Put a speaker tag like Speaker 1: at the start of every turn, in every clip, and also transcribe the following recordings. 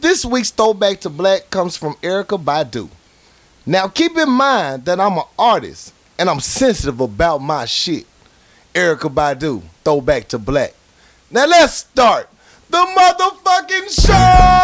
Speaker 1: This week's throwback to black comes from Erica Badu. Now keep in mind that I'm an artist and I'm sensitive about my shit. Erica Badu, throwback to black. Now let's start the motherfucking show!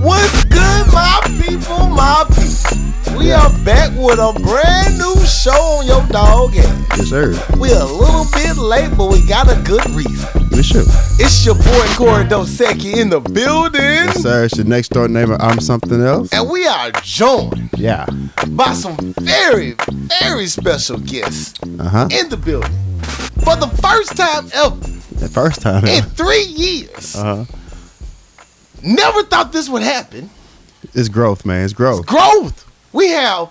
Speaker 1: What's good, my people, my people? We are back with a brand new show on your dog ass.
Speaker 2: Yes, sir.
Speaker 1: We're a little bit late, but we got a good reason.
Speaker 2: Yes, sir.
Speaker 1: It's your boy Corey Dosecki in the building.
Speaker 2: Yes, sir. It's your next door neighbor. I'm something else.
Speaker 1: And we are joined
Speaker 2: Yeah.
Speaker 1: by some very, very special guests
Speaker 2: Uh huh.
Speaker 1: in the building. For the first time ever
Speaker 2: The first time.
Speaker 1: in three years.
Speaker 2: Uh huh.
Speaker 1: Never thought this would happen.
Speaker 2: It's growth, man. It's growth.
Speaker 1: Growth. We have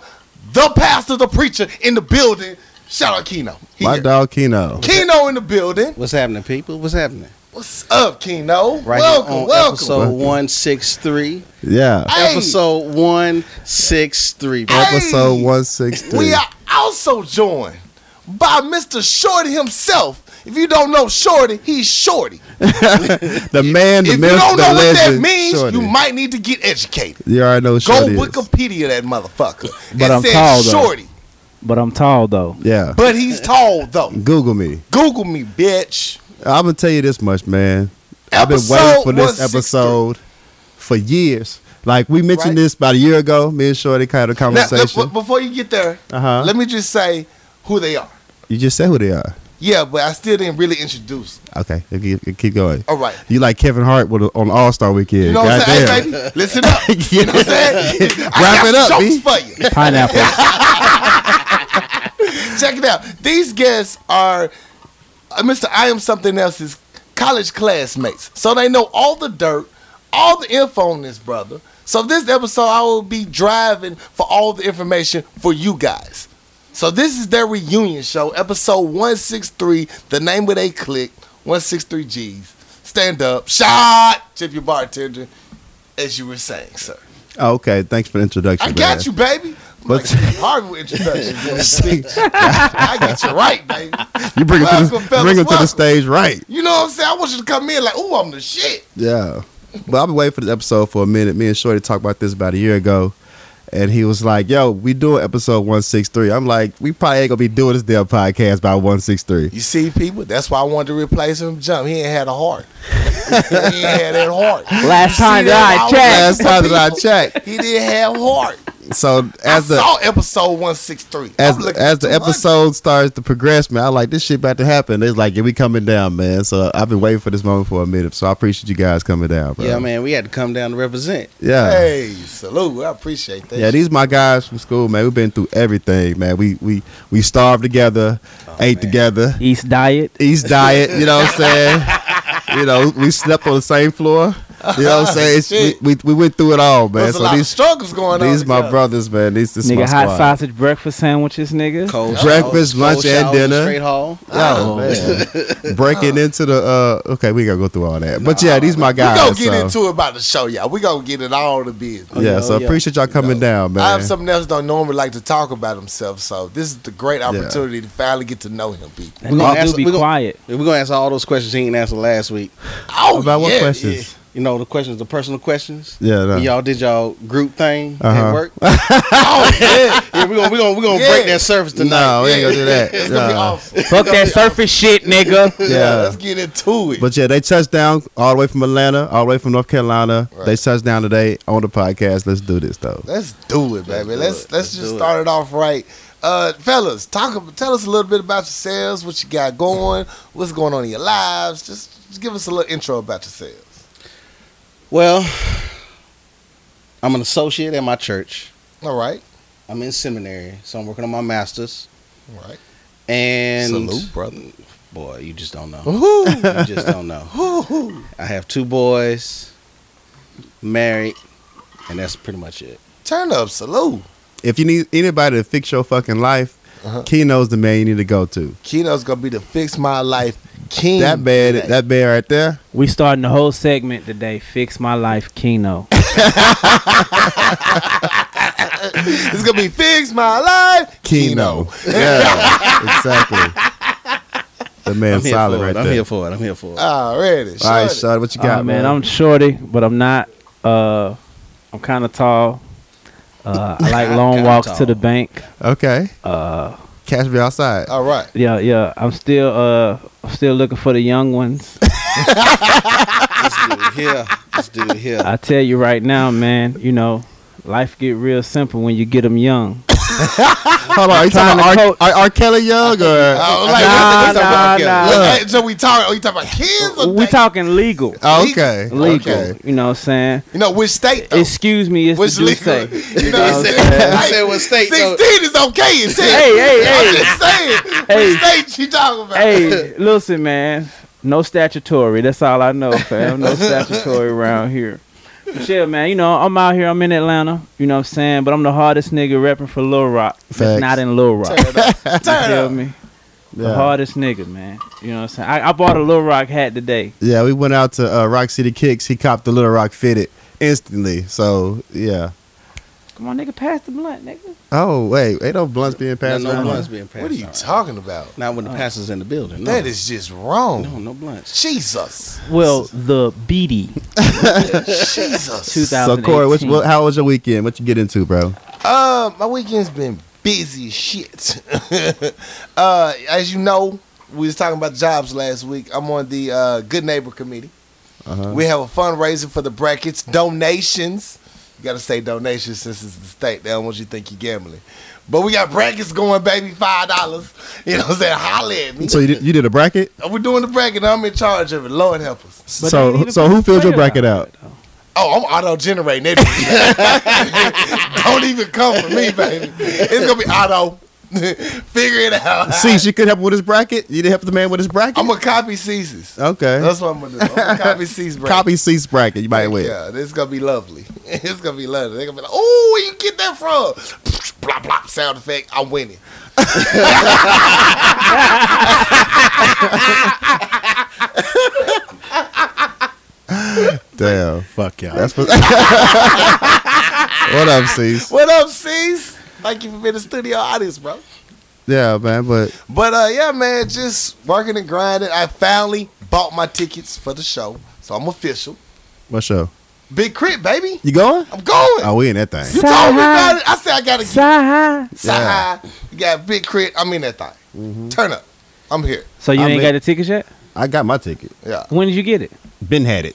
Speaker 1: the pastor, the preacher in the building. Shout out Keno. He
Speaker 2: My
Speaker 1: here.
Speaker 2: dog Keno.
Speaker 1: Keno in the building.
Speaker 3: What's happening, people? What's happening?
Speaker 1: What's up, Keno?
Speaker 3: Right here
Speaker 1: welcome,
Speaker 3: on
Speaker 1: welcome.
Speaker 3: episode one six three.
Speaker 2: Yeah.
Speaker 1: Hey.
Speaker 3: Episode one six three.
Speaker 1: Hey.
Speaker 2: Episode one sixty.
Speaker 1: We are also joined by Mr. Shorty himself. If you don't know Shorty, he's Shorty.
Speaker 2: the man, the
Speaker 1: if
Speaker 2: myth,
Speaker 1: you don't
Speaker 2: the
Speaker 1: know what
Speaker 2: legend.
Speaker 1: that means,
Speaker 2: Shorty.
Speaker 1: you might need to get educated.
Speaker 2: You already know what Shorty
Speaker 1: Go
Speaker 2: is.
Speaker 1: Wikipedia that motherfucker.
Speaker 4: But
Speaker 1: it
Speaker 4: I'm
Speaker 1: says
Speaker 4: tall,
Speaker 2: uh,
Speaker 4: though.
Speaker 1: Shorty,
Speaker 4: But I'm tall though.
Speaker 2: Yeah.
Speaker 1: but he's tall though.
Speaker 2: Google me.
Speaker 1: Google me, bitch.
Speaker 2: I'm gonna tell you this much, man. I've been waiting
Speaker 1: Episode
Speaker 2: for this
Speaker 1: 163.
Speaker 2: episode for years. Like we mentioned
Speaker 1: Right.
Speaker 2: this about a year ago. Me and Shorty had a
Speaker 1: Now,
Speaker 2: conversation.
Speaker 1: look, b- before you get there,
Speaker 2: Uh-huh.
Speaker 1: let me just say who they are.
Speaker 2: you just said who they are.
Speaker 1: Yeah, but I still didn't really introduce.
Speaker 2: Okay, keep, keep going.
Speaker 1: All right.
Speaker 2: You like Kevin Hart with a, on All Star Weekend?
Speaker 1: You know what I'm saying?
Speaker 2: Goddamn.
Speaker 1: Hey, baby, listen up. You know what I'm saying? I
Speaker 2: Wrap
Speaker 1: got
Speaker 2: it up,
Speaker 1: jokes
Speaker 2: B.
Speaker 1: for you.
Speaker 4: Pineapple.
Speaker 1: Check it out. These guests are uh, Mr. I Am Something Else's college classmates. So they know all the dirt, all the info on this brother. So this episode, I will be driving for all the information for you guys. So this is their reunion show, episode 163, the name of they click, 163 G's. Stand up, shot, tip your bartender, as you were saying, sir.
Speaker 2: Oh, okay, thanks for the introduction.
Speaker 1: I got
Speaker 2: man.
Speaker 1: you, baby. But
Speaker 2: But-
Speaker 1: like, horrible introduction. I got you right, baby.
Speaker 2: You bring him to
Speaker 1: Welcome,
Speaker 2: the,
Speaker 1: fellas,
Speaker 2: bring him to
Speaker 1: welcome.
Speaker 2: the stage, right?
Speaker 1: You know what I'm saying? I want you to come in like, ooh, I'm the shit.
Speaker 2: Yeah. But I've been waiting for this episode for a minute. Me and Shorty talked about this about a year ago. And he was like, yo, we doing episode 163. I'm like, we probably ain't going to be doing this damn podcast by 163.
Speaker 1: You see, people, that's why I wanted to replace him. Jump, he ain't had a heart. he ain't had that heart.
Speaker 4: Last time that I
Speaker 2: Last
Speaker 4: checked.
Speaker 2: time that I checked.
Speaker 1: He didn't have heart.
Speaker 2: So as
Speaker 1: I
Speaker 2: the
Speaker 1: saw episode 163.
Speaker 2: as
Speaker 1: I'm looking
Speaker 2: as the
Speaker 1: at 200.
Speaker 2: episode starts to progress, man, I like this shit about to happen. It's like, yeah, we coming down, man. So I've been waiting for this moment for a minute. So I appreciate you guys coming down, bro.
Speaker 3: Yeah, man, we had to come down to represent.
Speaker 2: Yeah.
Speaker 1: Hey, salute. I appreciate that.
Speaker 2: Yeah, these my guys from school, man. We've been through everything, man. We we we starved together,
Speaker 1: Oh,
Speaker 2: ate together,
Speaker 4: East diet.
Speaker 2: East diet, you know what I'm saying? you know, we slept on the same floor. You know what I'm saying? It's-
Speaker 1: Shit.
Speaker 2: we, we, we went through it all, man.
Speaker 1: There's a
Speaker 2: So
Speaker 1: lot of
Speaker 2: these
Speaker 1: struggles going on.
Speaker 2: these my
Speaker 1: together.
Speaker 2: brothers, man. These this my
Speaker 4: nigga hot
Speaker 2: squad.
Speaker 4: sausage breakfast sandwiches, nigga.
Speaker 3: Cold
Speaker 2: Breakfast,
Speaker 3: showers,
Speaker 2: lunch,
Speaker 3: cold
Speaker 2: and
Speaker 3: showers,
Speaker 2: dinner.
Speaker 3: Straight haul.
Speaker 1: Oh,
Speaker 2: Yo, man. breaking into the uh okay, we gotta go through all that. But yeah, these my
Speaker 1: We gonna
Speaker 2: guys.
Speaker 1: get
Speaker 2: so-
Speaker 1: into it about the show, y'all. We gonna get it all to business.
Speaker 2: yeah,
Speaker 3: Oh,
Speaker 2: so
Speaker 3: yeah.
Speaker 2: appreciate y'all coming down, man.
Speaker 1: I have something else don't normally like to talk about himself, so this is the great opportunity to finally get to know him, people.
Speaker 4: That
Speaker 3: We gonna
Speaker 4: nigga
Speaker 3: ask-
Speaker 4: do be
Speaker 3: we gonna-
Speaker 4: quiet.
Speaker 3: We're gonna answer all those questions he didn't answer last week.
Speaker 1: Oh,
Speaker 2: About what
Speaker 1: yeah,
Speaker 2: questions?
Speaker 3: You know the questions, the personal questions.
Speaker 2: Yeah, no.
Speaker 3: When y'all did y'all group thing
Speaker 2: Uh-huh.
Speaker 3: at work.
Speaker 1: yeah. Oh, yeah.
Speaker 3: yeah, we're gonna we're gonna, we gonna
Speaker 1: Yeah.
Speaker 3: break that surface tonight.
Speaker 2: no, Oh, we ain't gonna do that.
Speaker 1: It's gonna be
Speaker 2: Nah.
Speaker 1: awesome.
Speaker 4: Fuck that surface shit, nigga.
Speaker 1: Yeah.
Speaker 2: Yeah.
Speaker 1: let's get into it.
Speaker 2: But yeah, they touched down all the way from Atlanta, all the way from North Carolina. They touched down today on the podcast. Let's do this though.
Speaker 1: let's do it, baby.
Speaker 3: do
Speaker 1: Let's let's,
Speaker 3: it. Let's
Speaker 1: just
Speaker 3: do it.
Speaker 1: start it. off right. Uh, fellas, talk. ab- Tell us a little bit about yourselves. What you got going? What's going on in your lives? Just, just give us a little intro about yourselves.
Speaker 3: Well, I'm an associate at my church.
Speaker 1: All right,
Speaker 3: I'm in seminary, so I'm working on my master's.
Speaker 1: all right.
Speaker 3: And
Speaker 1: Salute, brother.
Speaker 3: boy, you just don't know.
Speaker 1: Woohoo!
Speaker 3: you just don't know.
Speaker 1: Woohoo!
Speaker 3: I have two boys, married, and that's pretty much it.
Speaker 1: Turn up, salute.
Speaker 2: If you need anybody to fix your fucking life,
Speaker 1: Uh-huh.
Speaker 2: Keno's the man you need to go to.
Speaker 1: Keno's gonna be the fix my life king.
Speaker 2: That man,
Speaker 1: today.
Speaker 2: that man right there.
Speaker 4: We starting the whole segment today. Fix my life, Keno.
Speaker 1: It's gonna be fix my life.
Speaker 2: Kino. Yeah, exactly. The man
Speaker 3: I'm here
Speaker 2: solid
Speaker 3: for
Speaker 2: right
Speaker 3: it. I'm
Speaker 2: there.
Speaker 3: here for it. I'm here for it.
Speaker 1: Already.
Speaker 2: All right,
Speaker 1: shorty.
Speaker 2: Shad, what you
Speaker 4: Aw,
Speaker 2: got,
Speaker 4: Ah, man, I'm shorty, but I'm not. Uh, I'm kind of tall. Uh, I like long
Speaker 3: Kinda
Speaker 4: walks to
Speaker 3: tall.
Speaker 4: the bank.
Speaker 2: okay.
Speaker 4: Uh,
Speaker 2: Cash me outside.
Speaker 1: All right.
Speaker 4: yeah, yeah. I'm still, uh, I'm still looking for the young ones.
Speaker 3: this dude here. This dude here.
Speaker 4: I tell you right now, man. You know, life get real simple when you get them young.
Speaker 2: Hold on, are you
Speaker 4: Trying
Speaker 2: talking
Speaker 4: to
Speaker 2: about
Speaker 4: coach.
Speaker 2: R, R, R. Kelly Young or?
Speaker 1: Oh, like,
Speaker 4: Nah,
Speaker 1: what's the- what's the-
Speaker 4: nah,
Speaker 1: okay.
Speaker 4: nah.
Speaker 1: Look, hey, eh, so we talk. Are you talking about kids? Or
Speaker 4: We
Speaker 1: they-
Speaker 4: talking legal,
Speaker 2: Oh, okay.
Speaker 4: legal.
Speaker 2: Okay.
Speaker 4: You know what I'm saying?
Speaker 1: You know which state? Though?
Speaker 4: Excuse me, it's
Speaker 1: which
Speaker 4: the
Speaker 1: Oh. legal?
Speaker 4: legal.
Speaker 1: You know what I'm saying?
Speaker 3: I said what state though.
Speaker 1: Sixteen is okay. It's ten.
Speaker 4: Hey, hey, hey.
Speaker 1: I'm just saying.
Speaker 4: Hey.
Speaker 1: Which state you talking about?
Speaker 4: hey, listen, man. No statutory. That's all I know, fam. No statutory around here. Shit, man. You know, I'm out here. I'm in Atlanta. You know what I'm saying? But I'm the hardest nigga repping for Lil Rock.
Speaker 2: Facts.
Speaker 4: That's not in Lil Rock. You
Speaker 1: Turn
Speaker 4: feel
Speaker 1: up.
Speaker 4: me? The
Speaker 2: Yeah.
Speaker 4: hardest nigga, man. You know what I'm saying? I, I bought a Lil Rock hat today.
Speaker 2: Yeah, we went out to uh, Rock City Kicks. He copped the Little Rock fitted instantly. So yeah.
Speaker 4: Come on, nigga. Pass the blunt, nigga.
Speaker 2: Oh wait, ain't no blunts being passed
Speaker 3: no, no
Speaker 2: around.
Speaker 3: blunts being passed.
Speaker 1: What are you
Speaker 3: around.
Speaker 1: talking about?
Speaker 3: Not when the pastor's in the building. No.
Speaker 1: That is just wrong.
Speaker 3: no, no blunts.
Speaker 1: Jesus.
Speaker 4: Well, the BD
Speaker 1: Jesus.
Speaker 4: 2018.
Speaker 2: So Corey, what, what, how was your weekend? What you get into, bro?
Speaker 1: Uh, my weekend's been busy as shit. uh, as you know, we was talking about jobs last week. I'm on the uh, Good Neighbor Committee.
Speaker 2: Uh-huh.
Speaker 1: We have a fundraiser for the brackets. Donations. You gotta say donations since it's the state. They don't want you to think you're gambling. But we got brackets going, baby. Five dollars. You know what I'm saying? Holla at me.
Speaker 2: So you did, you did a bracket.
Speaker 1: We're doing the bracket. I'm in charge of it. Lord help us.
Speaker 4: But they
Speaker 2: so
Speaker 4: need to
Speaker 2: so
Speaker 4: put
Speaker 2: who
Speaker 4: the
Speaker 2: filled your
Speaker 4: trailer
Speaker 2: bracket out?
Speaker 1: Oh, I'm auto generating it. Don't even come for me, baby. It's gonna be auto. Figure it out.
Speaker 2: See, she could help with his bracket. You didn't help the man with his bracket.
Speaker 1: I'm gonna copy Caesar's.
Speaker 2: okay.
Speaker 1: That's what I'm gonna do. I'm gonna copy Caesar's. bracket.
Speaker 2: Copy C's bracket. You might win.
Speaker 1: Yeah, this is gonna be lovely. It's gonna be lovely. They're gonna be like, "Oh, where you get that from?" Blah blah. Sound effect. I'm winning.
Speaker 2: Damn.
Speaker 3: Fuck y'all.
Speaker 2: That's what. what up, C's?
Speaker 1: What up, C's? Thank you for being a studio audience, bro.
Speaker 2: Yeah, man. But
Speaker 1: But uh, yeah, man, just working and grinding. I finally bought my tickets for the show, so I'm official.
Speaker 2: what show?
Speaker 1: Big crit, baby.
Speaker 2: You going?
Speaker 1: I'm going.
Speaker 2: Oh, we in that thing.
Speaker 1: You told me about it. I said I gotta get
Speaker 4: Sigh.
Speaker 1: side. You got big crit. I'm in that thing.
Speaker 2: Mm-hmm.
Speaker 1: Turn up. I'm here.
Speaker 4: So you
Speaker 2: I
Speaker 4: ain't
Speaker 2: mean-
Speaker 4: got the tickets yet?
Speaker 2: I got my ticket.
Speaker 1: Yeah.
Speaker 4: When did you get it?
Speaker 2: Been had it.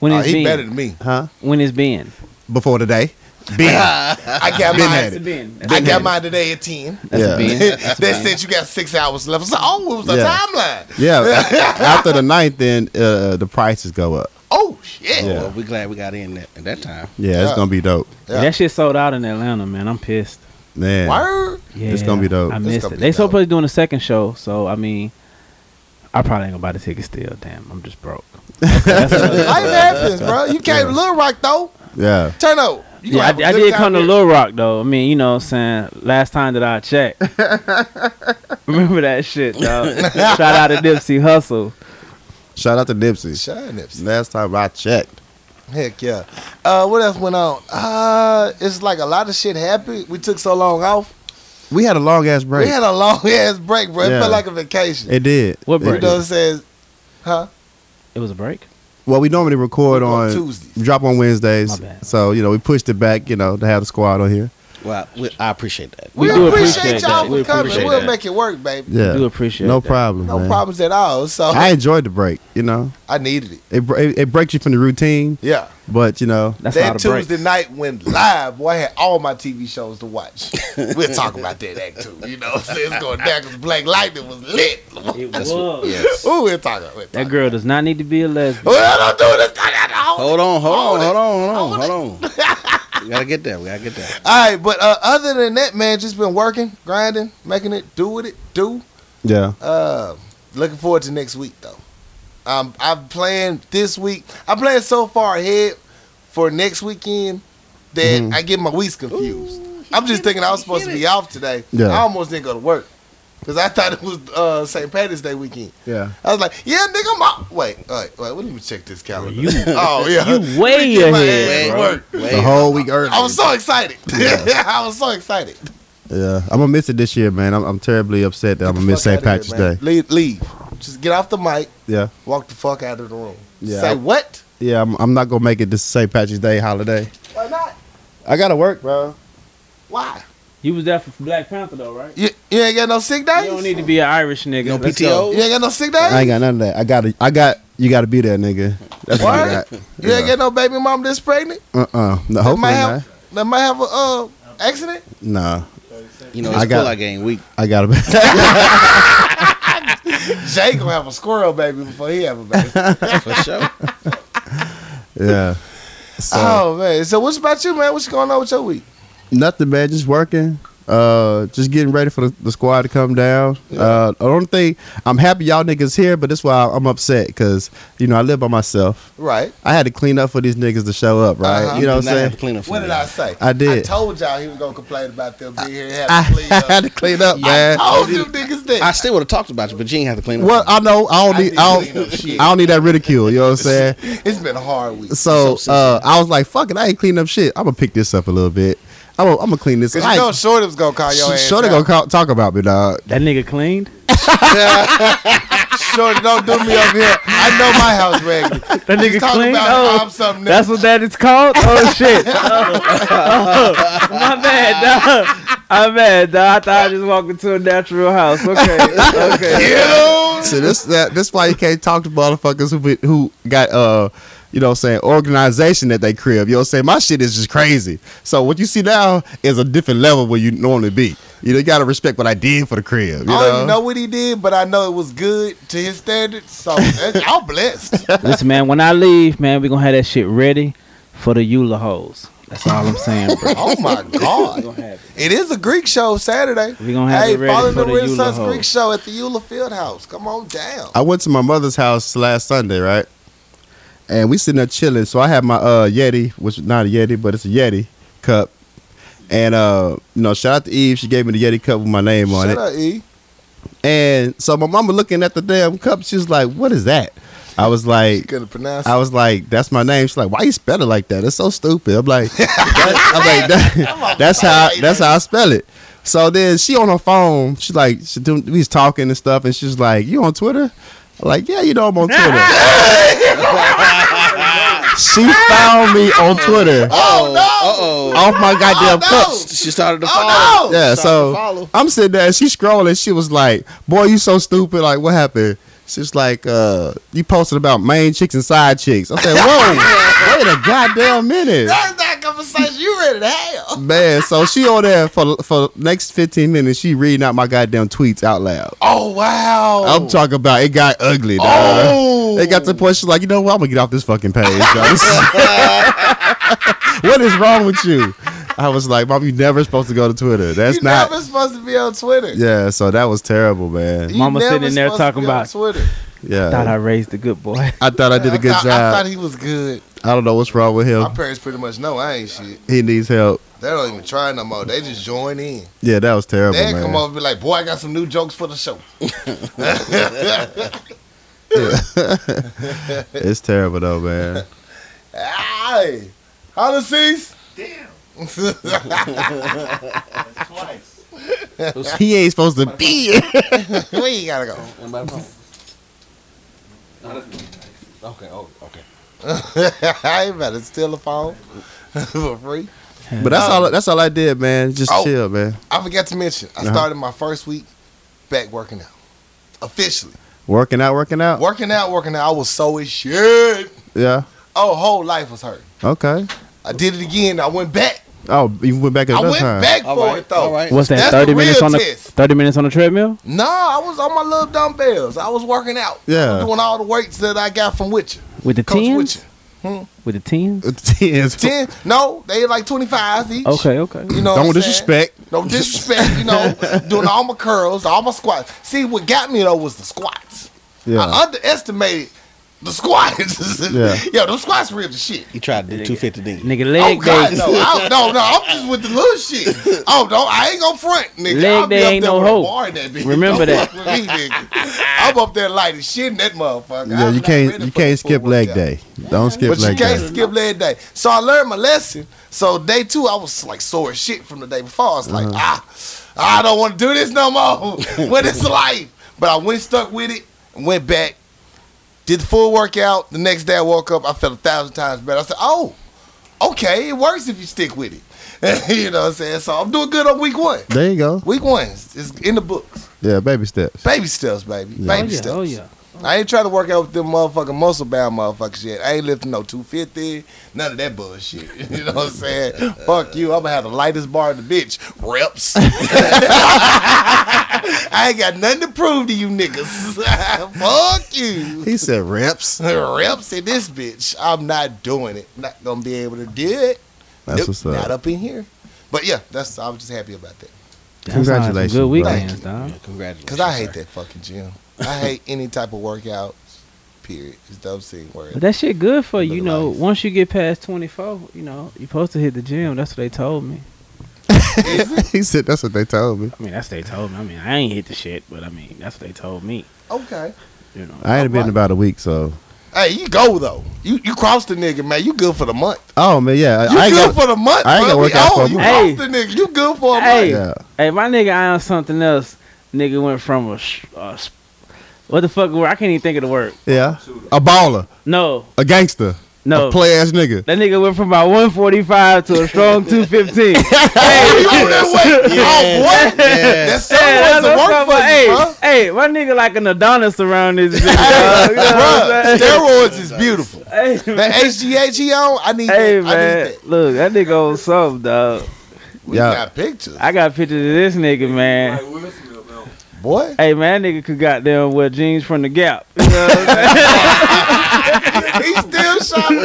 Speaker 4: When
Speaker 1: Uh,
Speaker 4: it's
Speaker 1: he
Speaker 4: been?
Speaker 1: better than me.
Speaker 2: Huh?
Speaker 4: When it's been?
Speaker 2: Before today. Been.
Speaker 1: I got
Speaker 2: Been
Speaker 1: mine.
Speaker 2: had it.
Speaker 4: been.
Speaker 1: I
Speaker 2: had
Speaker 1: got
Speaker 2: it.
Speaker 1: mine today at ten.
Speaker 4: That's
Speaker 2: Yeah.
Speaker 4: a bean.
Speaker 1: they
Speaker 4: That's a bean.
Speaker 1: said you got six hours left. So oh, it was a
Speaker 2: Yeah.
Speaker 1: timeline.
Speaker 2: yeah. After the ninth, then uh, the prices go up.
Speaker 1: Oh shit.
Speaker 2: Yeah.
Speaker 3: Well, we glad we got in that, at that time.
Speaker 2: Yeah, it's
Speaker 1: Yeah.
Speaker 2: gonna be dope,
Speaker 1: Yeah.
Speaker 4: That shit sold out in Atlanta, man. I'm pissed.
Speaker 2: man.
Speaker 1: Word.
Speaker 4: Yeah,
Speaker 2: It's gonna be dope.
Speaker 4: I
Speaker 2: It's
Speaker 4: missed
Speaker 1: gonna
Speaker 4: it.
Speaker 1: be
Speaker 4: They
Speaker 1: dope.
Speaker 4: supposed to be doing a second show, so I mean, I probably ain't gonna buy the ticket still. Damn, I'm just broke.
Speaker 1: Life happens, bro. You came to Little Rock though.
Speaker 2: Yeah.
Speaker 1: Turn up. You
Speaker 4: Yeah,
Speaker 1: gonna
Speaker 4: I,
Speaker 1: have a
Speaker 4: I
Speaker 1: good
Speaker 4: did
Speaker 1: time
Speaker 4: come to
Speaker 1: here.
Speaker 4: Little Rock though. I mean, you know, what I'm saying last time that I checked, remember that shit, dog. Shout out to Dipsey Hustle.
Speaker 2: Shout out to Nipsey.
Speaker 1: Shine Nipsey.
Speaker 2: Last time I checked.
Speaker 1: Heck yeah. Uh, what else went on? Uh, it's like a lot of shit happened. We took so long off.
Speaker 2: We had a long ass break.
Speaker 1: We had a long ass break, bro. It
Speaker 2: Yeah.
Speaker 1: felt like a vacation.
Speaker 2: it did.
Speaker 4: What
Speaker 2: It
Speaker 1: you
Speaker 4: break?
Speaker 2: did.
Speaker 1: know what I'm saying? Huh?
Speaker 4: It was a break.
Speaker 2: Well, we normally record
Speaker 1: On
Speaker 2: on
Speaker 1: Tuesdays.
Speaker 2: drop on Wednesdays.
Speaker 4: My bad.
Speaker 2: So you know we pushed it back. You know to have the squad on here.
Speaker 3: Well, we, I appreciate that.
Speaker 1: We,
Speaker 4: We do
Speaker 1: appreciate,
Speaker 4: appreciate
Speaker 1: y'all
Speaker 4: that.
Speaker 1: for
Speaker 3: We
Speaker 1: coming.
Speaker 3: appreciate
Speaker 1: We'll
Speaker 3: that.
Speaker 1: make it work, baby.
Speaker 2: Yeah,
Speaker 4: do appreciate
Speaker 2: no
Speaker 4: that.
Speaker 2: problem.
Speaker 1: No
Speaker 2: man.
Speaker 1: problems at all. So
Speaker 2: I
Speaker 1: I,
Speaker 2: enjoyed the break. You know,
Speaker 1: needed it.
Speaker 2: it, br- it it breaks you from the routine,
Speaker 1: Yeah.
Speaker 2: but you know,
Speaker 4: That's
Speaker 1: that
Speaker 4: not a break.
Speaker 1: Tuesday night went live, boy, I had all my TV shows to watch. we'll talk about that act too. You know what I'm saying? It's going down because Black Lightning was lit.
Speaker 4: It
Speaker 3: That's what,
Speaker 4: was.
Speaker 3: yes.
Speaker 1: Ooh, we'll talk about it.
Speaker 4: That girl does not need to be a lesbian.
Speaker 1: Well, don't do this. I got all
Speaker 3: Hold on, hold on, hold on, hold on, hold on. we gotta get there. We gotta get there.
Speaker 1: All right, but uh, other than that, man, just been working, grinding, making it, do with it, do.
Speaker 2: yeah,
Speaker 1: Uh, looking forward to next week though. Um, I'm playing this week. I'm playing so far ahead for next weekend that
Speaker 4: Mm-hmm.
Speaker 1: I get my weeks confused. I'm just thinking I was supposed to be off today.
Speaker 2: Yeah.
Speaker 1: I almost didn't go to work. Cause I thought it was uh, St. Patrick's Day weekend.
Speaker 2: Yeah.
Speaker 1: I was like, yeah, nigga, I'm out. Wait, wait, wait. Well, let me check this calendar.
Speaker 4: You-
Speaker 1: oh yeah,
Speaker 4: you way
Speaker 1: Let me get my
Speaker 4: ahead,
Speaker 1: ass
Speaker 4: bro.
Speaker 1: work.
Speaker 2: The whole week early.
Speaker 1: I was so excited. I was so excited.
Speaker 2: yeah, I'm gonna miss it this year, man. I'm, I'm terribly upset that I'm gonna miss St.
Speaker 1: Fuck outta
Speaker 2: Patrick's
Speaker 1: here, man.
Speaker 2: Day.
Speaker 1: Leave, leave. Just get off the mic.
Speaker 2: Yeah,
Speaker 1: Walk the fuck out of the room.
Speaker 2: Yeah.
Speaker 1: Say what?
Speaker 2: yeah. I'm, I'm not gonna make it this St. Patrick's Day holiday.
Speaker 1: Why not?
Speaker 2: I gotta work, bro.
Speaker 1: Why?
Speaker 4: You was there for Black Panther though, right?
Speaker 1: You, you ain't got no sick days.
Speaker 4: You don't need to be an Irish nigga.
Speaker 3: No
Speaker 4: Let's
Speaker 3: PTO?
Speaker 4: go.
Speaker 1: You ain't got no sick
Speaker 2: I
Speaker 1: days.
Speaker 2: ain't got none of that. I gotta. I got. You gotta be there, nigga. That's what I
Speaker 1: Word?
Speaker 2: got.
Speaker 1: You ain't got no baby mom that's pregnant.
Speaker 2: Uh uh. No,
Speaker 1: That
Speaker 2: hopefully
Speaker 1: might
Speaker 2: not.
Speaker 1: have. That might have a uh accident.
Speaker 2: Nah.
Speaker 3: You know,
Speaker 2: I
Speaker 3: it's
Speaker 2: got-
Speaker 3: cool I game week.
Speaker 2: I gotta be.
Speaker 1: Jay gonna have a squirrel baby before he have a baby.
Speaker 3: For sure.
Speaker 2: yeah. So
Speaker 1: Oh man. So what's about you, man? What's going on with your week?
Speaker 2: nothing, man. Just working. Uh, just getting ready for the, the squad to come down. Uh, I don't think I'm happy y'all niggas here, but that's why I'm upset because you know I live by myself.
Speaker 1: Right.
Speaker 2: I had to clean up for these niggas to show up, right?
Speaker 1: Uh-huh.
Speaker 2: You know what I'm
Speaker 3: Now I have
Speaker 2: saying?
Speaker 3: to clean up for
Speaker 1: What
Speaker 3: me.
Speaker 1: did I say?
Speaker 2: I did.
Speaker 1: I told y'all he was gonna complain about them being here. and
Speaker 2: I
Speaker 1: having to clean up. Oh.
Speaker 2: had to clean up, man.
Speaker 1: I told you niggas that.
Speaker 3: I still would have talked about you, but you ain't have to clean up.
Speaker 2: Well,
Speaker 3: for me.
Speaker 2: I know I don't
Speaker 1: I
Speaker 2: need
Speaker 1: didn't
Speaker 2: I
Speaker 1: clean up
Speaker 2: don't,
Speaker 1: shit.
Speaker 2: I don't need that ridicule. You know what I'm saying?
Speaker 1: it's been a hard week.
Speaker 2: So
Speaker 3: So
Speaker 2: uh, I was like, "Fuck it, I ain't cleaning up shit. I'm gonna pick this up a little bit. I'm gonna, I'm gonna clean this.
Speaker 1: Cause
Speaker 2: up.
Speaker 1: you
Speaker 2: I
Speaker 1: know
Speaker 2: ain't-
Speaker 1: Shorty was gonna call your ass.
Speaker 2: Sure, they
Speaker 1: out.
Speaker 2: gonna call, talk about me, dog.
Speaker 4: That nigga cleaned.
Speaker 1: Shorty, don't do me over here. I know my house regularly.
Speaker 4: That
Speaker 1: He's
Speaker 4: nigga
Speaker 1: talking
Speaker 4: cleaned.
Speaker 1: about
Speaker 4: Oh,
Speaker 1: I'm something
Speaker 4: that's what that is called. Oh shit. Oh, oh, my bad. Dog. I'm mad. Dog. I thought I just walked into a natural house. Okay. Okay.
Speaker 1: else.
Speaker 2: So this that this why you can't talk to motherfuckers who be, who got uh you know what I'm saying organization at they crib. You know what I'm saying? My shit is just crazy. So what you see now is a different level where you normally be. You, know, you gotta respect what I did for the crib.
Speaker 1: I
Speaker 2: You
Speaker 1: don't
Speaker 2: know?
Speaker 1: even Oh, know what he did, but I know it was good to his standards. So that's- I'm blessed.
Speaker 4: Listen, man. When I leave, man, we gonna have that shit ready for the Eula hoes. That's all I'm saying, bro.
Speaker 1: Oh my
Speaker 4: We
Speaker 1: God.
Speaker 4: gonna have it.
Speaker 1: It is a Greek show Saturday.
Speaker 4: We gonna have
Speaker 1: hey,
Speaker 4: it ready
Speaker 1: follow
Speaker 4: for
Speaker 1: the
Speaker 4: the
Speaker 1: Renaissance
Speaker 4: Eula
Speaker 1: Greek
Speaker 4: hoes.
Speaker 1: show at the Eula Fieldhouse. Come on down.
Speaker 2: I went to my mother's house last Sunday, right? And we sitting there chilling. So I had my uh Yeti, which is not a Yeti, but it's a Yeti cup. And uh, you know, shout out to Eve. She gave me the Yeti cup with my name on
Speaker 1: Shut
Speaker 2: it.
Speaker 1: up, E.
Speaker 2: And so my mama looking at the damn cup, she was like, What is that? I was like
Speaker 1: Couldn't pronounce
Speaker 2: I was like, that's my name. She's like, why you spell it like that? It's so stupid. I'm like, that- I'm like, that- that's how that's how I spell it. So then she on her phone. She like, she do, we was talking and stuff, and she's like, you on Twitter? I'm like, yeah, you know I'm on Twitter. she found me on Twitter
Speaker 1: Oh,
Speaker 3: oh, uh oh.
Speaker 2: off my goddamn
Speaker 1: no.
Speaker 2: cup.
Speaker 3: She started to follow.
Speaker 1: Oh, no.
Speaker 2: Yeah,
Speaker 3: Stop to
Speaker 2: so
Speaker 3: follow.
Speaker 2: I'm sitting there and she scrolling. She was like, Boy, you so stupid. Like, what happened? She's like, uh, you posted about main chicks and side chicks. I said, Whoa, wait a goddamn minute.
Speaker 1: That's that conversation you ready to have.
Speaker 2: Man, so she on there for for next 15 minutes, she reading out my goddamn tweets out loud.
Speaker 1: Oh, wow.
Speaker 2: I'm talking about it got ugly, dog.
Speaker 1: Oh.
Speaker 2: It got to the point she's like, you know what? I'm gonna get off this fucking page. dog. what is wrong with you? I was like, Mom, you never supposed to go to Twitter. That's
Speaker 1: you
Speaker 2: not
Speaker 1: never supposed to be on Twitter.
Speaker 2: Yeah, so that was terrible, man.
Speaker 1: You
Speaker 4: Mama
Speaker 1: never
Speaker 4: sitting in there
Speaker 1: supposed to
Speaker 4: talking
Speaker 1: be on
Speaker 4: about-
Speaker 1: Twitter.
Speaker 4: Thought I
Speaker 2: Yeah,
Speaker 4: raised a good boy.
Speaker 2: I thought I did a good
Speaker 1: I thought, I thought
Speaker 2: job.
Speaker 1: he was good.
Speaker 2: I don't know what's wrong with
Speaker 1: My
Speaker 2: him.
Speaker 1: parents pretty much know I ain't shit.
Speaker 2: He needs help.
Speaker 1: They don't even try no more. They just join in.
Speaker 2: Yeah, that was terrible,
Speaker 1: They come
Speaker 2: man.
Speaker 1: over and be like, "Boy, I got some new jokes for the show."
Speaker 2: It's terrible though, man.
Speaker 1: Aye, Hollises. Damn.
Speaker 2: He ain't supposed to be.
Speaker 1: we gotta go.
Speaker 3: Okay, oh, okay.
Speaker 1: I ain't about to steal a phone for free.
Speaker 2: But that's all. That's all I did, man. Just
Speaker 1: Oh.
Speaker 2: chill, man.
Speaker 1: I forgot to mention, I
Speaker 2: Uh-huh.
Speaker 1: started my first week back working out officially.
Speaker 2: Working out, working out.
Speaker 1: Working out, working out. I was so as shit.
Speaker 2: Yeah.
Speaker 1: Oh, whole life was hurt.
Speaker 2: Okay.
Speaker 1: I did it again. I went back.
Speaker 2: Oh, you went back
Speaker 1: I
Speaker 2: another
Speaker 1: went
Speaker 2: time.
Speaker 1: back
Speaker 3: All
Speaker 1: for
Speaker 3: right,
Speaker 1: it though.
Speaker 3: all right.
Speaker 4: What's that?
Speaker 1: That's the
Speaker 4: Thirty minutes
Speaker 1: real
Speaker 4: on the
Speaker 1: test.
Speaker 4: thirty minutes on the treadmill.
Speaker 1: No, I was on my little dumbbells. I was working out.
Speaker 2: Yeah.
Speaker 1: I was doing all the weights that I got from Witcher.
Speaker 4: With the
Speaker 1: Coach hmm?
Speaker 4: tens?
Speaker 1: Witcher.
Speaker 4: With the tens?
Speaker 2: Tens.
Speaker 1: Ten? No, they like twenty fives each.
Speaker 4: Okay, okay.
Speaker 1: You know what
Speaker 2: Don't
Speaker 1: I'm saying?
Speaker 2: disrespect.
Speaker 1: No disrespect, you know, doing all my curls, all my squats. See, what got me though was the squats.
Speaker 2: Yeah.
Speaker 1: I underestimated The squats.
Speaker 2: Yeah.
Speaker 1: Yo, those squats ribs is shit.
Speaker 3: He tried to do two fifty D.
Speaker 4: Nigga,
Speaker 1: Oh
Speaker 4: leg
Speaker 1: God,
Speaker 4: day.
Speaker 1: no, I, no, no! I'm just with the little shit. Oh no, I ain't gonna front, nigga.
Speaker 4: Leg
Speaker 1: I'll be
Speaker 4: day
Speaker 1: up
Speaker 4: ain't
Speaker 1: there
Speaker 4: no
Speaker 1: with a
Speaker 4: hoe.
Speaker 1: bar in That bitch.
Speaker 4: Remember
Speaker 1: Don't
Speaker 4: that.
Speaker 1: fuck with me, nigga. I'm up there light as shit in that motherfucker.
Speaker 2: Yeah,
Speaker 1: I'm
Speaker 2: you
Speaker 1: not
Speaker 2: can't
Speaker 1: ready
Speaker 2: you
Speaker 1: for the
Speaker 2: can't
Speaker 1: full
Speaker 2: skip leg
Speaker 1: workout.
Speaker 2: day. Don't skip
Speaker 1: But you
Speaker 2: leg
Speaker 1: can't
Speaker 2: day.
Speaker 1: skip leg day. So I learned my lesson. So day two, I was like sore as shit from the day before. I was like, ah, I don't want to do this no more. what is life? But I went stuck with it and went back. Did the full workout. The next day I woke up, I felt a thousand times better. I said, oh, okay, it works if you stick with it. you know what I'm saying? So I'm doing good on week one.
Speaker 2: There you go.
Speaker 1: Week one is is in the books.
Speaker 2: Yeah, baby steps.
Speaker 1: Baby steps, baby. Baby
Speaker 4: oh, yeah,
Speaker 1: steps.
Speaker 4: oh yeah.
Speaker 1: I ain't trying to work out with them motherfucking muscle bound motherfuckers yet. I ain't lifting no 250, none of that bullshit. You know what I'm saying? Fuck you. I'm going to have the lightest bar in the bitch. Reps. I ain't got nothing to prove to you niggas. Fuck you.
Speaker 2: He said reps.
Speaker 1: Reps in this bitch. I'm not doing it. Not going to be able to do it.
Speaker 2: That's
Speaker 1: Nope,
Speaker 2: what's
Speaker 1: Not
Speaker 2: up.
Speaker 1: up in here. But yeah, that's I was just happy about that.
Speaker 4: That sounds like some
Speaker 2: Congratulations,
Speaker 4: Good
Speaker 2: bro.
Speaker 4: weekends, dog.
Speaker 3: Congratulations.
Speaker 1: Because I hate
Speaker 3: sir.
Speaker 1: that fucking gym. I hate any type of workout, period. It's dumb seeing words.
Speaker 4: But that shit good for you, you
Speaker 1: Look
Speaker 4: know.
Speaker 1: nice.
Speaker 4: Once you get past 24, you know, you're supposed to hit the gym. That's what they told me.
Speaker 2: he said that's what they told me.
Speaker 4: I mean, that's what they told me. I mean, I ain't hit the shit, but I mean, that's what they told me.
Speaker 1: Okay.
Speaker 4: You know.
Speaker 2: I ain't been
Speaker 1: Alright.
Speaker 2: about a week, so
Speaker 1: Hey, you go though. You you cross the nigga, man. You good for the month.
Speaker 2: oh man, yeah. I,
Speaker 1: You
Speaker 2: I ain't
Speaker 1: good
Speaker 2: got,
Speaker 1: for the month.
Speaker 2: I ain't
Speaker 1: bro.
Speaker 2: gotta work out
Speaker 1: Oh,
Speaker 2: for a
Speaker 1: you
Speaker 2: month.
Speaker 4: Hey.
Speaker 1: cross the nigga. You good for a
Speaker 4: Hey,
Speaker 1: month.
Speaker 2: Yeah.
Speaker 4: hey, my nigga, I on something else. Nigga went from a, sh- a sp- what the fuck? word? I can't even think of the word.
Speaker 2: yeah, a baller,
Speaker 4: No,
Speaker 2: a gangster,
Speaker 4: no.
Speaker 2: a play ass nigga.
Speaker 4: that nigga went from about 145 to a strong 215.
Speaker 1: Hey, you that way? Oh boy, that's so
Speaker 4: Hey,
Speaker 1: yeah,
Speaker 4: that's
Speaker 1: work
Speaker 4: what-
Speaker 1: for
Speaker 4: hey,
Speaker 1: you, bro.
Speaker 4: hey, my nigga like an Adonis around this bitch.
Speaker 1: Hey,
Speaker 4: dog. You know what I'm
Speaker 1: bruh, steroids is beautiful.
Speaker 4: saying? Hey,
Speaker 1: That HGH he on, E, I need
Speaker 4: Hey
Speaker 1: that. I
Speaker 4: man,
Speaker 1: need that.
Speaker 4: look, that nigga on something, dog.
Speaker 1: We
Speaker 2: Yeah.
Speaker 1: got pictures,
Speaker 4: I got pictures of this nigga, man.
Speaker 1: boy.
Speaker 4: Hey man, that nigga could goddamn wear jeans from the Gap. You know what I'm saying?
Speaker 1: He still shopping.
Speaker 4: You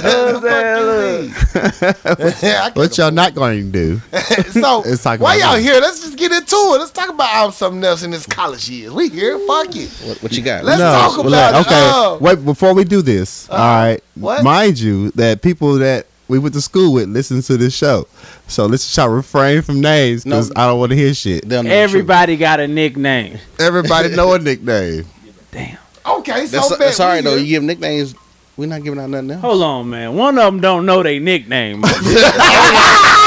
Speaker 4: know what I'm saying?
Speaker 1: yeah, I can't
Speaker 2: What y'all not going to do?
Speaker 1: so
Speaker 2: Let's talk
Speaker 1: why
Speaker 2: about
Speaker 1: y'all
Speaker 2: that.
Speaker 1: here? Let's just get into it. Let's talk about something else in this college years. We here, fuck it.
Speaker 3: What, what you got?
Speaker 1: Let's talk about
Speaker 2: relax.
Speaker 1: it.
Speaker 2: Okay,
Speaker 1: Oh.
Speaker 2: wait before we do this. all right,
Speaker 1: what?
Speaker 2: mind you that people that we went to school with listen to this show, so let's try to refrain from names because
Speaker 3: No.
Speaker 2: I don't want to hear shit.
Speaker 3: They'll know the
Speaker 4: Everybody got a nickname.
Speaker 2: Everybody know a nickname.
Speaker 4: Damn.
Speaker 1: Okay, so
Speaker 3: truth. That's,
Speaker 1: bet
Speaker 3: that's all
Speaker 1: we
Speaker 3: right though.
Speaker 1: here.
Speaker 3: You give nicknames. We're not giving out nothing else.
Speaker 4: Hold on, man. One of them don't know their nickname. they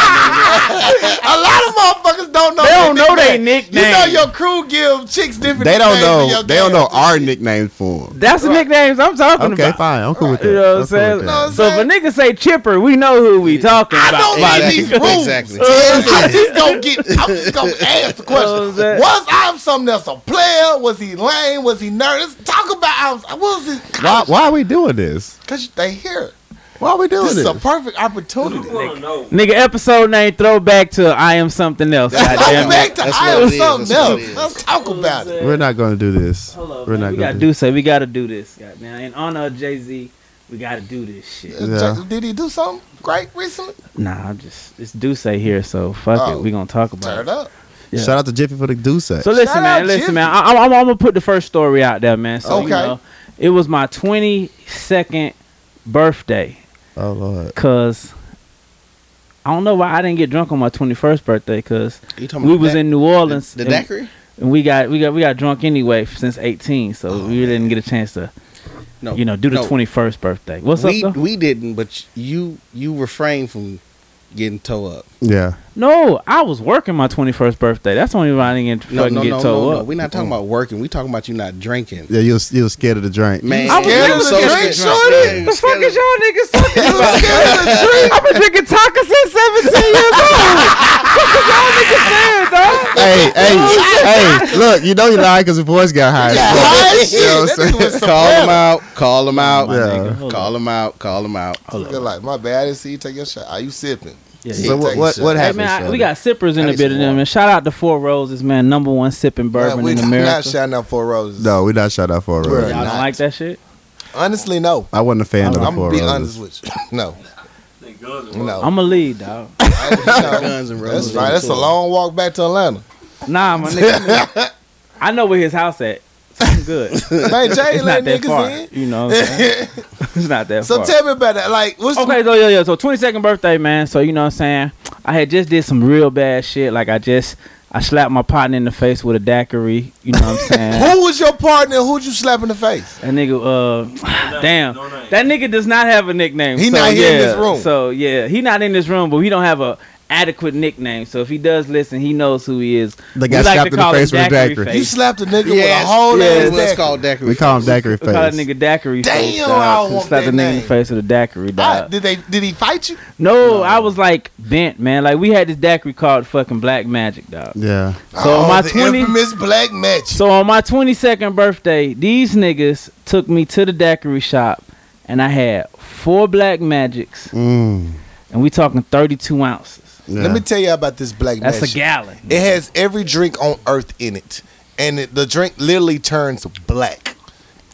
Speaker 1: A lot of motherfuckers don't know.
Speaker 4: don't know their
Speaker 1: You
Speaker 4: nickname.
Speaker 1: know your crew give chicks different.
Speaker 2: They don't
Speaker 1: nicknames in
Speaker 2: know.
Speaker 1: your
Speaker 2: They don't
Speaker 1: game.
Speaker 2: know our nickname for 'em.
Speaker 4: That's the nicknames I'm talking
Speaker 2: Okay,
Speaker 4: about.
Speaker 2: fine. I'm cool with that.
Speaker 4: You know what
Speaker 2: I'm
Speaker 4: I'm
Speaker 2: cool with
Speaker 4: saying?
Speaker 2: that.
Speaker 4: So if a nigga say Chipper, we know who we talking
Speaker 1: I
Speaker 4: about.
Speaker 1: don't
Speaker 4: Like,
Speaker 1: need these rules.
Speaker 3: Exactly.
Speaker 1: I'm just gonna get. I'm just gonna ask the
Speaker 4: What
Speaker 1: question.
Speaker 4: was that?
Speaker 1: Was I something else? A player? Was he lame? Was he nervous? Talk about. I was. I was
Speaker 2: Why, why are we doing this?
Speaker 1: Because they here.
Speaker 2: Why are we doing
Speaker 1: This
Speaker 2: this?
Speaker 1: is a perfect opportunity.
Speaker 4: Nigga, episode name throwback to I am something else.
Speaker 1: Go
Speaker 4: Goddamn it.
Speaker 1: back to
Speaker 3: That's
Speaker 1: I
Speaker 3: what
Speaker 1: am
Speaker 3: it is.
Speaker 1: something
Speaker 3: That's what it
Speaker 1: else.
Speaker 3: is.
Speaker 1: Let's talk about it.
Speaker 2: We're not going to do this. We're not
Speaker 4: we
Speaker 2: going
Speaker 4: gotta
Speaker 2: to
Speaker 4: do so. We gotta do this. Goddamn. In honor of Jay Z, we gotta do this shit.
Speaker 2: Yeah.
Speaker 1: Did he do something great recently?
Speaker 4: Nah, I'm just it's Duce here, so fuck
Speaker 1: Oh.
Speaker 4: it. We gonna talk about
Speaker 1: Turn
Speaker 4: it.
Speaker 1: up.
Speaker 4: Yeah.
Speaker 2: Shout out to Jiffy for the do set.
Speaker 4: So listen,
Speaker 1: Shout out
Speaker 4: man. Listen,
Speaker 1: Jiffy.
Speaker 4: man. I, I'm, I'm gonna put the first story out there, man. So
Speaker 1: Okay.
Speaker 4: you know, it was my 22nd birthday,
Speaker 2: oh Lord,
Speaker 4: cause I don't know why I didn't get drunk on my 21st birthday, cause
Speaker 3: You talking
Speaker 4: we
Speaker 3: about
Speaker 4: was
Speaker 3: the
Speaker 4: in New
Speaker 3: da-
Speaker 4: Orleans.
Speaker 3: The,
Speaker 4: and-
Speaker 3: daiquiri?
Speaker 4: and we got we got we got drunk anyway f- since 18, so we really didn't get a chance to
Speaker 3: Oh, No.
Speaker 4: you know do the
Speaker 3: no.
Speaker 4: 21st birthday. What's
Speaker 3: we
Speaker 4: up? Though?
Speaker 3: we didn't, but you you refrained from getting toe up.
Speaker 2: yeah.
Speaker 4: No, I was working my 21st birthday. That's the only reason I didn't get,
Speaker 3: No,
Speaker 4: fucking
Speaker 3: no,
Speaker 4: get
Speaker 3: no,
Speaker 4: towed
Speaker 3: no, no.
Speaker 4: up.
Speaker 3: We're not talking about working. We're talking about you not drinking.
Speaker 2: Yeah, you was, you was scared of the drink.
Speaker 3: Man,
Speaker 1: I was
Speaker 3: yeah,
Speaker 1: scared
Speaker 3: you
Speaker 1: of the
Speaker 3: so
Speaker 1: drink,
Speaker 3: scared.
Speaker 1: shorty.
Speaker 3: Yeah, you
Speaker 4: the fuck
Speaker 3: scared
Speaker 4: is
Speaker 3: of-
Speaker 4: y'all niggas talking
Speaker 1: You was scared of the drink?
Speaker 4: I've been drinking Tonka since 17 years old. What the y'all niggas saying, dog?
Speaker 2: hey, hey, hey! Look, you know you lied because the voice got high. as
Speaker 1: Yeah,
Speaker 2: fuck.
Speaker 1: high as
Speaker 2: You know
Speaker 1: shit.
Speaker 2: what I'm
Speaker 1: That nigga was some
Speaker 3: Call him
Speaker 1: player.
Speaker 3: out. Call him out.
Speaker 2: my nigga,
Speaker 4: hold
Speaker 3: Call him out. Call him out.
Speaker 1: Good like, my bad. I didn't see you take your shot. Are you sipping?
Speaker 2: saying? So what, what, what
Speaker 4: Hey
Speaker 2: happened?
Speaker 4: man, I-
Speaker 2: shorty?
Speaker 4: we got sippers
Speaker 3: I
Speaker 4: in the
Speaker 3: need some
Speaker 4: building, man.
Speaker 3: water.
Speaker 4: Shout out to Four Roses, man. Number one sipping bourbon
Speaker 1: Man, we
Speaker 4: in
Speaker 1: not-
Speaker 4: America.
Speaker 1: not shouting out Four Roses.
Speaker 2: no, we not shot out for a
Speaker 1: Bruh.
Speaker 2: rose.
Speaker 4: Y'all don't
Speaker 1: not.
Speaker 4: like that shit?
Speaker 1: honestly, no.
Speaker 2: I wasn't a fan of the
Speaker 1: I'm
Speaker 2: four
Speaker 1: gonna be
Speaker 2: roses.
Speaker 1: honest with you. No, no.
Speaker 4: I'm a lead, dog.
Speaker 1: I- no.
Speaker 3: Guns and
Speaker 1: That's
Speaker 3: roses.
Speaker 1: right. That's a long walk back to Atlanta.
Speaker 4: Nah, my nigga. I know where his house at. I'm good.
Speaker 1: Man, Jay
Speaker 4: It's not
Speaker 1: let
Speaker 4: that far.
Speaker 1: niggas
Speaker 4: You know, what I'm saying?
Speaker 1: in.
Speaker 4: it's not that
Speaker 1: so
Speaker 4: far.
Speaker 1: tell me about that. Like, what's
Speaker 4: Oh, Okay, so yeah, yeah. So twenty second birthday, man. So you know what I'm saying? I had just did some real bad shit. Like I just I slapped my partner in the face with a daiquiri. You know what I'm saying?
Speaker 1: who was your partner? Who'd you slap in the face?
Speaker 4: that nigga, uh, damn. That nigga does not have a nickname.
Speaker 1: He
Speaker 4: so,
Speaker 1: not
Speaker 4: yeah.
Speaker 1: here in this room.
Speaker 4: So yeah, he not in this room, but he don't have a adequate nickname. So if he does listen, he knows who he is.
Speaker 2: They got
Speaker 4: We
Speaker 2: slapped in the
Speaker 4: call him
Speaker 2: face with a daiquiri.
Speaker 1: You
Speaker 4: face.
Speaker 1: slapped a nigga
Speaker 3: Yeah,
Speaker 1: with a whole
Speaker 3: yeah,
Speaker 1: ass
Speaker 3: it's
Speaker 1: dagger.
Speaker 3: called daiquiri.
Speaker 2: We call him Daiquiri
Speaker 4: We call that
Speaker 2: Face.
Speaker 4: nigga daiquiri.
Speaker 1: Damn,
Speaker 4: face,
Speaker 1: I
Speaker 4: dog,
Speaker 1: don't
Speaker 4: 'cause
Speaker 1: want
Speaker 4: slapped
Speaker 1: that
Speaker 4: the nigga in
Speaker 1: name.
Speaker 4: the face with a daiquiri. Dog.
Speaker 1: I- did they? Did he fight you?
Speaker 4: No, I was like bent, man. Like we had this daiquiri called fucking Black Magic, dog.
Speaker 2: Yeah.
Speaker 4: So on my
Speaker 1: Oh, the
Speaker 4: twenty,
Speaker 1: infamous black match.
Speaker 4: so on my twenty second birthday, these niggas took me to the daiquiri shop, and I had four Black Magics,
Speaker 2: Mm.
Speaker 4: and we talking thirty two ounces.
Speaker 2: Yeah.
Speaker 1: Let me tell you about this black
Speaker 4: That's
Speaker 1: magic.
Speaker 4: a gallon.
Speaker 1: It has every drink on earth in it, and it, the drink literally turns black,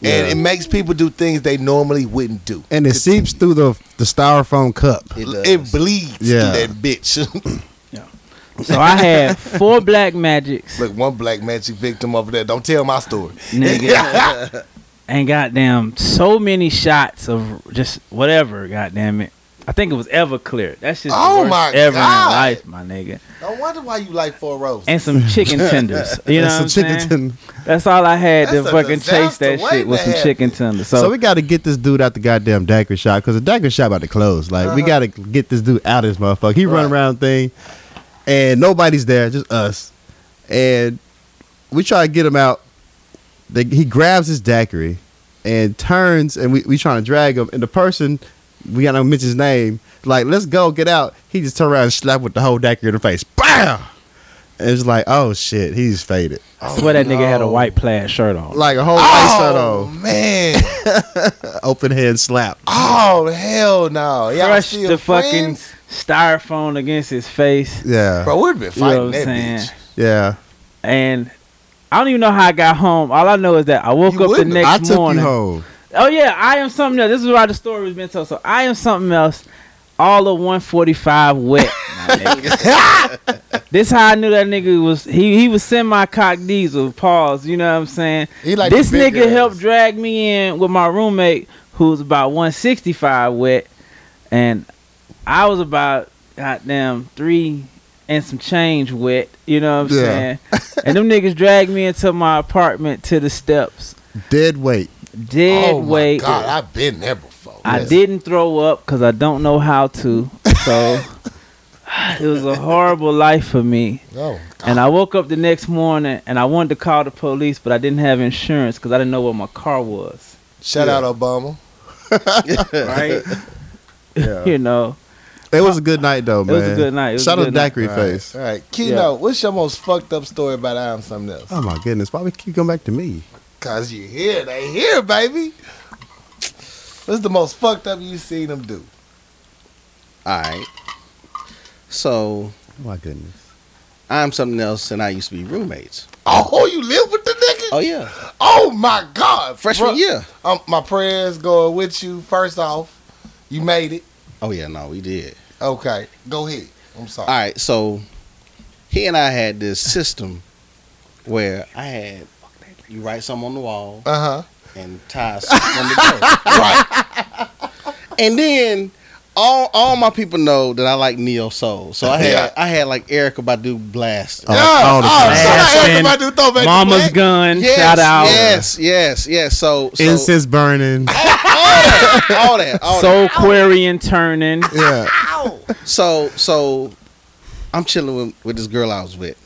Speaker 1: and
Speaker 2: Yeah.
Speaker 1: it makes people do things they normally wouldn't do.
Speaker 2: and it seeps through the the styrofoam cup.
Speaker 3: It
Speaker 1: It,
Speaker 3: does.
Speaker 1: bleeds
Speaker 2: Yeah.
Speaker 1: through that bitch.
Speaker 4: So I had four Black Magics,
Speaker 1: Look, one black magic victim over there. Don't tell my story.
Speaker 4: nigga, and goddamn, so many shots of just whatever. Goddamn it, I think it was Everclear. That's just
Speaker 1: Oh
Speaker 4: the worst
Speaker 1: my
Speaker 4: ever
Speaker 1: God.
Speaker 4: in life, my nigga.
Speaker 1: I wonder why you like four rows.
Speaker 4: and some chicken tenders. You know
Speaker 2: That's
Speaker 4: what
Speaker 2: some
Speaker 4: I'm saying?
Speaker 2: chicken tender.
Speaker 4: That's all I had
Speaker 1: That's
Speaker 4: to
Speaker 1: a
Speaker 4: fucking chase
Speaker 1: disaster
Speaker 4: that
Speaker 1: way
Speaker 4: shit with
Speaker 1: to
Speaker 4: some
Speaker 1: have
Speaker 4: chicken tenders. So,
Speaker 2: So we got to get this dude out the goddamn daiquiri shop because the daiquiri shop about to close. Like we got to get this dude out of this motherfucker. He run
Speaker 1: Uh-huh. Right.
Speaker 2: around thing, and nobody's there, just us. And we try to get him out. They, he grabs his daiquiri and turns, and we we trying to drag him. And the person we got to mention his name. Like let's go get out. He just turned around and slapped with the whole daiquiri in the face. Bam. And it's like oh shit, he's faded.
Speaker 4: I swear that nigga
Speaker 2: Oh,
Speaker 4: had a white plaid shirt on.
Speaker 2: Like a whole face shirt
Speaker 1: oh
Speaker 2: on,
Speaker 1: man!
Speaker 2: open hand slap.
Speaker 1: Oh hell no! Y'all
Speaker 4: Crushed
Speaker 1: still
Speaker 4: the fucking
Speaker 1: friends?
Speaker 4: styrofoam against his face.
Speaker 2: Yeah,
Speaker 1: bro. We'd been
Speaker 4: You know what
Speaker 1: fighting
Speaker 4: I'm
Speaker 1: that
Speaker 4: saying?
Speaker 1: bitch.
Speaker 2: yeah.
Speaker 4: And I don't even know how I got home. All I know is that I woke
Speaker 1: You
Speaker 4: up the
Speaker 1: wouldn't.
Speaker 4: next
Speaker 2: I took
Speaker 4: morning.
Speaker 2: you home.
Speaker 4: Oh yeah, I am something else. This is why the story was being told. So I am something else. All of 145 wet. my nigga. this how I knew that nigga was he he was semi cock diesel. Pause. You know what I'm saying?
Speaker 1: He like
Speaker 4: this
Speaker 1: the big
Speaker 4: nigga
Speaker 1: girls.
Speaker 4: helped drag me in with my roommate who was about 165 wet, and I was about goddamn three and some change wet. You know what I'm
Speaker 2: Yeah.
Speaker 4: saying? and them niggas dragged me into my apartment to the steps.
Speaker 2: Dead weight.
Speaker 4: Dead
Speaker 1: oh my
Speaker 4: weight.
Speaker 1: god! I've been there before.
Speaker 4: I
Speaker 1: Yes.
Speaker 4: didn't throw up because I don't know how to. So it was a horrible life for me.
Speaker 1: Oh, God.
Speaker 4: And I woke up the next morning and I wanted to call the police, but I didn't have insurance because I didn't know where my car was.
Speaker 1: Shout out Obama.
Speaker 4: Right?
Speaker 2: Yeah.
Speaker 4: you know,
Speaker 2: It was a good night though,
Speaker 4: It
Speaker 2: man.
Speaker 4: was a good night. It was
Speaker 2: Shout
Speaker 4: a
Speaker 2: out
Speaker 4: good
Speaker 2: Daiquiri
Speaker 1: All right,
Speaker 2: Face.
Speaker 1: All right, Keno,
Speaker 4: Yeah.
Speaker 1: what's your most fucked up story about I am something else?
Speaker 2: Oh my goodness, why we keep going back to me?
Speaker 1: Cause you here, they here, baby. What's the most fucked up you seen them do?
Speaker 3: All right. So
Speaker 2: Oh my goodness.
Speaker 3: I'm something else, and I used to be roommates.
Speaker 1: Oh, you live with the nigga?
Speaker 3: Oh yeah,
Speaker 1: Oh my God,
Speaker 3: freshman
Speaker 1: Bruh,
Speaker 3: year.
Speaker 1: Um, my prayers going with you. First off, you made it.
Speaker 3: Oh yeah, no, we did.
Speaker 1: Okay, go ahead. I'm sorry.
Speaker 3: All right, so he and I had this system where I had you write something on the wall
Speaker 1: Uh
Speaker 3: and tie something on the door. right. And then all all my people know that I like neo soul, so I had
Speaker 1: Yeah.
Speaker 3: I had like Erica Badu blasted.
Speaker 1: huh.
Speaker 2: Oh, all the time.
Speaker 1: yeah.
Speaker 4: Blasting.
Speaker 1: Oh, so throwback.
Speaker 4: Mama's gun. shout out.
Speaker 3: Yes, yes, yes. So, so
Speaker 2: Incense burning.
Speaker 3: all that, all that.
Speaker 4: Soul querying turning.
Speaker 2: yeah.
Speaker 3: So so I'm chilling with, with this girl I was with.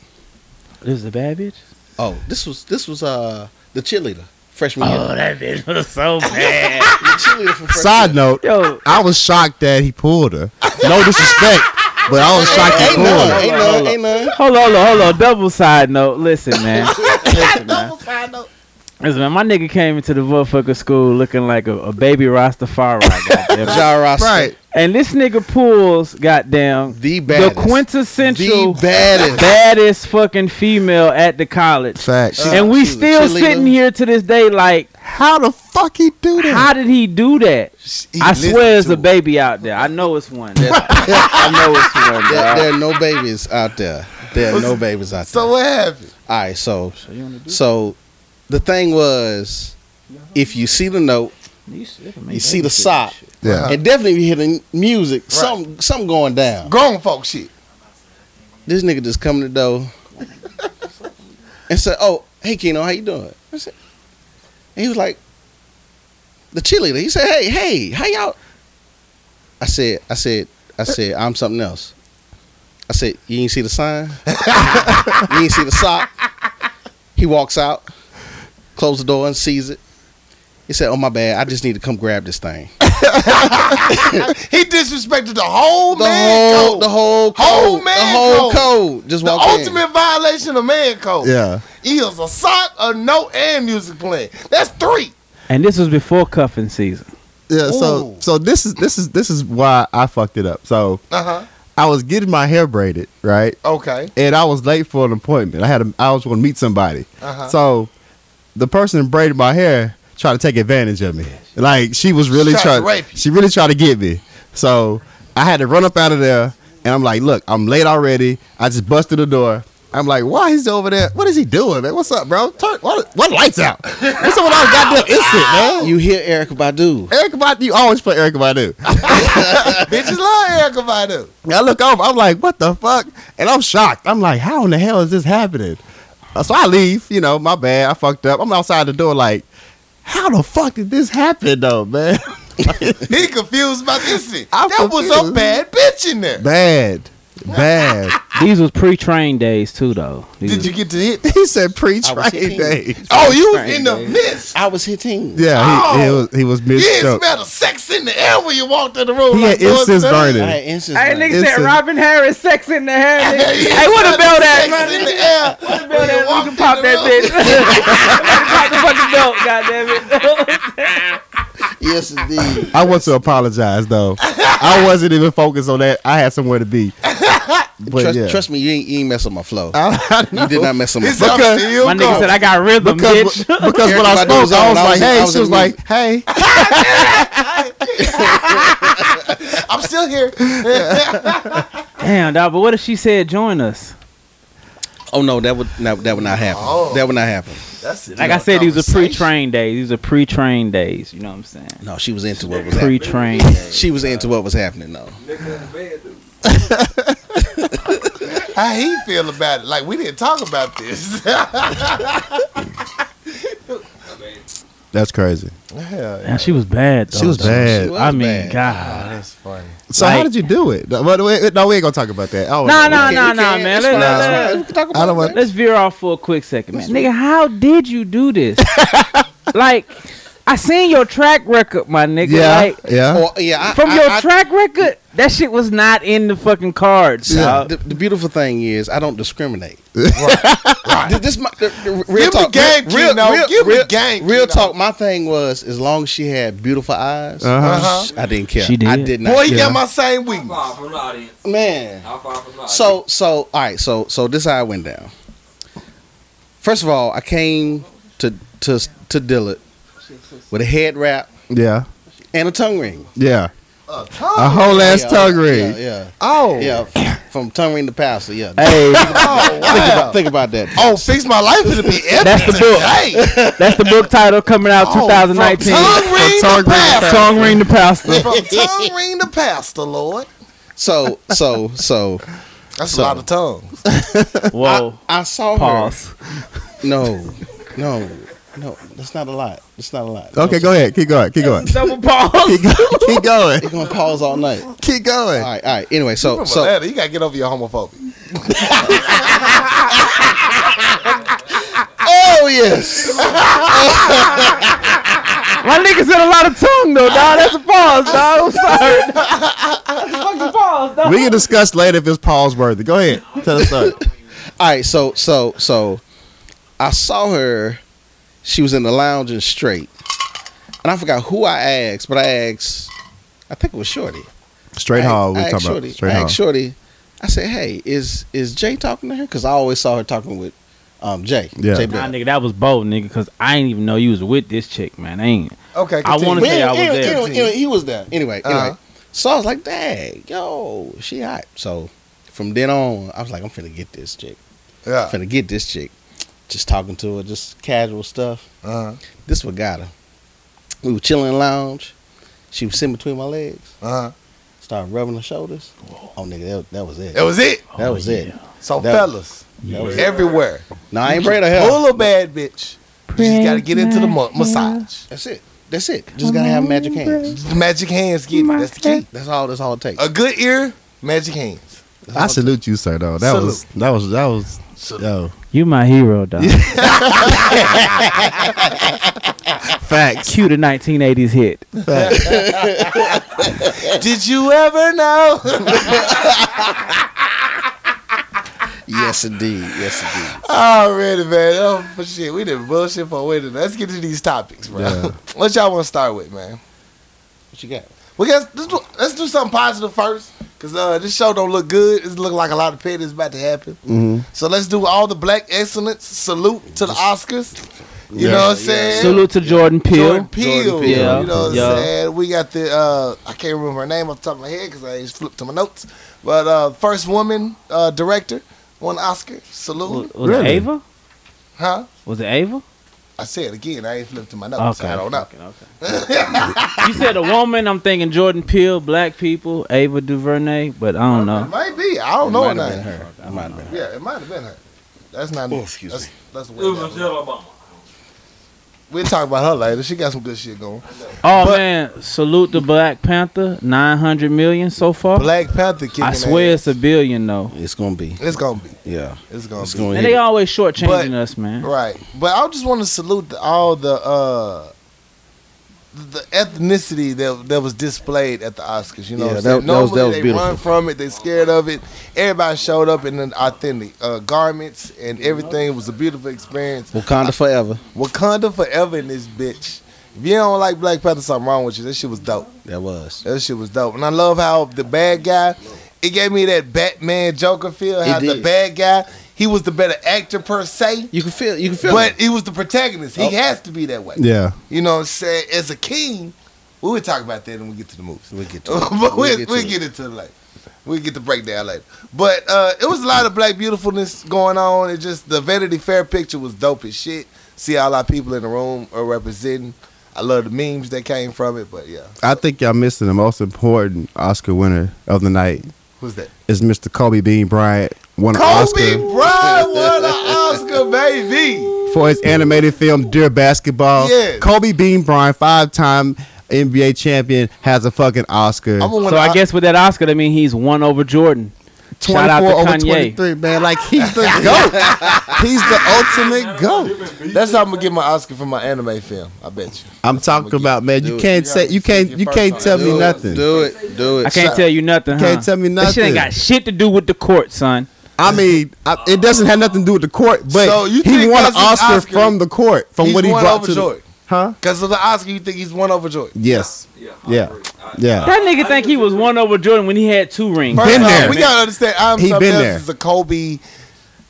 Speaker 4: This is a bad bitch?
Speaker 3: Oh, this was this was uh the cheerleader freshman year.
Speaker 4: that bitch was so bad.
Speaker 3: The cheerleader from freshman
Speaker 2: Side
Speaker 3: year.
Speaker 2: note,
Speaker 4: Yo,
Speaker 2: I was shocked that he pulled her. No disrespect, but I was shocked he
Speaker 3: Ain't
Speaker 2: pulled
Speaker 3: none,
Speaker 2: her.
Speaker 3: ain't none, ain't none.
Speaker 4: hold on, hold on, hold on. Double side note. Listen, man. Listen, man.
Speaker 1: Double side note.
Speaker 4: Listen, man, my nigga came into the motherfucker school looking like a, a baby Rastafari, goddamn.
Speaker 3: Ja Rasta,
Speaker 2: Right.
Speaker 4: and this nigga pulls, goddamn,
Speaker 3: the
Speaker 4: the
Speaker 3: baddest,
Speaker 4: quintessential
Speaker 3: the baddest.
Speaker 4: baddest fucking female at the college.
Speaker 2: Facts.
Speaker 4: and we
Speaker 3: she was a
Speaker 4: still
Speaker 3: cheerleader.
Speaker 4: sitting here to this day, like,
Speaker 2: How the fuck he do that?
Speaker 4: how did he do that?
Speaker 1: He
Speaker 4: I
Speaker 1: listened
Speaker 4: swear, it's
Speaker 1: to
Speaker 4: a
Speaker 1: her.
Speaker 4: baby out there. I know it's one. I know it's one.
Speaker 3: There,
Speaker 4: dog.
Speaker 3: there are no babies out there. There are no babies out there.
Speaker 1: So what happened?
Speaker 3: All right, so so the thing was, if you see the note, you see the sock,
Speaker 2: Yeah.
Speaker 3: and definitely you hear the music, some something going down.
Speaker 1: Grown folk shit.
Speaker 3: This nigga just come to the door and said, "Oh, hey Keno, how you doing?" I said, and he was like, "The cheerleader." He said, "Hey, hey, how y'all?" I said, "I said, I said, I'm something else." I said, "You ain't see the sign? you ain't see the sock?" He walks out, closes the door, and sees it. He said, "Oh my bad, I just need to come grab this thing."
Speaker 1: He disrespected the whole
Speaker 3: The
Speaker 1: Oh, man
Speaker 3: whole,
Speaker 1: code.
Speaker 3: the whole code,
Speaker 1: Whole man
Speaker 3: the whole
Speaker 1: code.
Speaker 3: code. Just
Speaker 1: The
Speaker 3: walk in.
Speaker 1: ultimate violation of man code.
Speaker 2: Yeah.
Speaker 1: Either a sock, a note, and music playing. That's three.
Speaker 4: And this was before cuffing season.
Speaker 2: Yeah. So
Speaker 1: Ooh.
Speaker 2: so this is this is this is why I fucked it up. So
Speaker 1: Uh huh.
Speaker 2: I was getting my hair braided, right?
Speaker 1: Okay.
Speaker 2: And I was late for an appointment. I had a, I was going to meet somebody.
Speaker 1: Uh-huh.
Speaker 2: So the person that braided my hair tried to take advantage of me. Like she was really
Speaker 1: She tried to
Speaker 2: trying.
Speaker 1: rape you.
Speaker 2: she really tried to get me. So I had to run up out of there, and I'm like, "Look, I'm late already. I just busted the door." I'm like, "Why he's over there? What is he doing, man? What's up, bro? Turn what, what lights out? What's up with all the goddamn instant, man?"
Speaker 3: You hear Eric Badu.
Speaker 2: Eric Badu, you always play Eric Badu.
Speaker 1: Bitches love Erica Badu.
Speaker 2: I look over, I'm like, what the fuck? And I'm shocked. I'm like, how in the hell is this happening? Uh, So I leave, you know, my bad, I fucked up. I'm outside the door, like, how the fuck did this happen though, man?
Speaker 1: He confused about this shit.
Speaker 2: I'm
Speaker 1: that was a
Speaker 2: confused.
Speaker 1: bad bitch in there.
Speaker 2: bad, bad.
Speaker 4: These was pre-trained days too, though. These
Speaker 1: Did
Speaker 4: was-
Speaker 1: you get to hit?
Speaker 2: he said
Speaker 3: I was
Speaker 2: pre-train
Speaker 3: hitting.
Speaker 2: days.
Speaker 1: Oh, you was
Speaker 3: Right,
Speaker 1: in the
Speaker 3: dude.
Speaker 1: midst.
Speaker 3: I was hitting.
Speaker 2: Yeah, he, he
Speaker 1: Oh.
Speaker 2: was he was
Speaker 1: You didn't
Speaker 2: mistook.
Speaker 1: smell the sex in the air when you walked in the room.
Speaker 2: He had
Speaker 1: boys,
Speaker 2: incense
Speaker 1: man.
Speaker 2: burning.
Speaker 3: I had instance.
Speaker 4: Hey, nigga
Speaker 2: It's
Speaker 4: said
Speaker 2: a-
Speaker 4: Robin Harris, sex in the hair.
Speaker 1: Yeah,
Speaker 4: nigga.
Speaker 1: you
Speaker 4: Hey, what
Speaker 1: smell
Speaker 4: a bell that,
Speaker 1: sex
Speaker 4: man.
Speaker 1: in the air
Speaker 4: What a
Speaker 1: when you
Speaker 4: bell that.
Speaker 1: walked
Speaker 4: You
Speaker 1: in
Speaker 4: can pop
Speaker 1: the room.
Speaker 4: that bitch. You can pop the fucking belt, goddammit.
Speaker 3: Yes, indeed.
Speaker 2: I want to apologize though. I wasn't even focused on that. I had somewhere to be. But
Speaker 3: trust,
Speaker 2: yeah.
Speaker 3: trust me, you ain't, you ain't mess up my flow.
Speaker 2: I, I
Speaker 3: you did not mess up my
Speaker 1: It's
Speaker 3: flow.
Speaker 1: up
Speaker 2: Because-
Speaker 1: still
Speaker 4: My nigga said
Speaker 1: going.
Speaker 4: I got rhythm,
Speaker 2: because,
Speaker 4: bitch.
Speaker 2: because when I
Speaker 3: Everybody
Speaker 2: spoke,
Speaker 3: was
Speaker 2: I
Speaker 3: on,
Speaker 2: was like,
Speaker 3: I was in-
Speaker 2: hey,
Speaker 3: I was
Speaker 2: she was
Speaker 3: in the
Speaker 2: like, hey.
Speaker 1: I'm still here.
Speaker 4: Damn, dog. But what if she said join us?
Speaker 3: Oh no, that would not, that would not happen.
Speaker 1: Oh.
Speaker 3: That would not happen.
Speaker 1: That's it.
Speaker 4: Like I said, these are pre-trained days. These are pre-trained days. You know what I'm saying?
Speaker 3: No, she was into what was happening.
Speaker 4: Pre-trained. days.
Speaker 3: She was into what was happening. No,
Speaker 1: How he feel about it? Like we didn't talk about this.
Speaker 2: That's crazy.
Speaker 1: yeah,
Speaker 4: Damn, she was bad. Though,
Speaker 2: She was
Speaker 4: dog.
Speaker 2: bad.
Speaker 3: She was
Speaker 4: I mean,
Speaker 3: bad.
Speaker 4: God.
Speaker 1: that's funny.
Speaker 2: So how
Speaker 4: Like-
Speaker 2: did you do it? No, but we, no, we ain't gonna talk about that. Oh,
Speaker 4: Nah,
Speaker 2: no.
Speaker 4: nah,
Speaker 3: We
Speaker 4: nah,
Speaker 3: can't- we
Speaker 4: nah,
Speaker 3: can't.
Speaker 4: man.
Speaker 3: It's
Speaker 4: Let,
Speaker 3: fine,
Speaker 4: let,
Speaker 3: it's
Speaker 4: let-
Speaker 3: fine. We can talk about
Speaker 2: I don't want-
Speaker 3: that.
Speaker 4: let's veer off for a quick second, man. Nigga, how did you do this? like, I seen your track record, my nigga.
Speaker 2: Yeah,
Speaker 4: Like,
Speaker 2: yeah.
Speaker 3: Or, yeah, I,
Speaker 4: from
Speaker 3: I-
Speaker 4: your
Speaker 3: I-
Speaker 4: track record, that shit was not in the fucking cards.
Speaker 2: Yeah.
Speaker 4: dog.
Speaker 3: The, the beautiful thing is, I don't discriminate.
Speaker 1: Right.
Speaker 3: Th- This, my, the, the real
Speaker 1: Give me
Speaker 3: talk.
Speaker 1: game,
Speaker 3: real,
Speaker 1: Keno.
Speaker 3: real,
Speaker 1: Give me
Speaker 3: real,
Speaker 1: game,
Speaker 3: real
Speaker 1: Keno.
Speaker 3: talk. My thing was, as long as she had beautiful eyes,
Speaker 2: Uh-huh.
Speaker 3: I didn't care.
Speaker 4: She did.
Speaker 3: I did not.
Speaker 1: Boy, he
Speaker 2: Yeah.
Speaker 1: got my same weakness.
Speaker 5: far from the audience.
Speaker 3: man,
Speaker 5: How far from the audience?
Speaker 3: So so all right. So so this is how I went down. First of all, I came to to to Dillard with a head wrap
Speaker 2: Yeah,
Speaker 3: and a tongue ring.
Speaker 2: yeah.
Speaker 1: A
Speaker 3: Uh-huh.
Speaker 2: A
Speaker 1: tongue.
Speaker 2: whole ass
Speaker 3: Yeah,
Speaker 2: tongue
Speaker 3: Yeah,
Speaker 2: ring.
Speaker 3: yeah.
Speaker 1: Oh,
Speaker 3: yeah. f- From tongue ring to pastor. Yeah.
Speaker 4: Hey,
Speaker 1: oh,
Speaker 3: think,
Speaker 1: wow.
Speaker 3: about, think about that.
Speaker 1: oh, fix my life. It'll be epic.
Speaker 4: That's the book.
Speaker 1: Hey,
Speaker 4: that's the book title coming out
Speaker 1: Oh,
Speaker 4: 2019.
Speaker 1: from tongue ring
Speaker 2: tongue ring
Speaker 1: to
Speaker 2: to
Speaker 1: pastor.
Speaker 4: Song ring the pastor.
Speaker 1: From tongue ring to pastor, Lord.
Speaker 3: So so so
Speaker 1: That's
Speaker 3: So-
Speaker 1: a lot of tongues.
Speaker 4: Whoa.
Speaker 3: I saw
Speaker 4: Pause.
Speaker 3: her. No, no, no. That's not a lot. That's not a lot.
Speaker 2: Okay, go ahead. Keep going. Keep going.
Speaker 4: Double pause.
Speaker 2: Keep go- keep going.
Speaker 3: We're gonna pause all night. All
Speaker 2: Keep going.
Speaker 3: right, all right. Anyway, so
Speaker 1: Remember
Speaker 3: so
Speaker 1: that. You gotta get over your homophobia.
Speaker 3: oh yes.
Speaker 4: My nigga said a lot of tongue though, dog. That's a pause, dog. I'm sorry. Fucking pause, dog.
Speaker 2: We can discuss later if it's pause worthy. Go ahead. Tell us that.
Speaker 3: All right, so so so, I saw her. She was in the lounge and straight, and I forgot who I asked, but I asked. I think it was Shorty.
Speaker 2: Straight
Speaker 3: I-
Speaker 2: hall.
Speaker 3: I
Speaker 2: We're
Speaker 3: asked
Speaker 2: talking
Speaker 3: Shorty,
Speaker 2: about straight
Speaker 3: I
Speaker 2: hall.
Speaker 3: asked Shorty. I said, "Hey, is is Jay talking to her? Because I always saw her talking with um, Jay.
Speaker 2: Yeah.
Speaker 3: Jay
Speaker 4: Nah,
Speaker 3: Bell.
Speaker 4: nigga, that was bold, nigga, because I didn't even know you was with this chick, man. I ain't.
Speaker 1: Okay,
Speaker 4: I
Speaker 1: continue.
Speaker 4: wanna
Speaker 3: But
Speaker 4: say I was
Speaker 3: anyway,
Speaker 4: there.
Speaker 3: anyway, anyway, he was there. Anyway,
Speaker 1: Uh-huh.
Speaker 3: anyway. So I was like, dang, yo, she hot. So from then on, I was like, I'm finna get this chick. I'm
Speaker 1: Yeah.
Speaker 3: finna get this chick. just talking to her, just casual stuff.
Speaker 1: Uh
Speaker 3: This what got her. We were chilling in the lounge. She was sitting between my legs,
Speaker 1: huh. Uh huh.
Speaker 3: started rubbing her shoulders. Oh, nigga, that, that was it.
Speaker 1: That was it.
Speaker 3: That was it.
Speaker 1: So
Speaker 3: That-
Speaker 1: fellas,
Speaker 3: That was it.
Speaker 1: everywhere,
Speaker 3: No, I ain't braid her hair.
Speaker 1: pull a bad bitch. You just gotta get into the ma- massage.
Speaker 3: That's it. That's it. Just gotta have magic hands.
Speaker 1: Magic hands get it. That's the key.
Speaker 3: That's all. That's all it takes.
Speaker 1: A good ear, magic hands.
Speaker 2: I salute you, sir. Though that was that was that was yo
Speaker 4: You my hero, dog.
Speaker 2: facts.
Speaker 4: Cue the 1980s hit.
Speaker 1: Did you ever know?
Speaker 3: Ah. yes, indeed. Yes, indeed.
Speaker 1: Already, man. Oh, for shit. We did bullshit for a way. Let's get to these topics, bro.
Speaker 2: Yeah.
Speaker 1: what y'all want to start with, man?
Speaker 3: What you got?
Speaker 1: We got let's do, let's do something positive first, cause uh, this show don't look good. It's looking like a lot of petty is about to happen.
Speaker 2: Mhm.
Speaker 1: So let's do all the black excellence. Salute to the Oscars. You
Speaker 2: Yeah.
Speaker 1: know what I'm
Speaker 3: Yeah.
Speaker 1: saying?
Speaker 4: Salute to Jordan Peele.
Speaker 1: Jordan Peele.
Speaker 3: Jordan
Speaker 1: You
Speaker 3: Peele.
Speaker 1: know
Speaker 4: Yeah.
Speaker 1: what I'm
Speaker 4: Yeah.
Speaker 1: saying? We got the uh, I can't remember her name off the top of my head because I just flipped to my notes. But uh, first woman uh, director won Oscar.
Speaker 4: Was,
Speaker 1: Salute,
Speaker 4: was
Speaker 2: Really?
Speaker 4: it Ava?
Speaker 1: huh?
Speaker 4: Was it Ava?
Speaker 1: I said again. I ain't flipped to my notes. I don't know.
Speaker 4: Okay. okay. you said a woman. I'm thinking Jordan Peele, black people, Ava DuVernay, but I don't
Speaker 1: It
Speaker 4: know.
Speaker 1: might be. I don't
Speaker 3: It
Speaker 1: know
Speaker 3: might
Speaker 1: her
Speaker 3: have been
Speaker 1: name.
Speaker 3: her. It might have been her.
Speaker 1: Yeah, it might have been her. That's not.
Speaker 3: Oh, excuse
Speaker 1: that's,
Speaker 3: me.
Speaker 1: That's way down. We'll talk about her later. She got some good shit going.
Speaker 4: Oh man, salute to Black Panther. 900 million so far.
Speaker 1: Black Panther. Kicking
Speaker 4: I swear
Speaker 1: ass.
Speaker 4: it's a billion though.
Speaker 3: It's gonna be.
Speaker 1: it's gonna be.
Speaker 3: Yeah.
Speaker 1: It's gonna
Speaker 3: It's
Speaker 1: be.
Speaker 3: gonna
Speaker 4: And they
Speaker 3: hit.
Speaker 4: always shortchanging
Speaker 1: But-
Speaker 4: us, man.
Speaker 1: Right, but I just want to salute the, all the uh the ethnicity that that was displayed at the Oscars. You know,
Speaker 3: Yeah,
Speaker 1: what I'm
Speaker 3: that-
Speaker 1: saying?
Speaker 3: that was-
Speaker 1: Normally
Speaker 3: that was
Speaker 1: they
Speaker 3: beautiful.
Speaker 1: run from it. They scared of it. Everybody showed up in an authentic uh, garments and everything. It was a beautiful experience.
Speaker 3: Wakanda forever.
Speaker 1: Wakanda forever in this bitch. If you don't like Black Panther, something wrong with you. That shit was dope.
Speaker 3: That was.
Speaker 1: That shit was dope. And I love how the bad guy, it gave me that Batman Joker feel. How the
Speaker 3: did.
Speaker 1: bad guy, he was the better actor per se,
Speaker 3: You can feel. You can feel.
Speaker 1: but
Speaker 3: it.
Speaker 1: he was the protagonist. He
Speaker 3: Oh.
Speaker 1: has to be that way.
Speaker 2: Yeah,
Speaker 1: You know what I'm saying? As a king, we would talk about that when we get to the movies.
Speaker 3: we'll get to it.
Speaker 1: but we'll, get,
Speaker 3: to
Speaker 1: we'll
Speaker 3: it.
Speaker 1: get into it later. We'll get the breakdown later. But uh, it was a lot of black beautifulness going on. It just the Vanity Fair picture was dope as shit. See all our people in the room are representing. I love the memes that came from it, but yeah.
Speaker 2: I think y'all missing the most important Oscar winner of the night
Speaker 1: Who's that?
Speaker 2: is Mr. Kobe Bean Bryant won an
Speaker 1: Kobe
Speaker 2: Oscar
Speaker 1: Bryant won an Oscar, baby.
Speaker 2: for his animated film Dear Basketball.
Speaker 1: Yes.
Speaker 2: Kobe Bean Bryant, five-time NBA champion, has a fucking Oscar.
Speaker 1: I'm gonna win
Speaker 4: So
Speaker 1: an-
Speaker 4: I guess with that Oscar, that mean he's one over Jordan. Shout out to
Speaker 2: 24 over
Speaker 4: Kanye.
Speaker 2: 23, man. Like he's the goat. he's the ultimate goat.
Speaker 1: That's how I'm gonna get my Oscar for my anime film. I bet you.
Speaker 2: I'm talking about man. You
Speaker 3: Dude,
Speaker 2: can't say you can't you can't tell
Speaker 3: Do
Speaker 2: me
Speaker 3: it.
Speaker 2: nothing.
Speaker 3: Do it. Do it.
Speaker 4: I can't tell you nothing.
Speaker 2: Can't
Speaker 4: huh?
Speaker 2: tell me
Speaker 4: That shit
Speaker 2: nothing.
Speaker 4: ain't got shit to do with the court, son.
Speaker 2: I mean, I, it doesn't have nothing to do with the court, but
Speaker 1: So you
Speaker 2: he
Speaker 1: think
Speaker 2: won an
Speaker 1: that's an
Speaker 2: Oscar,
Speaker 1: Oscar?
Speaker 2: from the court from
Speaker 1: He's
Speaker 2: what he
Speaker 1: won
Speaker 2: brought
Speaker 1: over
Speaker 2: to the,
Speaker 1: Jordan.
Speaker 2: huh?
Speaker 1: Because of the Oscar, you think he's won over Jordan?
Speaker 2: Yes. Yeah. Yeah.
Speaker 4: That nigga think he was one over Jordan when he had two rings.
Speaker 1: First
Speaker 2: Been
Speaker 1: off,
Speaker 2: there.
Speaker 1: we gotta understand. I'm
Speaker 2: He
Speaker 1: something
Speaker 2: been
Speaker 1: else
Speaker 2: there.
Speaker 1: is a Kobe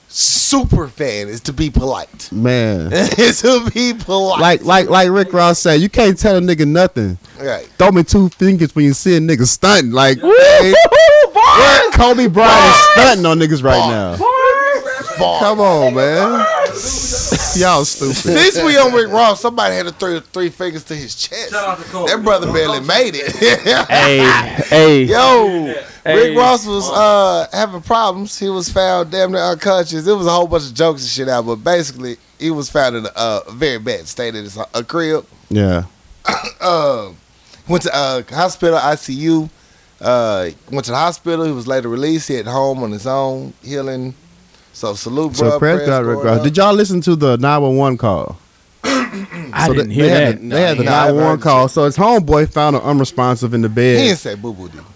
Speaker 1: super fan. Is to be polite.
Speaker 2: Man.
Speaker 1: Is to be polite.
Speaker 2: Like like like Rick Ross said, you can't tell a nigga nothing.
Speaker 1: right.
Speaker 2: Throw me two fingers when you see a nigga stunting. Like hey,
Speaker 4: Woo-hoo-hoo, boys!
Speaker 2: Kobe Bryant is stunting on niggas right now.
Speaker 4: Boys!
Speaker 1: Ball.
Speaker 2: Come on, man. Y'all stupid.
Speaker 1: Since we on Rick Ross, somebody had to throw three fingers to his chest. That brother barely made it.
Speaker 4: Hey, hey.
Speaker 1: Yo,
Speaker 4: Hey.
Speaker 1: Rick Ross was uh, having problems. He was found damn near unconscious. It was a whole bunch of jokes and shit out, but basically, he was found in a uh, very bad state in his a crib.
Speaker 2: Yeah.
Speaker 1: Uh, went to uh, hospital ICU. Uh, went to the hospital. He was later released. He at home on his own, healing. So salute, bro.
Speaker 2: So press God, Rick Ross. Did y'all listen to the 911 call?
Speaker 4: I
Speaker 2: so
Speaker 4: didn't
Speaker 2: they,
Speaker 4: hear
Speaker 2: they
Speaker 4: that.
Speaker 2: Had the, they had the
Speaker 1: No, I haven't
Speaker 2: 911
Speaker 1: heard
Speaker 2: call. So his homeboy found him unresponsive in the
Speaker 1: He didn't
Speaker 2: bed.
Speaker 1: say boo boo. Did he?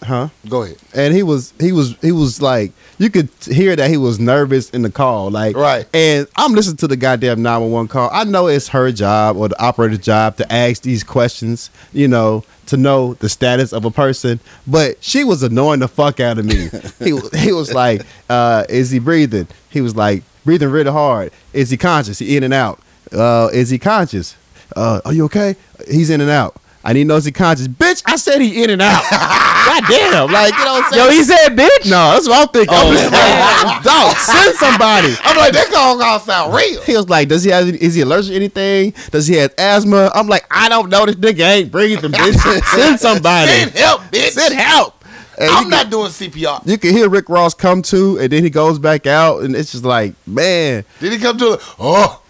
Speaker 2: Huh?
Speaker 1: go ahead.
Speaker 2: and he was he was he was like you could t- hear that he was nervous in the call like
Speaker 1: Right.
Speaker 2: and i'm listening to the goddamn 911 call i know it's her job or the operator's job to ask these questions you know to know the status of a person but she was annoying the fuck out of me he, was- he was like uh, is he breathing he was like breathing really hard is he conscious he in and out uh, is he conscious uh, are you okay he's in and out I need nosy conscious. Bitch, I said he in and out. God damn. Like, you know what I'm saying?
Speaker 4: Yo, he said, bitch.
Speaker 2: no, that's what I'm thinking. I'm
Speaker 3: Oh.
Speaker 2: just like, dog, send somebody.
Speaker 1: I'm like, that song all sound real.
Speaker 2: He was like, "Does he have? Is he allergic to anything? Does he have asthma?" I'm like, "I don't know. This nigga ain't breathing. Bitch, send somebody.
Speaker 1: Send help, bitch.
Speaker 2: Send help." And
Speaker 1: I'm
Speaker 2: you
Speaker 1: not doing CPR.
Speaker 2: Can, you can hear Rick Ross come to, and then he goes back out, and it's just like, man.
Speaker 1: Did he come to the oh?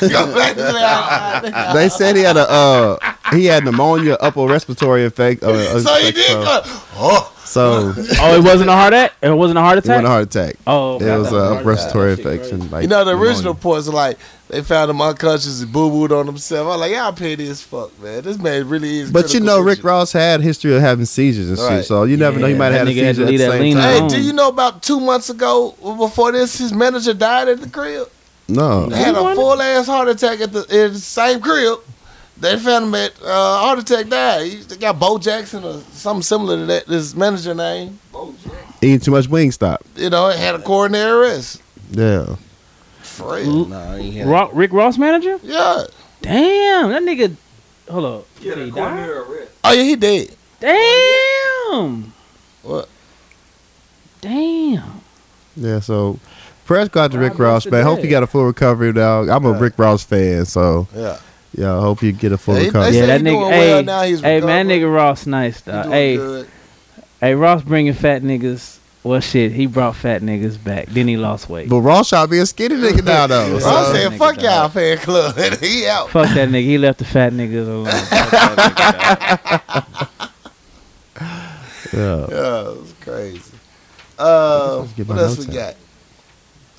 Speaker 1: Go back to the-
Speaker 2: They said he had a uh, he had pneumonia, upper respiratory infect. Uh,
Speaker 1: so he
Speaker 2: infect-
Speaker 1: did
Speaker 2: so-
Speaker 1: go. Oh,
Speaker 2: So he
Speaker 4: Oh, it wasn't a heart attack. It wasn't a heart attack.
Speaker 2: went a heart attack.
Speaker 4: oh, okay.
Speaker 2: It was
Speaker 4: I thought
Speaker 2: a upper
Speaker 4: it was a heart attack.
Speaker 2: respiratory
Speaker 4: That shit
Speaker 2: infection. Like
Speaker 1: you know the original
Speaker 2: pneumonia.
Speaker 1: reports like they found him unconscious and boo booed on himself. I'm like, y'all petty as fuck, man. This man really is.
Speaker 2: But you
Speaker 1: critical
Speaker 2: know, Rick
Speaker 1: thinking.
Speaker 2: Ross had history of having seizures and shit,
Speaker 1: Right.
Speaker 2: so you never know. He
Speaker 4: Yeah,
Speaker 2: might
Speaker 4: that
Speaker 2: have had a
Speaker 4: nigga had to
Speaker 2: seizure at
Speaker 4: leave
Speaker 2: the
Speaker 4: that
Speaker 2: same
Speaker 4: lean
Speaker 2: time.
Speaker 1: Hey,
Speaker 4: Um,
Speaker 1: do you know about two months ago, before this, his manager died at the crib?
Speaker 2: No,
Speaker 1: Had
Speaker 4: He
Speaker 1: a
Speaker 4: wanted-
Speaker 1: full ass heart attack at the, in the same crib. They found him at uh, heart attack died. He they got Bo Jackson or something similar to that. This manager name, Bo Jackson.
Speaker 2: eating too much wing stop.
Speaker 1: You know, it had a coronary arrest.
Speaker 2: Yeah.
Speaker 1: For real.
Speaker 3: Nah, he ain't had-
Speaker 4: Ro- Rick Ross manager?
Speaker 1: Yeah.
Speaker 4: Damn, that nigga. Hold up.
Speaker 5: Yeah,
Speaker 4: Did he
Speaker 5: the
Speaker 4: die?
Speaker 5: corner arrest.
Speaker 1: Oh yeah, he did.
Speaker 4: Damn.
Speaker 1: What?
Speaker 4: Damn.
Speaker 2: Yeah, so prayers go out to
Speaker 4: Well, I
Speaker 2: Rick Ross,
Speaker 4: missed
Speaker 2: man.
Speaker 4: the
Speaker 2: Hope
Speaker 4: day.
Speaker 2: you got a full recovery, dog. I'm a
Speaker 1: Yeah.
Speaker 2: Rick Ross fan, so
Speaker 1: Yeah.
Speaker 2: yeah, I hope you get a full
Speaker 1: Yeah, he-
Speaker 2: recovery.
Speaker 1: They
Speaker 4: Yeah,
Speaker 1: say
Speaker 4: that
Speaker 1: he
Speaker 4: nigga.
Speaker 1: doing
Speaker 4: hey,
Speaker 1: well now, he's
Speaker 4: hey, man, that
Speaker 1: recovering.
Speaker 4: nigga Ross nice
Speaker 1: He
Speaker 4: though.
Speaker 2: Uh,
Speaker 1: doing
Speaker 4: Hey,
Speaker 1: good.
Speaker 4: hey, Ross bringing fat niggas. Well, shit, he brought fat niggas back. Then he lost weight.
Speaker 2: But Ross shot be a skinny nigga now, though.
Speaker 1: So I'm
Speaker 2: So.
Speaker 1: saying,
Speaker 4: Nigga
Speaker 1: fuck
Speaker 4: died.
Speaker 1: y'all fan club. he out.
Speaker 4: Fuck that nigga. He left the fat niggas alone. Fuck that
Speaker 2: Yeah.
Speaker 1: Yeah, it was crazy. Uh,
Speaker 2: Let's get
Speaker 1: what
Speaker 2: my
Speaker 1: else we
Speaker 2: notes
Speaker 1: got?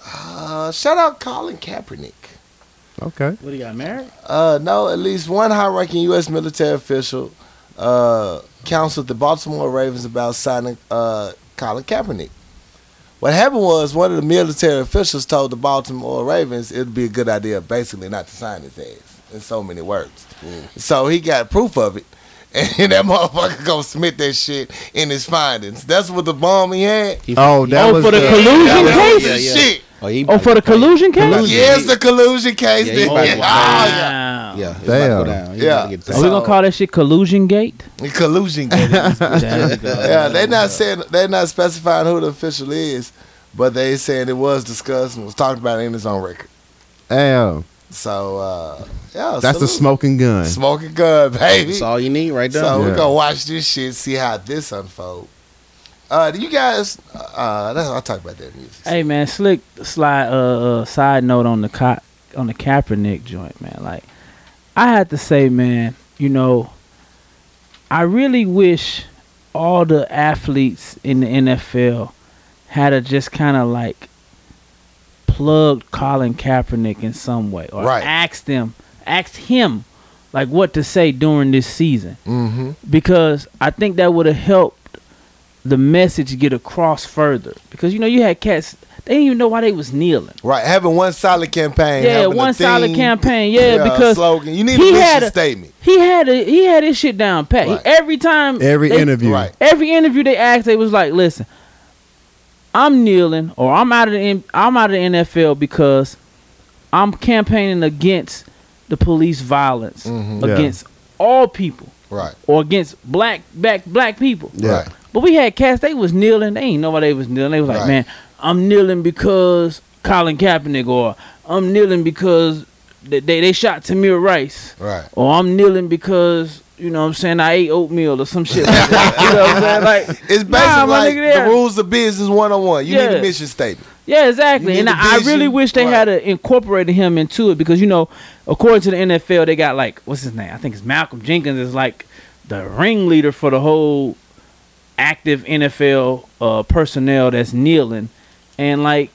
Speaker 1: Uh, shout out Colin Kaepernick.
Speaker 2: Okay.
Speaker 4: what he got married?
Speaker 1: Uh, no, at least one high-ranking U.S. military official uh, counseled the Baltimore Ravens about signing uh, Colin Kaepernick. What happened was one of the military officials told the Baltimore Ravens it'd be a good idea, basically, not to sign his ass. In so many words,
Speaker 3: Mm.
Speaker 1: so he got proof of it, and that motherfucker gonna submit that shit in his findings. That's what the bomb he had.
Speaker 2: Oh, that
Speaker 4: oh,
Speaker 2: was
Speaker 4: for the,
Speaker 2: the-
Speaker 4: collusion
Speaker 1: That was
Speaker 4: case.
Speaker 1: the
Speaker 3: Yeah, yeah.
Speaker 1: shit.
Speaker 3: Oh, he
Speaker 4: Oh, for the collusion case.
Speaker 3: Collusion.
Speaker 1: Yes, the collusion case.
Speaker 3: Yeah,
Speaker 1: Yeah,
Speaker 3: he
Speaker 1: oh,
Speaker 3: about
Speaker 1: yeah.
Speaker 3: to-
Speaker 4: Wow.
Speaker 3: Yeah, it's
Speaker 2: Damn.
Speaker 3: about to go down. He
Speaker 1: Yeah.
Speaker 3: about to get
Speaker 4: Are we gonna call that shit collusion gate?
Speaker 1: The collusion case.
Speaker 4: There we go.
Speaker 1: yeah, they're not saying they're not specifying who the official is, but they saying it was discussed and was talked about in his own record.
Speaker 2: Damn.
Speaker 1: So uh, yeah,
Speaker 2: That's a
Speaker 1: salute.
Speaker 2: smoking gun.
Speaker 1: smoking gun, baby.
Speaker 3: That's
Speaker 1: So
Speaker 3: all you need right there.
Speaker 2: So-
Speaker 1: we're
Speaker 2: Yeah.
Speaker 1: gonna watch this shit, see how this unfolds. Uh, do you guys? Uh, that's, I'll talk about that music.
Speaker 4: Hey man, slick slide uh, uh side note on the co- on the Kaepernick joint, man. Like I had to say, man, you know, I really wish all the athletes in the NFL had a just kind of like plugged Colin Kaepernick in some way or
Speaker 1: Right.
Speaker 4: asked them, asked him like what to say during this season
Speaker 1: Mm-hmm.
Speaker 4: because I think that would have helped the message get across further. Because you know you had cats; they didn't even know why they was kneeling.
Speaker 1: Right, having one solid campaign.
Speaker 4: yeah,
Speaker 1: having a
Speaker 4: one solid
Speaker 1: theme,
Speaker 4: campaign. Yeah,
Speaker 1: uh,
Speaker 4: because
Speaker 1: slogan. You need
Speaker 4: he
Speaker 1: a mission
Speaker 4: had a-
Speaker 1: statement.
Speaker 4: he had a, he had his shit down pat. He-
Speaker 1: Right.
Speaker 4: every time,
Speaker 2: Every
Speaker 4: they-
Speaker 2: interview.
Speaker 1: Right. Mm-hmm.
Speaker 4: every interview they asked, they was like, "Listen, I'm kneeling, or I'm out of the N- I'm out of the NFL because I'm campaigning against the police violence
Speaker 1: Mhm.
Speaker 2: Yeah.
Speaker 4: against all people,
Speaker 1: Right.
Speaker 4: or against black black black people."
Speaker 2: Yeah.
Speaker 1: Right.
Speaker 4: But we had cats, they was kneeling. They ain't nobody was kneeling. They was like,
Speaker 1: Right.
Speaker 4: man, I'm kneeling because Colin Kaepernick, or I'm kneeling because they, they, they shot Tamir Rice,
Speaker 1: Right.
Speaker 4: or I'm kneeling because, you know what I'm saying, I ate oatmeal or some shit like that. you know what I'm saying? Like,
Speaker 1: It's basically
Speaker 4: Nah, my
Speaker 1: like
Speaker 4: nigga, yeah.
Speaker 1: the rules of business 101. You need
Speaker 4: Yeah.
Speaker 1: a mission statement.
Speaker 4: yeah,
Speaker 1: You
Speaker 4: exactly.
Speaker 1: need
Speaker 4: And
Speaker 1: a
Speaker 4: I, I really
Speaker 1: vision,
Speaker 4: wish they
Speaker 1: right.
Speaker 4: had a, incorporated him into it because, you know, according to the NFL, they got like, what's his name? I think it's Malcolm Jenkins is like the ringleader for the whole active NFL uh, personnel that's kneeling, and like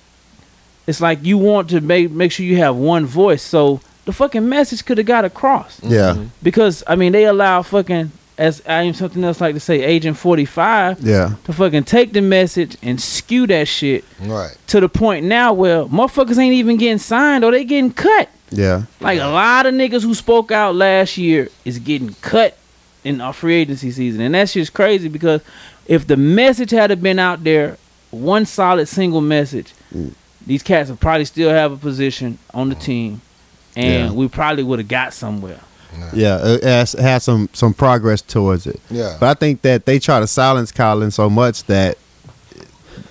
Speaker 4: it's like you want to make make sure you have one voice. So the fucking message could have got across
Speaker 2: Yeah.
Speaker 4: because I mean they allow fucking as I am something else like to say Agent Forty Five
Speaker 2: Yeah.
Speaker 4: to fucking take the message and skew that shit
Speaker 1: Right.
Speaker 4: to the point now where motherfuckers ain't even getting signed or they getting cut.
Speaker 2: Yeah.
Speaker 4: Like a lot of niggas who spoke out last year is getting cut in our free agency season, and that shit's crazy because if the message had have been out there, one solid single message,
Speaker 2: Mm.
Speaker 4: these cats would probably still have a position on the team, and
Speaker 2: Yeah.
Speaker 4: we probably would have got somewhere.
Speaker 2: Yeah, it has, it has some some progress towards it.
Speaker 1: Yeah.
Speaker 2: But I think that they try to silence Colin so much that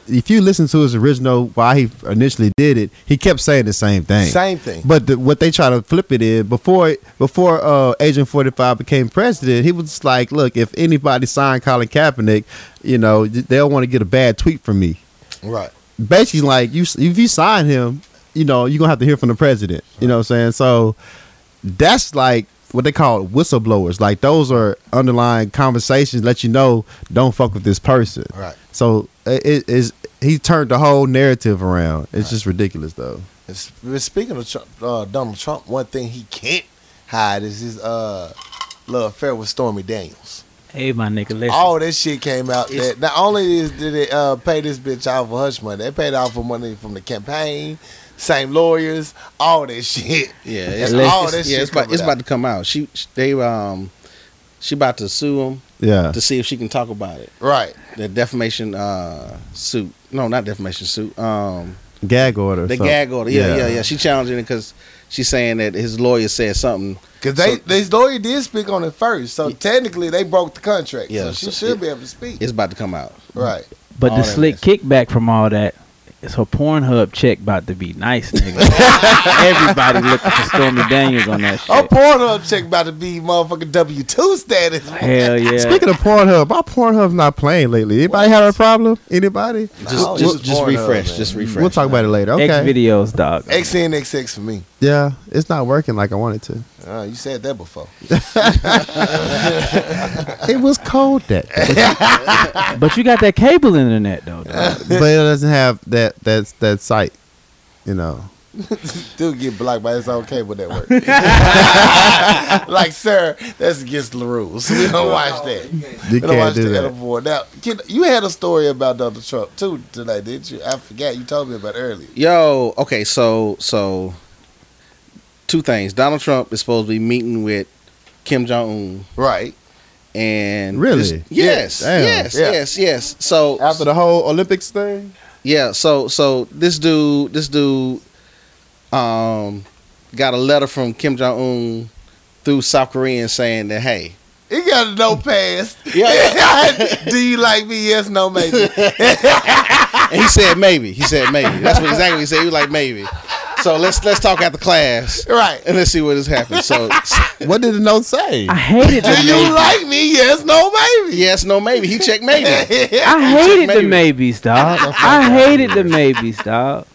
Speaker 2: if you listen to his original why he initially did it, he kept saying the same thing.
Speaker 1: Same thing.
Speaker 2: But the, what they try to flip it is before before uh, Agent Forty Five became president, he was just like, "Look, if anybody signed Colin Kaepernick, you know they'll want to get a bad tweet from me."
Speaker 1: Right.
Speaker 2: basically like you if you sign him, you know, you're gonna have to hear from the president. You know what I'm saying? So that's like what they call whistleblowers. Like those are underlying conversations let you know don't fuck with this person.
Speaker 1: Right.
Speaker 2: So it is he turned the whole narrative around. It's just ridiculous though.
Speaker 1: And sp- Speaking of Trump, uh, Donald Trump, one thing he can't hide is his uh, love affair with Stormy Daniels.
Speaker 4: Hey, my nigga, listen.
Speaker 1: All that shit came out. That not only is, did they uh, pay this bitch off for hush money, they paid off for money from the campaign, same lawyers, all that shit.
Speaker 3: Yeah,
Speaker 1: That's
Speaker 3: it's,
Speaker 1: all
Speaker 3: it's-
Speaker 1: that
Speaker 3: yeah,
Speaker 1: shit
Speaker 3: it's about
Speaker 1: coming
Speaker 3: it's
Speaker 1: out.
Speaker 3: about to come out. She she- they um she about to sue him
Speaker 2: Yeah.
Speaker 3: to see if she can talk about it.
Speaker 1: Right.
Speaker 3: The defamation uh suit. No, not defamation suit. Um
Speaker 2: Gag order.
Speaker 3: the
Speaker 2: so-
Speaker 3: gag order. Yeah, yeah, yeah, She challenging it cuz she's saying that his lawyer said something.
Speaker 1: Because they,
Speaker 3: So-
Speaker 1: this lawyer did speak on it first, so technically they broke the contract. so
Speaker 3: Yeah,
Speaker 1: she
Speaker 3: so
Speaker 1: should
Speaker 3: it-
Speaker 1: be able to speak.
Speaker 3: It's about to come out.
Speaker 1: Right.
Speaker 4: but
Speaker 3: all
Speaker 4: the
Speaker 3: that
Speaker 4: slick kickback from all that is her Pornhub check about to be nice, nigga. Everybody looking for Stormy Daniels on that shit.
Speaker 2: Oh,
Speaker 1: Our Pornhub check about to be motherfucking W two status.
Speaker 4: Hell yeah.
Speaker 2: Speaking of Pornhub, my Pornhub's not playing lately. Anybody had a problem? Anybody?
Speaker 3: Just
Speaker 1: No,
Speaker 3: just,
Speaker 1: it's
Speaker 3: just
Speaker 1: Pornhub,
Speaker 3: refresh,
Speaker 1: man.
Speaker 3: just refresh.
Speaker 2: We'll talk about it later.
Speaker 4: X
Speaker 2: Okay.
Speaker 4: videos, dog.
Speaker 1: XNXX for me.
Speaker 2: Yeah, it's not working like I wanted to.
Speaker 1: Uh, you said that before.
Speaker 2: It was cold that day.
Speaker 4: But you got that cable internet though. dog.
Speaker 2: but it doesn't have that that that site, you know.
Speaker 1: Dude get blocked by his own cable network. like, sir, that's against the rules. We don't watch that.
Speaker 2: You
Speaker 1: We don't watch
Speaker 2: can't do
Speaker 1: that
Speaker 2: that.
Speaker 1: anymore. Now, kid, you had a story about Donald Trump too tonight, didn't you? I forgot you told me about it earlier.
Speaker 3: Yo, okay, so so two things. Donald Trump is supposed to be meeting with Kim Jong Un
Speaker 1: Right.
Speaker 3: and
Speaker 2: Really?
Speaker 3: this- yes,
Speaker 2: Yeah. Damn.
Speaker 3: yes,
Speaker 1: Yeah.
Speaker 3: yes, yes. So
Speaker 2: After the whole Olympics thing,
Speaker 3: yeah, so so this dude, this dude, um, got a letter from Kim Jong Un through South Koreans saying that hey,
Speaker 1: He got a no pass.
Speaker 3: yeah,
Speaker 1: Do you like me? Yes, no, maybe.
Speaker 3: and he said maybe, he said maybe. That's what exactly what he said. He was like maybe. So let's let's talk after class
Speaker 1: Right.
Speaker 3: and let's see what has happened. So
Speaker 2: what did the note say?
Speaker 4: I hated
Speaker 1: Do
Speaker 4: the
Speaker 1: you
Speaker 4: maybe.
Speaker 1: like me? Yes, no, maybe.
Speaker 3: yes, no, maybe he checked maybe.
Speaker 4: I hated the
Speaker 3: Maybe.
Speaker 4: maybes, dog. I hated the maybes, dog.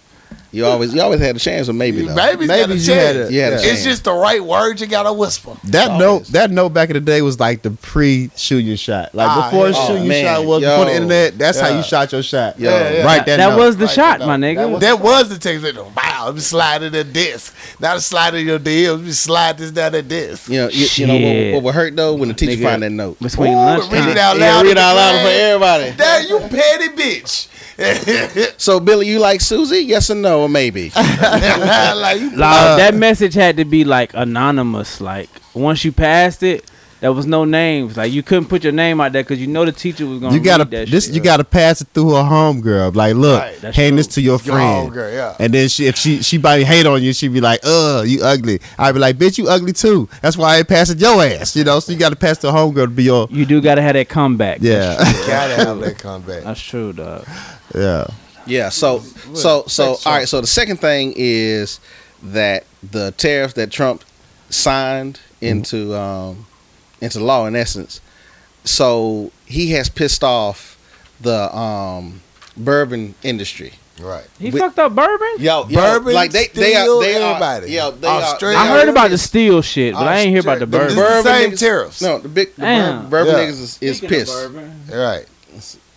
Speaker 3: You always you always had a chance with maybe though.
Speaker 1: Maybe
Speaker 2: Maybe
Speaker 1: you
Speaker 2: you
Speaker 1: had
Speaker 2: had
Speaker 1: a chance.
Speaker 2: it.
Speaker 3: You had a
Speaker 1: It's
Speaker 3: chance.
Speaker 1: just the right words you gotta whisper.
Speaker 2: That
Speaker 3: It's
Speaker 2: note,
Speaker 3: obvious.
Speaker 2: that note back in the day was like the pre shoot your shot. Like
Speaker 1: Ah,
Speaker 2: before
Speaker 1: yeah.
Speaker 2: shoot
Speaker 3: Oh,
Speaker 2: your
Speaker 3: man.
Speaker 2: shot was before
Speaker 3: Yo.
Speaker 2: the internet. That's how
Speaker 1: Yeah.
Speaker 2: you shot your shot.
Speaker 3: Yo.
Speaker 1: Yeah, yeah.
Speaker 2: Right. That,
Speaker 4: that
Speaker 2: note.
Speaker 4: was the
Speaker 1: Like,
Speaker 4: shot,
Speaker 1: no,
Speaker 4: my nigga.
Speaker 1: That was the text. Wow, I'm sliding the disc. Now I'm sliding your DMs. You slide this down the disc.
Speaker 3: You know, you, you know
Speaker 4: Shit.
Speaker 3: what, what would hurt though when the teacher
Speaker 4: Nigga.
Speaker 3: find that note.
Speaker 4: between
Speaker 1: Ooh, read it
Speaker 4: lunchtime.
Speaker 1: out
Speaker 3: Yeah,
Speaker 1: loud.
Speaker 3: read it out loud for
Speaker 1: everybody.
Speaker 3: everybody.
Speaker 1: Damn, you petty bitch.
Speaker 3: So Billy, you like Susie? Yes or no, or maybe.
Speaker 1: like you,
Speaker 4: Like, that message had to be like anonymous. Like once you passed it, there was no names. Like you couldn't put your name out there because you know the teacher was gonna.
Speaker 2: You gotta
Speaker 4: read that
Speaker 2: this.
Speaker 4: shit.
Speaker 2: You gotta pass it through her homegirl. Like, look,
Speaker 1: Right,
Speaker 4: that's
Speaker 2: hand this
Speaker 4: true.
Speaker 2: to your
Speaker 1: your
Speaker 2: friend.
Speaker 1: homegirl, yeah.
Speaker 2: And then she, if she, she might hate on you. She'd be like, "Uh, you ugly." I'd be like, "Bitch, you ugly too." That's why I ain't passing your ass. You know. So you gotta pass the homegirl to be your.
Speaker 4: You do gotta have that comeback.
Speaker 2: Yeah.
Speaker 1: gotta have that comeback.
Speaker 4: that's true, dog.
Speaker 2: yeah.
Speaker 3: yeah. So so so all right. So the second thing is that the tariffs that Trump signed
Speaker 4: Mm-hmm.
Speaker 3: into um, into law, in essence. So he has pissed off the um, bourbon industry.
Speaker 1: Right.
Speaker 4: He
Speaker 3: We-
Speaker 4: fucked up bourbon.
Speaker 3: Yo,
Speaker 1: Bourbon,
Speaker 3: like they they are
Speaker 1: steel,
Speaker 3: they are
Speaker 1: everybody.
Speaker 3: yo, they
Speaker 1: Australia.
Speaker 3: are
Speaker 4: I
Speaker 1: Yeah,
Speaker 4: heard
Speaker 1: yeah,
Speaker 4: about
Speaker 1: yeah.
Speaker 4: the steel shit, but I ain't hear about the
Speaker 1: Australia.
Speaker 4: bourbon.
Speaker 1: This is the
Speaker 3: Bourbon
Speaker 1: same
Speaker 3: niggas-
Speaker 1: tariffs.
Speaker 3: No, the big the
Speaker 4: Damn.
Speaker 3: bourbon, bourbon
Speaker 1: Yeah.
Speaker 3: niggas is, is pissed.
Speaker 1: Right.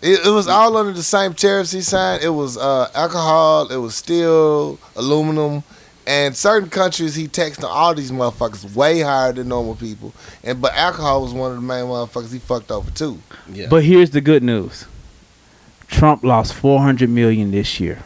Speaker 1: It, it was all under the same tariffs he signed. It was uh, alcohol, it was steel, aluminum, and certain countries he taxed on all these motherfuckers way higher than normal people. And but alcohol was one of the main motherfuckers he fucked over too.
Speaker 3: Yeah.
Speaker 4: But here's the good news: Trump lost 400 million this year.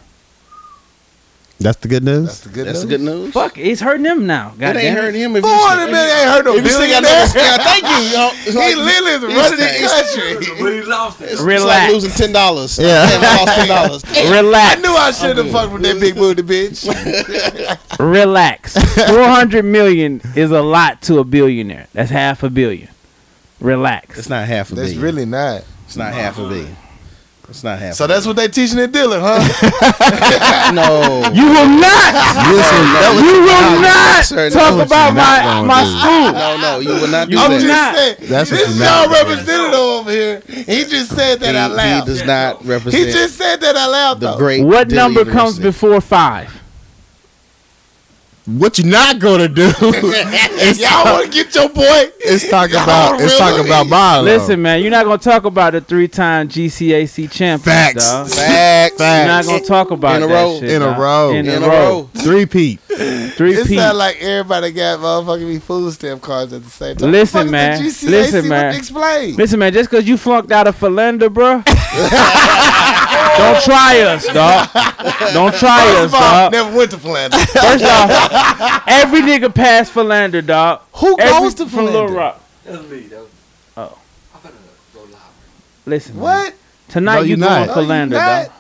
Speaker 2: That's the good news.
Speaker 1: That's the good news.
Speaker 3: that's the good news.
Speaker 4: Fuck, it's hurting him now. God
Speaker 3: it ain't
Speaker 4: damn it.
Speaker 3: hurt him if you
Speaker 1: Four hundred million ain't hurt no
Speaker 3: If you still got no
Speaker 1: billionaire.
Speaker 3: yeah, thank you. yo. It's
Speaker 1: He literally is
Speaker 3: he's
Speaker 1: running
Speaker 3: still-
Speaker 1: the country.
Speaker 3: It's,
Speaker 4: Relax.
Speaker 3: It's like losing ten dollars.
Speaker 2: Yeah.
Speaker 3: I lost ten dollars.
Speaker 1: I
Speaker 4: Relax,
Speaker 1: knew I shouldn't have fucked with that big booty bitch.
Speaker 4: relax. 400 million is a lot to a billionaire. That's half a billion. Relax.
Speaker 3: It's not half a
Speaker 1: That's
Speaker 3: billion.
Speaker 1: really not.
Speaker 3: It's not half a billion. It's not half.
Speaker 1: So
Speaker 3: a
Speaker 1: that's what they teaching at Dillon, huh?
Speaker 3: billion. no.
Speaker 4: you will not.
Speaker 2: that
Speaker 4: You will
Speaker 3: not
Speaker 4: not
Speaker 3: sir,
Speaker 4: talk
Speaker 2: no,
Speaker 4: about
Speaker 2: you're not
Speaker 4: my
Speaker 2: gonna
Speaker 4: my
Speaker 2: do it.
Speaker 4: school.
Speaker 3: no, no, you will not do
Speaker 4: You
Speaker 1: I'm
Speaker 4: will
Speaker 3: that.
Speaker 1: just
Speaker 4: not.
Speaker 1: saying.
Speaker 2: That's what
Speaker 1: this is
Speaker 2: you're
Speaker 1: y'all
Speaker 2: not doing.
Speaker 1: representative over here. He just said that
Speaker 3: he,
Speaker 1: out loud.
Speaker 3: he does not
Speaker 1: He
Speaker 3: represent
Speaker 1: just said that out loud,
Speaker 3: the
Speaker 1: though.
Speaker 3: great.
Speaker 4: What
Speaker 3: Dillon
Speaker 4: number comes
Speaker 3: University.
Speaker 4: before five?
Speaker 2: What you not gonna do is,
Speaker 1: Y'all want to get your boy?
Speaker 2: is talk
Speaker 1: Y'all
Speaker 2: about is talk
Speaker 1: really-
Speaker 2: about Milo.
Speaker 4: Listen, man, you're not gonna talk about a three-time GCAC champion.
Speaker 2: facts,
Speaker 4: dawg.
Speaker 2: facts,
Speaker 4: You're not
Speaker 2: facts,
Speaker 4: gonna talk about
Speaker 3: In a
Speaker 4: that
Speaker 3: row.
Speaker 4: shit,
Speaker 2: In a
Speaker 4: dawg.
Speaker 2: row.
Speaker 4: In,
Speaker 3: in
Speaker 4: a row.
Speaker 2: three peat.
Speaker 4: Three
Speaker 1: It
Speaker 4: P.
Speaker 1: sound like everybody got motherfucking me food stamp cards at the same time. What the fuck
Speaker 4: Listen,
Speaker 1: is
Speaker 4: man.
Speaker 1: the GCAC?
Speaker 4: Listen,
Speaker 1: What
Speaker 4: man.
Speaker 1: Explain.
Speaker 4: Listen, man, just because you flunked out of Philander, bro, don't try us, dog. Don't try
Speaker 1: First
Speaker 4: us,
Speaker 1: of all,
Speaker 4: dog.
Speaker 1: never went to Philander.
Speaker 4: First off, every nigga passed Philander, dog.
Speaker 1: Who
Speaker 4: Every,
Speaker 1: goes to
Speaker 4: from Little
Speaker 1: Philander?
Speaker 4: Rock. Oh. Listen, man,
Speaker 1: What?
Speaker 4: tonight
Speaker 2: No,
Speaker 4: you
Speaker 2: you're
Speaker 4: going
Speaker 2: not.
Speaker 4: Philander, dog.
Speaker 1: Not-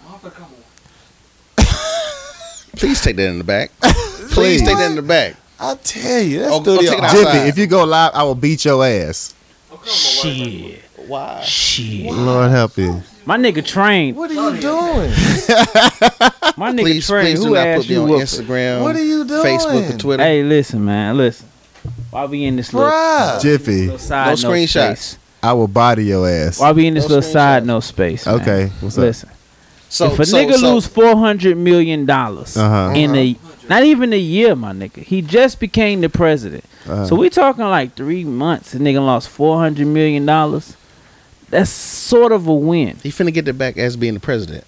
Speaker 3: Please take that in the back. Please take that in the back.
Speaker 1: I tell you, that's
Speaker 3: Oh, go
Speaker 1: studio.
Speaker 3: take it out.
Speaker 2: Jiffy, if you go live, I will beat your ass.
Speaker 4: Shit,
Speaker 3: Why?
Speaker 4: shit.
Speaker 2: Lord help you.
Speaker 4: My nigga trained.
Speaker 1: What are you doing?
Speaker 4: My nigga
Speaker 3: Please,
Speaker 4: trained.
Speaker 3: please do
Speaker 4: Who
Speaker 3: not
Speaker 4: asked
Speaker 3: put me
Speaker 4: you?
Speaker 3: on
Speaker 4: whooping?
Speaker 3: Instagram,
Speaker 1: What are you doing?
Speaker 3: Facebook, or Twitter.
Speaker 4: Hey, listen, man, listen. Why we in this little,
Speaker 1: Bruh.
Speaker 2: Jiffy,
Speaker 4: little side
Speaker 3: No
Speaker 4: note
Speaker 3: screenshotshots.
Speaker 4: space?
Speaker 2: I will body your ass.
Speaker 4: Why we in this
Speaker 3: No
Speaker 4: little side
Speaker 3: screenshots.
Speaker 4: note space? man?
Speaker 2: Okay, what's up?
Speaker 4: Listen,
Speaker 3: So,
Speaker 4: if a
Speaker 3: so,
Speaker 4: nigga
Speaker 3: so,
Speaker 4: lose four hundred million dollars
Speaker 2: Uh-huh.
Speaker 4: in a not even a year, my nigga, he just became the president.
Speaker 2: Uh-huh.
Speaker 4: So we talking like three months. A nigga lost four hundred million dollars. That's sort of a win.
Speaker 3: he finna get it back as being the president.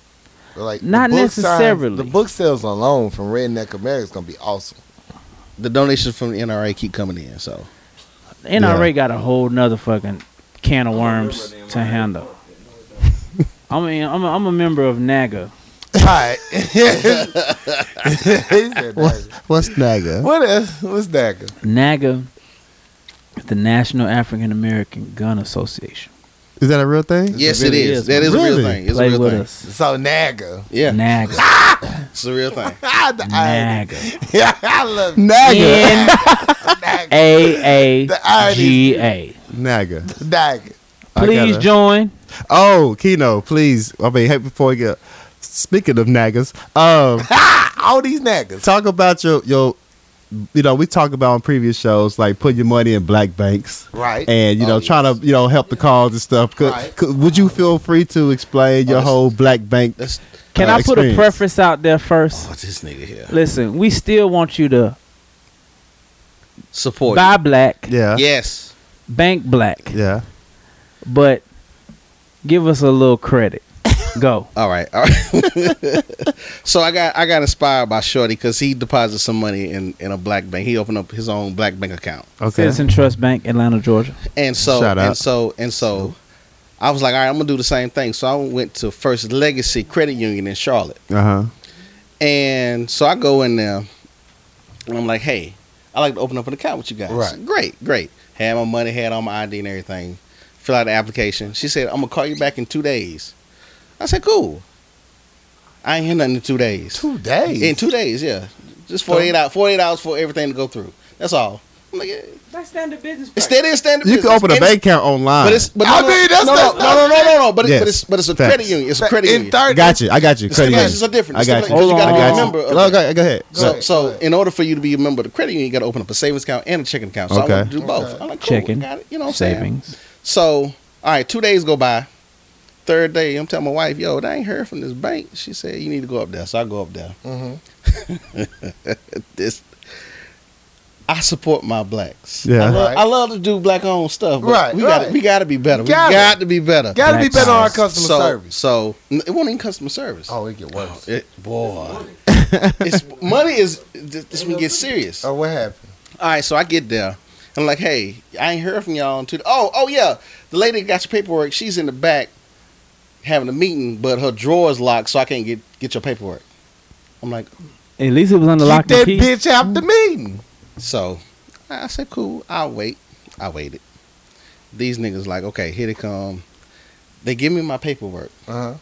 Speaker 1: Like, the
Speaker 4: Not
Speaker 1: book signs-
Speaker 4: necessarily.
Speaker 1: the book sales alone from Redneck America is gonna be awesome.
Speaker 3: The donations from the NRA keep coming in. So
Speaker 4: NRA got a whole nother fucking can of worms to handle. I mean, I'm a, I'm a member of NAGA.
Speaker 1: All right. He said
Speaker 2: What's,
Speaker 1: that.
Speaker 2: what's Naga?
Speaker 1: What else? What's Dagger?
Speaker 4: NAGA is the National African American Gun Association.
Speaker 2: Is that a real thing?
Speaker 3: yes, it
Speaker 4: really
Speaker 3: is.
Speaker 4: is,
Speaker 3: That is a
Speaker 2: Really?
Speaker 3: real thing. It's
Speaker 4: Play
Speaker 3: a real
Speaker 4: with
Speaker 3: thing.
Speaker 4: us.
Speaker 1: So Naga.
Speaker 3: Yeah,
Speaker 4: NAGA.
Speaker 3: it's a real thing.
Speaker 1: Ah, the irony.
Speaker 4: NAGA.
Speaker 1: Yeah, I love it.
Speaker 2: Naga.
Speaker 4: N
Speaker 1: Naga.
Speaker 4: A
Speaker 1: The
Speaker 4: A
Speaker 1: irony
Speaker 4: G A.
Speaker 2: Naga.
Speaker 1: Naga.
Speaker 2: I
Speaker 4: Please
Speaker 2: gotta-
Speaker 4: join.
Speaker 2: Oh, Kino, please. I mean, hey, before we get speaking of Nagas, um,
Speaker 1: All these Nagas.
Speaker 2: talk about your your. You know, we talk about on previous shows like put your money in black banks.
Speaker 1: Right.
Speaker 2: and you know
Speaker 1: Oh,
Speaker 2: trying to you know help the cause and stuff. Could,
Speaker 1: Right.
Speaker 2: could, would you feel free to explain your
Speaker 3: that's-
Speaker 2: whole black bank?
Speaker 3: That's
Speaker 4: Can
Speaker 2: uh,
Speaker 4: I put a
Speaker 2: experience?
Speaker 4: preface out there first?
Speaker 3: what's this nigga here.
Speaker 4: Listen, we still want you to
Speaker 3: Support.
Speaker 4: buy black,
Speaker 2: Yeah,
Speaker 3: Yes.
Speaker 4: bank black,
Speaker 2: yeah.
Speaker 4: but give us a little credit. Go.
Speaker 3: All right. All right. so I got I got inspired by Shorty because he deposited some money in in a black bank. He opened up his own black bank account.
Speaker 2: Okay.
Speaker 4: Citizen Trust Bank, Atlanta, Georgia.
Speaker 3: And so
Speaker 2: Shout
Speaker 3: and
Speaker 2: out.
Speaker 3: so and so I was like, all right, I'm gonna do the same thing. So I went to First Legacy Credit Union in Charlotte.
Speaker 2: Uh huh.
Speaker 3: And so I go in there and I'm like, hey, I like to open up an account with you guys.
Speaker 1: Right.
Speaker 3: Great, great. Had my money, had all my ID and everything. Fill out the application. She said, I'm gonna call you back in two days. I said, Cool. I ain't hear nothing in two days.
Speaker 1: Two days.
Speaker 3: In two days, yeah. Just 48 hours, 48 hours for everything to go through. That's all. I'm like, yeah.
Speaker 4: That's standard business.
Speaker 3: It's that is standard.
Speaker 2: You can
Speaker 3: business.
Speaker 2: open a
Speaker 3: And-
Speaker 2: bank account online.
Speaker 3: But it's but no,
Speaker 1: I
Speaker 3: no,
Speaker 1: mean, that's-
Speaker 3: no,
Speaker 1: that's-
Speaker 3: no, no, no, no, no, no, But,
Speaker 2: Yes.
Speaker 3: it, but it's but it's a
Speaker 2: Facts.
Speaker 3: credit union. It's a credit
Speaker 1: in
Speaker 3: union.
Speaker 1: 30
Speaker 2: got you. I got you. Credit
Speaker 3: The stipulations
Speaker 2: union.
Speaker 3: are different.
Speaker 2: I got you.
Speaker 3: Stipulations- 'cause you gotta
Speaker 2: I
Speaker 3: be a
Speaker 2: got you.
Speaker 3: member of
Speaker 2: Go,
Speaker 3: it.
Speaker 2: go- go ahead.
Speaker 3: So,
Speaker 1: ahead,
Speaker 3: so
Speaker 1: go ahead.
Speaker 3: in order for you to be a member of the credit union, you got to open up a savings account and a checking account. So
Speaker 2: Okay.
Speaker 3: I want to do both.
Speaker 1: Okay.
Speaker 3: I'm like, cool,
Speaker 4: Checking,
Speaker 3: got it. You know what I'm saying?
Speaker 4: savings.
Speaker 3: So, all right, two days go by. Third day, I'm telling my wife, yo, I ain't heard from this bank. She said, you need to go up there. So I go up there.
Speaker 1: Mhm.
Speaker 3: This, I support my blacks.
Speaker 2: Yeah.
Speaker 3: I love,
Speaker 1: Right.
Speaker 3: I love to do black owned stuff. But
Speaker 1: Right,
Speaker 3: we
Speaker 1: right.
Speaker 3: got we got to be better. We
Speaker 1: Gotta.
Speaker 3: got to be better.
Speaker 1: Gotta be
Speaker 4: Black
Speaker 1: better on our
Speaker 4: size.
Speaker 1: customer
Speaker 3: so,
Speaker 1: service.
Speaker 3: So n- it won't even customer service.
Speaker 1: Oh, it get worse.
Speaker 3: It, boy, it's money is this, this one gets serious.
Speaker 1: Oh, what happened?
Speaker 3: All right, so I get there. I'm like, hey, I ain't heard from y'all in two. Oh, oh yeah, the lady that got your paperwork. She's in the back having a meeting, but her drawer's locked, so I can't get get your paperwork. I'm like,
Speaker 4: At least it was under
Speaker 1: Keep
Speaker 4: lock
Speaker 1: that
Speaker 4: and key.
Speaker 1: bitch out the meeting.
Speaker 3: so I said, cool, I'll wait. I waited. These niggas like, okay, here they come. They give me my paperwork,
Speaker 1: Uh-huh.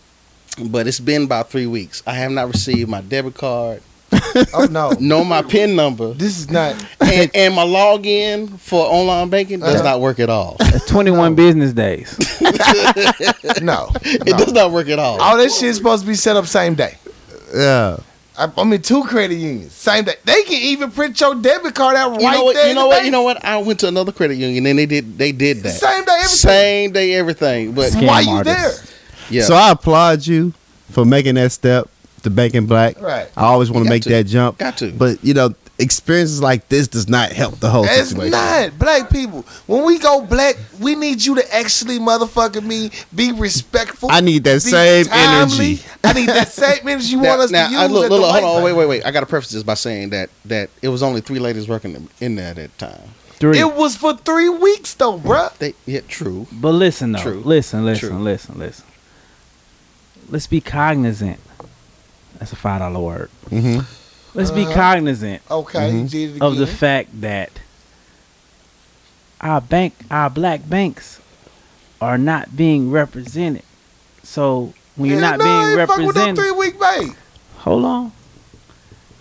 Speaker 3: but it's been about three weeks. I have not received my debit card.
Speaker 1: Oh no,
Speaker 3: know my PIN number
Speaker 1: this is not.
Speaker 3: and, and my login for online banking does
Speaker 1: Uh-huh.
Speaker 3: not work at all.
Speaker 4: That's 21 business days.
Speaker 1: No,
Speaker 3: It does not work at all.
Speaker 1: all that shit's supposed to be set up same day.
Speaker 2: Yeah.
Speaker 1: I, I mean, two credit unions same day. They can even print your debit card out
Speaker 3: you
Speaker 1: right
Speaker 3: know what?
Speaker 1: there.
Speaker 3: You
Speaker 1: in
Speaker 3: know
Speaker 1: the
Speaker 3: what?
Speaker 1: bank.
Speaker 3: You know what? I went to another credit union and they did they did that
Speaker 1: Same day, everything.
Speaker 3: Same day everything. But
Speaker 4: Scam
Speaker 1: Why you there?
Speaker 4: artists.
Speaker 3: yeah,
Speaker 2: So I applaud you for making that step to banking black.
Speaker 1: Right.
Speaker 2: I always want to
Speaker 3: You got
Speaker 2: make
Speaker 3: to.
Speaker 2: that jump.
Speaker 3: Got to.
Speaker 2: But you know, experiences like this does not help the whole
Speaker 1: It's
Speaker 2: situation.
Speaker 1: not black people. When we go black, we need you to actually motherfucking me be respectful.
Speaker 2: I need that
Speaker 1: be
Speaker 2: same
Speaker 1: timely.
Speaker 2: energy.
Speaker 1: I need that same energy you
Speaker 3: now,
Speaker 1: want us
Speaker 3: now,
Speaker 1: to use.
Speaker 3: I, look,
Speaker 1: at
Speaker 3: look,
Speaker 1: the
Speaker 3: look,
Speaker 1: white
Speaker 3: hold on,
Speaker 1: bank.
Speaker 3: wait, wait, wait. I got to preface this by saying that that it was only three ladies working in there at that time.
Speaker 4: Three.
Speaker 1: It was for three weeks though, bruh.
Speaker 3: They, yeah, true.
Speaker 4: But listen though,
Speaker 3: True.
Speaker 4: listen, listen,
Speaker 3: True.
Speaker 4: listen, listen. Let's be cognizant. That's a five dollar word.
Speaker 2: hmm
Speaker 4: Let's be
Speaker 1: Uh-huh.
Speaker 4: cognizant
Speaker 1: Okay,
Speaker 2: Mm-hmm.
Speaker 1: you did it again.
Speaker 4: of Oh, the fact that our bank, our black banks, are not being represented. So when you're
Speaker 1: Hell
Speaker 4: not
Speaker 1: no, I
Speaker 4: being
Speaker 1: ain't fuck with no
Speaker 4: represented,
Speaker 1: three week bank.
Speaker 4: hold on.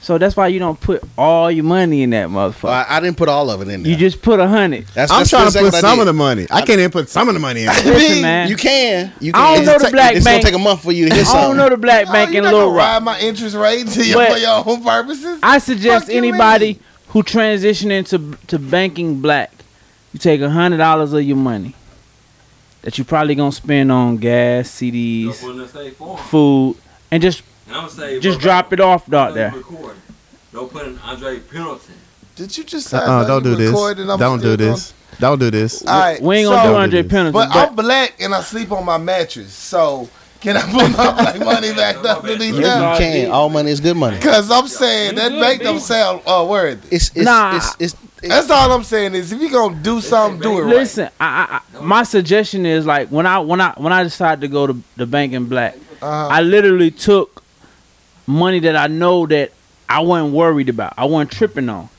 Speaker 4: So that's why you don't put all your money in that motherfucker.
Speaker 3: Well, I, I didn't put all of it in there.
Speaker 4: you just put a hundred.
Speaker 3: That's,
Speaker 2: I'm
Speaker 3: that's
Speaker 2: trying to
Speaker 3: exactly
Speaker 2: put
Speaker 3: what I
Speaker 2: some
Speaker 3: did.
Speaker 2: of the money. I can't even put some of the money in.
Speaker 4: Listen, man.
Speaker 3: You can. You can.
Speaker 4: I don't
Speaker 3: It's
Speaker 4: know
Speaker 3: gonna
Speaker 4: the
Speaker 3: take-
Speaker 4: black
Speaker 3: It's gonna
Speaker 4: bank.
Speaker 3: take a month for you to
Speaker 4: I
Speaker 3: hit
Speaker 4: don't
Speaker 3: something.
Speaker 4: know the black bank
Speaker 1: you
Speaker 4: in
Speaker 1: not
Speaker 4: Little
Speaker 1: gonna
Speaker 4: Rock.
Speaker 1: ride my interest rate to your,
Speaker 4: But-
Speaker 1: for your own purposes.
Speaker 4: I suggest
Speaker 1: Fuck you
Speaker 4: anybody
Speaker 1: mean?
Speaker 4: who transition into to banking black, you take a hundred dollars of your money that you probably gonna spend on gas, CDs,
Speaker 5: Don't put it in save form.
Speaker 4: food, and just
Speaker 5: And I'm saying,
Speaker 4: just drop it off out there.
Speaker 5: Don't put an Andre Pendleton.
Speaker 1: Did you just say
Speaker 2: Uh-uh,
Speaker 1: no,
Speaker 2: don't
Speaker 1: you
Speaker 2: do this.
Speaker 1: recorded and I'm
Speaker 2: Don't
Speaker 1: still
Speaker 2: do
Speaker 1: doing-
Speaker 2: this. Don't do this.
Speaker 1: All right,
Speaker 4: We ain't gonna
Speaker 1: so-
Speaker 4: do
Speaker 2: Don't
Speaker 4: Andre
Speaker 2: do this.
Speaker 4: Pendleton.
Speaker 1: But
Speaker 4: But
Speaker 1: I'm black and I sleep on my mattress, so can I put my black money back up to these
Speaker 4: Yes,
Speaker 1: guys?
Speaker 4: I
Speaker 3: You
Speaker 4: did.
Speaker 3: can. All money is good money.
Speaker 1: Cause I'm saying
Speaker 4: You
Speaker 1: that
Speaker 4: good,
Speaker 1: bank
Speaker 4: B.
Speaker 1: don't sound uh, worthy.
Speaker 3: It's it's
Speaker 4: Nah.
Speaker 3: it's, it's, it's
Speaker 1: That's all I'm saying is if you gonna do something, do it right.
Speaker 4: listen, I, I, I, my suggestion is like when I when I when I decided to go to the banking black,
Speaker 1: Uh-huh.
Speaker 4: I literally took money that I know that I wasn't worried about. I wasn't tripping on.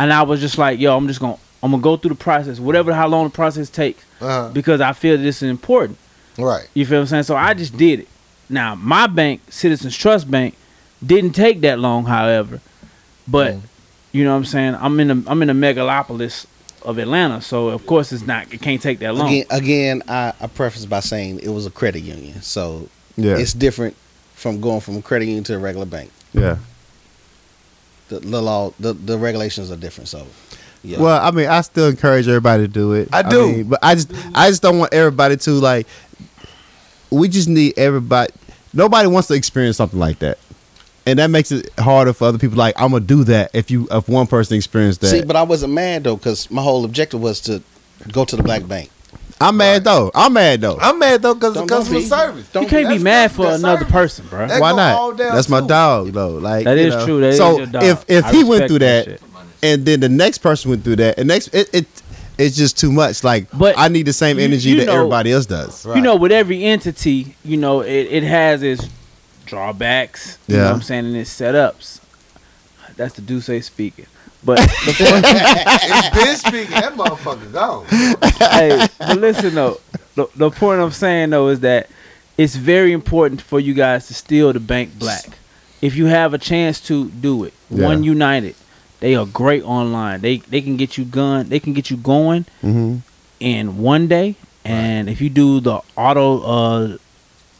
Speaker 4: And I was just like, yo, I'm just gonna I'm gonna go through the process, whatever how long the process takes,
Speaker 1: Uh-huh.
Speaker 4: because I feel this is important.
Speaker 1: Right.
Speaker 4: You feel what I'm saying? So I just did it. Now my bank, Citizens Trust Bank, didn't take that long, however. But you know what I'm saying? I'm in a I'm in a megalopolis of Atlanta, so of course it's not it can't take that long.
Speaker 3: again. Again, I, I preface by saying it was a credit union, so
Speaker 2: Yeah.
Speaker 3: it's different from going from a credit union to a regular bank.
Speaker 2: yeah.
Speaker 3: The, the law, the, the regulations are different. So, yeah.
Speaker 2: Well, I mean, I still encourage everybody to do it.
Speaker 1: I do.
Speaker 2: mean, but I just, I just don't want everybody to like. We just need everybody. Nobody wants to experience something like that, and that makes it harder for other people. Like, I'm gonna do that if you, if one person experienced that.
Speaker 3: see, but I wasn't mad though, because my whole objective was to go to the black bank.
Speaker 2: I'm mad though. I'm mad though.
Speaker 1: I'm mad though because of
Speaker 3: Don't- don't
Speaker 1: customer
Speaker 3: be-
Speaker 1: service.
Speaker 3: don't
Speaker 4: you can't be
Speaker 1: That's
Speaker 4: mad
Speaker 1: customer
Speaker 4: for another
Speaker 1: service.
Speaker 4: person, bro.
Speaker 1: That
Speaker 2: Why
Speaker 1: go all
Speaker 2: not?
Speaker 1: down
Speaker 2: That's my
Speaker 1: too.
Speaker 2: dog though. Like
Speaker 4: That
Speaker 2: you
Speaker 4: is
Speaker 2: know.
Speaker 4: true. That is
Speaker 2: so
Speaker 4: your dog.
Speaker 2: if if
Speaker 4: I
Speaker 2: he went
Speaker 4: respect
Speaker 2: through
Speaker 4: that
Speaker 2: that,
Speaker 4: shit.
Speaker 2: and then the next person went through that, and next it, it it's just too much. Like,
Speaker 4: But
Speaker 2: I need the same
Speaker 4: you-
Speaker 2: energy
Speaker 4: you
Speaker 2: that
Speaker 4: know-
Speaker 2: everybody else does.
Speaker 4: you know, with every entity, you know, it, it has its drawbacks. You know
Speaker 2: Yeah.
Speaker 4: what I'm saying? And its setups. That's the Duce speaking. But, the point-
Speaker 1: It's been speaking. That motherfucker gone.
Speaker 4: hey, but listen though, the, the point I'm saying though is that it's very important for you guys to steal the bank black. If you have a chance to do it,
Speaker 2: Yeah.
Speaker 4: one united, they are great online. They they can get you gun. They can get you going
Speaker 2: Mm-hmm.
Speaker 4: in one day. And if you do the auto uh,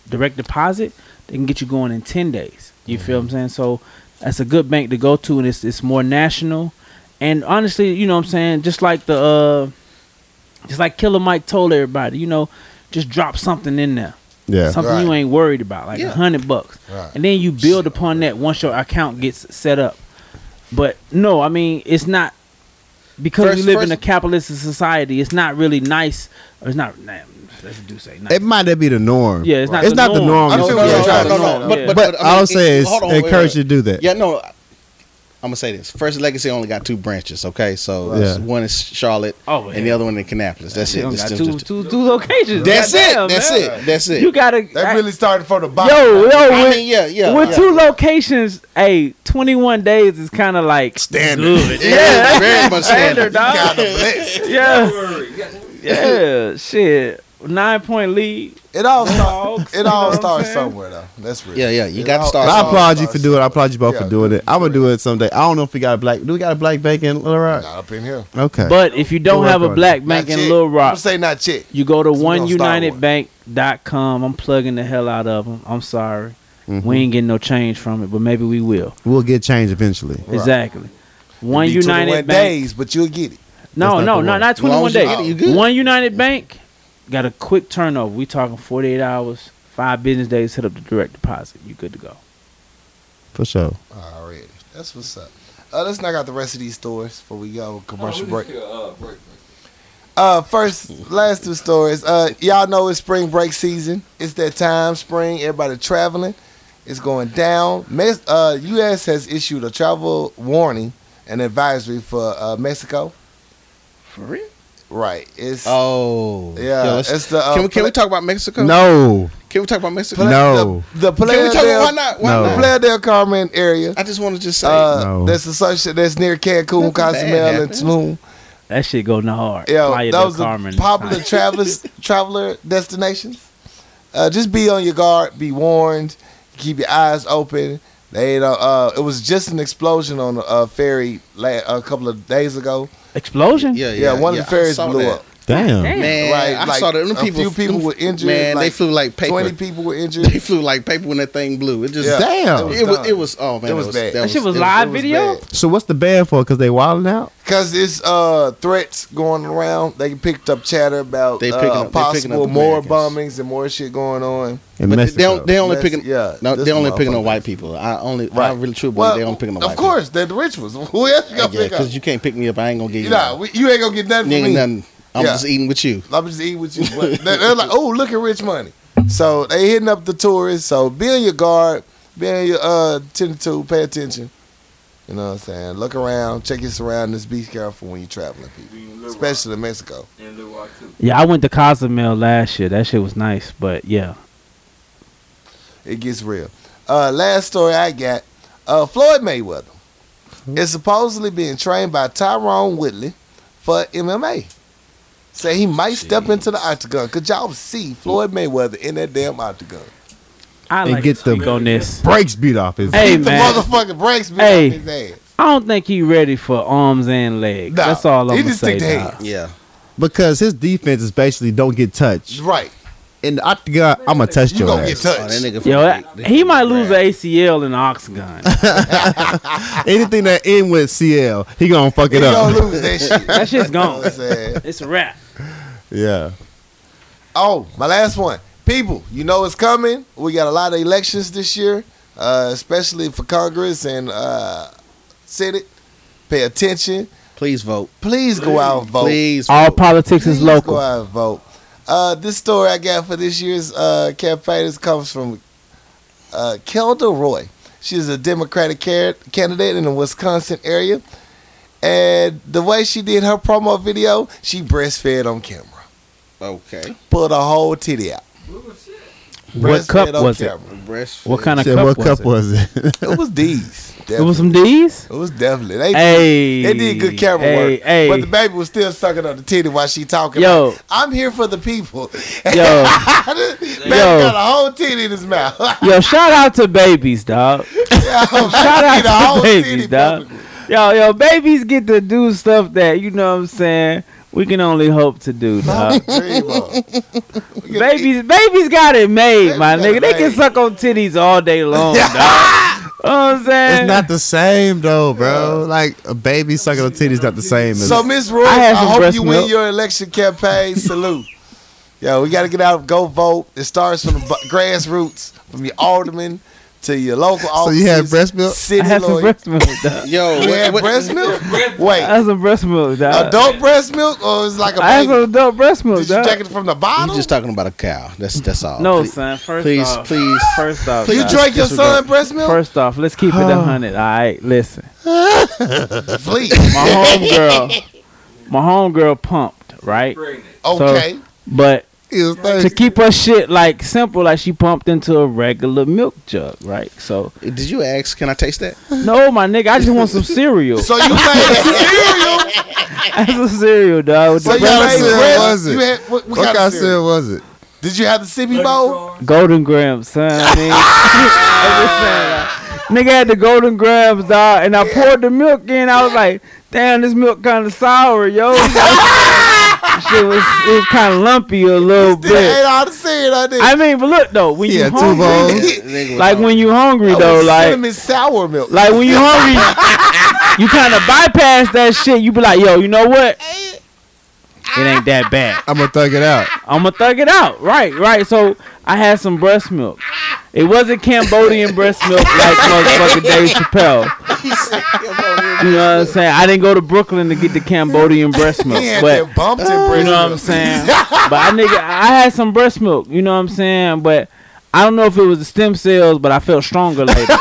Speaker 4: direct deposit, they can get you going in ten days. You feel what I'm saying? So that's a good bank to go to, and it's it's more national. And honestly, you know what I'm saying? Just like the uh, just like Killer Mike told everybody, you know, just drop something in there,
Speaker 2: Yeah.
Speaker 4: something you
Speaker 1: Right.
Speaker 4: ain't worried about, like a
Speaker 3: Yeah.
Speaker 4: hundred bucks,
Speaker 1: Right.
Speaker 4: and then you build upon that once your account gets set up. But no, I mean it's not because
Speaker 3: First-
Speaker 4: we live
Speaker 3: first-
Speaker 4: in a capitalist society. It's not really nice. Or it's not. Nah, that's do say. Nice.
Speaker 2: It might not be the norm.
Speaker 4: Yeah, it's not the norm.
Speaker 1: I
Speaker 2: It's
Speaker 1: feel
Speaker 2: the
Speaker 1: what you're
Speaker 2: exception.
Speaker 1: trying to say.
Speaker 4: Yeah.
Speaker 2: But,
Speaker 3: I mean,
Speaker 2: all I'll
Speaker 3: it-
Speaker 2: say is
Speaker 3: hold on, wait,
Speaker 2: encourage
Speaker 3: wait.
Speaker 2: you to do that.
Speaker 3: Yeah, no. I'm gonna say this. First Legacy only got two branches, okay? So
Speaker 2: Yeah.
Speaker 3: one is Charlotte,
Speaker 4: Oh, yeah.
Speaker 3: and the other one in Canapolis. That's it.
Speaker 4: You don't
Speaker 3: That's,
Speaker 4: got
Speaker 3: two-
Speaker 4: two, two, two locations.
Speaker 3: that's it.
Speaker 4: Goddamn,
Speaker 3: That's
Speaker 4: man.
Speaker 3: it. That's
Speaker 4: You
Speaker 3: it.
Speaker 4: gotta.
Speaker 1: That really started from the bottom.
Speaker 4: Yo, yo,
Speaker 3: I
Speaker 4: with,
Speaker 3: mean, yeah, yeah.
Speaker 4: with
Speaker 3: yeah.
Speaker 4: two locations, hey, 21 days is kind of like
Speaker 2: Standard.
Speaker 4: Good.
Speaker 3: Yeah,
Speaker 4: Yeah,
Speaker 3: very much
Speaker 4: that's
Speaker 3: standard.
Speaker 4: standard, dog.
Speaker 1: God bless.
Speaker 4: Yeah,
Speaker 5: Don't worry. You got-
Speaker 4: yeah, shit. nine point lead.
Speaker 1: It all
Speaker 4: Dogs,
Speaker 1: starts. It
Speaker 4: you know
Speaker 1: all
Speaker 4: what I'm
Speaker 1: starts
Speaker 4: saying?
Speaker 1: somewhere though. That's real.
Speaker 3: Yeah, yeah, you
Speaker 1: It
Speaker 3: gotta
Speaker 1: all-
Speaker 3: start
Speaker 1: it
Speaker 2: But
Speaker 1: all
Speaker 2: I applaud you for
Speaker 1: starts
Speaker 2: doing it. I applaud you both
Speaker 1: Yeah,
Speaker 2: for doing it. I'm gonna
Speaker 1: great.
Speaker 2: do it someday. I don't know if we got a black. Do we got a black bank in Little
Speaker 1: somewhere.
Speaker 2: Rock?
Speaker 1: Not up in here.
Speaker 2: Okay.
Speaker 4: But if you don't
Speaker 2: We'll
Speaker 4: have a
Speaker 2: work on
Speaker 4: black
Speaker 1: Not
Speaker 4: bank in
Speaker 1: yet.
Speaker 4: Little Rock,
Speaker 1: I'm say not chick.
Speaker 4: you go to
Speaker 1: So we gonna start one.
Speaker 4: oneunitedbank.com. I'm plugging the hell out of them. I'm sorry.
Speaker 2: Mm-hmm.
Speaker 4: We ain't getting no change from it, but maybe we will.
Speaker 2: we'll get change eventually.
Speaker 4: Exactly. One
Speaker 1: Be 21
Speaker 4: United Bank.
Speaker 1: days, but you'll get it.
Speaker 2: That's not
Speaker 4: No, no,
Speaker 2: the
Speaker 4: no,
Speaker 2: one.
Speaker 4: not
Speaker 3: As long
Speaker 4: 21
Speaker 3: as you
Speaker 4: days.
Speaker 3: get it, you good.
Speaker 4: One United Bank got a quick turnover. We talking 48 hours, five business days, hit up the direct deposit. You good to go.
Speaker 2: For sure.
Speaker 1: Already. That's what's up. Uh, let's knock out the rest of these stories before we go on commercial break. Uh, first, last two stories. Uh, y'all know it's spring break season. It's that time, spring. Everybody traveling. It's going down. Mes- uh, U.S. has issued a travel warning and advisory for uh, Mexico.
Speaker 3: For real?
Speaker 1: Right. It's
Speaker 3: Oh,
Speaker 1: Yeah,
Speaker 3: Yo, let's-
Speaker 1: it's the, uh,
Speaker 3: can we can we
Speaker 1: pla-
Speaker 3: talk about Mexico?
Speaker 2: No.
Speaker 3: Can we talk about Mexico?
Speaker 2: No.
Speaker 1: the, the
Speaker 3: Can we
Speaker 1: Playa
Speaker 3: talk?
Speaker 1: del,
Speaker 3: Why not? Why
Speaker 2: No.
Speaker 1: the
Speaker 3: not?
Speaker 1: Playa del Carmen area.
Speaker 3: I just want to just say,
Speaker 1: Uh,
Speaker 2: No.
Speaker 1: That's associated. That's near Cancun,
Speaker 3: Nothing bad
Speaker 1: Cozumel, and
Speaker 3: happened.
Speaker 1: Tulum.
Speaker 4: That shit going hard.
Speaker 1: Yeah,
Speaker 4: Playa
Speaker 1: that
Speaker 4: del
Speaker 1: was a
Speaker 4: Carmen.
Speaker 1: popular travelers traveler destinations. Uh, just be on your guard, be warned, keep your eyes open. They don't, uh, it was just an explosion on a, a ferry la- a couple of days ago.
Speaker 4: Explosion?
Speaker 3: yeah, yeah,
Speaker 1: Yeah, one of
Speaker 3: I
Speaker 1: the ferries
Speaker 3: saw
Speaker 1: blew
Speaker 3: that.
Speaker 1: up.
Speaker 2: Damn.
Speaker 4: Damn.
Speaker 3: Man,
Speaker 1: Right,
Speaker 3: I
Speaker 1: like,
Speaker 3: saw that. Them
Speaker 1: a
Speaker 3: people,
Speaker 1: few people
Speaker 3: them-
Speaker 1: were injured,
Speaker 3: Man, they
Speaker 1: like,
Speaker 3: flew like paper.
Speaker 1: Twenty people were
Speaker 3: They
Speaker 1: injured.
Speaker 3: flew like paper when that thing blew. It just
Speaker 1: Yeah.
Speaker 2: Damn.
Speaker 1: was
Speaker 3: It was,
Speaker 1: done.
Speaker 3: it was oh man,
Speaker 1: It was
Speaker 3: that
Speaker 1: bad.
Speaker 3: That
Speaker 4: That shit was
Speaker 1: It
Speaker 4: live
Speaker 1: it
Speaker 4: video?
Speaker 1: bad.
Speaker 2: So what's the ban for? Cause they wilding out.
Speaker 1: Cause it's uh, threats going around. They picked up chatter about
Speaker 3: They
Speaker 1: uh,
Speaker 3: picking up- they picking
Speaker 1: possible
Speaker 3: up
Speaker 1: more
Speaker 3: Americans.
Speaker 1: bombings and more shit going on.
Speaker 2: In
Speaker 3: But they
Speaker 2: Mexico.
Speaker 3: don't. They only
Speaker 1: Messi-
Speaker 3: picking.
Speaker 1: yeah,
Speaker 3: Yeah, no,
Speaker 1: this
Speaker 3: they only picking on
Speaker 1: motherfucker.
Speaker 3: white people. I only. I
Speaker 1: Right.
Speaker 3: really true. Well,
Speaker 1: Well,
Speaker 3: they only picking on
Speaker 1: of
Speaker 3: white.
Speaker 1: course, they're the rich ones. Who else you gonna
Speaker 3: People. Yeah,
Speaker 1: pick up?
Speaker 3: because you can't pick me up. I ain't gonna get you.
Speaker 1: You know, we- you ain't gonna get nothing
Speaker 3: Nigga,
Speaker 1: from me.
Speaker 3: nothing. I'm
Speaker 1: Yeah.
Speaker 3: just eating with you.
Speaker 1: I'm just eating with you. But they're, they're like, oh, look at Rich Money. So they hitting up the tourists. So be on your guard, be on your uh ten to pay attention. You know what I'm saying? Look around, check your surroundings, be careful when you're traveling, people.
Speaker 5: Especially
Speaker 1: Especially in Mexico.
Speaker 5: in Little Rock too.
Speaker 4: Yeah, I went to Cozumel last year. That shit was nice, but yeah.
Speaker 1: It gets real. Uh last story I got, uh Floyd Mayweather is supposedly being trained by Tyrone Woodley for MMA. Say he might step into the octagon. Could y'all see Floyd Mayweather in that damn octagon?
Speaker 4: I
Speaker 2: And
Speaker 4: like
Speaker 2: get
Speaker 4: to speak
Speaker 2: the-
Speaker 4: on this.
Speaker 2: Breaks beat off his.
Speaker 4: Hey,
Speaker 1: Keep the
Speaker 4: man.
Speaker 1: motherfucking brakes beat
Speaker 4: Hey.
Speaker 1: off his ass.
Speaker 4: I don't think he ready for arms and legs.
Speaker 1: Nah,
Speaker 4: That's all I'm
Speaker 1: he
Speaker 4: gonna
Speaker 1: just
Speaker 4: say.
Speaker 1: stick to
Speaker 4: dog.
Speaker 1: hands.
Speaker 3: Yeah.
Speaker 2: Because his defense is basically don't get touched.
Speaker 1: Right.
Speaker 2: In the octagon, I'm gonna touch
Speaker 1: You
Speaker 2: your
Speaker 1: gonna get
Speaker 2: ass.
Speaker 3: Oh, that
Speaker 1: touched.
Speaker 3: nigga.
Speaker 4: Yo, that-
Speaker 3: fucking-
Speaker 4: he might lose an ACL in the oxygen.
Speaker 2: Anything that end with CL, he gonna fuck
Speaker 1: You
Speaker 2: it up.
Speaker 1: gonna lose that shit.
Speaker 4: That shit's
Speaker 1: You know what
Speaker 4: gone.
Speaker 1: I'm saying?
Speaker 4: It's a wrap.
Speaker 2: Yeah.
Speaker 1: Oh, my last one. People, you know it's coming. We got a lot of elections this year, uh, especially for Congress and uh, Senate. Pay attention.
Speaker 3: Please vote.
Speaker 1: Please go out and vote.
Speaker 3: Please.
Speaker 4: All
Speaker 3: vote.
Speaker 4: politics
Speaker 1: Please
Speaker 4: is
Speaker 1: Go
Speaker 4: local.
Speaker 1: out and vote. Uh, this story I got for this year's uh, campaign this comes from uh, Kelda Roy. She's a Democratic car- candidate in the Wisconsin area. And the way she did her promo video, she breastfed on camera.
Speaker 3: Okay.
Speaker 1: Pulled her whole titty out.
Speaker 4: What
Speaker 1: Breastfed
Speaker 4: cup
Speaker 1: on
Speaker 4: was it?
Speaker 1: camera.
Speaker 3: Breast.
Speaker 4: What kind of
Speaker 2: Said,
Speaker 4: cup
Speaker 2: what
Speaker 4: was
Speaker 2: cup
Speaker 4: it?
Speaker 2: was it?
Speaker 1: It was D's.
Speaker 4: It was
Speaker 1: Definitely.
Speaker 4: some D's.
Speaker 1: It was definitely. They,
Speaker 4: Hey,
Speaker 1: they did good camera
Speaker 4: hey,
Speaker 1: work.
Speaker 4: Hey,
Speaker 1: But the baby was still sucking on the titty while she talking.
Speaker 4: Yo.
Speaker 1: like, I'm here for the people.
Speaker 4: yo,
Speaker 1: baby got a whole titty in his mouth.
Speaker 4: yo, shout out to babies, dog.
Speaker 1: Oh,
Speaker 4: Shout out
Speaker 1: He the whole
Speaker 4: to babies,
Speaker 1: city
Speaker 4: dog.
Speaker 1: publicly.
Speaker 4: Yo, yo, babies get to do stuff that you know what I'm saying. We can only hope to do, dog.
Speaker 1: Dream on. We get-
Speaker 4: Babies, babies got it made,
Speaker 1: Babies
Speaker 4: my
Speaker 1: got
Speaker 4: nigga.
Speaker 1: it
Speaker 4: They can
Speaker 1: made.
Speaker 4: suck on titties all day long, dog. You know what I'm saying?
Speaker 2: It's not the same though, bro. Like a baby sucking a titty is not the same. As,
Speaker 1: So Miss Roy,
Speaker 4: I
Speaker 1: I,
Speaker 4: had some
Speaker 1: hope
Speaker 4: breast
Speaker 1: you win
Speaker 4: milk.
Speaker 1: your election campaign. Salute. Yo, we got to get out, go vote. It starts from the bu- grassroots, from your alderman to your local
Speaker 2: So
Speaker 1: offices.
Speaker 2: you had breast milk?
Speaker 4: I
Speaker 1: City
Speaker 4: had some
Speaker 1: lawyer.
Speaker 4: breast milk, dog.
Speaker 3: Yo,
Speaker 1: You had
Speaker 3: what, what,
Speaker 1: breast milk?
Speaker 4: I
Speaker 1: Wait,
Speaker 4: had some breast milk, dog.
Speaker 1: adult breast milk or it's like a
Speaker 4: I had some
Speaker 1: baby?
Speaker 4: adult breast milk,
Speaker 1: Did you
Speaker 4: dog.
Speaker 1: take it from the
Speaker 3: you
Speaker 1: bottle?
Speaker 3: just talking about a cow. That's that's all.
Speaker 4: No,
Speaker 3: Please-
Speaker 4: son. First
Speaker 3: please,
Speaker 4: off,
Speaker 3: please.
Speaker 4: First off,
Speaker 1: you
Speaker 4: dog.
Speaker 1: drank your son breast milk?
Speaker 4: First off, let's keep it a hundred. All right, listen.
Speaker 1: Please.
Speaker 4: My homegirl, my homegirl pumped right,
Speaker 5: Pregnant.
Speaker 1: Okay.
Speaker 4: but
Speaker 2: He was
Speaker 4: to
Speaker 2: thirsty.
Speaker 4: keep her shit like simple, like she pumped into a regular milk jug, right? So
Speaker 3: Did you ask? Can I taste that?
Speaker 4: no, my nigga, I just want some cereal.
Speaker 1: So, you made a cereal
Speaker 4: That's a cereal, dog. with
Speaker 1: So
Speaker 4: the
Speaker 1: y'all
Speaker 2: kind of
Speaker 1: ate
Speaker 2: cereal
Speaker 1: bread?
Speaker 2: was it?
Speaker 1: You had, what, what,
Speaker 2: What
Speaker 1: kind of cereal?
Speaker 2: was it?
Speaker 1: Did you have the sippy bowl?
Speaker 4: Golden grams, son. I mean, I'm just saying, like, nigga had the golden grams, dog, and I poured the milk in. I was like, damn, this milk kind of sour, yo. Shit was it was kind of lumpy a little
Speaker 1: Did I ate
Speaker 4: bit.
Speaker 1: all the cereal I did.
Speaker 4: I mean, but look though, when you
Speaker 2: Yeah, two
Speaker 4: hungry,
Speaker 2: bowls.
Speaker 4: like when you hungry
Speaker 1: That
Speaker 4: though,
Speaker 1: was
Speaker 4: like
Speaker 1: cinnamon sour milk.
Speaker 4: like when you hungry, you kind of bypass that shit. You be like, yo, you know what? It ain't that bad.
Speaker 2: I'm gonna thug it out.
Speaker 4: I'm gonna thug it out. Right, right. So I had some breast milk. It wasn't Cambodian breast milk like motherfucking Dave Chappelle. You know what I'm saying? I didn't go to Brooklyn to get the Cambodian breast milk,
Speaker 1: He had
Speaker 4: but
Speaker 1: that bumped in bread.
Speaker 4: you know what I'm saying? but I nigga, I had some breast milk. You know what I'm saying? But I don't know if it was the stem cells, but I felt stronger later.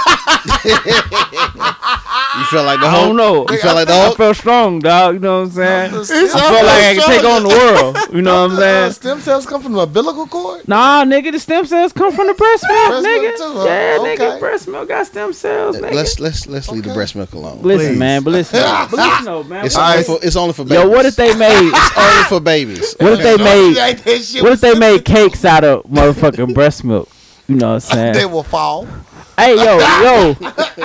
Speaker 3: You feel like the
Speaker 4: I don't
Speaker 3: whole.
Speaker 4: know.
Speaker 3: You feel like the
Speaker 1: Oh.
Speaker 4: I
Speaker 3: whole.
Speaker 4: felt strong, dog. You know what I'm saying? I
Speaker 1: It's
Speaker 4: felt like I could take on the world. You know what I'm saying?
Speaker 1: stem cells come from the umbilical cord?
Speaker 4: Nah, nigga, the stem cells come from the breast milk,
Speaker 1: Breast milk
Speaker 4: nigga.
Speaker 1: too, huh?
Speaker 4: yeah,
Speaker 1: Okay.
Speaker 4: nigga, breast milk got stem cells, nigga.
Speaker 3: Let's let's let's leave the
Speaker 1: Okay.
Speaker 3: breast milk alone.
Speaker 4: listen,
Speaker 2: please.
Speaker 4: man, but listen, but listen, though, man.
Speaker 3: It's
Speaker 4: What-
Speaker 3: only
Speaker 2: Alright.
Speaker 3: for it's only for babies.
Speaker 4: yo, what if they made?
Speaker 3: only for babies?
Speaker 4: What if they
Speaker 1: Don't
Speaker 4: made?
Speaker 1: eat that shit
Speaker 4: What
Speaker 1: with
Speaker 4: if they
Speaker 1: cinnamon.
Speaker 4: made cakes out of motherfucking breast milk? You know what I'm
Speaker 1: They
Speaker 4: saying?
Speaker 1: will fall.
Speaker 4: Hey, yo, yo,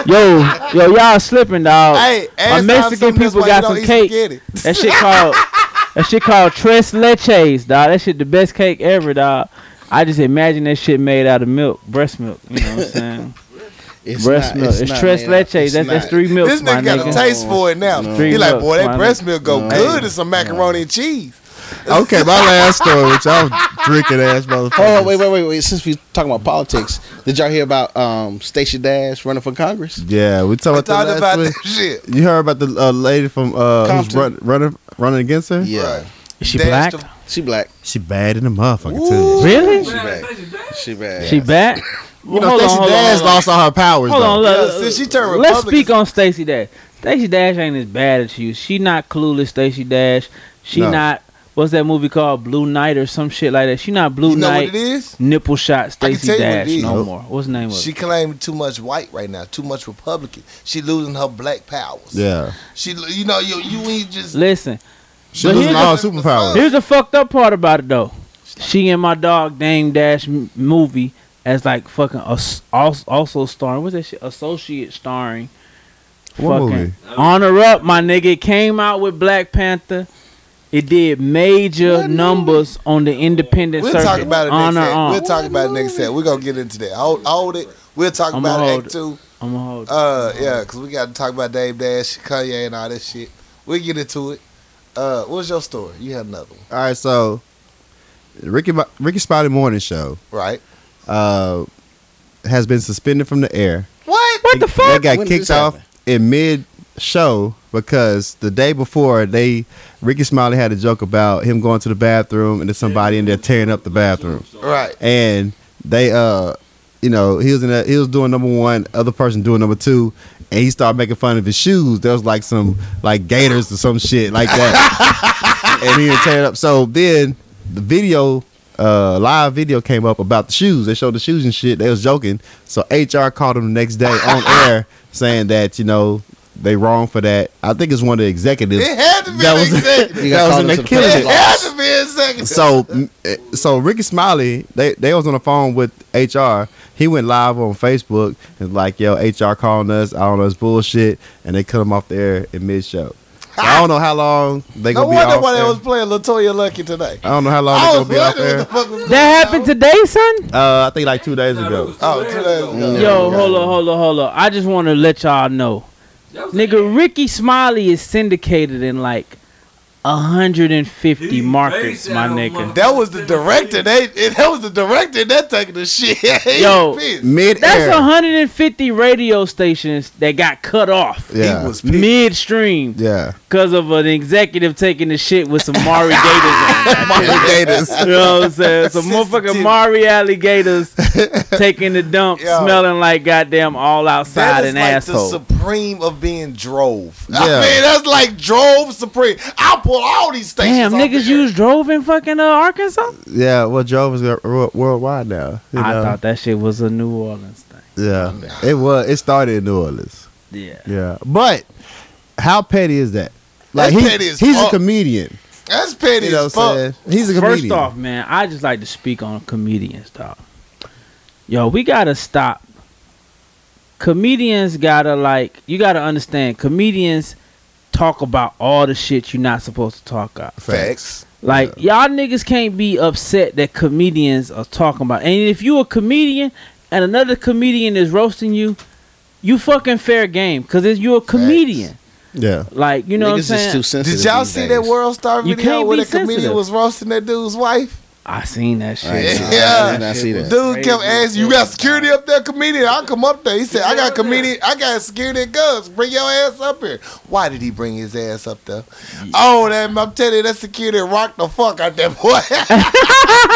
Speaker 4: yo, yo, y'all slipping, dog.
Speaker 1: Hey,
Speaker 4: My
Speaker 1: ask Tom
Speaker 4: Mexican
Speaker 1: Simpson
Speaker 4: people
Speaker 1: why he
Speaker 4: got
Speaker 1: don't
Speaker 4: some
Speaker 1: eat
Speaker 4: cake.
Speaker 1: spaghetti.
Speaker 4: That shit called that shit called tres leches, dog. That shit the best cake ever, dog. I just imagine that shit made out of milk, breast milk. You know what I'm saying?
Speaker 3: It's
Speaker 4: breast
Speaker 3: not-
Speaker 4: milk. It's,
Speaker 3: not
Speaker 4: tres
Speaker 3: made out-
Speaker 4: leches.
Speaker 3: it's
Speaker 4: That's, that's
Speaker 3: not.
Speaker 4: three milks,
Speaker 1: This
Speaker 4: my
Speaker 1: nigga got
Speaker 4: nigga.
Speaker 1: a taste for it now.
Speaker 3: No.
Speaker 1: He like,
Speaker 4: Milk,
Speaker 1: boy,
Speaker 4: my
Speaker 1: that breast
Speaker 4: nigga.
Speaker 1: milk go
Speaker 3: No.
Speaker 1: good in some macaroni and cheese.
Speaker 2: Okay, my last story, which y'all drinking ass motherfuckers.
Speaker 3: Oh wait, wait, wait, wait! Since we talking about politics, did y'all hear about um, Stacey Dash running for Congress?
Speaker 2: Yeah, we
Speaker 1: I
Speaker 2: talking about
Speaker 1: thought
Speaker 2: that
Speaker 1: about
Speaker 2: last
Speaker 1: that
Speaker 2: week.
Speaker 1: shit.
Speaker 2: You heard about the uh, lady from uh, who's
Speaker 3: Compton.
Speaker 2: run, running running against her?
Speaker 3: Yeah,
Speaker 4: Is she
Speaker 1: Dash
Speaker 4: black?
Speaker 1: the-
Speaker 3: she black.
Speaker 2: She bad in the motherfucker
Speaker 1: Ooh.
Speaker 2: too.
Speaker 4: Really?
Speaker 3: She bad.
Speaker 4: She back?
Speaker 2: You
Speaker 4: Well,
Speaker 2: know,
Speaker 4: hold on,
Speaker 2: Stacey
Speaker 4: hold on,
Speaker 2: Dash
Speaker 4: hold on.
Speaker 2: lost all her powers.
Speaker 4: Hold
Speaker 2: though.
Speaker 4: on,
Speaker 1: Yeah,
Speaker 4: look, look,
Speaker 1: since she turned
Speaker 4: let's
Speaker 1: Republican-
Speaker 4: speak on Stacey Dash. Stacey Dash ain't as bad as you. She not clueless, Stacey Dash. She
Speaker 2: No.
Speaker 4: not what's that movie called? Blue Night or some shit like that. She not Blue
Speaker 1: You know what
Speaker 4: Night.
Speaker 1: it is?
Speaker 4: Nipple shot
Speaker 1: I can
Speaker 4: Stacey
Speaker 1: tell you what it
Speaker 4: Dash
Speaker 1: is.
Speaker 4: no
Speaker 1: Nope.
Speaker 4: more. What's the name of
Speaker 1: She
Speaker 4: it?
Speaker 1: claiming too much white right now, too much Republican. She losing her black powers.
Speaker 2: Yeah,
Speaker 1: She, you know, you you ain't just
Speaker 4: Listen,
Speaker 2: she
Speaker 4: But
Speaker 2: losing
Speaker 4: here's
Speaker 2: all
Speaker 1: the-
Speaker 2: her superpowers.
Speaker 4: here's the fucked up part about it though. She and my dog Dame Dash m- movie as like fucking as- als- also starring. What's that shit? Associate starring.
Speaker 2: What
Speaker 4: fucking
Speaker 2: movie?
Speaker 4: Honor Up, my nigga. It came out with Black Panther. It did major numbers on the independent
Speaker 1: We'll
Speaker 4: circuit.
Speaker 1: talk about it
Speaker 4: Honor
Speaker 1: next set.
Speaker 4: on.
Speaker 1: We'll talk about it next set. We're gonna get into that. Hold, hold it. We'll talk
Speaker 4: I'ma
Speaker 1: about
Speaker 4: hold
Speaker 1: Act Two.
Speaker 4: I'ma hold.
Speaker 1: Uh, yeah, because we got to talk about Dave Dash, Kanye, and all that shit. We'll get into it. Uh, what's your story? You had another one,
Speaker 2: All right, so Ricky Bo- Ricky Spotty Morning Show
Speaker 1: right?
Speaker 2: uh, has been suspended from the air.
Speaker 1: What?
Speaker 4: what the fuck?
Speaker 2: They got
Speaker 3: When did
Speaker 2: kicked
Speaker 3: this
Speaker 2: off
Speaker 3: happen?
Speaker 2: in mid show because the day before they Ricky Smiley had a joke about him going to the bathroom and there's somebody in there tearing up the bathroom.
Speaker 1: Right.
Speaker 2: And they uh you know, he was in that he was doing number one, other person doing number two, and he started making fun of his shoes. There was like some like gators or some shit like that. and he teared up. So then the video uh, live video came up about the shoes. They showed the shoes and shit. They was joking. So HR called him the next day on air saying that, you know, they wrong for that. I think it's one of the executives.
Speaker 1: It had to be
Speaker 2: That
Speaker 1: an
Speaker 2: was-
Speaker 1: executive.
Speaker 3: You
Speaker 2: That
Speaker 3: got
Speaker 2: was
Speaker 3: called
Speaker 2: in the
Speaker 3: into the
Speaker 2: killing.
Speaker 3: press
Speaker 1: It had
Speaker 3: box.
Speaker 1: to be an executive.
Speaker 2: So, mm, eh, so Ricky Smiley, they they was on the phone with HR. He went live on Facebook and like, yo, HR calling us. I don't know, it's bullshit, and they cut him off the air in mid show. So I don't know how long they
Speaker 1: no
Speaker 2: gonna be
Speaker 1: wonder
Speaker 2: off
Speaker 1: why they
Speaker 2: air.
Speaker 1: was playing Latoya Lucky today.
Speaker 2: I don't know how long
Speaker 1: I
Speaker 2: they
Speaker 1: was
Speaker 2: gonna be off
Speaker 1: wondering what the
Speaker 2: air.
Speaker 1: fuck was going
Speaker 4: that happened
Speaker 1: on.
Speaker 4: today, son?
Speaker 2: Uh, I think like two days ago.
Speaker 1: Oh, two days ago.
Speaker 4: Yo, hold on, hold on, hold on. I just want to let y'all know. Nigga, Ricky Smiley is syndicated in like 150
Speaker 5: He
Speaker 4: markets,
Speaker 5: raised
Speaker 4: my
Speaker 5: that
Speaker 4: nigga.
Speaker 5: mother-
Speaker 1: That was the director. They it, that was the director that taking the shit. He
Speaker 4: Yo.
Speaker 1: pissed.
Speaker 2: Mid
Speaker 4: That's
Speaker 2: air.
Speaker 4: 150 radio stations that got cut off
Speaker 2: Yeah.
Speaker 1: he was pissed.
Speaker 4: midstream
Speaker 2: yeah.
Speaker 4: because of an executive taking the shit with some Mari Gators. on.
Speaker 2: Gators.
Speaker 4: You know what I'm saying? Some
Speaker 1: Sensitivity.
Speaker 4: motherfucking Mari alligators taking the dump,
Speaker 1: Yo.
Speaker 4: smelling like goddamn all
Speaker 1: That
Speaker 4: outside
Speaker 1: is
Speaker 4: and
Speaker 1: like
Speaker 4: asshole.
Speaker 1: the supreme of being drove. I
Speaker 2: Yeah.
Speaker 1: mean, that's like drove supreme. I'll pull all these stations.
Speaker 4: Damn,
Speaker 1: off the
Speaker 4: niggas
Speaker 1: air.
Speaker 4: use drove in fucking uh, Arkansas?
Speaker 2: Yeah. Well, Joe was worldwide now. You know?
Speaker 4: I thought that shit was a New Orleans thing.
Speaker 2: Yeah. It was. It started in New Orleans.
Speaker 4: Yeah.
Speaker 2: Yeah. But how petty is that? Like
Speaker 1: That's
Speaker 2: he,
Speaker 1: petty as
Speaker 2: he's a
Speaker 1: fuck.
Speaker 2: comedian.
Speaker 1: That's petty
Speaker 2: You know
Speaker 1: as
Speaker 2: what
Speaker 1: fuck.
Speaker 2: I'm saying? He's a comedian.
Speaker 4: First off, man, I just like to speak on comedians, dog. Yo, we gotta stop. Comedians gotta like you gotta understand. Comedians talk about all the shit you're not supposed to talk about.
Speaker 1: Facts.
Speaker 4: Like y'all niggas can't be upset that comedians are talking about. And if you a comedian and another comedian is roasting you, you fucking fair game because you a comedian.
Speaker 2: yeah.
Speaker 4: Like you know
Speaker 3: Niggas is
Speaker 4: what I'm
Speaker 3: too
Speaker 4: saying.
Speaker 3: sensitive
Speaker 1: Did y'all
Speaker 3: these
Speaker 1: see
Speaker 3: days.
Speaker 1: that World Star
Speaker 4: You
Speaker 1: video
Speaker 4: can't
Speaker 1: where
Speaker 4: be
Speaker 1: the comedian
Speaker 4: sensitive.
Speaker 1: was roasting that dude's wife?
Speaker 4: I seen that shit.
Speaker 3: I ain't seen-
Speaker 1: Yeah.
Speaker 3: I did not see that.
Speaker 1: Dude kept
Speaker 4: Crazy
Speaker 1: asking, "You got security up there, comedian? I'll come up there." He said, "I got comedian. I got security and guns. Bring your ass up here." Why did he bring his ass up there? Oh, that I'm telling you, that security rocked the fuck out that boy.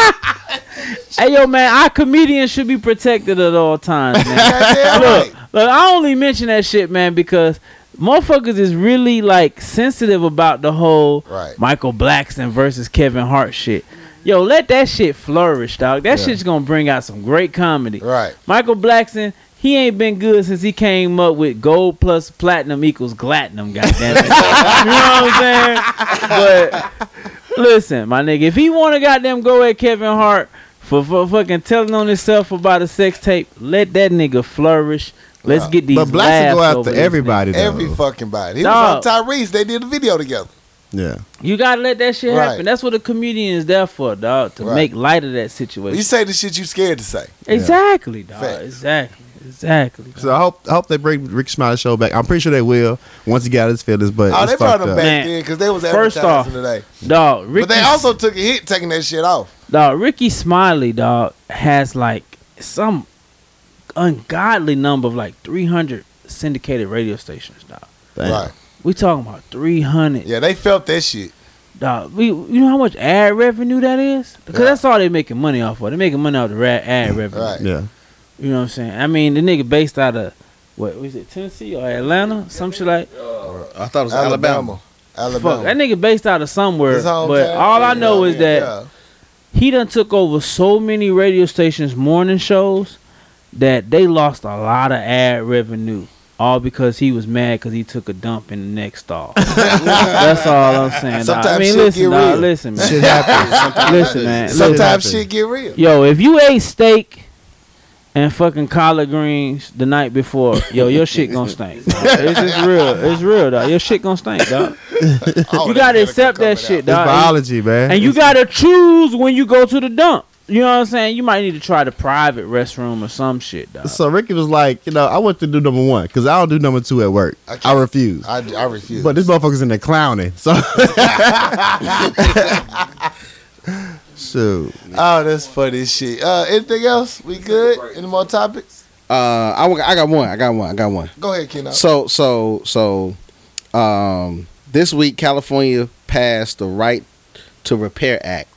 Speaker 4: Hey yo, man, our comedians should be protected at all times, man.
Speaker 1: Goddamn
Speaker 4: look,
Speaker 1: right.
Speaker 4: look, I only mention that shit, man, because motherfuckers is really like sensitive about the whole
Speaker 1: Right.
Speaker 4: Michael Blackson versus Kevin Hart shit. Yo, let that shit flourish, dog. That shit's gonna bring out some great comedy.
Speaker 1: Right.
Speaker 4: Michael Blackson, he ain't been good since he came up with gold plus platinum equals platinum. Goddamn it, you know what I'm saying? But listen, my nigga, if he want to goddamn go at Kevin Hart for, for fucking telling on himself about a sex tape, let that nigga flourish. Let's get these.
Speaker 2: But Blackson go
Speaker 4: laughs over
Speaker 2: after
Speaker 4: this
Speaker 2: everybody though.
Speaker 1: Every fucking body. He was on Tyrese. They did a video together.
Speaker 2: yeah.
Speaker 4: nigga. You gotta let that shit
Speaker 1: Right.
Speaker 4: happen. That's what a comedian is there for, dog, to
Speaker 1: Right.
Speaker 4: make light of that situation.
Speaker 1: You say the shit you scared to say.
Speaker 4: exactly, dog.
Speaker 1: Facts.
Speaker 4: Exactly. Exactly.
Speaker 2: So I hope I hope they bring Rick Smiley show back. I'm pretty sure they will once he got his feelings. But
Speaker 1: Oh,
Speaker 2: it's
Speaker 1: they brought
Speaker 2: fucked
Speaker 1: him
Speaker 2: up.
Speaker 1: back
Speaker 4: Man,
Speaker 1: then because they was
Speaker 4: first
Speaker 1: advertising
Speaker 4: off-
Speaker 1: today.
Speaker 4: Dog, Ricky
Speaker 1: But they also took a hit taking that shit off.
Speaker 4: Dog, Ricky Smiley, dog, has like some ungodly number of like 300 syndicated radio stations, dog.
Speaker 2: Damn.
Speaker 1: Right.
Speaker 4: We talking about 300,
Speaker 1: Yeah, they felt that shit.
Speaker 4: dog. We, you know how much ad revenue that is? Because
Speaker 1: Yeah.
Speaker 4: that's all they making money off of. They making money off the ra- ad revenue.
Speaker 1: Right.
Speaker 2: Yeah.
Speaker 4: You know what I'm saying? I mean, the nigga based out of what was it, Tennessee or Atlanta, some shit like.
Speaker 3: I thought it was Alabama.
Speaker 1: Alabama.
Speaker 4: Fuck, that
Speaker 1: Alabama.
Speaker 4: nigga based out of somewhere.
Speaker 1: His hometown.
Speaker 4: But all I know is that.
Speaker 1: Yeah.
Speaker 4: he done took over so many radio stations morning shows that they lost a lot of ad revenue all because he was mad because he took a dump in the next stall. That's all I'm saying. dawg. I
Speaker 1: Sometimes
Speaker 4: mean,
Speaker 1: shit
Speaker 4: listen,
Speaker 1: get
Speaker 4: dawg,
Speaker 1: real.
Speaker 4: listen, man.
Speaker 2: Shit happens.
Speaker 4: listen, man. Listen.
Speaker 1: Sometimes
Speaker 2: happens.
Speaker 1: shit get real.
Speaker 4: Yo, if you ate steak and fucking collard greens the night before, yo, your shit gonna stink. dawg. It's just real. It's real, dog. Your shit gonna stink, dog.
Speaker 1: Oh,
Speaker 4: You
Speaker 1: they
Speaker 4: gotta
Speaker 1: better
Speaker 4: accept
Speaker 1: come coming
Speaker 4: that shit,
Speaker 1: out.
Speaker 2: It's
Speaker 4: dog.
Speaker 2: biology, man.
Speaker 4: And you
Speaker 2: It's-
Speaker 4: gotta choose when you go to the dump. You know what I'm saying? You might need to try the private restroom or some shit, dog.
Speaker 2: So Ricky was like, you know, I want to do number one because I don't do number two at work.
Speaker 1: I
Speaker 2: I,
Speaker 1: can't.
Speaker 2: refuse.
Speaker 1: I, I refuse.
Speaker 2: but this motherfucker's in there clowning. So. Shoot.
Speaker 1: oh, that's funny as shit. Uh, anything else? We good? Any more topics?
Speaker 3: Uh, I, wa- I got one. I got one. I got one.
Speaker 1: Go ahead, Keno.
Speaker 3: So so so, um, this week California passed the Right to Repair Act,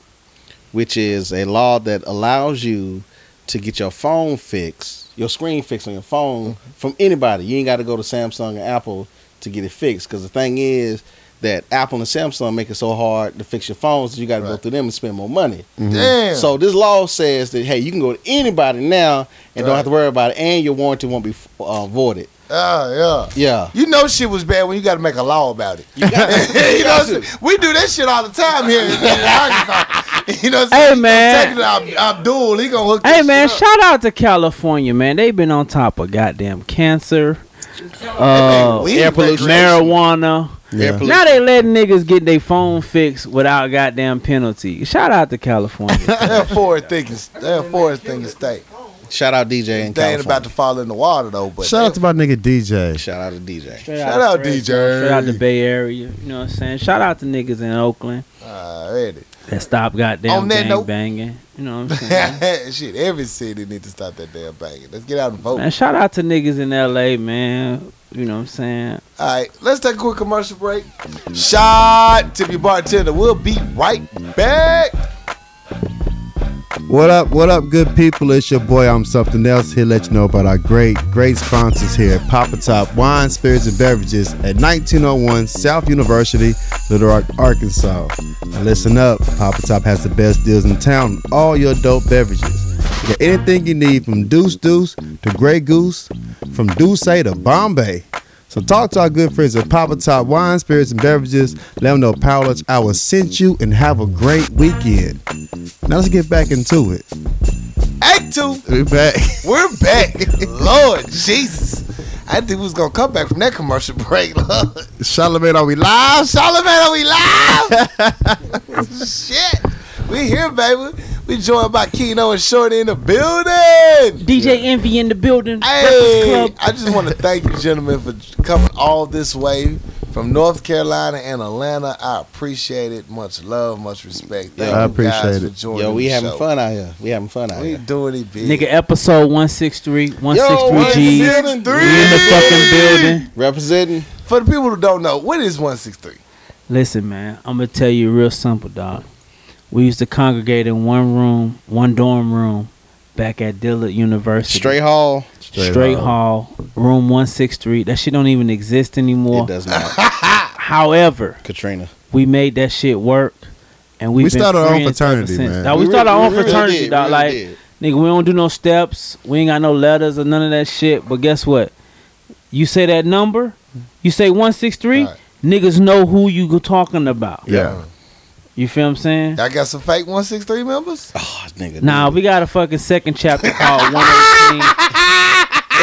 Speaker 3: which is a law that allows you to get your phone fixed, your screen fixed on your phone from anybody. You ain't got to go to Samsung or Apple to get it fixed. Because the thing is that Apple and Samsung make it so hard to fix your phones, that you got to go
Speaker 1: Right.
Speaker 3: through them and spend more money.
Speaker 1: Damn.
Speaker 3: So this law says that hey, you can go to anybody now and don't
Speaker 1: Right.
Speaker 3: have to worry about it, and your warranty won't be uh, voided.
Speaker 1: Ah, yeah.
Speaker 3: Yeah.
Speaker 1: You know shit was bad when you got to make a law about it. You,
Speaker 3: got
Speaker 1: know what I'm saying? We do that shit all the time here in Arkansas. You know what I'm
Speaker 4: Hey,
Speaker 1: saying?
Speaker 4: man.
Speaker 1: Take it to Ab- Abdul, he going to hook
Speaker 4: Hey
Speaker 1: this
Speaker 4: man,
Speaker 1: shit
Speaker 4: shout out to California, man. They've been on top of goddamn cancer,
Speaker 1: up.
Speaker 4: uh,
Speaker 1: Weed
Speaker 3: air pollution.
Speaker 1: regulation.
Speaker 4: marijuana.
Speaker 2: Yeah.
Speaker 3: Airplane-
Speaker 4: Now they letting niggas get their phone fixed without goddamn penalty. Shout out to California.
Speaker 1: They're forward thinking. They're forward thinking state.
Speaker 3: Shout out DJ and
Speaker 1: They ain't about to fall in the water though. But
Speaker 2: Shout out to
Speaker 1: they-
Speaker 2: my nigga DJ.
Speaker 3: Shout out to DJ.
Speaker 1: shout out DJ.
Speaker 4: Shout out to Bay Area. You know what I'm saying? Shout out to niggas in Oakland
Speaker 1: Alrighty.
Speaker 4: that stop goddamn
Speaker 1: On that
Speaker 4: gang
Speaker 1: note-
Speaker 4: banging. You know what I'm saying?
Speaker 1: Shit, every city need to stop that damn banging. Let's get out and vote.
Speaker 4: Man, shout out to niggas in LA, man. You know what I'm saying?
Speaker 1: All right, let's take a quick commercial break. Shot tip your bartender. We'll be right back.
Speaker 2: What up? What up, good people? It's your boy. I'm something else here. to Let you know about our great, great sponsors here at Papa Top Wine, Spirits, and Beverages at 1901 South University, Little Rock, Arkansas. Now listen up. Papa Top has the best deals in town. on All your dope beverages. You got anything you need from Deuce Deuce to Grey Goose, from Deuce to Bombay. So talk to our good friends at Papa Top Wine, Spirits, and Beverages. Let them know Power Lunch Hour sent you and have a great weekend. Now let's get back into it.
Speaker 1: Act two.
Speaker 2: We back.
Speaker 1: We're back. Lord Jesus. I think we was gonna come back from that commercial break. Lord.
Speaker 2: Charlamagne, are we live?
Speaker 1: Solomon, are we live? Shit. We here, baby. We joined by Keno and Shorty in the building.
Speaker 4: DJ Envy in the building. Breakfast
Speaker 1: Hey,
Speaker 4: Club.
Speaker 1: I just want to thank you, gentlemen, for coming all this way from North Carolina and Atlanta. I appreciate it. Much love, much respect. Thank
Speaker 2: I
Speaker 1: you guys
Speaker 2: appreciate
Speaker 1: for
Speaker 2: it.
Speaker 1: joining
Speaker 3: Yo, we
Speaker 1: the
Speaker 3: having
Speaker 1: show.
Speaker 3: fun out here. We having fun out
Speaker 1: We
Speaker 3: here.
Speaker 1: doing it big.
Speaker 4: Nigga, episode 163, 163 G's. We in
Speaker 1: 163.
Speaker 4: the fucking building.
Speaker 3: Representing.
Speaker 1: For the people who don't know, what is 163?
Speaker 4: Listen, man, I'm gonna tell you real simple, dog. We used to congregate in one room, one dorm room, back at Dillard University.
Speaker 3: Straight hall.
Speaker 4: straight, hall. room 163. That shit don't even exist anymore.
Speaker 3: It does not.
Speaker 4: However,
Speaker 3: Katrina.
Speaker 4: we made that shit work, and we've
Speaker 2: We
Speaker 4: been
Speaker 2: started our own
Speaker 4: friends ever
Speaker 2: fraternity,
Speaker 4: since.
Speaker 2: man.
Speaker 4: Dawg, Oh, we,
Speaker 3: re-
Speaker 4: started our own
Speaker 3: we really
Speaker 4: fraternity,
Speaker 3: did, we
Speaker 4: dawg.
Speaker 3: really
Speaker 4: like,
Speaker 3: did.
Speaker 4: nigga, we don't do no steps. We ain't got no letters or none of that shit. But guess what? You say that number, you say 163,
Speaker 1: Right.
Speaker 4: niggas know who you go talking about.
Speaker 2: Yeah.
Speaker 4: You feel what I'm saying?
Speaker 1: Y'all got some fake 163 members?
Speaker 3: Oh, nigga.
Speaker 4: Nah, we got a fucking second chapter called 118.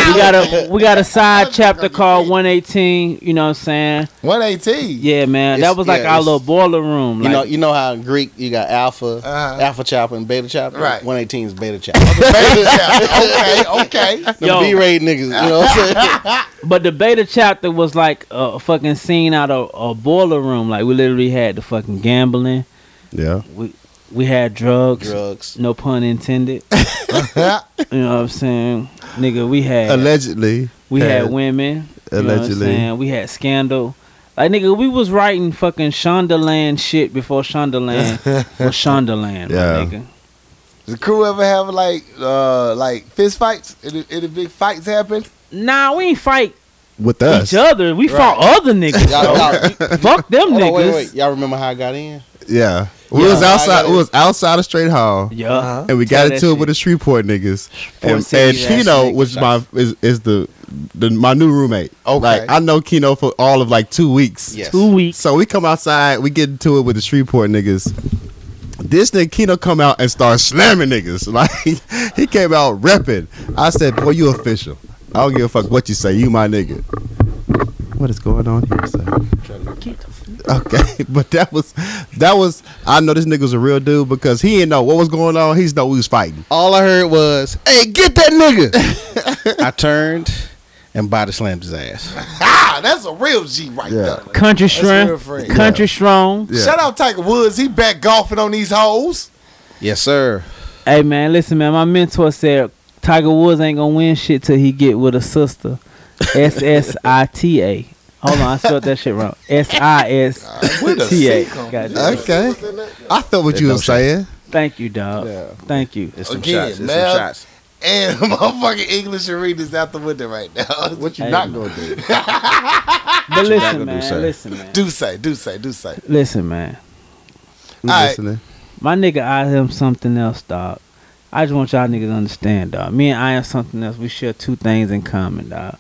Speaker 4: we got a we got a side chapter called 118. You know what I'm saying?
Speaker 1: 118.
Speaker 4: Yeah, man,
Speaker 3: It's-
Speaker 4: that was like
Speaker 3: yeah,
Speaker 4: our
Speaker 3: it's-
Speaker 4: little boiler room.
Speaker 3: You know,
Speaker 4: Like,
Speaker 3: you know how in Greek you got alpha,
Speaker 1: Uh-huh.
Speaker 3: alpha chopper, and beta chopper.
Speaker 1: Right.
Speaker 3: One eighteen is beta chopper.
Speaker 1: Baby chapter. Okay, okay.
Speaker 3: The
Speaker 4: Yo.
Speaker 3: B raid niggas. You know what I'm saying?
Speaker 4: but the beta chapter was like a fucking scene out of a boiler room. Like we literally had the fucking gambling.
Speaker 2: Yeah.
Speaker 4: We had drugs.
Speaker 3: Drugs.
Speaker 4: No pun intended. You know what I'm saying, nigga? We had
Speaker 2: Allegedly.
Speaker 4: we had
Speaker 2: had-
Speaker 4: women. You know what
Speaker 2: Allegedly.
Speaker 4: I'm saying? We had scandal. Like nigga, we was writing fucking Shondaland shit before Shondaland was Shondaland,
Speaker 2: Yeah.
Speaker 4: my nigga.
Speaker 1: Does the crew ever have like uh like fist fights? Any, any big fights happen?
Speaker 4: Nah, we ain't fight
Speaker 2: With us.
Speaker 4: each other. We fought other niggas.
Speaker 3: Y'all,
Speaker 4: though.
Speaker 3: y'all,
Speaker 4: Fuck them
Speaker 3: hold
Speaker 4: niggas.
Speaker 3: on, wait, wait. Y'all remember how I got in?
Speaker 2: Yeah. We
Speaker 4: Yeah.
Speaker 2: was outside.
Speaker 3: I
Speaker 2: We was outside of Straight Hall,
Speaker 4: Yeah.
Speaker 1: Uh-huh.
Speaker 2: and we
Speaker 4: Tell
Speaker 2: got
Speaker 4: that
Speaker 2: into it
Speaker 4: shit.
Speaker 2: with the Shreveport niggas. And, and
Speaker 4: City ass
Speaker 2: Keno,
Speaker 4: niggas.
Speaker 2: which is my is, is the, the my new roommate.
Speaker 1: Okay.
Speaker 2: Like I know Keno for all of like two weeks.
Speaker 3: Yes.
Speaker 4: Two weeks.
Speaker 2: So we come outside, we get into it with the Shreveport niggas. This nigga Keno come out and start slamming niggas. Like he came out repping. I said, "Boy, you official. I don't give a fuck what you say. You my nigga." What is going on here, sir? Okay, but that was that was. I know this nigga's a real dude because he didn't know what was going on. He just know we was fighting.
Speaker 3: All I heard was, "Hey, get that nigga!" I turned and body slammed his ass.
Speaker 1: Ah, that's a real G right
Speaker 2: Yeah.
Speaker 1: there.
Speaker 4: Country
Speaker 1: real
Speaker 4: strong.
Speaker 1: friend.
Speaker 4: Country strong.
Speaker 2: Yeah.
Speaker 1: Shout out Tiger Woods. He back golfing on these hoes.
Speaker 3: Yes, sir.
Speaker 4: Hey man, listen man. My mentor said Tiger Woods ain't gonna win shit till he get with a sister. S S I T A. Hold on, I spelled that shit wrong. S I S T A. Goddamn.
Speaker 2: Okay, I thought what you
Speaker 3: no
Speaker 2: was saying.
Speaker 4: Thank you, dog.
Speaker 3: Yeah.
Speaker 4: Thank you.
Speaker 3: It's some
Speaker 1: Again,
Speaker 3: shots. It's
Speaker 1: man.
Speaker 3: some shots.
Speaker 1: And motherfucking English arenas out the window right now. What
Speaker 4: you not
Speaker 1: gonna do?
Speaker 4: But listen,
Speaker 3: gonna do, sir?
Speaker 4: man. Listen, man.
Speaker 1: Do say, do say, do say.
Speaker 4: Listen, man.
Speaker 2: I'm
Speaker 1: All right.
Speaker 2: listening.
Speaker 4: My nigga, I am something else, dog. I just want y'all niggas to understand, dog. Me and I am something else. We share two things in common, dog.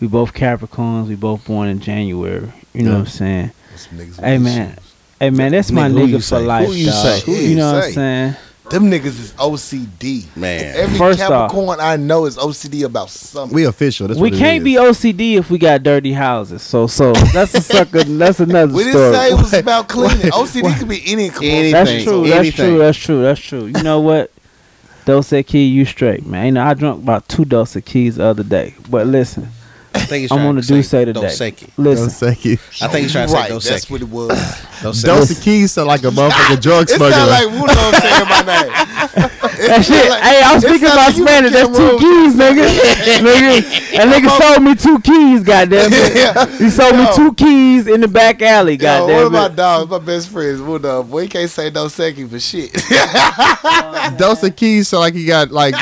Speaker 4: We both Capricorns. We both born in January. You know what I'm saying?
Speaker 1: Some niggas with
Speaker 4: Hey
Speaker 1: issues.
Speaker 4: man, hey man, that's my
Speaker 3: Nigga, who
Speaker 4: nigga
Speaker 3: you
Speaker 4: for
Speaker 3: say? Who
Speaker 4: life,
Speaker 3: you
Speaker 4: dog.
Speaker 3: say? Who
Speaker 4: You
Speaker 3: you
Speaker 4: know what
Speaker 3: say?
Speaker 4: I'm saying?
Speaker 1: Them niggas is OCD.
Speaker 3: Man.
Speaker 1: Every
Speaker 4: First off-
Speaker 1: Capricorn I know is OCD about something.
Speaker 2: We official. That's
Speaker 4: we
Speaker 2: what it
Speaker 4: can't
Speaker 2: is.
Speaker 4: be OCD if we got dirty houses. So so that's a sucker. that's another
Speaker 1: We didn't
Speaker 4: story.
Speaker 1: say it was about cleaning. OCD could be any compulsion.
Speaker 3: Any-
Speaker 4: that's
Speaker 3: anything,
Speaker 4: true.
Speaker 3: so
Speaker 4: That's
Speaker 3: anything.
Speaker 4: true. That's true. That's true. You know what? Dose key, you straight, man. You know, I drunk about two dose keys the other day. But listen,
Speaker 3: I think he's
Speaker 4: I'm
Speaker 3: trying
Speaker 4: on the
Speaker 3: say
Speaker 4: do say today.
Speaker 3: Doseki.
Speaker 2: Don't
Speaker 4: listen,
Speaker 2: say it.
Speaker 3: I think he's trying to
Speaker 1: Right,
Speaker 3: say
Speaker 1: that's
Speaker 3: Doseki.
Speaker 1: what it was.
Speaker 3: Doseki.
Speaker 2: Dose Keys sound like a motherfucking drug
Speaker 1: It sound
Speaker 2: smuggler.
Speaker 1: like Wudo saying my name.
Speaker 4: that shit.
Speaker 1: like-
Speaker 4: hey, I'm
Speaker 1: it's
Speaker 4: speaking
Speaker 1: not
Speaker 4: about
Speaker 1: like you
Speaker 4: Spanish.
Speaker 1: can
Speaker 4: That's two
Speaker 1: roll-
Speaker 4: keys, nigga. nigga, that nigga sold me two keys. Goddamn it.
Speaker 1: yeah.
Speaker 4: He sold me
Speaker 1: Yo.
Speaker 4: two keys in the back alley.
Speaker 1: Yo, one of
Speaker 4: Goddamn
Speaker 1: my
Speaker 4: it.
Speaker 1: dogs, my best friends, Wudo. Boy, he can't say no second for shit.
Speaker 2: Dose Keys sound like he got like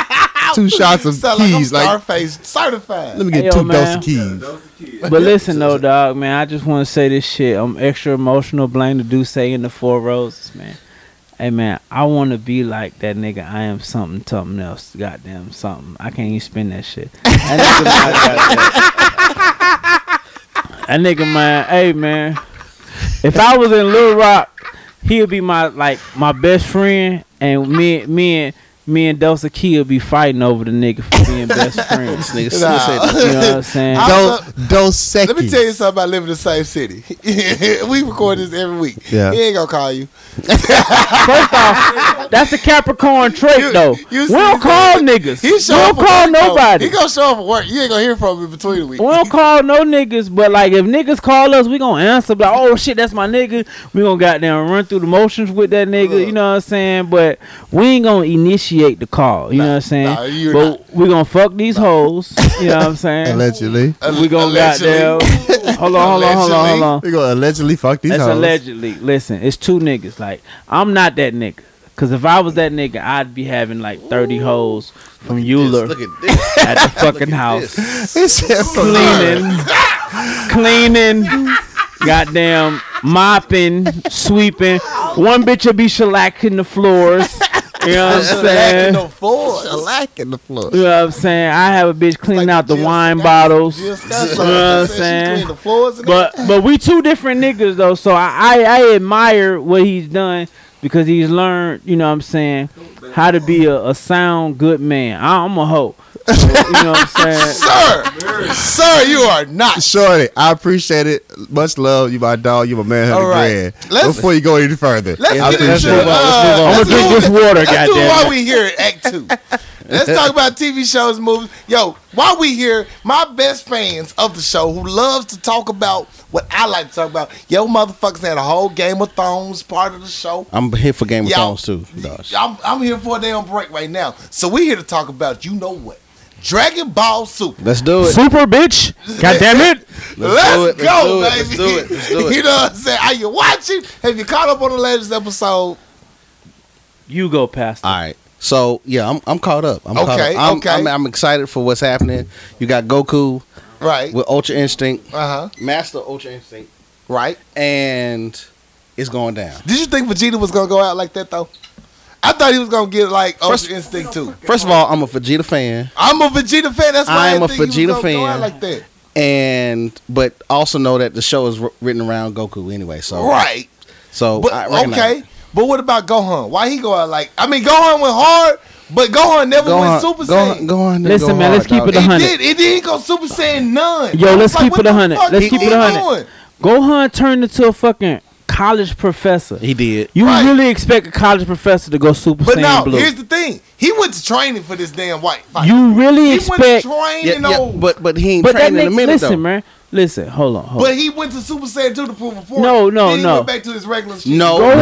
Speaker 2: two shots of
Speaker 1: Sound like I'm
Speaker 2: keys. Like,
Speaker 1: Scarface certified.
Speaker 2: let me get
Speaker 4: Hey, yo,
Speaker 2: two
Speaker 4: man.
Speaker 2: Dose Keys.
Speaker 5: Those are kids.
Speaker 4: But listen though, dog, man, I just want to say this shit. I'm extra emotional. Blame the Duce in the Four Roses, man. Hey man, I want to be like that nigga. I am something, something else. Goddamn something. I can't even spin that shit. That nigga, That nigga, man. Hey, man. If I was in Little Rock, he would be my like my best friend, and me, me and me and Delsa Key would be fighting over the nigga for being best friends.
Speaker 3: Nigga,
Speaker 1: Nah.
Speaker 3: still say that.
Speaker 4: You know what I'm saying?
Speaker 1: I-
Speaker 2: Dos, dos
Speaker 1: Let me tell you something about living in the same city. we record this every week.
Speaker 2: Yeah.
Speaker 1: He ain't gonna call you.
Speaker 4: First off, that's a Capricorn trait,
Speaker 1: You-
Speaker 4: though.
Speaker 1: you
Speaker 4: we
Speaker 1: see-
Speaker 4: don't call niggas.
Speaker 1: He
Speaker 4: We
Speaker 1: show
Speaker 4: don't
Speaker 1: up for
Speaker 4: call
Speaker 1: work, though.
Speaker 4: nobody.
Speaker 1: He gonna show up for work. You ain't gonna hear from him between the week.
Speaker 4: We don't call no niggas, but like if niggas call us, we gonna answer. be Like, oh shit, that's my nigga. We gonna goddamn run through the motions with that nigga. You know what I'm saying? But we ain't gonna initiate the call. You know what I'm saying?
Speaker 1: nah, you're
Speaker 4: but
Speaker 1: not.
Speaker 4: we gonna fuck these hoes. You know what I'm saying?
Speaker 2: Allegedly.
Speaker 1: Al-
Speaker 4: we gonna
Speaker 1: allegedly.
Speaker 4: goddamn. Hold on, hold on, hold on, hold on.
Speaker 2: We gonna allegedly fuck these
Speaker 4: Oh. That's
Speaker 2: hoes.
Speaker 4: allegedly. Listen, it's two niggas. Like I'm not that nigga. Cause if I was that nigga, I'd be having like 30 hoes from Euler
Speaker 3: Look at this.
Speaker 4: at the fucking house
Speaker 2: He said from
Speaker 4: cleaning, cleaning, goddamn mopping, sweeping. One bitch will be shellacking the floors. You know what
Speaker 1: Lacking
Speaker 4: I'm saying?
Speaker 1: no floors.
Speaker 2: lack in the floor.
Speaker 4: You know what I'm saying? I have a bitch cleaning
Speaker 1: Like
Speaker 4: out the
Speaker 1: Jill
Speaker 4: wine
Speaker 1: Scott-
Speaker 4: bottles.
Speaker 1: Jill Scott
Speaker 4: You
Speaker 1: song.
Speaker 4: know what I'm
Speaker 1: She said she
Speaker 4: saying?
Speaker 1: cleaned The floors and
Speaker 4: But but we two different niggas though, so I, I I admire what he's done because he's learned, you know what I'm saying, how to be a, a sound good man. I, I'm a hoe. So, you know what I'm saying?
Speaker 1: Sir, sir, you are not.
Speaker 2: Shorty, I appreciate it. Much love. You my dog. You my man.
Speaker 1: All right.
Speaker 2: Grand.
Speaker 1: Let's-
Speaker 2: Before you go any further,
Speaker 1: Let's
Speaker 2: I
Speaker 1: get
Speaker 2: appreciate
Speaker 1: into.
Speaker 2: it.
Speaker 1: Uh,
Speaker 4: I'm
Speaker 1: let's
Speaker 4: gonna drink
Speaker 1: do
Speaker 4: this water,
Speaker 1: Let's do it
Speaker 4: goddamn.
Speaker 1: while we here at Act Two. Let's talk about TV shows, movies. Yo, while we here, my best fans of the show who loves to talk about what I like to talk about. Yo, motherfuckers had a whole Game of Thrones part of the show.
Speaker 3: I'm here for Game of
Speaker 1: Y'all-
Speaker 3: Thrones too. Dawg.
Speaker 1: I'm, I'm here for a damn break right now. So we here to talk about you know what? Dragon Ball Super.
Speaker 3: Let's do it.
Speaker 4: Super bitch. God damn it.
Speaker 1: Let's,
Speaker 3: do it, let's
Speaker 1: go,
Speaker 3: do it, let's
Speaker 1: baby.
Speaker 3: do it, let's do it.
Speaker 1: You know what I'm saying? Are you watching? Have you caught up on the latest episode?
Speaker 4: You go past.
Speaker 3: All right. So yeah, I'm I'm caught up. I'm caught
Speaker 1: Okay,
Speaker 3: up. I'm,
Speaker 1: okay.
Speaker 3: I'm, I'm excited for what's happening. You got Goku
Speaker 1: Right.
Speaker 3: with Ultra Instinct,
Speaker 1: Uh huh.
Speaker 3: Master Ultra Instinct,
Speaker 1: Right.
Speaker 3: and it's going down.
Speaker 1: Did you think Vegeta was gonna go out like that though? I thought he was gonna get like Ultra
Speaker 3: First-
Speaker 1: Instinct too.
Speaker 3: First of all, I'm a Vegeta fan,
Speaker 1: I'm a Vegeta fan. That's why I
Speaker 3: I'm a
Speaker 1: think he
Speaker 3: Vegeta
Speaker 1: was gonna Go out
Speaker 3: fan.
Speaker 1: like that.
Speaker 3: and but also know that the show is wr- written around Goku anyway. So
Speaker 1: Right.
Speaker 3: So I
Speaker 1: But
Speaker 3: recognize
Speaker 1: okay.
Speaker 3: it.
Speaker 1: But what about Gohan? Why he go out like? I mean, Gohan went hard, but Gohan never
Speaker 3: Go on,
Speaker 1: went Super
Speaker 3: go
Speaker 1: Saiyan.
Speaker 3: on, go on.
Speaker 4: Listen,
Speaker 3: go
Speaker 4: man, let's
Speaker 3: hard,
Speaker 4: keep
Speaker 3: dawg.
Speaker 4: it a
Speaker 1: He
Speaker 4: hundred.
Speaker 1: did. It didn't go Super Saiyan none.
Speaker 4: Yo,
Speaker 1: I was
Speaker 4: let's keep
Speaker 1: what
Speaker 4: it a
Speaker 1: the
Speaker 4: hundred.
Speaker 1: fuck
Speaker 4: Let's
Speaker 1: is
Speaker 4: keep
Speaker 1: he
Speaker 4: it a hundred.
Speaker 1: doing?
Speaker 4: Gohan turned into a fucking college professor.
Speaker 3: He did.
Speaker 4: You
Speaker 1: Right.
Speaker 4: really expect a college professor to go Super
Speaker 1: But
Speaker 4: Saiyan
Speaker 1: now
Speaker 4: Blue?
Speaker 1: here's the thing. He went to training for this damn white fight.
Speaker 4: you really
Speaker 1: he went
Speaker 4: expect,
Speaker 1: training
Speaker 3: Yeah, yeah,
Speaker 1: on, but,
Speaker 3: but but he ain't
Speaker 4: but that
Speaker 3: training in a
Speaker 4: nigga.
Speaker 3: minute
Speaker 4: Listen,
Speaker 3: though.
Speaker 4: man. Listen, hold on, hold on.
Speaker 1: he went to Super Saiyan 2 to prove a point.
Speaker 4: No, no,
Speaker 1: then he
Speaker 4: no.
Speaker 1: Went back to his regular. shit.
Speaker 3: No,
Speaker 4: Gohan,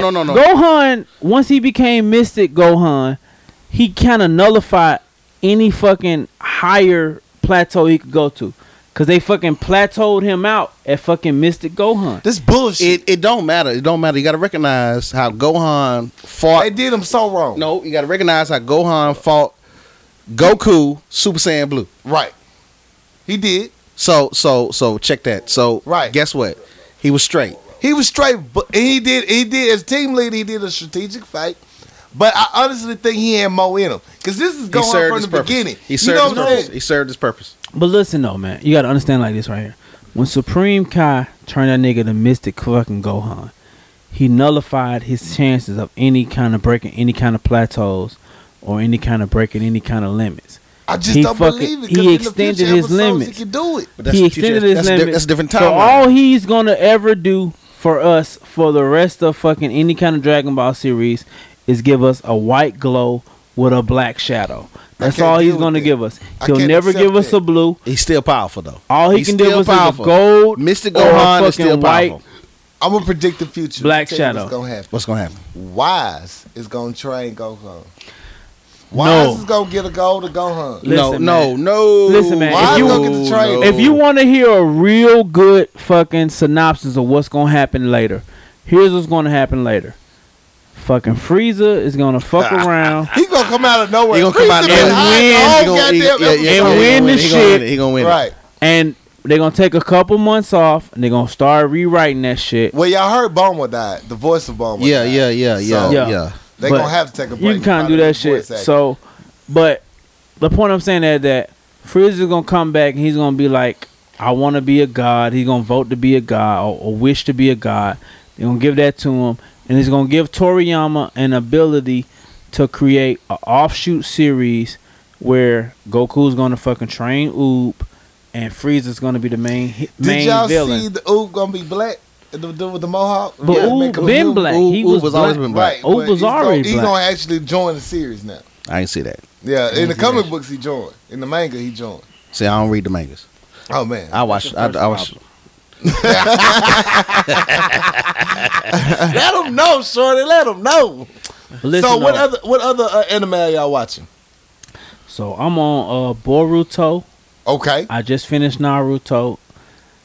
Speaker 3: no, no, no, no, no.
Speaker 4: Gohan, once he became Mystic Gohan, he kind of nullified any fucking higher plateau he could go to, cause they fucking plateaued him out at fucking Mystic Gohan.
Speaker 1: this bullshit.
Speaker 3: It it don't matter. It don't matter. You got to recognize how Gohan fought.
Speaker 1: they did him so wrong.
Speaker 3: No, you got to recognize how Gohan fought Goku Super Saiyan Blue.
Speaker 1: right. He did.
Speaker 3: So so so check that. So
Speaker 1: Right.
Speaker 3: guess what? He was straight.
Speaker 1: He was straight, but and he did. He did as team leader. He did a strategic fight, but I honestly think he had more in him because this is
Speaker 3: He
Speaker 1: going
Speaker 3: served
Speaker 1: from
Speaker 3: his
Speaker 1: the
Speaker 3: purpose.
Speaker 1: beginning.
Speaker 3: He served
Speaker 1: you know
Speaker 3: his
Speaker 1: what I'm
Speaker 3: purpose.
Speaker 1: saying?
Speaker 3: He served his purpose.
Speaker 4: But listen though, man, you gotta understand like this right here. When Supreme Kai turned that nigga to Mystic fucking Gohan, he nullified his chances of any kind of breaking any kind of plateaus or any kind of breaking any kind of limits.
Speaker 1: I just
Speaker 4: He
Speaker 1: don't
Speaker 4: fucking-
Speaker 1: believe it. 'cause
Speaker 4: he
Speaker 1: in the
Speaker 4: extended
Speaker 1: future
Speaker 4: his
Speaker 1: episodes,
Speaker 4: limits.
Speaker 1: He can do it.
Speaker 3: But that's
Speaker 4: he
Speaker 3: what you
Speaker 4: extended
Speaker 3: just-
Speaker 4: his
Speaker 3: that's, di-
Speaker 4: limit.
Speaker 3: that's a different time.
Speaker 4: So all he's gonna ever do for us for the rest of fucking any kind of Dragon Ball series is give us a white glow with a black shadow.
Speaker 1: I
Speaker 4: That's
Speaker 1: can't
Speaker 4: all he's
Speaker 1: deal with
Speaker 4: gonna
Speaker 1: that.
Speaker 4: give us.
Speaker 1: I
Speaker 4: He'll
Speaker 1: can't
Speaker 4: never
Speaker 1: accept
Speaker 4: give us
Speaker 1: that.
Speaker 4: a blue.
Speaker 3: he's still powerful though.
Speaker 4: All he
Speaker 3: He's
Speaker 4: can give
Speaker 3: still
Speaker 4: us is a
Speaker 3: powerful.
Speaker 4: gold
Speaker 3: Mr.
Speaker 4: or a
Speaker 3: Gohan is
Speaker 4: fucking
Speaker 3: still
Speaker 4: white
Speaker 3: powerful.
Speaker 1: I'm gonna predict the future.
Speaker 4: Black
Speaker 1: Tell you
Speaker 4: Shadow.
Speaker 1: What's gonna happen?
Speaker 3: What's gonna happen?
Speaker 1: Wise is gonna train Gohan. Wise
Speaker 4: No.
Speaker 1: is gonna get a goal to Gohan.
Speaker 4: Listen,
Speaker 3: no, no, no.
Speaker 4: Listen, man, if
Speaker 1: Wise you- gonna get the train.
Speaker 4: If
Speaker 3: Oh.
Speaker 4: you want to hear a real good fucking synopsis of what's gonna happen later, here's what's gonna happen later. Fucking Frieza is gonna fuck around
Speaker 1: He gonna come out of nowhere.
Speaker 3: He gonna come
Speaker 1: Frieza
Speaker 3: out of
Speaker 1: been
Speaker 4: nowhere.
Speaker 1: hiding the whole
Speaker 3: He gonna- he-
Speaker 1: goddamn
Speaker 3: yeah, yeah,
Speaker 1: episode.
Speaker 4: And win
Speaker 3: he
Speaker 4: the
Speaker 3: gonna win
Speaker 4: shit.
Speaker 3: it. He gonna win it.
Speaker 1: Right.
Speaker 4: and they're gonna take a couple months off and they're gonna start rewriting that shit.
Speaker 1: Well, y'all heard Bulma died. The voice of Bulma.
Speaker 3: Yeah,
Speaker 1: died.
Speaker 3: yeah, yeah, yeah,
Speaker 1: Oh So-
Speaker 4: Yeah.
Speaker 3: yeah.
Speaker 1: They
Speaker 4: But
Speaker 1: gonna have to take a break.
Speaker 4: You can kind of
Speaker 1: probably
Speaker 4: do that
Speaker 1: with
Speaker 4: shit.
Speaker 1: voice acting.
Speaker 4: So, but the point I'm saying is that Frieza's gonna come back and he's gonna be like, I want to be a god. He gonna vote to be a god or, or wish to be a god. They gonna give that to him, and it's gonna give Toriyama an ability to create an offshoot series where Goku's gonna fucking train Oob, and Frieza's gonna be the main hi-
Speaker 1: Did
Speaker 4: main
Speaker 1: y'all
Speaker 4: villain.
Speaker 1: see the Oob gonna be black? The dude with the mohawk.
Speaker 4: But
Speaker 1: Yeah,
Speaker 4: Oob
Speaker 1: make him-
Speaker 4: been black. he
Speaker 3: Oob
Speaker 4: was,
Speaker 3: was always
Speaker 4: black.
Speaker 3: been black.
Speaker 1: Right, but
Speaker 4: Oob was
Speaker 1: he's gonna-
Speaker 4: already
Speaker 1: He's
Speaker 4: black.
Speaker 1: gonna actually join the series now.
Speaker 3: I ain't see that.
Speaker 1: Yeah, in the comic books he joined. In the manga he joined.
Speaker 3: See, I don't read the mangas.
Speaker 1: Oh man,
Speaker 3: I watch. I, I watch.
Speaker 1: let him know, shorty. Let him know.
Speaker 4: Listen
Speaker 1: so what
Speaker 4: up.
Speaker 1: other what other uh, anime are y'all watching?
Speaker 4: So I'm on uh, Boruto.
Speaker 1: Okay,
Speaker 4: I just finished Naruto.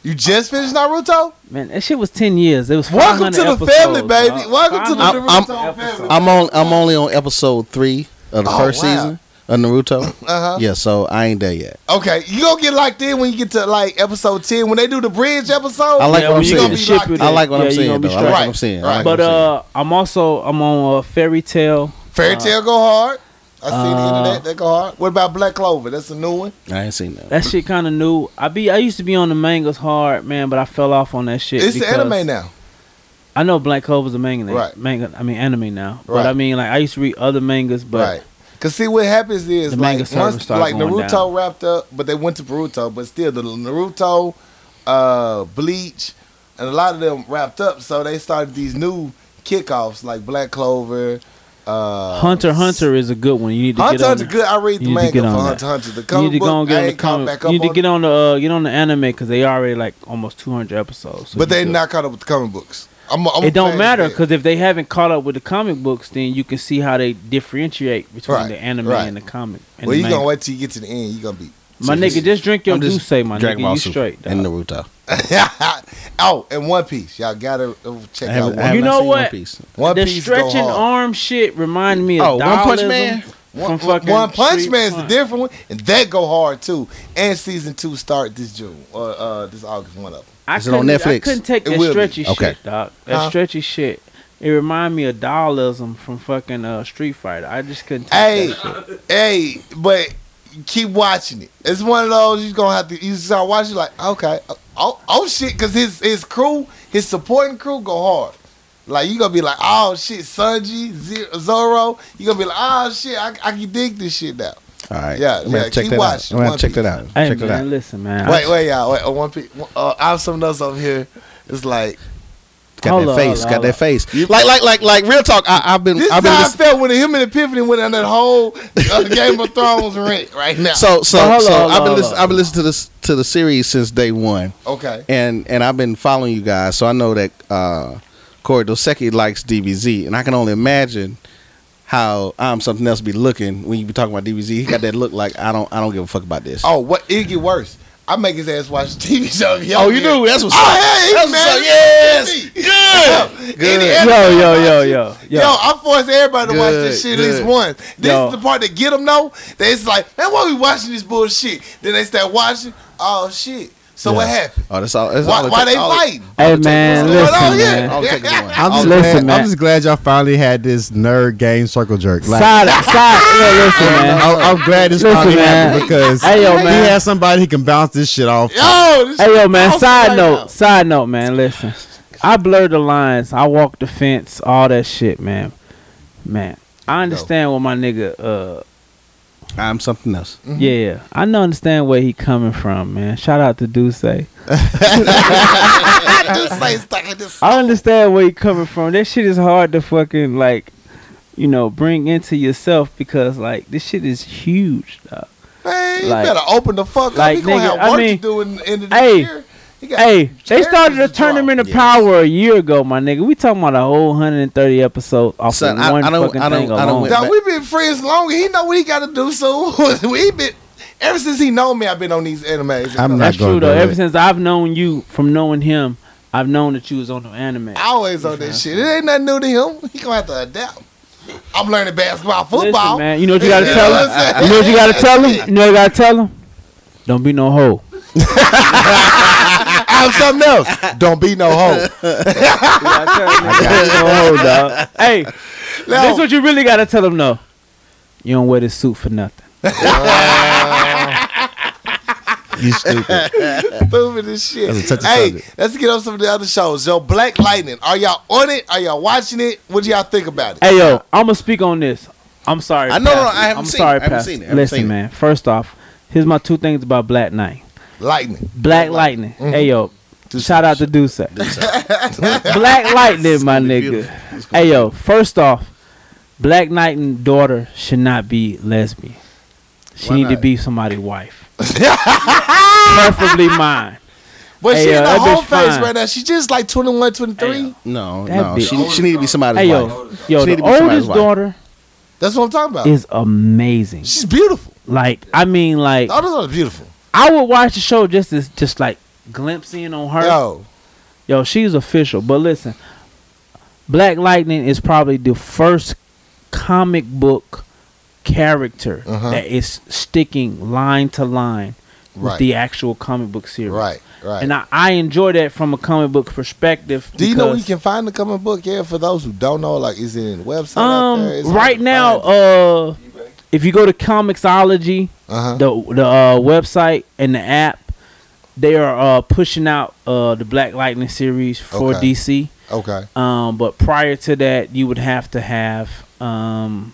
Speaker 1: you just finished Naruto.
Speaker 4: Man, that shit was ten years. It was
Speaker 1: Welcome
Speaker 4: 500
Speaker 1: to the
Speaker 4: episodes,
Speaker 1: family, baby.
Speaker 4: dog.
Speaker 1: Welcome to the
Speaker 4: 500
Speaker 1: Naruto
Speaker 4: episodes.
Speaker 1: family.
Speaker 3: I'm on. I'm only on episode three of the
Speaker 1: Oh,
Speaker 3: first
Speaker 1: wow.
Speaker 3: season of Naruto.
Speaker 1: Uh huh.
Speaker 3: Yeah, so I ain't there yet.
Speaker 1: Okay, you gonna get locked in when you get to like episode ten when they do the bridge episode.
Speaker 3: I like
Speaker 4: Yeah,
Speaker 3: what
Speaker 4: when
Speaker 3: I'm
Speaker 4: you
Speaker 3: saying.
Speaker 4: gonna be locked
Speaker 3: I
Speaker 4: in.
Speaker 3: like what
Speaker 4: Yeah,
Speaker 3: I'm
Speaker 4: you
Speaker 3: saying.
Speaker 4: gonna be
Speaker 3: Though. I like what
Speaker 1: straight.
Speaker 3: I'm saying. I
Speaker 1: Right.
Speaker 3: like
Speaker 4: But
Speaker 3: what I'm saying.
Speaker 4: uh, I'm also I'm on uh, Fairy Tale.
Speaker 1: Fairy Tale go hard. I see the
Speaker 4: Uh-huh. uh,
Speaker 1: internet that go hard. What about Black Clover? That's a new one.
Speaker 3: I ain't seen that.
Speaker 4: That shit kind of new. I be I used to be on the mangas hard, man, but I fell off on that shit.
Speaker 1: It's the
Speaker 4: because
Speaker 1: anime now.
Speaker 4: I know Black Clover's a manga, now-
Speaker 1: Right.
Speaker 4: Manga, I mean anime now. But
Speaker 1: Right.
Speaker 4: I mean, like I used to read other mangas, but
Speaker 1: right. Cause see what happens is
Speaker 4: The manga
Speaker 1: like
Speaker 4: server
Speaker 1: once
Speaker 4: started
Speaker 1: like
Speaker 4: going
Speaker 1: Naruto
Speaker 4: down.
Speaker 1: wrapped up, but they went to Boruto, but still the Naruto, uh, Bleach, and a lot of them wrapped up. So they started these new kickoffs like Black Clover, uh,
Speaker 4: Hunter x Hunter is a good one. You need to
Speaker 1: Hunter
Speaker 4: get on
Speaker 1: Hunter's
Speaker 4: that.
Speaker 1: good. I read the
Speaker 4: You need to
Speaker 1: manga
Speaker 4: get
Speaker 1: for
Speaker 4: on
Speaker 1: Hunter
Speaker 4: that.
Speaker 1: Hunter. The
Speaker 4: You
Speaker 1: comic
Speaker 4: need to go
Speaker 1: book,
Speaker 4: and
Speaker 1: I
Speaker 4: get on the
Speaker 1: ain't caught
Speaker 4: comic.
Speaker 1: back
Speaker 4: You
Speaker 1: up
Speaker 4: need to
Speaker 1: on
Speaker 4: get
Speaker 1: it,
Speaker 4: on the uh, get on the anime because they already like almost 200 episodes. so
Speaker 1: but
Speaker 4: you
Speaker 1: they
Speaker 4: good.
Speaker 1: not caught up with the comic books. I'm, a- I'm a
Speaker 4: it don't
Speaker 1: fan
Speaker 4: matter
Speaker 1: of that.
Speaker 4: because if they haven't caught up with the comic books, then you can see how they differentiate between
Speaker 1: Right,
Speaker 4: the anime
Speaker 1: right.
Speaker 4: and the comic. And
Speaker 1: Well,
Speaker 4: the
Speaker 1: you
Speaker 4: manga.
Speaker 1: gonna wait till you get to the end. You gonna be
Speaker 4: my nigga, just drink your
Speaker 3: I'm just
Speaker 4: juice, my
Speaker 3: Dragon
Speaker 4: nigga.
Speaker 3: Ball
Speaker 4: You
Speaker 3: Super
Speaker 4: straight. dog.
Speaker 3: and Naruto.
Speaker 1: oh, and One Piece. Y'all gotta uh, check
Speaker 3: I
Speaker 1: out
Speaker 3: haven't- I
Speaker 1: One.
Speaker 3: have
Speaker 4: You
Speaker 3: not
Speaker 4: know
Speaker 3: seen
Speaker 4: what?
Speaker 3: One Piece.
Speaker 1: One
Speaker 4: the
Speaker 1: Piece
Speaker 4: stretching
Speaker 1: go hard.
Speaker 4: arm shit remind me of
Speaker 3: Oh, One Punch
Speaker 4: Daoism
Speaker 3: Man?
Speaker 4: from
Speaker 1: One,
Speaker 4: fucking
Speaker 1: one Punch
Speaker 4: Street
Speaker 1: Man's the
Speaker 4: Fighter.
Speaker 1: different one, and that go hard too. And season two start this June or uh, this August. One of them.
Speaker 4: I
Speaker 3: Is it on
Speaker 4: couldn't- I
Speaker 3: Netflix?
Speaker 4: couldn't take
Speaker 1: It
Speaker 4: that
Speaker 1: will be.
Speaker 4: stretchy
Speaker 3: Okay.
Speaker 4: shit, dog. That
Speaker 1: Huh?
Speaker 4: stretchy shit. It remind me of Daoism from fucking uh, Street Fighter. I just couldn't take
Speaker 1: Hey,
Speaker 4: that shit.
Speaker 1: hey, but keep watching it. It's one of those you gonna have to. You start watching like okay, oh oh shit, because his his crew, his supporting crew go hard. Like you gonna be like oh shit, Sanji, Ze- Zoro. You gonna be like oh shit, I, I can dig this shit now.
Speaker 3: All right.
Speaker 1: Yeah,
Speaker 3: I'm gonna
Speaker 1: yeah,
Speaker 3: have to check
Speaker 1: keep
Speaker 3: that out.
Speaker 1: watching
Speaker 3: I'm gonna
Speaker 1: One
Speaker 3: have to check
Speaker 1: Piece.
Speaker 3: that out.
Speaker 4: Hey,
Speaker 3: Check
Speaker 4: man,
Speaker 3: it out.
Speaker 4: listen, man.
Speaker 1: Wait, wait, y'all. Wait, uh, one. Piece- Uh, I have something else over here. It's like
Speaker 3: Got
Speaker 4: Hold
Speaker 3: that
Speaker 4: up,
Speaker 3: face.
Speaker 4: hold
Speaker 3: Got that
Speaker 4: up.
Speaker 3: face. Like, like, like, like. Real talk. I, I've been.
Speaker 1: This
Speaker 3: I've
Speaker 1: is
Speaker 3: been.
Speaker 1: how
Speaker 3: listening-
Speaker 1: I felt when him and Epiphany went on that whole uh, Game of Thrones rant right now.
Speaker 3: So, so,
Speaker 4: But hold
Speaker 3: so.
Speaker 4: on, hold
Speaker 3: I've been.
Speaker 4: on,
Speaker 3: Listen,
Speaker 4: hold
Speaker 3: I've been
Speaker 4: on.
Speaker 3: listening to this to the series since day one.
Speaker 1: okay,
Speaker 3: and and I've been following you guys, so I know that uh, Corey Dosecki likes DBZ, and I can only imagine how I'm something else be looking when you be talking about DBZ. He got that look like I don't I don't give a fuck about this.
Speaker 1: oh, what it get worse? I make his ass watch the TV show. Yo,
Speaker 3: Oh, you do? That's what's
Speaker 1: oh,
Speaker 3: up.
Speaker 1: hey, That's
Speaker 3: That's what's up.
Speaker 1: man.
Speaker 3: Yes.
Speaker 1: Good. Good.
Speaker 4: Yo, yo, yo, yo,
Speaker 1: Yo,
Speaker 4: yo.
Speaker 1: I force everybody to watch this
Speaker 3: Good,
Speaker 1: shit at least
Speaker 3: good.
Speaker 1: once. This
Speaker 4: Yo.
Speaker 1: is the part that get them though. They it's like, man, why we watching this bullshit? Then they start watching. Oh shit! So what
Speaker 3: Yeah.
Speaker 1: happened?
Speaker 3: Oh, that's all. That's
Speaker 1: Why,
Speaker 3: all it
Speaker 1: why
Speaker 3: ta-
Speaker 1: they
Speaker 3: all it-
Speaker 1: fighting?
Speaker 4: Hey, man,
Speaker 1: What's
Speaker 4: listen,
Speaker 1: going on
Speaker 4: man.
Speaker 1: here?
Speaker 3: I'll take it away.
Speaker 2: I'm just,
Speaker 4: Listen,
Speaker 2: glad,
Speaker 4: man.
Speaker 2: I'm just glad y'all finally had this nerd game circle jerk. Like,
Speaker 4: Side, side. Yo, listen, man.
Speaker 2: I, am glad this
Speaker 4: Listen,
Speaker 2: finally happened
Speaker 4: man.
Speaker 2: because
Speaker 4: Hey, yo,
Speaker 2: he
Speaker 4: man.
Speaker 2: has somebody he can bounce this shit off.
Speaker 1: Yo, this
Speaker 4: Hey yo, man.
Speaker 1: awesome
Speaker 4: Side
Speaker 1: right
Speaker 4: note.
Speaker 1: now.
Speaker 4: Side note, man. Listen, I blur the lines. I walk the fence. All that shit, man. Man, I understand where my nigga. Uh,
Speaker 3: I'm something else.
Speaker 1: Mm-hmm.
Speaker 4: yeah, I know. Understand where he coming from, man. Shout out to Duce. I
Speaker 1: I just say stuck in this.
Speaker 4: understand where he coming from. That shit is hard to fucking like, you know, bring into yourself because like this shit is huge. Dog.
Speaker 1: Man,
Speaker 4: Like-
Speaker 1: you better open the fuck
Speaker 4: like,
Speaker 1: up. You gonna
Speaker 4: nigga, I
Speaker 1: have work
Speaker 4: mean,
Speaker 1: to do in the end of the
Speaker 4: hey,
Speaker 1: year. You got
Speaker 4: Hey, they
Speaker 1: characters
Speaker 4: started
Speaker 1: to
Speaker 4: a
Speaker 1: draw.
Speaker 4: tournament of
Speaker 3: Yes.
Speaker 4: power a year ago, my nigga. We talking about a whole 130 episodes off
Speaker 3: Son,
Speaker 4: of
Speaker 3: I-
Speaker 4: one
Speaker 3: I don't-
Speaker 4: fucking
Speaker 3: I don't-
Speaker 4: thing
Speaker 3: I don't
Speaker 4: alone.
Speaker 3: win.
Speaker 1: Dog, we been friends longer. He know what he got to do. So we been ever since he known me. I've been on these animes.
Speaker 2: I'm not
Speaker 4: That's
Speaker 2: gonna
Speaker 4: true
Speaker 2: do
Speaker 4: though.
Speaker 2: it.
Speaker 4: Ever since I've known you, from knowing him, I've known that you was on the anime.
Speaker 1: always on this shit. It ain't nothing new to him. He gonna have to adapt. I'm learning basketball,
Speaker 4: Listen,
Speaker 1: football.
Speaker 4: man. You know what you gotta
Speaker 1: You
Speaker 4: tell
Speaker 1: know
Speaker 4: him.
Speaker 1: what I'm saying?
Speaker 4: You know what you gotta tell him. You know what you gotta tell him. Don't be no hoe.
Speaker 1: I'm something else. Don't be no hoe.
Speaker 4: Don't be no hoe, dog. Hey,
Speaker 1: No.
Speaker 4: this what you really gotta tell him though. You don't wear this suit for nothing.
Speaker 2: You stupid.
Speaker 1: Stupid as shit.
Speaker 2: That's a touchy
Speaker 1: hey,
Speaker 2: subject.
Speaker 1: let's get on some of the other shows. Yo, Black Lightning. Are y'all on it? Are y'all watching it? What do y'all think about it?
Speaker 4: Hey yo, I'm gonna speak on this. I'm sorry.
Speaker 3: I know, no,
Speaker 4: Pastor.
Speaker 3: I haven't
Speaker 4: I'm
Speaker 3: seen it.
Speaker 4: sorry,
Speaker 3: I haven't
Speaker 4: Pastor.
Speaker 3: seen it. I haven't
Speaker 4: Listen,
Speaker 3: seen it.
Speaker 4: man. First off, here's my two things about Black Knight.
Speaker 1: Lightning.
Speaker 4: Black Lightning.
Speaker 3: Mm-hmm.
Speaker 4: Hey yo, shout out to Dusa. Black Lightning, my nigga. Hey yo, first off, Black Lightning daughter should not be lesbian. She
Speaker 2: Why
Speaker 4: need to
Speaker 2: not?
Speaker 4: be somebody's wife. Preferably mine.
Speaker 1: But
Speaker 4: Hey,
Speaker 1: she
Speaker 4: yo,
Speaker 1: in the
Speaker 4: that bitch
Speaker 1: whole phase
Speaker 4: fine.
Speaker 1: right now. She just like 21, 23.
Speaker 4: Hey, yo.
Speaker 3: No,
Speaker 4: That
Speaker 3: no.
Speaker 4: bitch.
Speaker 3: She, she need to be somebody's
Speaker 4: Hey
Speaker 3: wife.
Speaker 4: yo,
Speaker 3: She need to
Speaker 4: yo, the
Speaker 3: be somebody's
Speaker 4: oldest
Speaker 3: wife.
Speaker 4: daughter
Speaker 1: That's what I'm talking about.
Speaker 4: is amazing.
Speaker 1: She's beautiful.
Speaker 4: Like, I mean, like,
Speaker 1: All those are beautiful.
Speaker 4: I would watch the show just as just like glimpsing on her. Yo.
Speaker 1: Yo,
Speaker 4: she's official. But listen, Black Lightning is probably the first comic book character
Speaker 1: Uh-huh.
Speaker 4: that is sticking line to line with
Speaker 1: Right.
Speaker 4: the actual comic book series.
Speaker 1: right, right.
Speaker 4: And I, I enjoy that from a comic book perspective.
Speaker 1: do you know where you
Speaker 4: because,
Speaker 1: can find the comic book? Yeah, for those who don't know, like, is it in the website? out there? Is it
Speaker 4: um right
Speaker 1: on-
Speaker 4: now uh if you go to Comixology,
Speaker 1: Uh-huh.
Speaker 4: the the uh, website and the app, they are uh, pushing out uh, the Black Lightning series for
Speaker 1: Okay.
Speaker 4: DC.
Speaker 1: Okay.
Speaker 4: Um, but prior to that, you would have to have um,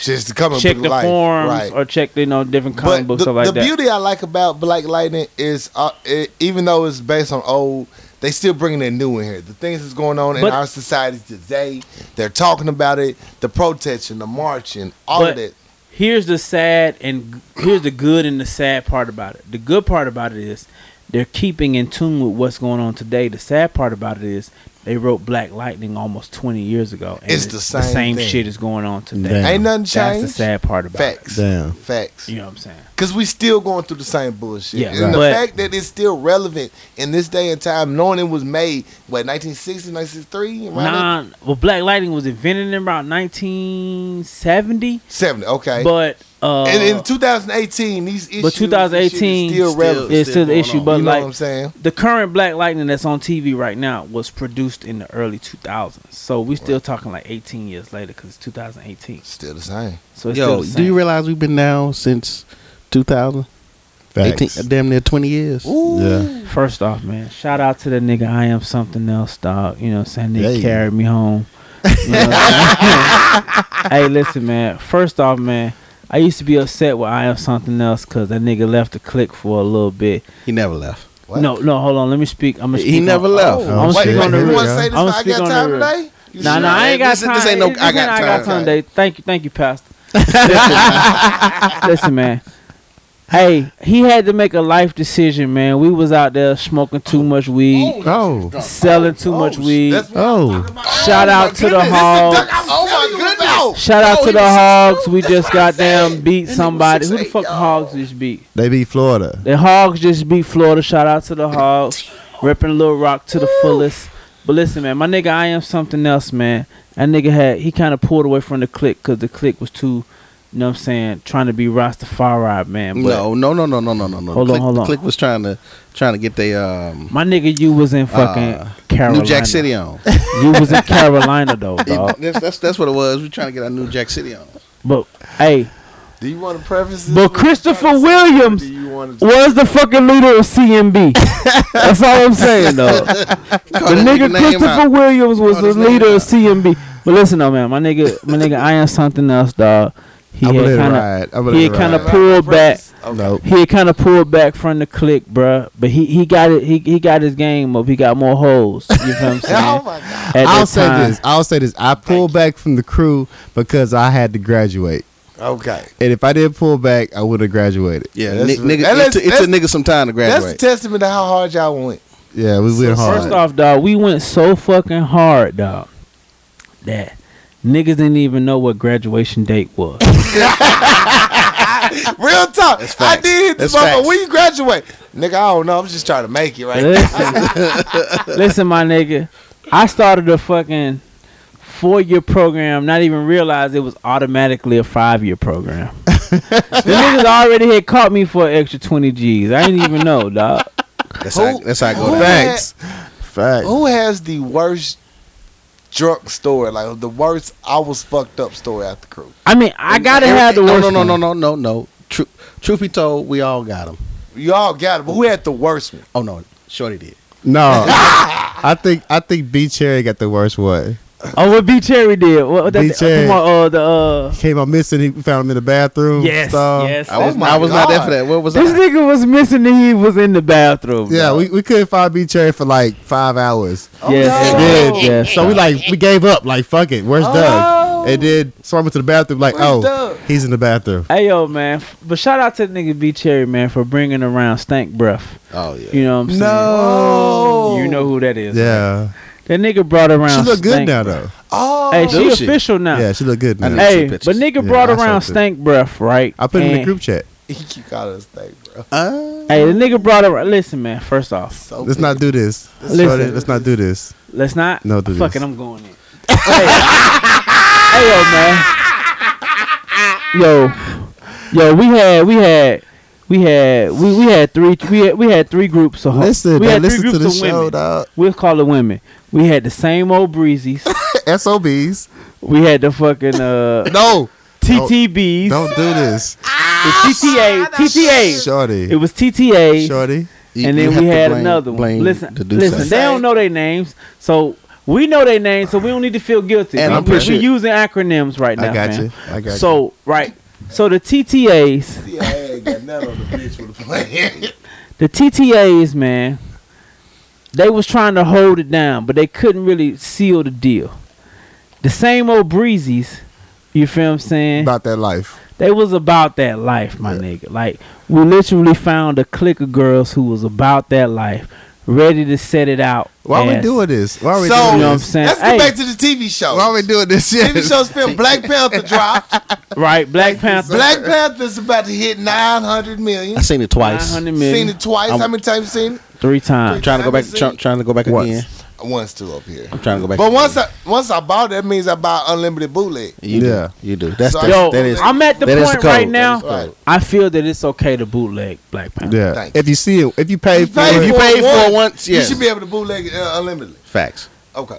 Speaker 1: Just the comic
Speaker 4: check
Speaker 1: book
Speaker 4: the
Speaker 1: life.
Speaker 4: forms
Speaker 1: right.
Speaker 4: or check you know different comic books
Speaker 1: the,
Speaker 4: stuff like
Speaker 1: the
Speaker 4: that.
Speaker 1: beauty I like about Black Lightning is, uh, it, even though it's based on old, they still bringing their new in here. The things that's going on in
Speaker 4: But-
Speaker 1: our society today, they're talking about it. The protesting, the marching, all of
Speaker 4: But-
Speaker 1: that.
Speaker 4: here's the sad and g- here's the good and the sad part about it. The good part about it is they're keeping in tune with what's going on today. The sad part about it is they wrote Black Lightning almost 20 years ago. And
Speaker 1: It's the same thing.
Speaker 4: shit is going on today.
Speaker 2: Damn.
Speaker 1: Ain't nothing
Speaker 4: That's the
Speaker 1: changed.
Speaker 4: sad part about
Speaker 1: Facts.
Speaker 2: Damn.
Speaker 1: Facts.
Speaker 4: it. You know what I'm saying?
Speaker 1: Cause we still going through the same bullshit.
Speaker 4: Yeah,
Speaker 1: and
Speaker 4: right.
Speaker 1: the
Speaker 4: But-
Speaker 1: fact that it's still relevant in this day and time, knowing it was made what 1960, 1963, around there?
Speaker 4: Nah, well, Black Lightning was invented in about 1970,
Speaker 1: 70. Okay.
Speaker 4: but uh,
Speaker 1: and in 2018, these issues
Speaker 4: but
Speaker 1: and shit is
Speaker 4: 2018
Speaker 1: still relevant.
Speaker 4: it's still
Speaker 3: going
Speaker 4: the issue.
Speaker 3: on.
Speaker 4: But
Speaker 1: you know
Speaker 4: like,
Speaker 1: what I'm saying?
Speaker 4: the current Black Lightning that's on TV right now was produced in the early 2000s. So we still talking like 18 years later because it's 2018.
Speaker 1: Still the same.
Speaker 4: So it's still
Speaker 3: Yo,
Speaker 4: the
Speaker 3: do
Speaker 4: same.
Speaker 3: you realize we've been down since 2000?
Speaker 2: Facts.
Speaker 3: 18, damn near 20 years.
Speaker 2: Yeah.
Speaker 4: First off, man, shout out to the nigga I am something else, dog. You know what I'm saying? They
Speaker 2: Hey.
Speaker 4: carried me home. You know what I'm saying? hey, listen, man. First off, man, I used to be upset with I am something else because that nigga left the click for a little bit.
Speaker 3: He never left.
Speaker 1: What?
Speaker 4: No, no, hold on. Let me speak. I'm gonna
Speaker 3: He
Speaker 4: speak on-
Speaker 3: never left.
Speaker 4: Oh, I'm
Speaker 2: Wait,
Speaker 4: speaking on the
Speaker 2: wait,
Speaker 1: You
Speaker 2: real.
Speaker 1: want
Speaker 4: real.
Speaker 1: to say this?
Speaker 4: I'm
Speaker 1: I
Speaker 4: speaking
Speaker 1: got
Speaker 4: on the
Speaker 1: time
Speaker 4: real.
Speaker 1: today. You
Speaker 4: No,
Speaker 1: sure?
Speaker 4: no, I ain't got
Speaker 3: This-
Speaker 4: time.
Speaker 3: this ain't no-
Speaker 4: This
Speaker 3: I got
Speaker 4: ain't I got
Speaker 3: time.
Speaker 4: time today. Thank you, thank you, Pastor. Listen, man. Hey, he had to make a life decision, man. We was out there smoking too much weed,
Speaker 2: Oh.
Speaker 4: selling too much weed.
Speaker 1: That's what
Speaker 2: Oh.
Speaker 4: Shout out to the hogs.
Speaker 1: Oh my goodness!
Speaker 4: Shout out
Speaker 3: Oh,
Speaker 4: to
Speaker 3: he
Speaker 4: the
Speaker 3: was
Speaker 4: hogs. We
Speaker 3: That's
Speaker 4: just
Speaker 3: what I said.
Speaker 4: goddamn beat
Speaker 3: That nigga was
Speaker 4: somebody. Who the
Speaker 3: 6'8",,
Speaker 4: fuck
Speaker 3: y'all.
Speaker 4: hogs just beat?
Speaker 2: They beat Florida.
Speaker 4: The Hogs just beat Florida. Shout out to the Hogs. Ripping Little Rock to the fullest. But listen, man, my nigga, I am something else, man. That nigga had, he kind of pulled away from the click because the click was too, you know what I'm saying, trying to be Rastafari, man. But
Speaker 3: No, no, no, no, no, no, no, no.
Speaker 4: Hold on,
Speaker 3: Click,
Speaker 4: hold on.
Speaker 3: Click was trying to trying to get their um,
Speaker 4: My nigga, you was in fucking
Speaker 3: Uh,
Speaker 4: Carolina.
Speaker 3: New Jack City on.
Speaker 4: You was in Carolina, though, dog.
Speaker 3: that's, that's that's what it was. We trying to get our New Jack City on.
Speaker 4: But, hey,
Speaker 1: Do you want to preface this?
Speaker 4: but
Speaker 1: with what
Speaker 4: Christopher
Speaker 1: you're trying to say, or
Speaker 4: Williams
Speaker 1: Do you want to?
Speaker 4: was the fucking leader of CMB. That's all I'm saying, though.
Speaker 3: Call
Speaker 4: The
Speaker 3: that
Speaker 4: nigga
Speaker 3: name
Speaker 4: Christopher
Speaker 3: out.
Speaker 4: Williams was
Speaker 3: Call
Speaker 4: the
Speaker 3: his name
Speaker 4: leader of
Speaker 3: out.
Speaker 4: CMB. But listen though, man, my nigga, my nigga, I am something else, dog. He
Speaker 2: I'm
Speaker 4: had
Speaker 2: gonna let it
Speaker 4: kind
Speaker 2: ride. I'm
Speaker 4: of
Speaker 2: gonna let
Speaker 4: he had
Speaker 2: it
Speaker 4: kind of
Speaker 2: ride.
Speaker 4: pulled back.
Speaker 1: Okay.
Speaker 2: Nope.
Speaker 4: He had kind of pulled back from the click, bruh. But he, he got it. He, he got his game up. He got more holes. You know what I'm saying?
Speaker 1: Oh my god!
Speaker 4: At that
Speaker 2: I'll say
Speaker 4: time.
Speaker 2: this. I'll say this. I pulled back from the crew because I had to graduate.
Speaker 1: Okay.
Speaker 2: And if I didn't pull back, I would have graduated.
Speaker 3: Yeah,
Speaker 1: That's
Speaker 3: ni-
Speaker 1: really-
Speaker 3: nigga,
Speaker 1: And
Speaker 3: it,
Speaker 1: that's-
Speaker 3: took, it took nigga some time to
Speaker 1: That's a
Speaker 3: graduate.
Speaker 1: testament to how hard y'all went.
Speaker 2: Yeah, we went hard.
Speaker 4: First off, dog, we went so fucking hard, dog, that niggas didn't even know what graduation date was.
Speaker 1: Real talk. I
Speaker 3: facts.
Speaker 1: did hit this
Speaker 3: That's
Speaker 1: motherfucker.
Speaker 3: facts.
Speaker 1: When you graduate, nigga, I don't know. I'm just trying to make it right.
Speaker 4: Listen, listen, my nigga. I started a fucking four year program, not even realize it was automatically a five year program. the niggas already had caught me for an extra 20 G's. I didn't even know, dog.
Speaker 3: That's how, that's how I go
Speaker 1: who
Speaker 3: down.
Speaker 1: had-
Speaker 2: Facts. Facts.
Speaker 1: Who has the worst drunk story? Like the worst I was fucked up story at the crew.
Speaker 4: I mean, I gotta have the
Speaker 3: no, No,
Speaker 4: worst.
Speaker 3: no, no,
Speaker 4: one.
Speaker 3: no, no, no. tru- truth be told, we all got them.
Speaker 1: You all got it, but who had the worst one?
Speaker 3: Oh no, Shorty did.
Speaker 2: No, I think I think B Cherry got the worst one.
Speaker 4: Oh, what B Cherry did? What, what that,
Speaker 2: B. Cherry.
Speaker 4: Come on, uh, the uh,
Speaker 2: He came out missing. He found him in the bathroom.
Speaker 4: yes,
Speaker 2: so-
Speaker 4: yes.
Speaker 3: I was,
Speaker 1: my
Speaker 3: I was not there
Speaker 1: God.
Speaker 3: for that. Where was
Speaker 4: this
Speaker 3: I?
Speaker 4: nigga was missing. And he was in the bathroom.
Speaker 2: Yeah,
Speaker 4: bro.
Speaker 2: we, we couldn't find B Cherry for like five hours.
Speaker 3: Oh,
Speaker 4: yes,
Speaker 2: And then,
Speaker 4: yes, yes.
Speaker 2: so we like we gave up. Like fuck it,
Speaker 4: Oh.
Speaker 2: where's Doug? And then so I went to the bathroom. Like
Speaker 1: Where's
Speaker 2: oh,
Speaker 1: Doug?
Speaker 2: he's in the bathroom.
Speaker 4: Hey yo, man! f- But shout out to the nigga B Cherry, man, for bringing around Stank Breath.
Speaker 3: Oh yeah.
Speaker 4: You know what I'm saying?
Speaker 1: No.
Speaker 4: you know who that is.
Speaker 2: Yeah,
Speaker 4: that nigga brought around.
Speaker 2: she look good
Speaker 4: Stank
Speaker 2: now
Speaker 4: Breath.
Speaker 2: though.
Speaker 1: Oh,
Speaker 4: Hey, she
Speaker 3: Do she?
Speaker 4: official now.
Speaker 2: Yeah, she look good
Speaker 3: I
Speaker 2: now.
Speaker 3: know.
Speaker 4: Hey,
Speaker 3: Some
Speaker 4: but
Speaker 3: pictures.
Speaker 4: nigga
Speaker 2: Yeah,
Speaker 4: brought
Speaker 2: I saw
Speaker 4: around
Speaker 2: too.
Speaker 4: Stank Breath, right?
Speaker 2: I put it in the
Speaker 4: And-
Speaker 2: group chat.
Speaker 1: he keep calling us thing, bro.
Speaker 3: Uh,
Speaker 4: Hey, the nigga brought around. Listen, man. First off,
Speaker 1: So
Speaker 2: Let's not do this. Let's,
Speaker 4: Listen.
Speaker 2: not- let's not do this.
Speaker 4: let's not.
Speaker 2: No, do
Speaker 4: Fuck
Speaker 2: this.
Speaker 4: it, I'm going in. hey, hey, yo, man. Yo, yo, we had, we had. We had we, we had three we had, we had three groups of
Speaker 2: Listen,
Speaker 4: Oh. we
Speaker 2: man,
Speaker 4: had
Speaker 2: listen
Speaker 4: three
Speaker 2: to
Speaker 4: groups
Speaker 2: the
Speaker 4: of women.
Speaker 2: show, dog.
Speaker 4: We'll call it women. We had the same old breezes.
Speaker 2: SOBs.
Speaker 4: we had the fucking uh,
Speaker 2: No,
Speaker 4: TTBs.
Speaker 2: don't do this,
Speaker 4: the TTA. TTA. It
Speaker 2: Shorty.
Speaker 4: was TTA.
Speaker 2: Shorty.
Speaker 3: you-
Speaker 4: and
Speaker 3: you
Speaker 4: then
Speaker 3: have
Speaker 4: we
Speaker 3: to
Speaker 4: had
Speaker 3: blame-
Speaker 4: another one.
Speaker 3: blame
Speaker 4: Listen,
Speaker 3: the dude
Speaker 4: listen,
Speaker 3: side.
Speaker 4: they don't know their names, so we know their names, so we don't need to feel guilty.
Speaker 3: And
Speaker 4: we,
Speaker 3: I'm pretty
Speaker 4: we
Speaker 3: sure-
Speaker 4: using acronyms right now.
Speaker 2: I got
Speaker 4: fam.
Speaker 2: you. I got you.
Speaker 4: So right, so the TTAs,
Speaker 1: Yeah, I ain't got nothing on the bitch with a plan.
Speaker 4: the TTAs, man, they was trying to hold it down, but they couldn't really seal the deal. The same old breezes, you feel what I'm saying?
Speaker 2: about that life.
Speaker 4: They was about that life, my nigga. Like we literally found a clique of girls who was about that life, ready to set it out.
Speaker 2: Why
Speaker 4: as-
Speaker 2: we doing this? Why we
Speaker 1: So-
Speaker 2: doing
Speaker 4: You know what I'm
Speaker 2: this?
Speaker 4: saying?
Speaker 1: Let's get
Speaker 4: Hey.
Speaker 1: back to the TV show.
Speaker 2: Why we doing this?
Speaker 1: TV
Speaker 2: Yes.
Speaker 1: show's film Black Panther dropped.
Speaker 4: Right, Black Panther.
Speaker 1: Black Panther's about to hit 900 million.
Speaker 3: I seen it twice.
Speaker 4: 900
Speaker 1: Seen
Speaker 4: million,
Speaker 1: it twice.
Speaker 3: I'm-
Speaker 1: How many times you seen it?
Speaker 4: three times.
Speaker 3: Trying to
Speaker 1: Haven't
Speaker 3: go back.
Speaker 1: seen
Speaker 3: Try,
Speaker 1: it.
Speaker 3: trying to go back
Speaker 2: Once.
Speaker 3: again.
Speaker 1: Once two up here.
Speaker 3: I'm trying to go back.
Speaker 1: But
Speaker 3: again.
Speaker 1: once I once I bought, that means I buy unlimited bootleg.
Speaker 3: you
Speaker 2: Yeah.
Speaker 3: do, you do. That's
Speaker 1: So-
Speaker 3: that's
Speaker 4: Yo,
Speaker 3: that is.
Speaker 4: I'm at the
Speaker 3: that is
Speaker 4: point
Speaker 3: the code.
Speaker 4: right now.
Speaker 3: That is the code.
Speaker 4: I feel that it's okay to bootleg Black Panther.
Speaker 2: Yeah.
Speaker 1: Thank
Speaker 2: If you see it, if you pay for
Speaker 1: paid
Speaker 2: it,
Speaker 3: If you paid for it once,
Speaker 1: you
Speaker 3: yes.
Speaker 1: should be able to bootleg it uh, unlimitedly.
Speaker 3: Facts.
Speaker 1: Okay.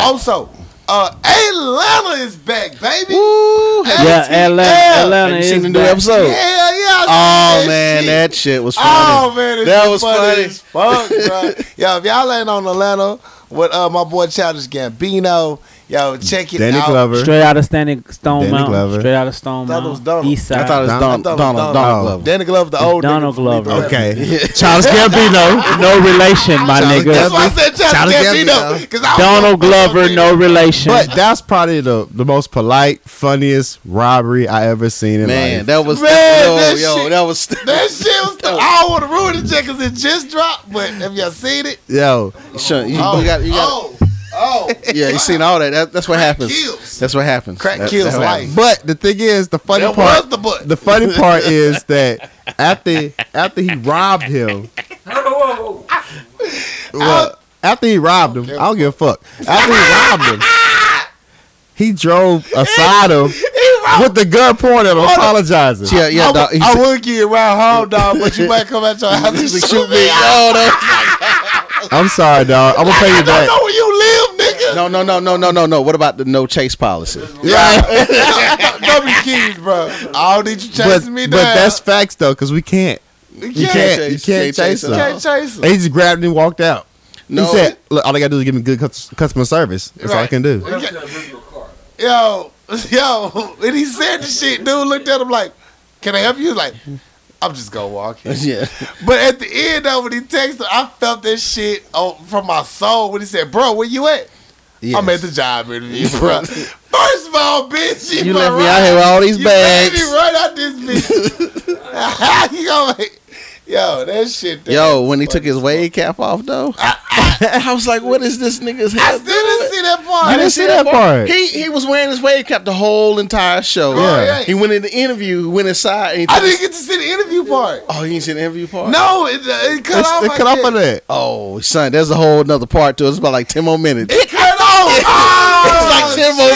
Speaker 1: Also, uh, Atlanta is back, baby.
Speaker 3: Ooh,
Speaker 1: Hey,
Speaker 4: Yeah, Atlanta, Atlanta
Speaker 3: have you
Speaker 4: is
Speaker 3: seen the new
Speaker 4: back.
Speaker 1: Yeah,
Speaker 3: episode?
Speaker 1: yeah. I
Speaker 3: Oh
Speaker 1: seen
Speaker 3: man,
Speaker 1: shit.
Speaker 3: that shit was funny.
Speaker 1: Oh man, it's
Speaker 3: That
Speaker 1: so
Speaker 3: was funny.
Speaker 1: as fuck, bro. Yo, if y'all ain't on Atlanta with uh, my boy Childish Gambino, yo, check it
Speaker 2: Danny
Speaker 1: out.
Speaker 2: Glover.
Speaker 4: Straight out of Standing Stone
Speaker 2: Danny
Speaker 4: Mountain.
Speaker 2: Glover.
Speaker 4: Straight out of Stone
Speaker 1: Thought it was
Speaker 4: Mountain.
Speaker 1: Donald.
Speaker 4: East
Speaker 3: I
Speaker 4: side.
Speaker 3: thought it was Donald
Speaker 1: Donald-
Speaker 3: Donald
Speaker 1: Donald-
Speaker 3: Donald
Speaker 2: Donald.
Speaker 3: Glover.
Speaker 1: Danny Glover, the old nigga
Speaker 4: Donald
Speaker 1: from Leap
Speaker 4: Glover.
Speaker 1: Earth.
Speaker 2: Okay. Charles Gambino.
Speaker 4: no relation, my
Speaker 2: Charlie
Speaker 4: nigga.
Speaker 1: That's why I said Childish
Speaker 2: Childish
Speaker 1: Gambino.
Speaker 2: Gambino.
Speaker 1: 'cause I was
Speaker 4: Donald
Speaker 1: gonna fuck
Speaker 4: Glover,
Speaker 1: with
Speaker 4: no
Speaker 1: it.
Speaker 4: relation.
Speaker 2: But that's probably the, the most polite, funniest robbery I ever seen in
Speaker 3: Man,
Speaker 2: life.
Speaker 3: that was
Speaker 1: Man,
Speaker 3: yo,
Speaker 1: that
Speaker 3: yo,
Speaker 1: shit-
Speaker 3: that was
Speaker 1: That shit was. The, I don't want to ruin it yet because it just dropped. But have y'all seen it?
Speaker 2: Yo,
Speaker 3: Sure, you,
Speaker 1: Oh,
Speaker 3: you got, you got,
Speaker 1: oh, oh.
Speaker 3: yeah, you seen all that. that that's what happens.
Speaker 1: kills.
Speaker 3: That's what happens.
Speaker 1: Crack
Speaker 3: That-
Speaker 1: kills
Speaker 3: that's what
Speaker 1: life.
Speaker 2: but the thing is, the funny
Speaker 1: That
Speaker 2: part,
Speaker 1: was the butt.
Speaker 2: the funny part is that after after he robbed him,
Speaker 5: Whoa, whoa, whoa.
Speaker 2: Well, after he robbed him, I don't give a fuck. After he robbed him, he drove aside him with the gun pointed at him, apologizing.
Speaker 3: happens. Yeah, yeah,
Speaker 1: I,
Speaker 3: dog.
Speaker 1: would,
Speaker 3: He
Speaker 1: I
Speaker 3: said-
Speaker 1: would get around home, dog, but you might come out your house
Speaker 3: he
Speaker 1: and
Speaker 3: said,
Speaker 1: shoot me.
Speaker 3: me. Oh,
Speaker 2: I'm sorry, dog. I'm gonna pay
Speaker 1: I
Speaker 2: you
Speaker 1: don't
Speaker 2: back.
Speaker 1: know where you live, nigga.
Speaker 3: no. no, no, no, no, no, no, no. What about the no chase policy?
Speaker 2: Yeah,
Speaker 1: Don't be kids, bro. I don't need you
Speaker 2: but,
Speaker 1: chasing me
Speaker 2: but
Speaker 1: down.
Speaker 2: that's facts though, because we can't.
Speaker 1: you
Speaker 2: You
Speaker 1: can't,
Speaker 2: can't. You
Speaker 3: chase-
Speaker 2: can't chase
Speaker 3: can't chase
Speaker 1: you
Speaker 3: him.
Speaker 2: them.
Speaker 1: can't chase
Speaker 2: They
Speaker 1: him.
Speaker 2: just grabbed him and walked out.
Speaker 3: No,
Speaker 2: he said, "Look, all I gotta do is give me good cus- customer service. That's all I
Speaker 1: Right.
Speaker 2: can do."
Speaker 5: That's that original car.
Speaker 1: Yo, yo, and he said the shit. Dude looked at him like, "Can I help you?" He's Like, I'm just gonna walk. in."
Speaker 3: yeah,
Speaker 1: But at the end though, when he texted, I felt that shit oh, from my soul when he said, "Bro, where you at?"
Speaker 3: yes.
Speaker 1: I'm at the job interview, bro. First of all, bitch, you,
Speaker 3: You
Speaker 1: my
Speaker 3: left me
Speaker 1: ride.
Speaker 3: out here with all these
Speaker 1: you
Speaker 3: bags.
Speaker 1: made me right out this bitch. you know, like, yo, that shit. There.
Speaker 3: Yo, when he took his wave cap off though, I, was like, "What is this nigga's
Speaker 1: I
Speaker 3: head?"
Speaker 1: still didn't see that part.
Speaker 2: You didn't see that part.
Speaker 3: He he was wearing his wave cap the whole entire show.
Speaker 1: Yeah.
Speaker 3: He went in the interview, went inside. And he
Speaker 1: I
Speaker 3: took his-
Speaker 1: didn't get to see the interview part.
Speaker 3: oh, you didn't see the interview part?
Speaker 1: No, it, uh, it cut
Speaker 2: It's-
Speaker 1: off.
Speaker 2: They
Speaker 1: I
Speaker 2: cut off
Speaker 1: guess.
Speaker 2: on that.
Speaker 3: Oh, son, there's a whole another part to it. It's about like ten more minutes.
Speaker 1: It cut off. Oh,
Speaker 3: It's like
Speaker 1: gotta
Speaker 3: ten more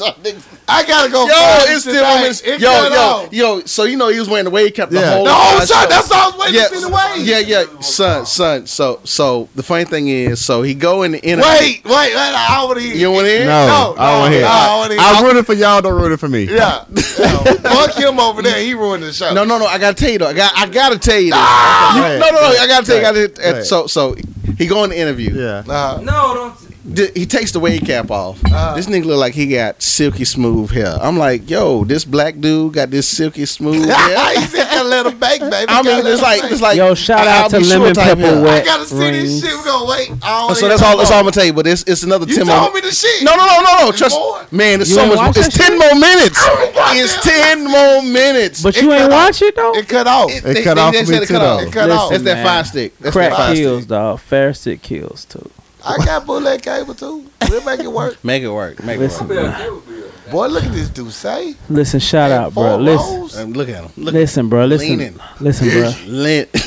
Speaker 1: send it.
Speaker 3: minutes.
Speaker 1: I gotta go.
Speaker 3: Yo,
Speaker 1: find
Speaker 3: it's ten
Speaker 1: tonight.
Speaker 3: more minutes.
Speaker 1: It
Speaker 3: Yo,
Speaker 1: cut
Speaker 3: yo,
Speaker 1: off.
Speaker 3: yo. So you know he was wearing the wave cap the
Speaker 2: Yeah.
Speaker 3: whole
Speaker 1: The whole
Speaker 3: entire
Speaker 1: shot. That's all I was waiting
Speaker 3: yeah,
Speaker 1: to see the wave.
Speaker 3: yeah, yeah, Oh, son, son. So, so the funny thing is, so he go in the interview.
Speaker 1: Wait, wait, wait. I don't want to hear.
Speaker 3: you want to hear? it?
Speaker 2: No,
Speaker 1: No,
Speaker 2: I don't want to hear.
Speaker 1: no, I don't wanna
Speaker 2: it.
Speaker 1: hear.
Speaker 2: I'm rooting for y'all. Don't root it for me.
Speaker 1: Yeah. yeah. Fuck him over there. He ruined the show.
Speaker 3: No, no, no. I gotta tell you though. I got, I gotta tell you this.
Speaker 2: Ah!
Speaker 3: You-
Speaker 2: Right,
Speaker 3: no, no, no. I gotta tell you. I
Speaker 2: right,
Speaker 3: gotta,
Speaker 2: right.
Speaker 3: So, so he go in the interview.
Speaker 2: Yeah.
Speaker 1: Uh,
Speaker 5: No, don't.
Speaker 3: D- he takes the wave cap off.
Speaker 1: Uh.
Speaker 3: this nigga look like he got silky smooth hair. I'm like, yo, this black dude got this silky smooth hair.
Speaker 1: he said, "Gotta let him bake, baby."
Speaker 3: I mean,
Speaker 1: Gotta
Speaker 3: it's
Speaker 1: let him
Speaker 3: like,
Speaker 1: bake.
Speaker 3: it's like,
Speaker 4: Yo, shout
Speaker 3: I'll
Speaker 4: out to
Speaker 3: be sure
Speaker 4: Lemon
Speaker 3: type
Speaker 4: Pepper
Speaker 3: hair.
Speaker 1: I
Speaker 4: Wet
Speaker 1: gotta see
Speaker 4: Rings.
Speaker 1: this shit. We gonna wait. I don't
Speaker 3: So
Speaker 1: even
Speaker 3: that's
Speaker 1: know
Speaker 3: all. That's all I'm
Speaker 1: more.
Speaker 3: gonna tell you. But it's, it's another
Speaker 1: You
Speaker 3: ten more.
Speaker 1: told me the shit.
Speaker 3: No, no, no, no, no.
Speaker 1: It's
Speaker 3: Trust
Speaker 1: more.
Speaker 3: man, it's
Speaker 4: You
Speaker 3: so
Speaker 4: ain't
Speaker 3: much.
Speaker 4: watch
Speaker 3: It's
Speaker 4: that
Speaker 3: ten
Speaker 4: shit?
Speaker 3: more minutes.
Speaker 1: Oh, God damn.
Speaker 3: It's ten more minutes.
Speaker 4: But
Speaker 1: It
Speaker 4: you ain't
Speaker 1: cut
Speaker 4: watch it though.
Speaker 1: It cut off. It
Speaker 2: It cut off for
Speaker 3: said
Speaker 2: me
Speaker 3: it
Speaker 2: too,
Speaker 3: cut off.
Speaker 2: though.
Speaker 1: cut off.
Speaker 3: That's
Speaker 4: Listen,
Speaker 3: that
Speaker 4: man.
Speaker 3: five stick. That's that
Speaker 4: Crack
Speaker 3: five stick.
Speaker 4: kills, dog. Ferret kills too.
Speaker 1: I got bootleg cable too. We'll make it work.
Speaker 3: Make it work. Make
Speaker 4: Listen,
Speaker 3: it work.
Speaker 4: man.
Speaker 1: Boy, look at this dude say.
Speaker 4: Listen, shout out, bro.
Speaker 1: Four
Speaker 4: Listen,
Speaker 1: rows?
Speaker 3: Um, look at him. Look
Speaker 4: listen, bro. Listen,
Speaker 3: Leaning.
Speaker 4: listen, bro.
Speaker 3: Lent.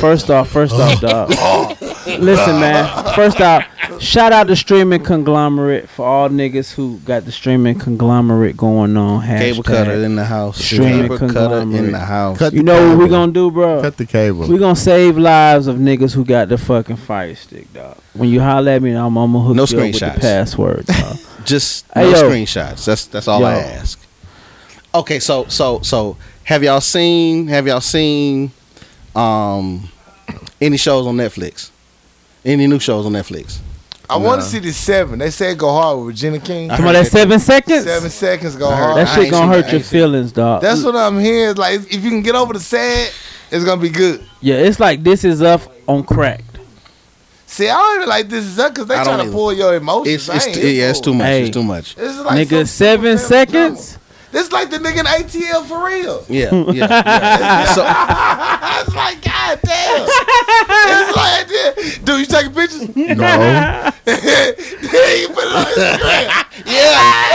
Speaker 4: First off, first off, dog. Listen, man. First off, shout out to streaming conglomerate for all niggas who got the streaming conglomerate going on. Hashtag.
Speaker 3: Cable cutter in the house.
Speaker 4: Streaming
Speaker 3: Cable cutter in
Speaker 4: conglomerate.
Speaker 3: the house.
Speaker 2: Cut
Speaker 4: You
Speaker 2: the
Speaker 4: know what we
Speaker 2: cable.
Speaker 4: gonna do, bro?
Speaker 2: cut the cable.
Speaker 4: We gonna save lives of niggas who got the fucking fire stick, dog. When you holler at me, I'm, I'm gonna hook
Speaker 3: No
Speaker 4: you up with the
Speaker 3: screenshots.
Speaker 4: password, dog.
Speaker 3: Just
Speaker 4: Hey,
Speaker 3: no
Speaker 4: yo.
Speaker 3: screenshots. That's that's all I
Speaker 4: Yo.
Speaker 3: ask. Okay, so so so have y'all seen have y'all seen um any shows on Netflix? Any new shows on Netflix?
Speaker 1: I want to see the seven. They said go hard with Regina King.
Speaker 4: Come on, that seven seconds.
Speaker 1: Seven seconds go
Speaker 3: I heard
Speaker 1: hard.
Speaker 4: that
Speaker 3: Oh, I
Speaker 4: shit
Speaker 3: ain't
Speaker 4: gonna
Speaker 3: seen
Speaker 4: hurt
Speaker 3: that. I
Speaker 4: your
Speaker 3: ain't seen
Speaker 4: feelings, dog.
Speaker 1: That's what I'm hearing. Like, if you can get over the sad, it's gonna be good.
Speaker 4: yeah, it's like this is up on crack.
Speaker 1: See, I don't even like this is up because they
Speaker 3: I
Speaker 1: trying
Speaker 3: don't
Speaker 1: to
Speaker 3: either.
Speaker 1: pull your emotions.
Speaker 3: It's
Speaker 1: I
Speaker 3: it's
Speaker 1: ain't
Speaker 3: too,
Speaker 1: here
Speaker 3: yeah, it's
Speaker 1: for
Speaker 3: too
Speaker 1: it.
Speaker 3: much.
Speaker 4: Hey.
Speaker 3: It's too much.
Speaker 1: This is like
Speaker 4: Nigga,
Speaker 1: some super
Speaker 4: seven
Speaker 1: family drama.
Speaker 4: seconds.
Speaker 1: This is like the nigga in ATL for real.
Speaker 3: Yeah, yeah. yeah. so
Speaker 1: it's like god damn. it's like that. dude, you taking pictures?
Speaker 2: no.
Speaker 1: Then you put it on Instagram.
Speaker 3: yeah.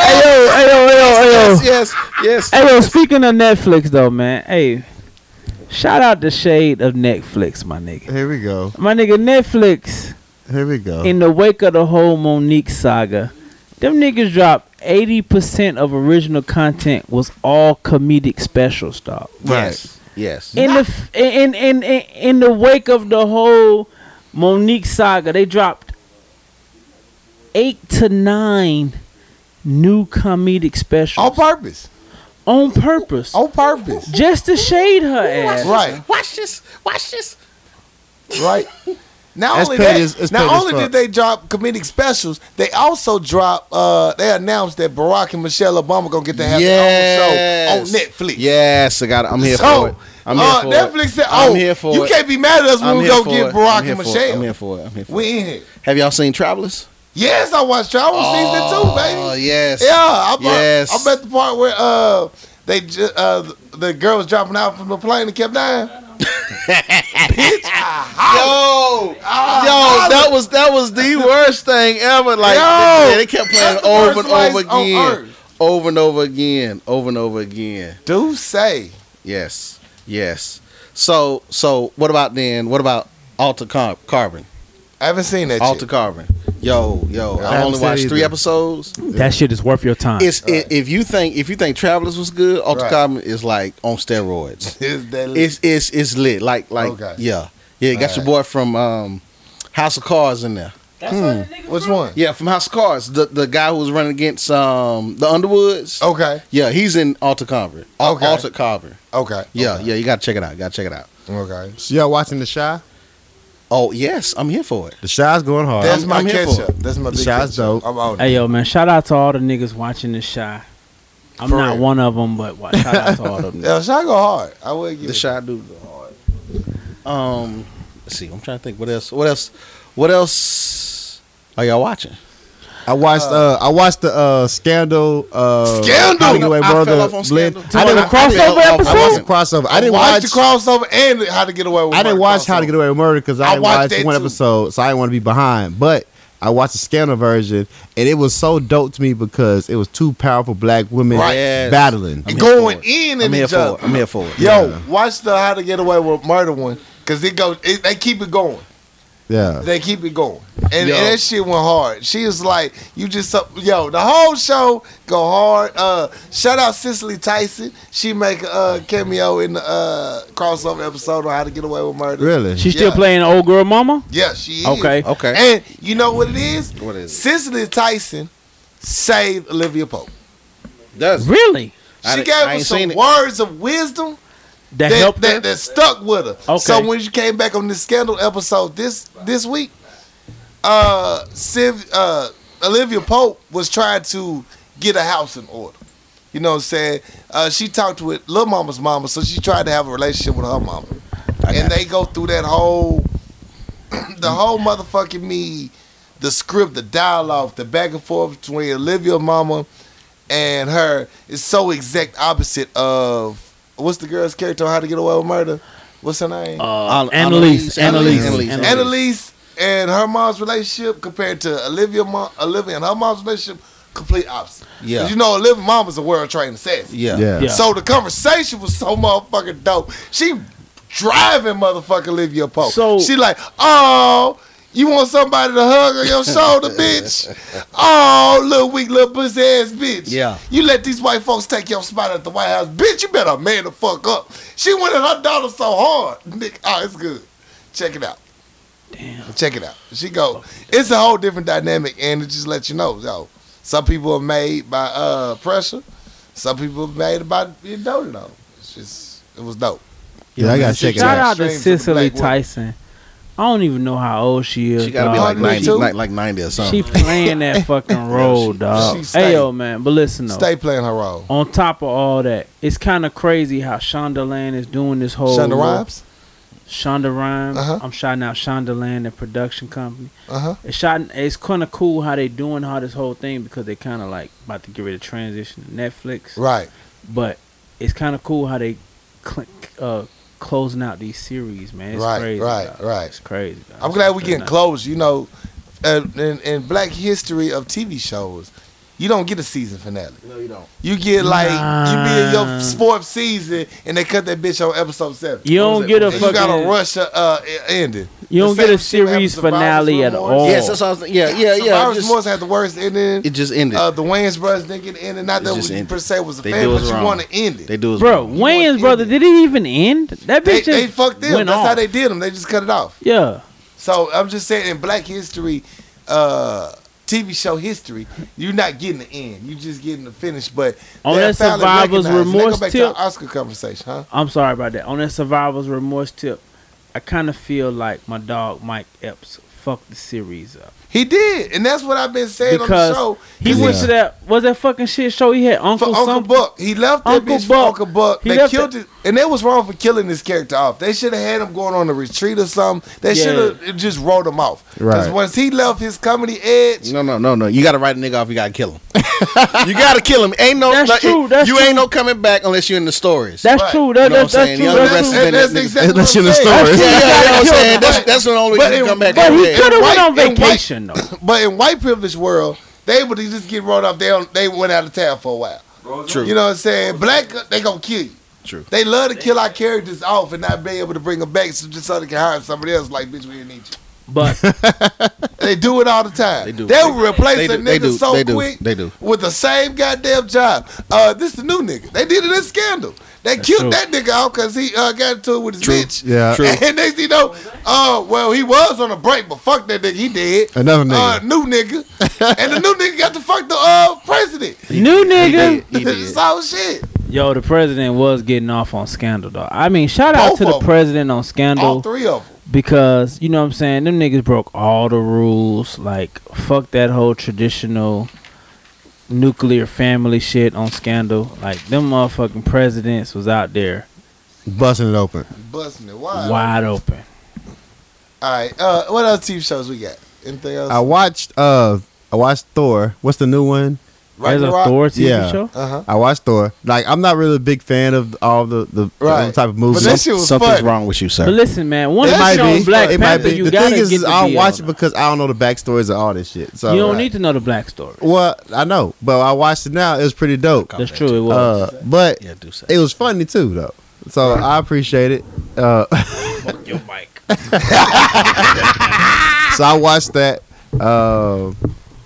Speaker 4: Hey yo, hey yo, hey yo, hey yo.
Speaker 3: Yes, yes, yes.
Speaker 4: Hey, yo, speaking of Netflix though, man. Hey, shout out the shade of Netflix, my nigga.
Speaker 2: Here we go.
Speaker 4: My nigga, Netflix.
Speaker 2: Here we
Speaker 3: Oh.
Speaker 2: go.
Speaker 4: In the wake of the whole Monique saga, them niggas dropped eighty percent of original content was all comedic specials, dog.
Speaker 3: Yes. Yes.
Speaker 4: In the f- in in in in the wake of the whole Monique saga, they dropped eight to nine new comedic
Speaker 1: on
Speaker 4: specials
Speaker 1: purpose.
Speaker 4: on purpose.
Speaker 1: On purpose.
Speaker 4: just to shade her ass.
Speaker 1: Oh, Right,
Speaker 3: Watch this. Watch this.
Speaker 1: right. Not
Speaker 2: That's
Speaker 1: only
Speaker 2: petty
Speaker 1: that,
Speaker 2: as- it's
Speaker 1: not
Speaker 2: petty as
Speaker 1: only
Speaker 2: fuck.
Speaker 1: did they drop comedic specials, they also drop. Uh, they announced that Barack and Michelle Obama gonna get to have their own show on Netflix.
Speaker 3: Yes, I got it. I'm here
Speaker 1: so,
Speaker 3: for it. I'm here
Speaker 1: uh,
Speaker 3: for
Speaker 1: Netflix
Speaker 3: it.
Speaker 1: said, "Oh,
Speaker 3: I'm here for
Speaker 1: you
Speaker 3: it.
Speaker 1: can't be mad at us when
Speaker 3: I'm
Speaker 1: we
Speaker 3: here
Speaker 1: go
Speaker 3: for
Speaker 1: get
Speaker 3: it.
Speaker 1: Barack
Speaker 3: I'm here
Speaker 1: and
Speaker 3: for it.
Speaker 1: Michelle."
Speaker 3: I'm here for it. I'm here for it.
Speaker 1: We in here.
Speaker 3: Have y'all seen Travelers?
Speaker 1: Yes, I watched Travel season two, baby.
Speaker 3: Oh, yes.
Speaker 1: Yeah, I'm,
Speaker 3: Yes.
Speaker 1: I'm at the part where uh they ju- uh the girl was dropping out from the plane and kept dying. Bitch, I hollered.
Speaker 3: Yo,
Speaker 1: Ah, I
Speaker 3: yo,
Speaker 1: hollered.
Speaker 3: that was that was the worst thing ever. Like
Speaker 1: Yo,
Speaker 3: yeah, they kept playing
Speaker 1: that's the
Speaker 3: over
Speaker 1: worst
Speaker 3: and over
Speaker 1: place on
Speaker 3: again,
Speaker 1: earth.
Speaker 3: over and over again, over and over again.
Speaker 1: do say
Speaker 3: Yes, yes. So, so what about then? What about Alter Car- Carbon?
Speaker 1: I haven't seen that.
Speaker 3: Alter
Speaker 1: yet.
Speaker 3: Carbon. Yo, yo,
Speaker 2: I
Speaker 3: I
Speaker 2: haven't
Speaker 3: only
Speaker 2: seen
Speaker 3: watched three
Speaker 2: either.
Speaker 3: episodes.
Speaker 4: That shit is worth your time.
Speaker 3: It's i- if you think if you think Travelers was good, Alter
Speaker 1: Right.
Speaker 3: Carbon is like on steroids.
Speaker 1: Is that
Speaker 3: It's it's it's lit. Like like
Speaker 1: Okay.
Speaker 3: yeah yeah. You got your
Speaker 1: Alright.
Speaker 3: boy from um, House of Cards in there.
Speaker 1: which one?
Speaker 3: Yeah, from House of Cards. The the guy who was running against um the Underwoods.
Speaker 1: Okay,
Speaker 3: Yeah, he's in Alter Carbon. Al-
Speaker 1: Oh. Okay.
Speaker 3: Alter Carbon.
Speaker 1: okay,
Speaker 3: Yeah, yeah. You gotta check it out. You gotta check it out.
Speaker 1: okay.
Speaker 2: So y'all watching the shy?
Speaker 3: Oh yes, I'm here for it.
Speaker 2: The shy's going hard.
Speaker 1: That's
Speaker 3: I'm-
Speaker 1: my
Speaker 3: I'm here
Speaker 1: catch
Speaker 3: for
Speaker 1: up. That's my big
Speaker 2: Shots
Speaker 1: catch up.
Speaker 2: dope.
Speaker 1: I'm on it.
Speaker 4: hey yo, man! Shout out to all the niggas watching this shy. I'm
Speaker 1: For
Speaker 4: not
Speaker 1: real.
Speaker 4: one of them, but wa- shout out to all of them.
Speaker 1: Yeah, shot go hard. I would give
Speaker 3: The
Speaker 1: it.
Speaker 3: shy dude. Um, let's see. I'm trying to think. What else? What else? What else are y'all watching?
Speaker 2: I watched uh, I watched the uh Scandal uh
Speaker 1: Scandal!
Speaker 2: Hollywood
Speaker 3: I fell
Speaker 2: Brother
Speaker 3: off on
Speaker 2: Blend.
Speaker 3: Scandal.
Speaker 2: I didn't
Speaker 4: The crossover
Speaker 3: I- I- I
Speaker 2: I watched
Speaker 4: episode?
Speaker 2: the crossover. I didn't
Speaker 1: watch
Speaker 2: watch
Speaker 1: the crossover and How to Get Away with
Speaker 2: I didn't
Speaker 1: Murder
Speaker 2: watch How to
Speaker 1: crossover.
Speaker 2: Get Away with Murder because I,
Speaker 1: I
Speaker 2: didn't
Speaker 1: watched
Speaker 2: watch
Speaker 1: that
Speaker 2: one
Speaker 1: too.
Speaker 2: episode, so I didn't want to be behind. But I watched the Scandal version, and it was so dope to me because it was two powerful black women
Speaker 1: Right.
Speaker 3: Yes.
Speaker 2: battling.
Speaker 3: I'm here
Speaker 1: Going
Speaker 3: for it.
Speaker 1: in
Speaker 3: I'm
Speaker 1: and
Speaker 3: here
Speaker 1: each
Speaker 3: for it.
Speaker 1: other.
Speaker 3: I'm here for it.
Speaker 1: Yo, watch the How to Get Away with Murder one because it goes. It, they keep it going.
Speaker 2: Yeah.
Speaker 1: They keep it going. And, and
Speaker 3: Yo.
Speaker 1: that shit went hard. She was like, you just so, yo, the whole show go hard. Uh shout out Cicely Tyson. She make a uh, cameo in the uh crossover episode on how to get away with murder.
Speaker 2: Really?
Speaker 4: She still
Speaker 1: Yeah.
Speaker 4: playing the old girl mama?
Speaker 1: Yeah, she is.
Speaker 4: Okay.
Speaker 3: Okay.
Speaker 1: And you know what it is?
Speaker 3: What is it?
Speaker 1: Cicely Tyson saved Olivia Pope.
Speaker 3: Does it?
Speaker 4: Really?
Speaker 3: I
Speaker 1: She
Speaker 3: di-
Speaker 1: gave
Speaker 3: I
Speaker 1: us
Speaker 3: ain't
Speaker 1: some
Speaker 3: seen it.
Speaker 1: words of wisdom
Speaker 4: That,
Speaker 1: that,
Speaker 4: helped her?
Speaker 1: that, that stuck with her.
Speaker 4: Okay.
Speaker 1: So when she came back on the scandal episode this this week, uh, Civ, uh, Olivia Pope was trying to get a house in order. You know what I'm saying? Uh, she talked with Lil Mama's mama, so she tried to have a relationship with her mama, and they go through that whole, the whole motherfucking me, the script, the dialogue, the back and forth between Olivia's mama and her is so exact opposite of what's the girl's character on How to Get Away with Murder? What's her name? Uh,
Speaker 3: Al-
Speaker 4: Uh,
Speaker 3: Annalise,
Speaker 4: Annalise, Annalise,
Speaker 3: Annalise,
Speaker 4: Annalise.
Speaker 1: Annalise and her mom's relationship compared to Olivia, mom, Olivia and her mom's relationship, complete opposite. 'Cause
Speaker 3: Yeah.
Speaker 1: you know Olivia mom was a world trained assassin.
Speaker 3: Yeah.
Speaker 2: Yeah.
Speaker 4: Yeah.
Speaker 1: So the conversation was so motherfucking dope. She driving motherfucking Olivia Pope.
Speaker 4: So-
Speaker 1: she like, oh, you want somebody to hug on your shoulder, bitch? Oh, little weak, little pussy ass bitch.
Speaker 3: Yeah.
Speaker 1: You let these white folks take your spot at the White House, bitch. You better man the fuck up. She went at her daughter so hard. Nick, oh, it's good. Check it out. Damn. Check it out. She go. It's a whole different dynamic, and it just lets you know, yo. Some people are made by uh pressure. Some people made about being doted on. It's just it was dope.
Speaker 2: Yeah, I gotta check it
Speaker 4: Shout
Speaker 2: out.
Speaker 4: out
Speaker 1: Stream
Speaker 4: to
Speaker 1: to the
Speaker 4: Cicely
Speaker 1: black woman.
Speaker 4: Tyson. I don't even know how old she is.
Speaker 3: She gotta be
Speaker 4: dog.
Speaker 3: like
Speaker 1: Me
Speaker 3: ninety,
Speaker 1: too.
Speaker 3: like, like ninety or
Speaker 4: She
Speaker 3: something.
Speaker 4: playing that fucking role,
Speaker 1: she-
Speaker 4: dog.
Speaker 1: she stay-
Speaker 4: Hey, yo, man. But listen, though.
Speaker 1: Stay playing her role.
Speaker 4: On top of all that, it's kind of crazy how Shonda Land is doing this whole.
Speaker 1: Shonda Rhimes.
Speaker 4: Shonda Rhimes.
Speaker 1: Uh-huh.
Speaker 4: I'm shouting out Shonda Land, the production company.
Speaker 1: Uh huh.
Speaker 4: It's shot. It's kind of cool how they doing how this whole thing because they kind of like about to get rid of transition to Netflix.
Speaker 1: Right.
Speaker 4: But it's kind of cool how they cl- uh, closing out these series, man. It's
Speaker 1: Right,
Speaker 4: crazy,
Speaker 1: right,
Speaker 4: dog.
Speaker 1: right.
Speaker 4: It's crazy. dog.
Speaker 1: I'm glad we getting
Speaker 4: It's
Speaker 1: close. You know, uh, in, in Black history of TV shows, you don't get a season finale.
Speaker 3: No, you don't.
Speaker 1: You get like you be in
Speaker 4: Nah.
Speaker 1: your fourth season and they cut that bitch on episode seven.
Speaker 4: You don't get a
Speaker 1: And you got to
Speaker 4: fucking.
Speaker 1: rush a uh, e- ending.
Speaker 4: You don't
Speaker 1: The
Speaker 4: get a
Speaker 1: same shit happened
Speaker 4: series
Speaker 1: to Survivor's
Speaker 4: finale at
Speaker 1: Remorse.
Speaker 4: all.
Speaker 3: Yes, that's what I was. Yeah, yeah, yeah.
Speaker 1: Survivor's
Speaker 3: it just-
Speaker 1: Remorse had the worst ending.
Speaker 3: it just ended.
Speaker 1: uh, the Wayans brothers didn't get ended. Not
Speaker 3: It
Speaker 1: that
Speaker 3: just
Speaker 1: we
Speaker 3: ended.
Speaker 1: per se was a
Speaker 3: They
Speaker 1: fan,
Speaker 3: do us
Speaker 1: but you
Speaker 3: wrong.
Speaker 1: want to end it.
Speaker 3: they do. Is
Speaker 4: Bro,
Speaker 3: wrong.
Speaker 1: want
Speaker 4: Wayne's
Speaker 1: to
Speaker 4: brother,
Speaker 1: end it.
Speaker 4: did it even end? That
Speaker 1: they,
Speaker 4: bitch
Speaker 1: they
Speaker 4: just
Speaker 1: fucked them.
Speaker 4: went
Speaker 1: That's how
Speaker 4: off.
Speaker 1: they did them. They just cut it off.
Speaker 4: Yeah,
Speaker 1: So I'm just saying, in Black History, uh, TV show history, you're not getting the end. You're just getting the finish. But
Speaker 4: On
Speaker 1: they're
Speaker 4: that
Speaker 1: finally
Speaker 4: Survivor's
Speaker 1: recognized. And they
Speaker 4: Remorse
Speaker 1: go back
Speaker 4: tip-
Speaker 1: to our Oscar conversation, huh?
Speaker 4: I'm sorry about that. On that survivor's remorse tip, I kind of feel like my dog Mike Epps fucked the series up.
Speaker 1: He did, and that's what I've been saying on the
Speaker 4: Because
Speaker 1: show.
Speaker 4: He
Speaker 1: Cause
Speaker 4: went
Speaker 1: he-
Speaker 4: to that was that fucking shit show he had
Speaker 1: for
Speaker 4: Uncle
Speaker 1: Uncle
Speaker 4: something?
Speaker 1: Buck. He left that
Speaker 4: Uncle
Speaker 1: bitch
Speaker 4: Buck.
Speaker 1: for Uncle Buck.
Speaker 4: He
Speaker 1: They
Speaker 4: left
Speaker 1: killed it, and they was wrong for killing this character off. They should have had him going on a retreat or something. They
Speaker 4: Yeah.
Speaker 1: should have just wrote him off. Because
Speaker 2: Right.
Speaker 1: once he left his comedy edge,
Speaker 3: No, no, no, no. You gotta write a nigga off. You gotta kill him. you gotta kill him. Ain't no.
Speaker 4: That's
Speaker 3: like,
Speaker 4: true, that's
Speaker 3: you
Speaker 4: true.
Speaker 3: ain't no coming back unless you're in the stories.
Speaker 4: That's
Speaker 1: Right.
Speaker 4: true.
Speaker 3: You
Speaker 4: That,
Speaker 3: know what I'm
Speaker 4: that, that's
Speaker 3: saying?
Speaker 4: true.
Speaker 3: Y'all
Speaker 4: That's
Speaker 3: arrested
Speaker 4: true.
Speaker 3: that
Speaker 1: and that's
Speaker 3: nigga.
Speaker 1: exactly
Speaker 2: Unless
Speaker 1: what I'm
Speaker 2: you're the
Speaker 1: saying.
Speaker 2: story.
Speaker 3: yeah, yeah, you know what I'm saying.
Speaker 1: But-
Speaker 3: That's that's the only
Speaker 1: but
Speaker 3: way you
Speaker 1: in-
Speaker 3: can come back.
Speaker 4: But
Speaker 3: out
Speaker 4: he
Speaker 3: there.
Speaker 4: could have went
Speaker 1: white-
Speaker 4: on
Speaker 1: in white-
Speaker 4: vacation though.
Speaker 1: But in white privilege world, they would just get rolled up. They don't, they went out of town for a while.
Speaker 5: Goes
Speaker 3: True.
Speaker 5: on.
Speaker 1: You know what I'm saying? Black, they gonna kill you.
Speaker 3: True.
Speaker 1: They love to kill our characters off and not be able to bring them back, so just so they can hire somebody else. Like, bitch, we didn't need you.
Speaker 4: But
Speaker 1: They do it all the time.
Speaker 3: They do.
Speaker 1: They'll replace
Speaker 3: They
Speaker 1: a
Speaker 3: do-
Speaker 1: nigga
Speaker 3: they do.
Speaker 1: so
Speaker 3: They do.
Speaker 1: quick
Speaker 3: They do.
Speaker 1: with the same goddamn job. Uh, this the new nigga. They did it in Scandal. They killed
Speaker 4: true.
Speaker 1: that nigga out because he uh, got into it with his bitch.
Speaker 2: Yeah.
Speaker 3: True.
Speaker 1: And next thing you know, uh, well, he was on a break, but fuck that nigga, he dead.
Speaker 2: Another nigga.
Speaker 1: Uh, new nigga. and the new nigga got to fuck the uh, president.
Speaker 4: new nigga,
Speaker 3: He did.
Speaker 1: so shit.
Speaker 4: yo, the president was getting off on Scandal though. I mean, shout out
Speaker 1: Both
Speaker 4: to the
Speaker 1: of 'em.
Speaker 4: president on
Speaker 1: All
Speaker 4: Scandal
Speaker 1: three of them.
Speaker 4: because you know what I'm saying them niggas broke all the rules. Like fuck that whole traditional nuclear family shit on Scandal. Like them motherfucking presidents was out there
Speaker 2: Busting it open.
Speaker 1: Busting it wide.
Speaker 4: wide open.
Speaker 1: All right. Uh, what else TV shows we got? Anything else?
Speaker 2: I watched uh I watched Thor. What's the new one?
Speaker 4: As a Thor TV
Speaker 2: Yeah.
Speaker 4: show.
Speaker 1: Uh huh.
Speaker 2: I watched Thor. Like I'm not really a big fan of all the the, the
Speaker 1: Right.
Speaker 2: type of movies.
Speaker 1: But that shit was
Speaker 3: Something's
Speaker 1: fun.
Speaker 3: wrong with you,
Speaker 4: But
Speaker 3: sir.
Speaker 4: listen, man, once
Speaker 1: It
Speaker 4: you
Speaker 1: might
Speaker 4: get on
Speaker 1: be.
Speaker 4: Black Panther, you
Speaker 2: The
Speaker 4: gotta
Speaker 2: thing is,
Speaker 4: get
Speaker 2: is
Speaker 4: the
Speaker 2: I don't
Speaker 4: deal
Speaker 2: watch it
Speaker 4: on
Speaker 2: because I don't know the backstories of all this shit. So uh,
Speaker 4: You don't
Speaker 2: Right.
Speaker 4: need to know the black story.
Speaker 2: Well, I know, but I watched it now. It was pretty dope.
Speaker 4: That's true. It was.
Speaker 2: Uh, but
Speaker 3: Yeah, do say.
Speaker 2: it was funny too, though. So I appreciate it. Uh,
Speaker 4: Your mic.
Speaker 2: so I watched that, uh,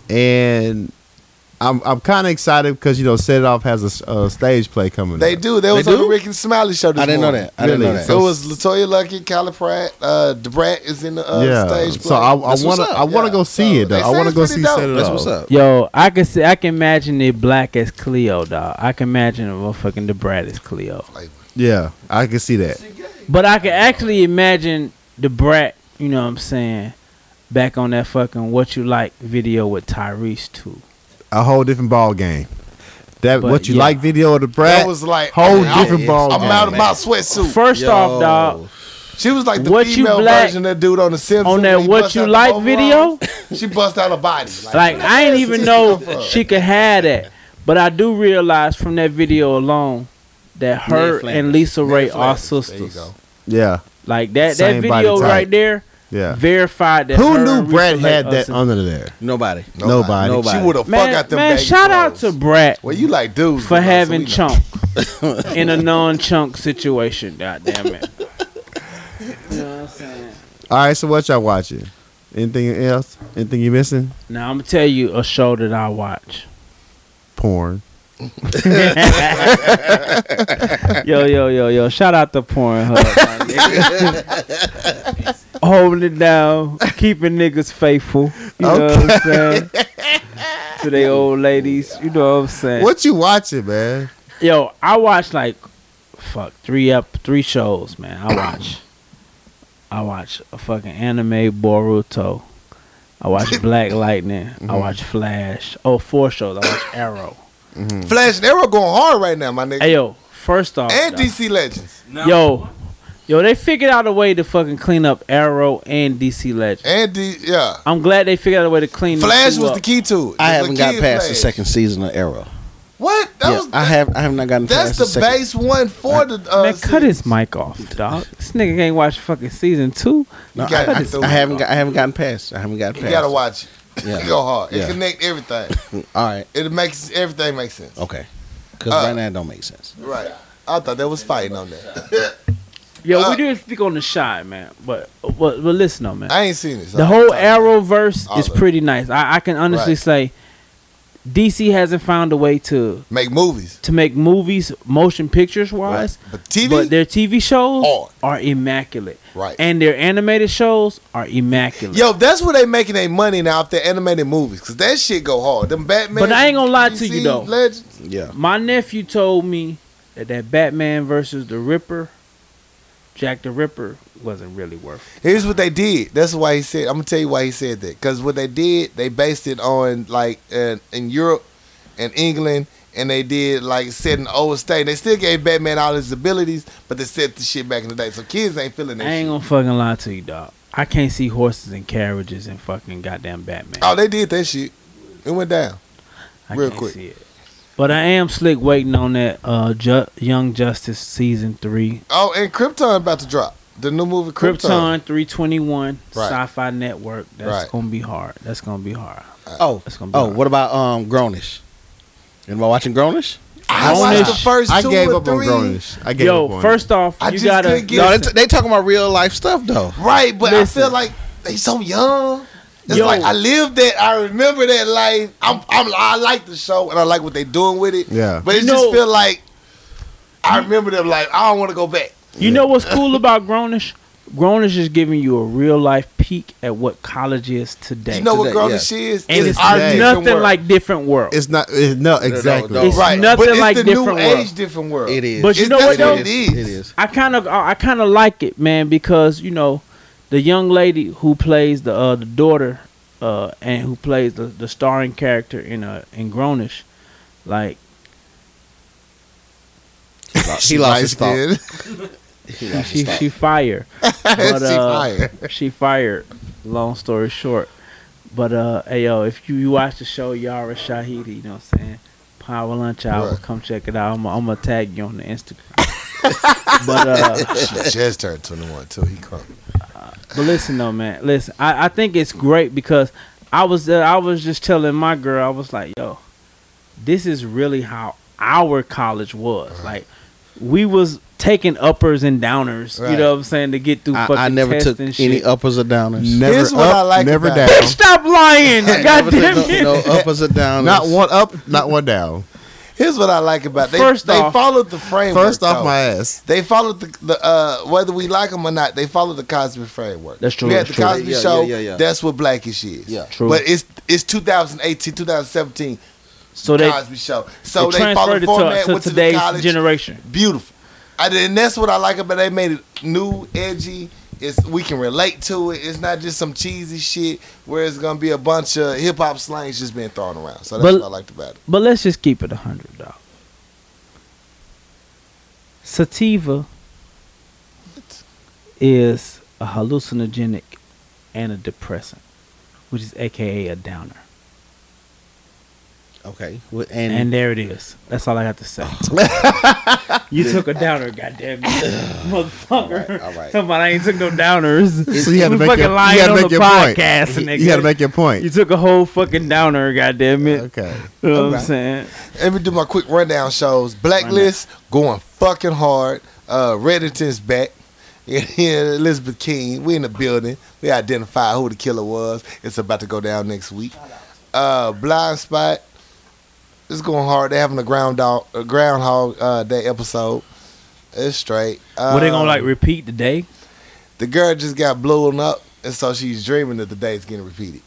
Speaker 2: and I'm I'm kind of excited because you know Set It Off has a s- a, stage play coming.
Speaker 1: They
Speaker 2: up.
Speaker 1: do. They was
Speaker 3: They
Speaker 1: on the
Speaker 3: do?
Speaker 1: Rick and Smiley show. This
Speaker 3: I didn't know
Speaker 1: morning.
Speaker 3: that. I didn't
Speaker 2: Really?
Speaker 3: know that.
Speaker 1: So it was Latoya Lucky, Kyla Pratt, uh, Debrat is in the uh, stage.
Speaker 2: So
Speaker 1: play.
Speaker 2: I I
Speaker 3: That's what's
Speaker 2: want to
Speaker 3: up.
Speaker 2: I want
Speaker 1: Yeah.
Speaker 2: to go see
Speaker 1: So
Speaker 2: it though.
Speaker 1: they
Speaker 2: I
Speaker 1: say
Speaker 2: want to
Speaker 1: it's
Speaker 2: go
Speaker 1: pretty
Speaker 2: see
Speaker 1: dope.
Speaker 2: Set It
Speaker 3: That's
Speaker 2: Off.
Speaker 3: what's up.
Speaker 4: Yo, I can see, I can imagine it black as Cleo, dog. I can imagine a motherfucking Debrat as Cleo.
Speaker 2: Yeah, I can see that.
Speaker 4: But I can actually imagine Debrat, you know what I'm saying, back on that fucking What You Like video with Tyrese, too.
Speaker 2: A whole different ball game. That
Speaker 4: But,
Speaker 2: what you
Speaker 4: yeah.
Speaker 2: like video of the
Speaker 1: that
Speaker 2: brat
Speaker 1: was like
Speaker 2: whole
Speaker 1: I'm out-
Speaker 2: different
Speaker 3: yeah,
Speaker 2: ball
Speaker 1: I'm
Speaker 2: game.
Speaker 1: out of my
Speaker 3: man.
Speaker 1: sweatsuit.
Speaker 4: First off,
Speaker 3: Yo.
Speaker 4: dog,
Speaker 1: She was like the
Speaker 4: What you
Speaker 1: female
Speaker 4: black-
Speaker 1: version of that dude on the Simpsons.
Speaker 4: on that
Speaker 1: He
Speaker 4: What
Speaker 1: bust
Speaker 4: You
Speaker 1: out the
Speaker 4: Like
Speaker 1: overalls.
Speaker 4: video,
Speaker 1: she bust out a body.
Speaker 4: like, I ain't even know
Speaker 1: Fuck.
Speaker 4: she could have that. But I do realize from that video alone that her
Speaker 3: Flanders.
Speaker 4: and Lisa Ray are
Speaker 1: Flanders. There you
Speaker 4: sisters.
Speaker 1: go.
Speaker 2: Yeah,
Speaker 4: Like that, that
Speaker 2: Same body
Speaker 4: video
Speaker 2: type.
Speaker 4: right there
Speaker 2: yeah.
Speaker 4: verified that. her
Speaker 2: Who knew
Speaker 4: and
Speaker 2: Brad
Speaker 4: Lisa Ray
Speaker 2: had
Speaker 4: are
Speaker 2: that
Speaker 4: sisters.
Speaker 2: under there?
Speaker 3: Nobody.
Speaker 2: Nobody.
Speaker 3: Nobody.
Speaker 1: She would have fuck
Speaker 4: Man,
Speaker 1: out them
Speaker 4: man
Speaker 1: baggy
Speaker 4: shout out to
Speaker 1: clothes.
Speaker 4: Brad.
Speaker 1: Well, you like dudes
Speaker 4: for
Speaker 1: you know, so
Speaker 4: having
Speaker 1: we know.
Speaker 4: chunk in a non-chunk situation. God damn it. You know what I'm saying?
Speaker 2: All right, so what y'all watching? Anything else? Anything you missing?
Speaker 4: Now I'm gonna tell you a show that I watch.
Speaker 2: Porn.
Speaker 4: yo yo yo yo! Shout out to Pornhub, my nigga. holding it down, keeping niggas faithful. You know what I'm saying? to they old ladies. You know what I'm saying?
Speaker 2: What you watching, man?
Speaker 4: Yo, I watch like fuck three up three shows, man. I watch. I watch a fucking anime Boruto. I watch Black Lightning.
Speaker 1: Mm-hmm.
Speaker 4: I watch Flash. Oh, four shows. I watch Arrow.
Speaker 1: Flash and Arrow going hard right now, my nigga.
Speaker 4: hey yo, first off,
Speaker 1: and
Speaker 4: dawg.
Speaker 1: DC Legends
Speaker 5: No.
Speaker 4: yo, yo, they figured out a way to fucking clean up Arrow and DC Legends.
Speaker 1: and D, yeah.
Speaker 4: I'm glad they figured out a way to clean. them
Speaker 1: Flash
Speaker 4: two
Speaker 1: was
Speaker 4: up.
Speaker 1: the key to it.
Speaker 3: I
Speaker 1: The
Speaker 3: haven't got
Speaker 1: kid
Speaker 3: past the
Speaker 1: Flash.
Speaker 3: second season of Arrow.
Speaker 1: What? That
Speaker 3: Yeah,
Speaker 1: was,
Speaker 3: I have. I have not gotten
Speaker 1: that's
Speaker 3: past
Speaker 1: the,
Speaker 3: second.
Speaker 1: base one for the. Uh,
Speaker 4: Man, cut
Speaker 1: series.
Speaker 4: his mic off, dog. This nigga can't watch fucking season two.
Speaker 3: No,
Speaker 1: You gotta
Speaker 3: I, I-
Speaker 1: get through
Speaker 3: I
Speaker 1: it,
Speaker 3: haven't.
Speaker 1: though.
Speaker 3: Got, I haven't gotten past. I haven't gotten
Speaker 1: You
Speaker 3: past.
Speaker 1: gotta
Speaker 3: it.
Speaker 1: watch it.
Speaker 3: Yeah.
Speaker 1: It go hard. It
Speaker 3: Yeah.
Speaker 1: connect everything.
Speaker 3: All right.
Speaker 1: It makes everything make sense.
Speaker 3: Okay. Because
Speaker 1: Uh,
Speaker 3: right now it don't make sense.
Speaker 1: Right. I thought there was fighting on that.
Speaker 4: Yo,
Speaker 1: Uh,
Speaker 4: we didn't speak on the shot, man. But but, but listen though, man.
Speaker 1: I ain't seen it. so
Speaker 4: the
Speaker 1: I'm
Speaker 4: whole
Speaker 1: talking.
Speaker 4: Arrow verse
Speaker 1: All
Speaker 4: is
Speaker 1: of it.
Speaker 4: pretty nice. I, I can honestly
Speaker 1: Right.
Speaker 4: say DC hasn't found a way to
Speaker 1: make movies,
Speaker 4: to make movies motion pictures wise,
Speaker 1: but TV.
Speaker 4: but their TV shows
Speaker 1: Hard.
Speaker 4: are immaculate,
Speaker 1: Right.
Speaker 4: And their animated shows are immaculate.
Speaker 1: Yo, that's where they making their money now off the animated movies, cause that shit go hard. Them Batman.
Speaker 4: But I ain't gonna lie to you, though.
Speaker 1: Legends.
Speaker 3: Yeah.
Speaker 4: My nephew told me that that Batman versus the Ripper, Jack the Ripper, wasn't really worth.
Speaker 1: Here's what they did. That's why he said. I'm gonna tell you why he said that. Cause what they did, they based it on like uh, in Europe and England, and they did like set in the old state. They still gave Batman all his abilities, but they set the shit back in the day. So kids ain't feeling
Speaker 4: It.
Speaker 1: that.
Speaker 4: I ain't
Speaker 1: shit.
Speaker 4: gonna fucking lie to you, dog. I can't see horses and carriages and fucking goddamn Batman.
Speaker 1: Oh, they did that shit. It went down.
Speaker 4: I
Speaker 1: Real
Speaker 4: can't
Speaker 1: quick.
Speaker 4: see it. But I am slick waiting on that uh Ju- Young Justice season three.
Speaker 1: Oh, and Krypton about to drop the new movie Krypton.
Speaker 4: Krypton three twenty one
Speaker 1: Right.
Speaker 4: sci-fi network. That's
Speaker 1: Right. Uh,
Speaker 4: gonna be hard. That's gonna be hard.
Speaker 3: Oh.
Speaker 4: That's gonna be
Speaker 3: Oh.
Speaker 4: hard.
Speaker 3: What about um Grownish? Anybody watching Grownish?
Speaker 1: I watched the
Speaker 4: Grownish.
Speaker 1: first
Speaker 2: I
Speaker 1: two
Speaker 2: gave
Speaker 1: or
Speaker 2: up on
Speaker 1: three.
Speaker 2: Grownish. I gave up
Speaker 4: Yo,
Speaker 2: on
Speaker 4: first off,
Speaker 1: I
Speaker 4: you
Speaker 1: just
Speaker 4: gotta
Speaker 1: couldn't get
Speaker 3: No, they,
Speaker 4: listen.
Speaker 3: they talking about real life stuff though.
Speaker 1: Right, but
Speaker 4: Listen.
Speaker 1: I feel like they so young. It's
Speaker 4: Yo.
Speaker 1: like I lived that. I remember that life. I'm, I'm, I like the show and I like what they doing with it.
Speaker 2: Yeah.
Speaker 1: but it
Speaker 4: You know-
Speaker 1: just feel like I remember them. Like I don't want to go back.
Speaker 4: you know what's cool about Grownish? Grownish is giving you a real life peek at what college is today.
Speaker 1: You know what
Speaker 3: today,
Speaker 1: grown
Speaker 3: yeah.
Speaker 1: she is?
Speaker 4: and it's
Speaker 1: our
Speaker 2: today.
Speaker 1: different
Speaker 4: nothing
Speaker 1: world.
Speaker 4: like different world.
Speaker 2: it's not it's, no exactly.
Speaker 3: no.
Speaker 4: It's nothing
Speaker 1: but it's
Speaker 4: like
Speaker 1: the
Speaker 4: different
Speaker 1: new
Speaker 4: world.
Speaker 1: age, different world.
Speaker 3: It is.
Speaker 4: But you
Speaker 1: It's-
Speaker 4: know what
Speaker 1: that's
Speaker 4: though?
Speaker 1: it is.
Speaker 3: It is.
Speaker 4: I kind of I kind of like it, man, because you know, the young lady who plays the uh, the daughter uh, and who plays the, the starring character in uh, in Grownish, like
Speaker 3: He lost his thought.
Speaker 2: Light-skinned.
Speaker 3: He lost
Speaker 4: she
Speaker 3: his
Speaker 4: she
Speaker 3: thought.
Speaker 4: fired, but,
Speaker 2: She
Speaker 4: uh,
Speaker 2: fired.
Speaker 4: she fired. Long story short, but uh, hey yo, if you, you watch the show Yara Shahidi, you know what I'm saying. Power lunch hour,
Speaker 1: Right.
Speaker 4: come check it out. I'm gonna tag you on the Instagram. but uh,
Speaker 1: She just turned twenty one too. He crunk.
Speaker 4: But listen though, man. Listen, I, I think it's great because I was uh, I was just telling my girl, I was like, yo,
Speaker 3: Uh-huh.
Speaker 4: this is really how our college was. Like we was taking uppers and downers. You
Speaker 1: Right.
Speaker 4: know what I'm saying to get through.
Speaker 3: I,
Speaker 4: fucking
Speaker 3: I never
Speaker 4: tests
Speaker 3: took
Speaker 4: and
Speaker 3: any
Speaker 4: shit.
Speaker 3: uppers or downers.
Speaker 2: Never
Speaker 1: Here's
Speaker 2: up,
Speaker 1: what I like
Speaker 2: never
Speaker 1: about-
Speaker 2: down.
Speaker 4: Bitch, stop lying!
Speaker 3: Never
Speaker 4: God
Speaker 3: took
Speaker 4: damn it!
Speaker 3: no, no uppers or downers.
Speaker 2: Not one up, not one down.
Speaker 1: Here's what I like about they.
Speaker 4: First
Speaker 1: they
Speaker 4: off-
Speaker 1: followed the framework.
Speaker 2: First off
Speaker 1: though.
Speaker 2: my ass.
Speaker 1: They followed the, the uh, whether we like them or not. They followed the Cosby framework.
Speaker 4: That's true,
Speaker 1: We had
Speaker 4: that's
Speaker 1: the
Speaker 4: true.
Speaker 1: Cosby
Speaker 3: Yeah, yeah,
Speaker 1: Show.
Speaker 3: yeah, yeah.
Speaker 1: That's what Blackish is.
Speaker 3: Yeah.
Speaker 4: True.
Speaker 1: But it's it's 2018, 2017
Speaker 4: So they,
Speaker 1: Cosby Show.
Speaker 4: they
Speaker 1: So they, followed
Speaker 4: transferred
Speaker 1: the
Speaker 4: it to,
Speaker 1: format.
Speaker 4: to
Speaker 1: went to the
Speaker 4: today's
Speaker 1: college.
Speaker 4: generation.
Speaker 1: Beautiful. I did, and that's what I like about. They made it new, edgy. It's we can relate to it. It's not just some cheesy shit where it's gonna be a bunch of hip hop slangs just being thrown around. So that's
Speaker 4: But-
Speaker 1: what I liked about it.
Speaker 4: But let's just keep it a hundred, dog. Sativa is a hallucinogenic and a depressant, which is AKA a downer.
Speaker 3: Okay. Well,
Speaker 4: And,
Speaker 3: and
Speaker 4: there it is. That's all I have to say. you took a downer, goddamn you, motherfucker.
Speaker 3: All right, all right.
Speaker 4: Talking about I ain't took no downers.
Speaker 2: So you had to
Speaker 4: We
Speaker 2: make
Speaker 4: fucking
Speaker 2: your, you
Speaker 4: lying
Speaker 2: had to
Speaker 4: on
Speaker 2: make
Speaker 4: the
Speaker 2: your point.
Speaker 4: podcast,
Speaker 2: You-
Speaker 4: nigga.
Speaker 2: You had to make your
Speaker 4: You
Speaker 2: point.
Speaker 4: took a whole fucking downer, goddamn it.
Speaker 2: Okay.
Speaker 4: You know what I'm
Speaker 1: Alright.
Speaker 4: saying?
Speaker 1: Let me do my quick rundown shows. Blacklist going fucking hard. Uh, Redditon's back. Yeah, Elizabeth King. We in the building. We identify who the killer was. It's about to go down next week. Uh, Blind Spot. It's going hard. They're having a ground dog, a groundhog uh, day episode. It's straight.
Speaker 4: Were they gonna
Speaker 1: Um,
Speaker 4: like repeat today?
Speaker 1: The girl just got blown up, and so she's dreaming that the day is getting repeated.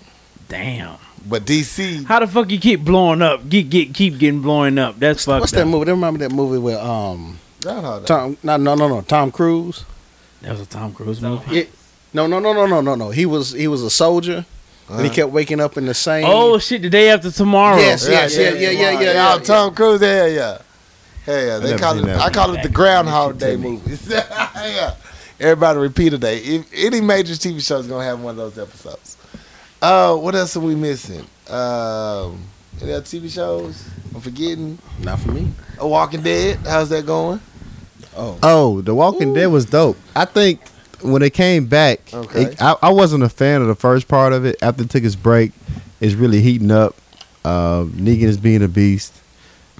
Speaker 4: Damn.
Speaker 1: But DC,
Speaker 4: How the fuck you keep blowing up? Get get keep getting blown up. That's fucked
Speaker 3: what's
Speaker 4: up.
Speaker 3: that movie? They remind me of that movie with um
Speaker 1: Groundhog Day.
Speaker 3: Tom. No, no, no, no. Tom Cruise.
Speaker 4: That was a Tom Cruise movie.
Speaker 3: Yeah. No, no, no, no, no, no, no. He was he was a soldier, and he
Speaker 1: Uh-huh.
Speaker 3: kept waking up in the same.
Speaker 4: Oh shit! The day after tomorrow.
Speaker 3: Yes, yes, yeah, yeah, yeah, yeah, yeah.
Speaker 1: Oh, Tom Cruise, yeah, yeah. Hell yeah. They
Speaker 2: never
Speaker 1: call
Speaker 2: seen
Speaker 1: it
Speaker 2: that
Speaker 1: I
Speaker 2: one.
Speaker 1: call it the Groundhog Day movie. yeah. Everybody repeat a day. If any major TV show is gonna have one of those episodes. Uh what else are we missing? Um any other TV shows? I'm forgetting.
Speaker 3: Not for me.
Speaker 1: A Walking Dead. How's that going?
Speaker 3: Oh,
Speaker 2: Oh, The Walking Dead was dope. I think when it came back,
Speaker 1: Okay.
Speaker 2: it- I, I wasn't a fan of the first part of it. After it took its break, it's really heating up. Uh, Negan is being a beast.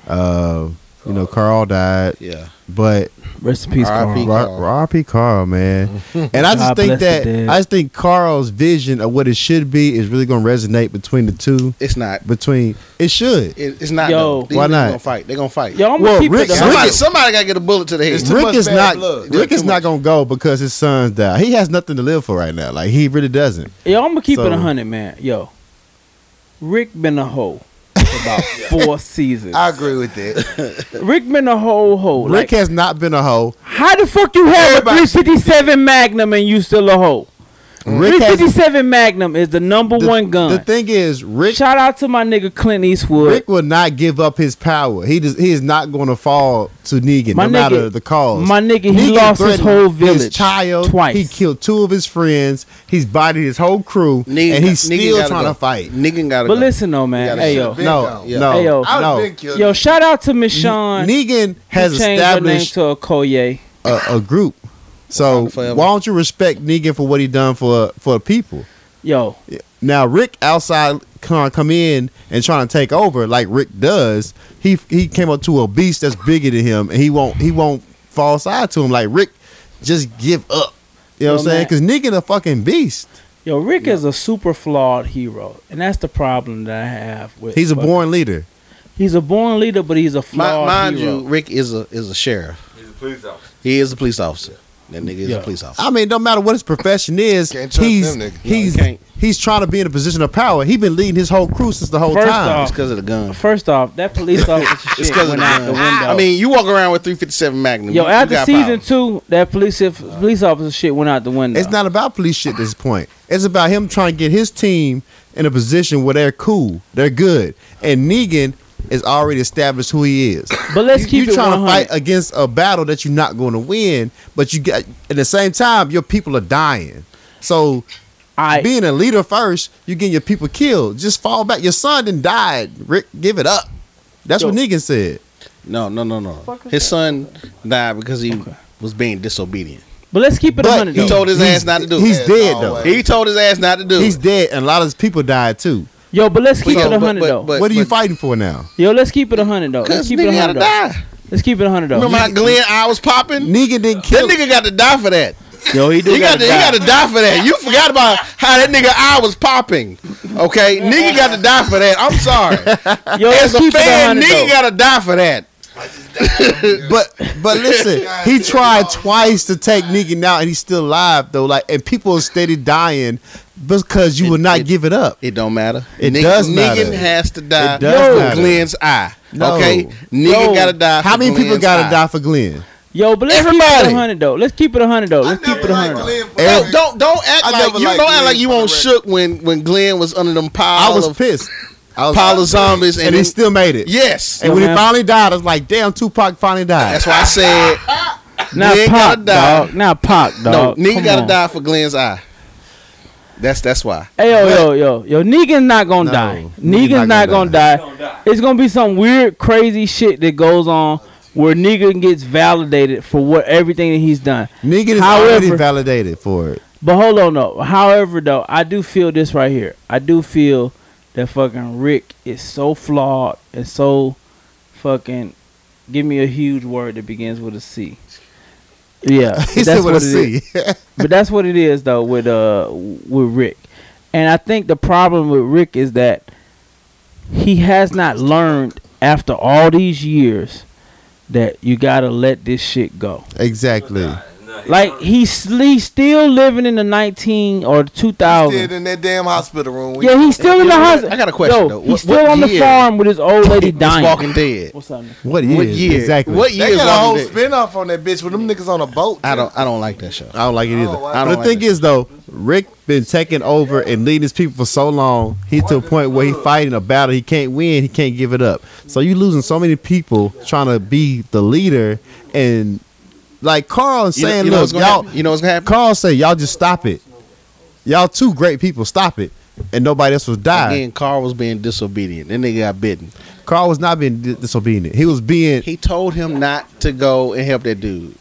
Speaker 2: Uh, you know, Carl died,
Speaker 3: yeah.
Speaker 2: but
Speaker 4: Rest in peace,
Speaker 3: R.I.P.
Speaker 4: Carl.
Speaker 3: Carl.
Speaker 2: R.P. Carl, man. And I just
Speaker 4: God
Speaker 2: think
Speaker 4: bless the
Speaker 2: that
Speaker 4: dead.
Speaker 2: I just think Carl's vision of what it should be is really going to resonate between the two.
Speaker 3: It's not.
Speaker 2: Between it should.
Speaker 3: It, it's not.
Speaker 4: Yo.
Speaker 3: though. These
Speaker 2: Why
Speaker 3: niggas
Speaker 2: not?
Speaker 3: Gonna fight. They gonna fight.
Speaker 4: Yo, I'm
Speaker 2: Well,
Speaker 4: gonna keep
Speaker 2: Rick-
Speaker 4: it. a
Speaker 3: somebody,
Speaker 4: hundred.
Speaker 3: somebody gotta get a bullet to the head.
Speaker 1: It's too
Speaker 2: Rick
Speaker 1: much
Speaker 2: is
Speaker 1: bad
Speaker 2: not
Speaker 1: blood.
Speaker 2: Rick
Speaker 1: Too
Speaker 2: is not gonna go because his son's died. He has nothing to live for right now. Like he really doesn't.
Speaker 4: Yo, I'm gonna keep it
Speaker 2: So-
Speaker 4: a hundred, man. Yo, Rick been a hoe for about four seasons.
Speaker 1: I agree with that.
Speaker 4: Rick been a whole hoe.
Speaker 2: Rick
Speaker 4: Like,
Speaker 2: has not been a hoe.
Speaker 4: how the fuck you have a
Speaker 1: Everybody-
Speaker 4: 357 Magnum and you still a hoe?
Speaker 2: Rick has
Speaker 4: 357 Magnum is the number
Speaker 2: the,
Speaker 4: one gun.
Speaker 2: The thing is, Rick
Speaker 4: Shout out to my nigga Clint Eastwood.
Speaker 2: Rick will not give up his power. He does, he is not going to fall to Negan
Speaker 4: My
Speaker 2: no
Speaker 4: nigga-
Speaker 2: matter the cause.
Speaker 4: my nigga, he lost his
Speaker 2: threatened
Speaker 4: whole
Speaker 2: His
Speaker 4: village
Speaker 2: child
Speaker 4: twice.
Speaker 2: He killed two of his friends. He's bodied his whole crew,
Speaker 3: Nigga-
Speaker 2: and he's
Speaker 3: nigga
Speaker 2: still
Speaker 3: gotta
Speaker 2: trying
Speaker 3: go.
Speaker 2: to fight.
Speaker 3: Nigga gotta.
Speaker 4: but
Speaker 3: go.
Speaker 4: listen though, man.
Speaker 3: gotta
Speaker 4: Hey
Speaker 3: shut
Speaker 4: yo,
Speaker 1: Big
Speaker 2: No,
Speaker 1: dog.
Speaker 2: no,
Speaker 3: Yeah.
Speaker 1: I
Speaker 4: Hey, yo.
Speaker 1: would have
Speaker 2: no.
Speaker 1: been killed.
Speaker 4: yo, shout out to Michonne.
Speaker 2: Negan has
Speaker 4: Who changed her name
Speaker 2: established
Speaker 4: to a Koye.
Speaker 2: a, a group. So
Speaker 3: Wakanda forever.
Speaker 2: why don't you respect Negan for what he done for for people?
Speaker 4: Yo,
Speaker 2: Now Rick outside come come in and trying to take over like Rick does. He he came up to a beast that's bigger than him, and he won't he won't fall side to him. Like Rick, just give up. You know what I'm
Speaker 4: Yo,
Speaker 2: saying?
Speaker 4: Matt.
Speaker 2: Because Negan a fucking beast.
Speaker 4: yo, Rick is a super flawed hero, and that's the problem that I have with.
Speaker 2: He's a
Speaker 4: fucking-
Speaker 2: born leader.
Speaker 4: He's a born leader, but he's a
Speaker 3: Mi-
Speaker 4: flawed
Speaker 3: mind
Speaker 4: hero.
Speaker 3: you, Rick is a is a sheriff.
Speaker 5: He's a police officer.
Speaker 3: He is a police officer. That nigga is
Speaker 4: Yeah.
Speaker 3: a police officer.
Speaker 2: I mean, no matter what his profession is,
Speaker 1: Can't trust
Speaker 2: he's
Speaker 1: them niggas.
Speaker 2: he's
Speaker 3: No, you can't.
Speaker 2: he's trying to be in a position of power. He's been leading his whole crew since the whole
Speaker 4: First
Speaker 2: time.
Speaker 4: off-
Speaker 3: It's because of the gun.
Speaker 4: First off, that police officer
Speaker 3: It's
Speaker 4: shit
Speaker 3: because of
Speaker 4: went
Speaker 3: the
Speaker 4: out
Speaker 3: gun.
Speaker 4: the window.
Speaker 3: I mean, you walk around with 357 Magnum.
Speaker 4: yo,
Speaker 3: you,
Speaker 4: after
Speaker 3: you got
Speaker 4: season
Speaker 3: power.
Speaker 4: two, that police if, police officer shit went out the window.
Speaker 2: It's not about police shit at this point. It's about him trying to get his team in a position where they're cool, they're good, and Negan is already established who he is.
Speaker 4: But let's
Speaker 2: you,
Speaker 4: keep
Speaker 2: you
Speaker 4: it
Speaker 2: trying to
Speaker 4: 100.
Speaker 2: fight against a battle that you're not going to win, but you got at the same time your people are dying. So
Speaker 4: I
Speaker 2: being a leader first, you getting your people killed. Just fall back. Your son didn't died. Rick, give it up. That's what
Speaker 4: Yo.
Speaker 2: Negan said.
Speaker 3: No, no, no, no. His son died because he was being disobedient.
Speaker 4: but let's keep it a
Speaker 2: But
Speaker 4: hundred.
Speaker 3: He
Speaker 4: though.
Speaker 3: told his
Speaker 2: he's-
Speaker 3: ass not to do
Speaker 2: He's
Speaker 3: it.
Speaker 2: dead though.
Speaker 1: Always.
Speaker 3: He told his ass not to do
Speaker 2: He's
Speaker 3: it.
Speaker 2: dead, and a lot of his people died too.
Speaker 4: Yo, but let's keep
Speaker 3: Yo,
Speaker 4: it a
Speaker 3: but-
Speaker 4: hundred
Speaker 3: but-
Speaker 4: though.
Speaker 3: but-
Speaker 2: what are you fighting for now?
Speaker 4: Yo, let's keep it a hundred though.
Speaker 3: Because
Speaker 4: Let's keep it a
Speaker 3: nigga gotta
Speaker 4: hundred though.
Speaker 3: die.
Speaker 4: Let's keep it 100 though.
Speaker 3: Remember how Glenn I was popping?
Speaker 2: Nigga didn't
Speaker 3: That
Speaker 2: kill.
Speaker 3: nigga got to die for that.
Speaker 4: Yo, he do
Speaker 3: He got
Speaker 4: gotta
Speaker 3: to, he
Speaker 4: die.
Speaker 3: got to die for that. You forgot about how that nigga I was popping. Okay, nigga got to die for that. I'm sorry.
Speaker 4: Yo, let's
Speaker 3: As a
Speaker 4: keep it
Speaker 3: fan,
Speaker 4: 100
Speaker 3: nigga
Speaker 4: though.
Speaker 3: got to die for that.
Speaker 2: But but listen, he tried twice to take Negan out, and he's still alive though. Like, and people are steady dying because you will not
Speaker 3: it-
Speaker 2: give it up.
Speaker 3: It don't matter.
Speaker 2: It
Speaker 3: Nigga-
Speaker 2: does
Speaker 3: Nigga
Speaker 2: matter.
Speaker 3: has to die
Speaker 2: It does
Speaker 3: for
Speaker 2: matter.
Speaker 3: Glenn's eye.
Speaker 2: No.
Speaker 3: Okay, nigga
Speaker 4: No.
Speaker 3: got to die.
Speaker 2: How
Speaker 3: for
Speaker 2: many people
Speaker 3: Glenn's
Speaker 2: got to
Speaker 3: eye.
Speaker 2: die for Glenn?
Speaker 4: Yo, but let's keep it
Speaker 3: Everybody.
Speaker 4: 100 though. Let's keep it 100 though.
Speaker 1: I
Speaker 4: Let's keep
Speaker 1: never
Speaker 4: it 100.
Speaker 1: liked Glenn for
Speaker 3: Don't
Speaker 1: the
Speaker 3: don't don't act
Speaker 1: I
Speaker 3: like
Speaker 1: never
Speaker 3: you
Speaker 1: liked
Speaker 3: don't act
Speaker 1: Glenn
Speaker 3: like you
Speaker 1: for the
Speaker 3: won't
Speaker 1: record.
Speaker 3: shook when when Glenn was under them pile
Speaker 2: I was
Speaker 3: of
Speaker 2: pissed. I was
Speaker 3: pile of zombies and,
Speaker 2: and he
Speaker 3: then-
Speaker 2: still made it.
Speaker 3: yes.
Speaker 2: And when
Speaker 4: Yeah,
Speaker 2: he
Speaker 4: man.
Speaker 2: finally died, I was like, "Damn, Tupac finally died."
Speaker 3: That's why I said
Speaker 4: Not
Speaker 3: Glenn gotta
Speaker 4: Pac,
Speaker 3: die.
Speaker 4: dog. Not Pac,
Speaker 3: no.
Speaker 4: dog.
Speaker 3: Nigga
Speaker 4: Come
Speaker 3: got to
Speaker 4: on.
Speaker 3: die for Glenn's eye. That's that's why.
Speaker 4: Hey, yo, yo, yo, yo, Negan's not gonna
Speaker 2: No,
Speaker 4: die.
Speaker 2: Negan's
Speaker 4: Negan's not,
Speaker 2: not gonna
Speaker 4: gonna die.
Speaker 5: Don't die.
Speaker 4: It's gonna be some weird, crazy shit that goes on where Negan gets validated for what everything that he's done.
Speaker 2: Negan is already
Speaker 4: However-
Speaker 2: validated for it.
Speaker 4: But hold on, though. However, though, I do feel this right here. I do feel that fucking Rick is so flawed and so fucking. Give me a huge word that begins with a C. Yeah,
Speaker 2: He
Speaker 4: that's
Speaker 2: said with a
Speaker 4: what it is.
Speaker 2: C.
Speaker 4: but that's what it is though with uh with Rick, and I think the problem with Rick is that he has not learned after all these years that you gotta let this shit go.
Speaker 2: exactly.
Speaker 5: Nah, he
Speaker 4: Like he's he's still living in the nineteen or two
Speaker 1: Did
Speaker 4: thousand.
Speaker 1: in that damn hospital room. when
Speaker 4: Yeah, he's still in the hospital.
Speaker 3: I got a question,
Speaker 4: Yo,
Speaker 3: though.
Speaker 4: He's
Speaker 3: What-
Speaker 4: still
Speaker 3: what
Speaker 4: on the
Speaker 3: year
Speaker 4: farm with his old lady
Speaker 3: It's
Speaker 4: dying.
Speaker 3: Walking Dead.
Speaker 4: What's up? man?
Speaker 2: What year?
Speaker 3: What year?
Speaker 2: Exactly.
Speaker 3: What year?
Speaker 1: They
Speaker 3: is
Speaker 1: got a whole
Speaker 3: Walking Dead?
Speaker 1: spin-off on that bitch with them niggas on a boat.
Speaker 3: I don't I don't like that show.
Speaker 2: I don't like it either.
Speaker 1: Oh, wow.
Speaker 3: I
Speaker 2: But
Speaker 3: don't
Speaker 2: the
Speaker 3: like
Speaker 2: thing
Speaker 3: it.
Speaker 2: is though, Rick been taking over and leading his people for so long. He's to a point where he fighting a battle he can't win. He can't give it up. So you losing so many people trying to be the leader and like Carl
Speaker 3: You know-
Speaker 2: saying,
Speaker 3: you know
Speaker 2: look,
Speaker 3: what's gonna
Speaker 2: y'all.
Speaker 3: happen? you know what's gonna happen?
Speaker 2: Carl say, y'all just stop it. Y'all two great people, stop it. And nobody else was dying.
Speaker 3: Again, Carl was being disobedient. Then nigga got bitten.
Speaker 2: Carl was not being di- disobedient. He was being,
Speaker 3: He told him not to go and help that dude.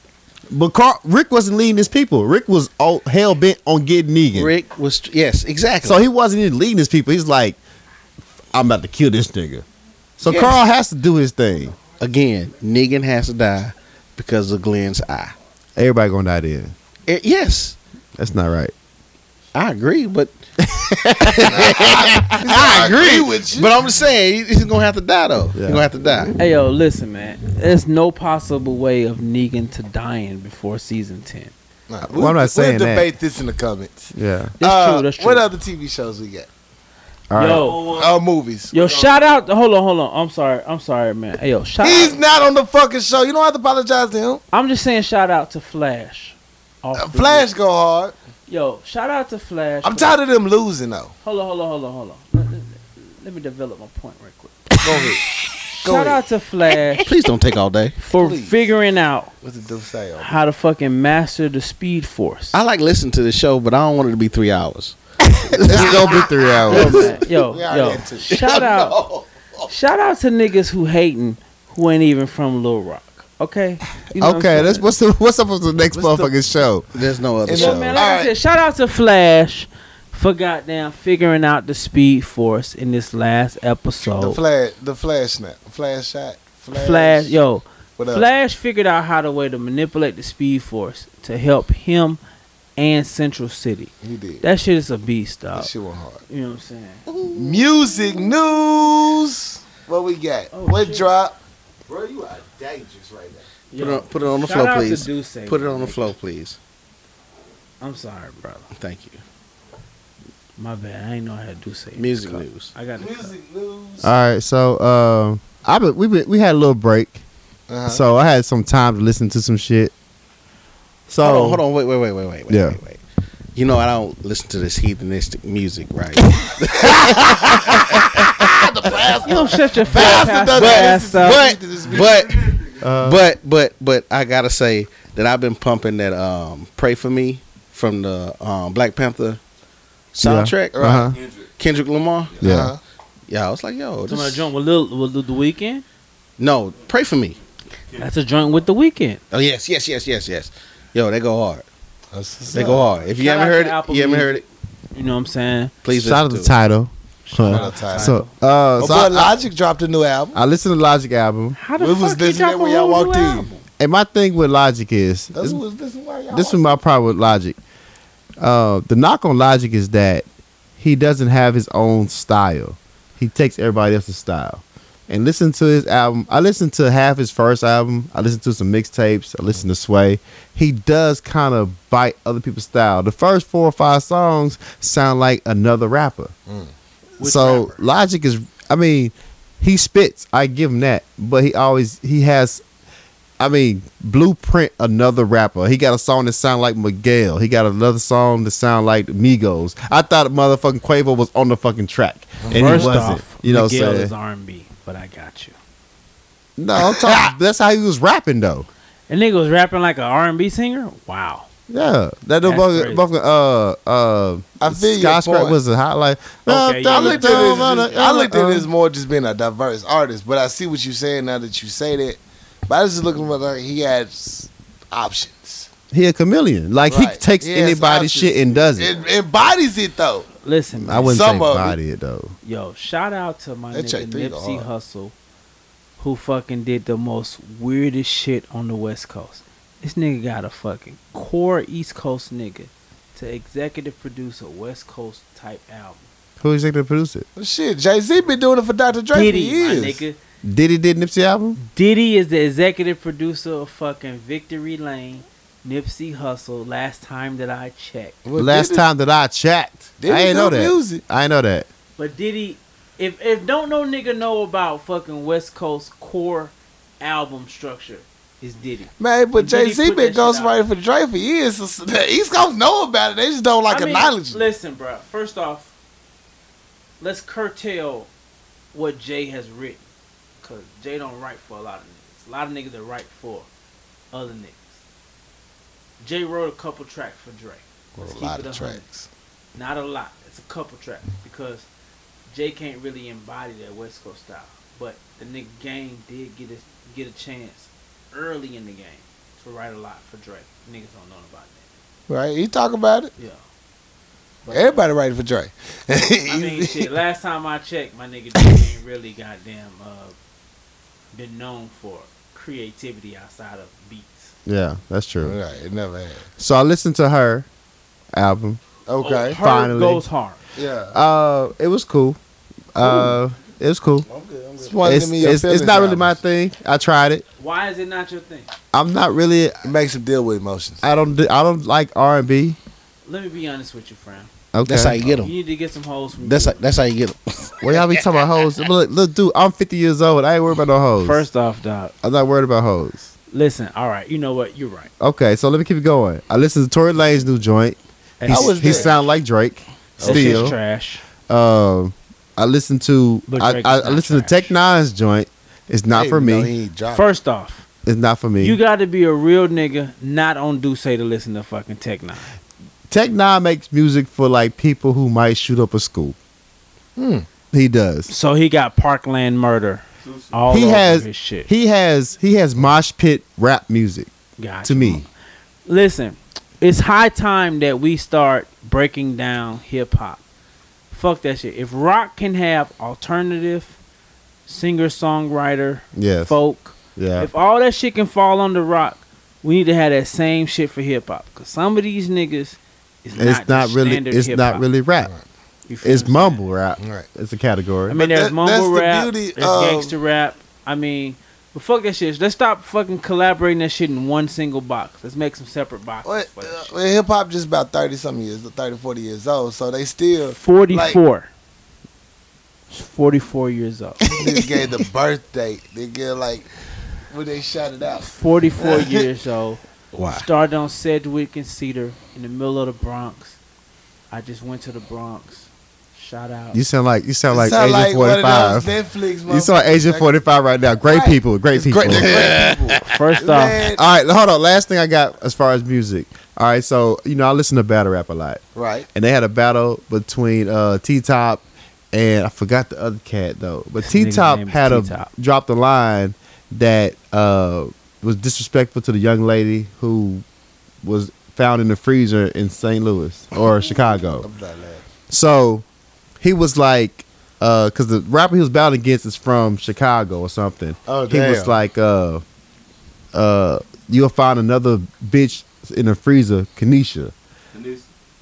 Speaker 2: but Carl, Rick wasn't leading his people. Rick was all hell bent on getting Negan.
Speaker 3: Rick was yes, exactly.
Speaker 2: So he wasn't even leading his people. He's like, I'm about to kill this nigga. So
Speaker 3: Yes.
Speaker 2: Carl has to do his thing.
Speaker 3: again, Negan has to die because of Glenn's eye.
Speaker 2: Everybody gonna die then.
Speaker 3: Eh, yes,
Speaker 2: That's not right.
Speaker 3: I agree, but
Speaker 1: I agree with you.
Speaker 3: but I'm just saying he- he's gonna have to die though. He's
Speaker 2: Yeah.
Speaker 3: gonna have to die.
Speaker 4: Hey yo, listen, man. There's no possible way of Negan to dying before season ten.
Speaker 1: Nah,
Speaker 2: Well, I'm not saying
Speaker 1: We'll
Speaker 2: that.
Speaker 1: debate this in the comments.
Speaker 2: Yeah.
Speaker 4: That's
Speaker 1: Uh,
Speaker 4: true. That's true.
Speaker 1: What other TV shows we got?
Speaker 2: All right.
Speaker 4: Yo,
Speaker 1: Uh, movies.
Speaker 4: Yo, shout out! Hold on, hold on. I'm sorry. I'm sorry, man. Hey, yo, shout.
Speaker 1: He's
Speaker 4: Out,
Speaker 1: not on the fucking show. You don't have to apologize to him.
Speaker 4: I'm just saying, shout out to Flash. Off
Speaker 1: Uh,
Speaker 4: the
Speaker 1: Flash go hard.
Speaker 4: rip. Yo, shout out to Flash.
Speaker 1: I'm tired of them losing though.
Speaker 4: Hold on, hold on, hold on, hold on. Let, let- let me develop my point right quick.
Speaker 1: Go ahead. Go
Speaker 4: shout
Speaker 1: ahead.
Speaker 4: out to Flash
Speaker 3: Please don't take all day.
Speaker 4: for
Speaker 1: Please.
Speaker 4: figuring out
Speaker 1: What's the dude say? on?
Speaker 4: how to fucking master the Speed Force.
Speaker 3: I like listening to the show, but I don't want it to be three hours.
Speaker 2: It's gonna be three
Speaker 4: yo,
Speaker 2: hours.
Speaker 4: man, yo,
Speaker 1: We already
Speaker 4: yo.
Speaker 1: had two.
Speaker 4: Shout out, shout out to niggas who hating who ain't even from Little Rock. Okay. You know what I'm
Speaker 2: okay,
Speaker 4: saying?
Speaker 2: that's what's the, what's up with the next
Speaker 1: What's the-
Speaker 2: motherfucking show.
Speaker 3: There's no other
Speaker 1: And
Speaker 4: Yeah,
Speaker 1: So-
Speaker 3: show.
Speaker 4: man, like I
Speaker 1: Alright.
Speaker 4: said, shout out to Flash for goddamn figuring out the speed force in this last
Speaker 1: The
Speaker 4: episode.
Speaker 1: flash,
Speaker 4: Flash,
Speaker 1: the flash snap, flash shot, flash.
Speaker 4: yo,
Speaker 1: what else?
Speaker 4: Flash figured out how to way to manipulate the speed force to help him and Central City.
Speaker 1: He did.
Speaker 4: That shit is a beast,
Speaker 1: That
Speaker 4: dog.
Speaker 1: shit went hard.
Speaker 4: You know what I'm saying?
Speaker 1: Music news. What we got?
Speaker 4: Oh,
Speaker 1: what
Speaker 4: shit.
Speaker 1: drop? Bro, you are dangerous right now.
Speaker 3: Put it
Speaker 4: Yo,
Speaker 3: on, put it on the
Speaker 4: shout
Speaker 3: floor,
Speaker 4: out to
Speaker 3: please.
Speaker 4: Duce,
Speaker 3: Put it on the
Speaker 4: man.
Speaker 3: floor, please.
Speaker 4: I'm sorry, brother.
Speaker 3: Thank you.
Speaker 4: My bad. I ain't know I had Duce. in
Speaker 3: Music
Speaker 4: the cup.
Speaker 3: news.
Speaker 4: I got it.
Speaker 1: Music news.
Speaker 2: All right, so um, I been, we been, we had a little break,
Speaker 1: Uh-huh.
Speaker 2: so I had some time to listen to some shit. So
Speaker 3: Hold on, hold on, wait, wait, wait, wait, wait, wait,
Speaker 2: Yeah.
Speaker 3: wait, wait. You know I don't listen to this heathenistic music, right?
Speaker 4: You don't shut your fat
Speaker 1: Bastard
Speaker 4: ass
Speaker 1: doesn't
Speaker 4: ass
Speaker 1: listen to
Speaker 4: up.
Speaker 3: but but
Speaker 2: uh,
Speaker 3: but but but I gotta say that I've been pumping that um "Pray for Me" from the um, Black Panther soundtrack.
Speaker 1: Yeah.
Speaker 2: Uh-huh.
Speaker 5: Kendrick.
Speaker 3: Kendrick Lamar.
Speaker 2: Yeah.
Speaker 1: Uh-huh.
Speaker 3: Yeah, I was like, yo,
Speaker 4: Somebody
Speaker 3: this,
Speaker 4: drunk with Lil with Lil- the weekend.
Speaker 3: no, "Pray for Me."
Speaker 4: That's a joint with the weekend.
Speaker 3: Oh yes, yes, yes, yes, yes. Yo, they go hard.
Speaker 1: That's what's
Speaker 3: They
Speaker 1: up.
Speaker 3: go hard. If you
Speaker 4: Shout out
Speaker 3: haven't heard
Speaker 4: to
Speaker 3: it,
Speaker 4: Apple
Speaker 3: you haven't
Speaker 4: Music.
Speaker 3: heard it.
Speaker 4: You know what I'm saying?
Speaker 3: Please
Speaker 2: shout out
Speaker 3: listen
Speaker 2: the
Speaker 3: to it.
Speaker 2: title.
Speaker 1: What a time.
Speaker 2: So, uh,
Speaker 1: But
Speaker 2: so I, I,
Speaker 1: Logic dropped a new album.
Speaker 2: I listened to Logic album,
Speaker 4: How the
Speaker 1: We
Speaker 4: fuck
Speaker 1: was
Speaker 4: you
Speaker 1: listening
Speaker 4: drop
Speaker 1: that
Speaker 4: a
Speaker 1: when y'all
Speaker 4: whole new
Speaker 1: walked in.
Speaker 4: album?
Speaker 2: and my thing with Logic is
Speaker 1: That's
Speaker 2: this,
Speaker 1: what was listening while y'all.
Speaker 2: this is my problem with Logic. Uh, the knock on Logic is that he doesn't have his own style. He takes everybody else's style. And listen to his album. I listened to half his first album. I listened to some mixtapes. I listened to Sway. He does kind of bite other people's style. The first four or five songs sound like another rapper. so Logic is. I mean, he spits. I give him that. But he always he has I mean, blueprint another rapper. He got a song that sound like Miguel. He got another song that sound like Migos. I thought motherfucking Quavo was on the fucking track, and
Speaker 4: First
Speaker 2: he wasn't.
Speaker 4: off,
Speaker 2: you know what I'm
Speaker 4: Miguel is
Speaker 2: saying?
Speaker 4: R&B, but I got you.
Speaker 2: No, I'm talking. that's how he was rapping though.
Speaker 4: And nigga was rapping like an R&B singer. Wow.
Speaker 2: Yeah, that the
Speaker 4: That's
Speaker 2: motherfucking
Speaker 4: crazy.
Speaker 2: motherfucking, uh uh
Speaker 1: I feel your
Speaker 2: skyscraper
Speaker 1: point.
Speaker 2: was a highlight.
Speaker 4: Okay, yeah.
Speaker 1: I looked at it. as
Speaker 2: uh,
Speaker 1: just- I looked at
Speaker 2: Uh-huh.
Speaker 1: it as more just being a diverse artist, but I see what you're saying now that you say that. But I was just looking at like he has options.
Speaker 2: He a chameleon. Like he
Speaker 1: Right.
Speaker 2: takes
Speaker 1: He has options.
Speaker 2: anybody's shit and does it.
Speaker 1: It embodies it though.
Speaker 4: Listen,
Speaker 2: I wouldn't
Speaker 1: Some
Speaker 2: say
Speaker 1: of it.
Speaker 2: body it though.
Speaker 4: Yo, shout out to my
Speaker 1: That
Speaker 4: nigga
Speaker 1: check three go
Speaker 4: Nipsey
Speaker 1: hard.
Speaker 4: Hussle, who fucking did the most weirdest shit on the West Coast. This nigga got a fucking core East Coast nigga to executive produce a West Coast type album.
Speaker 2: Who executive produced it?
Speaker 1: Shit, Jay Z been doing it for Dr. Dre for
Speaker 4: Diddy, my
Speaker 1: years.
Speaker 4: nigga.
Speaker 2: Diddy did Nipsey album?
Speaker 4: Diddy is the executive producer of fucking Victory Lane, Nipsey Hussle. Last time that I checked,
Speaker 1: Well,
Speaker 2: Last
Speaker 1: Diddy-
Speaker 2: time that I checked,
Speaker 1: Diddy
Speaker 2: I ain't
Speaker 1: do
Speaker 2: know that.
Speaker 1: music.
Speaker 2: I ain't know that.
Speaker 4: but Diddy, if if don't no nigga know about fucking West Coast core album structure, is Diddy.
Speaker 1: Man, but
Speaker 4: But Diddy
Speaker 1: Jay Z
Speaker 4: put
Speaker 1: been
Speaker 4: that shit out.
Speaker 1: ghostwriting for Dre for years. So so the East Coast know about it. They just don't like
Speaker 4: I mean,
Speaker 1: acknowledge it.
Speaker 4: Listen, bro. First off, let's curtail what Jay has written, cause Jay don't write for a lot of niggas. A lot of niggas that write for other niggas. Jay wrote a couple tracks for Dre. Let's
Speaker 1: a
Speaker 4: keep
Speaker 1: lot
Speaker 4: it
Speaker 1: of
Speaker 4: 100.
Speaker 1: tracks.
Speaker 4: Not a lot. It's a couple tracks because Jay can't really embody that West Coast style. But the nigga Game did get a get a chance early in the game to write a lot for Drake. Niggas don't know about that.
Speaker 1: Right? He talk about it.
Speaker 4: Yeah.
Speaker 1: Everybody writing for Dre.
Speaker 4: I mean, shit. Last time I checked, my nigga Drake ain't really goddamn uh, been known for creativity outside of beats.
Speaker 2: Yeah, that's true.
Speaker 1: right, it never had.
Speaker 2: So I listened to her album.
Speaker 4: Oh,
Speaker 1: Okay.
Speaker 4: Herb
Speaker 2: Finally.
Speaker 4: goes hard.
Speaker 1: Oh. yeah.
Speaker 2: Uh, it was cool. Uh, it was cool.
Speaker 1: I'm good. I'm good.
Speaker 2: It's, it's, it's not really my thing. I tried it.
Speaker 4: Why is it not your thing?
Speaker 2: I'm not really.
Speaker 1: It makes him deal with emotions.
Speaker 2: I don't. do- I don't like R and B.
Speaker 4: Let me be honest with you, friend.
Speaker 2: Okay.
Speaker 3: That's how you get
Speaker 4: You
Speaker 3: them.
Speaker 4: need to get some hoes from
Speaker 3: That's how,
Speaker 4: Google.
Speaker 3: that's how you get them.
Speaker 2: well, y'all be talking about hoes. But Look, look, dude. I'm 50 years old. I ain't worried about no hoes.
Speaker 4: First off, dog.
Speaker 2: I'm not worried about hoes.
Speaker 4: Listen, all right. You know what? You're right.
Speaker 2: Okay, so let me keep it going. I listened to Tory Lane's new joint. He,
Speaker 4: That
Speaker 1: was
Speaker 2: he
Speaker 1: good.
Speaker 2: sound like Drake.
Speaker 4: That shit's
Speaker 2: Still,
Speaker 4: trash.
Speaker 2: um, I listened to.
Speaker 4: But
Speaker 2: I,
Speaker 4: Drake
Speaker 2: I,
Speaker 4: is
Speaker 2: I
Speaker 4: not
Speaker 2: listened to
Speaker 4: trash.
Speaker 2: Tech Nine's joint. It's not for me.
Speaker 1: First,
Speaker 4: First off,
Speaker 2: it's not for me.
Speaker 4: you got to be a real nigga, not on Duce to listen to fucking Tech Nine.
Speaker 2: Tech Nine makes music for like people who might shoot up a school.
Speaker 4: Hmm.
Speaker 2: He does.
Speaker 4: So he got Parkland Murder all
Speaker 2: he
Speaker 4: over
Speaker 2: has
Speaker 4: his shit.
Speaker 2: he has he has mosh pit rap music
Speaker 4: Gotcha.
Speaker 2: to me.
Speaker 4: Listen, it's high time that we start breaking down hip hop. Fuck that shit. If rock can have alternative, singer songwriter,
Speaker 2: Yes.
Speaker 4: folk,
Speaker 2: Yeah.
Speaker 4: if all that shit can fall under rock, we need to have that same shit for hip hop. Cause some of these niggas is not,
Speaker 2: it's not
Speaker 4: just
Speaker 2: really
Speaker 4: standard
Speaker 2: it's
Speaker 4: hip-hop.
Speaker 2: not really rap.
Speaker 4: You feel
Speaker 2: It's
Speaker 4: me?
Speaker 2: mumble rap.
Speaker 1: Right.
Speaker 2: It's a category.
Speaker 4: I mean,
Speaker 1: But
Speaker 4: there's
Speaker 1: that-
Speaker 4: mumble
Speaker 1: that's the
Speaker 4: rap,
Speaker 1: beauty
Speaker 4: there's
Speaker 1: of-
Speaker 4: gangster rap. I mean, but fuck that shit. Let's stop fucking collaborating that shit in one single box. Let's make some separate boxes.
Speaker 1: Uh, well,
Speaker 4: for that shit.
Speaker 1: hip hop just about 30 something years, 30, 40 years old. So they still
Speaker 4: 44. She's 44 years old.
Speaker 1: they gave the birth date. They get like when they shut it out.
Speaker 4: 44 years old.
Speaker 1: Why?
Speaker 4: Started on Sedgwick and Cedar in the middle of the Bronx. I just went to the Bronx. Shout out.
Speaker 2: you sound like you sound like
Speaker 1: Sound like
Speaker 2: Agent
Speaker 1: one
Speaker 2: Forty
Speaker 1: of those
Speaker 2: Five.
Speaker 1: Netflix.
Speaker 2: You sound like Agent
Speaker 1: motherfuckers.
Speaker 2: Forty Five right now. Great
Speaker 1: Right.
Speaker 2: people. Great
Speaker 1: It's
Speaker 2: people.
Speaker 1: Great, they're great people.
Speaker 4: First off,
Speaker 1: Man,
Speaker 2: All right, hold on. Last thing I got as far as music. All right, so you know I listen to battle rap a lot.
Speaker 1: right.
Speaker 2: and they had a battle between uh, T Top and I forgot the other cat though. But T Top
Speaker 4: name is
Speaker 2: had a
Speaker 4: T-Top.
Speaker 2: dropped a line that uh, was disrespectful to the young lady who was found in the freezer in St. Louis or Chicago.
Speaker 1: I'm not laughing.
Speaker 2: So he was like, uh, cause the rapper he was battling against is from Chicago or something.
Speaker 1: Oh,
Speaker 2: he was
Speaker 1: damn.
Speaker 2: like, uh, uh, you'll find another bitch in the freezer, Kenesha.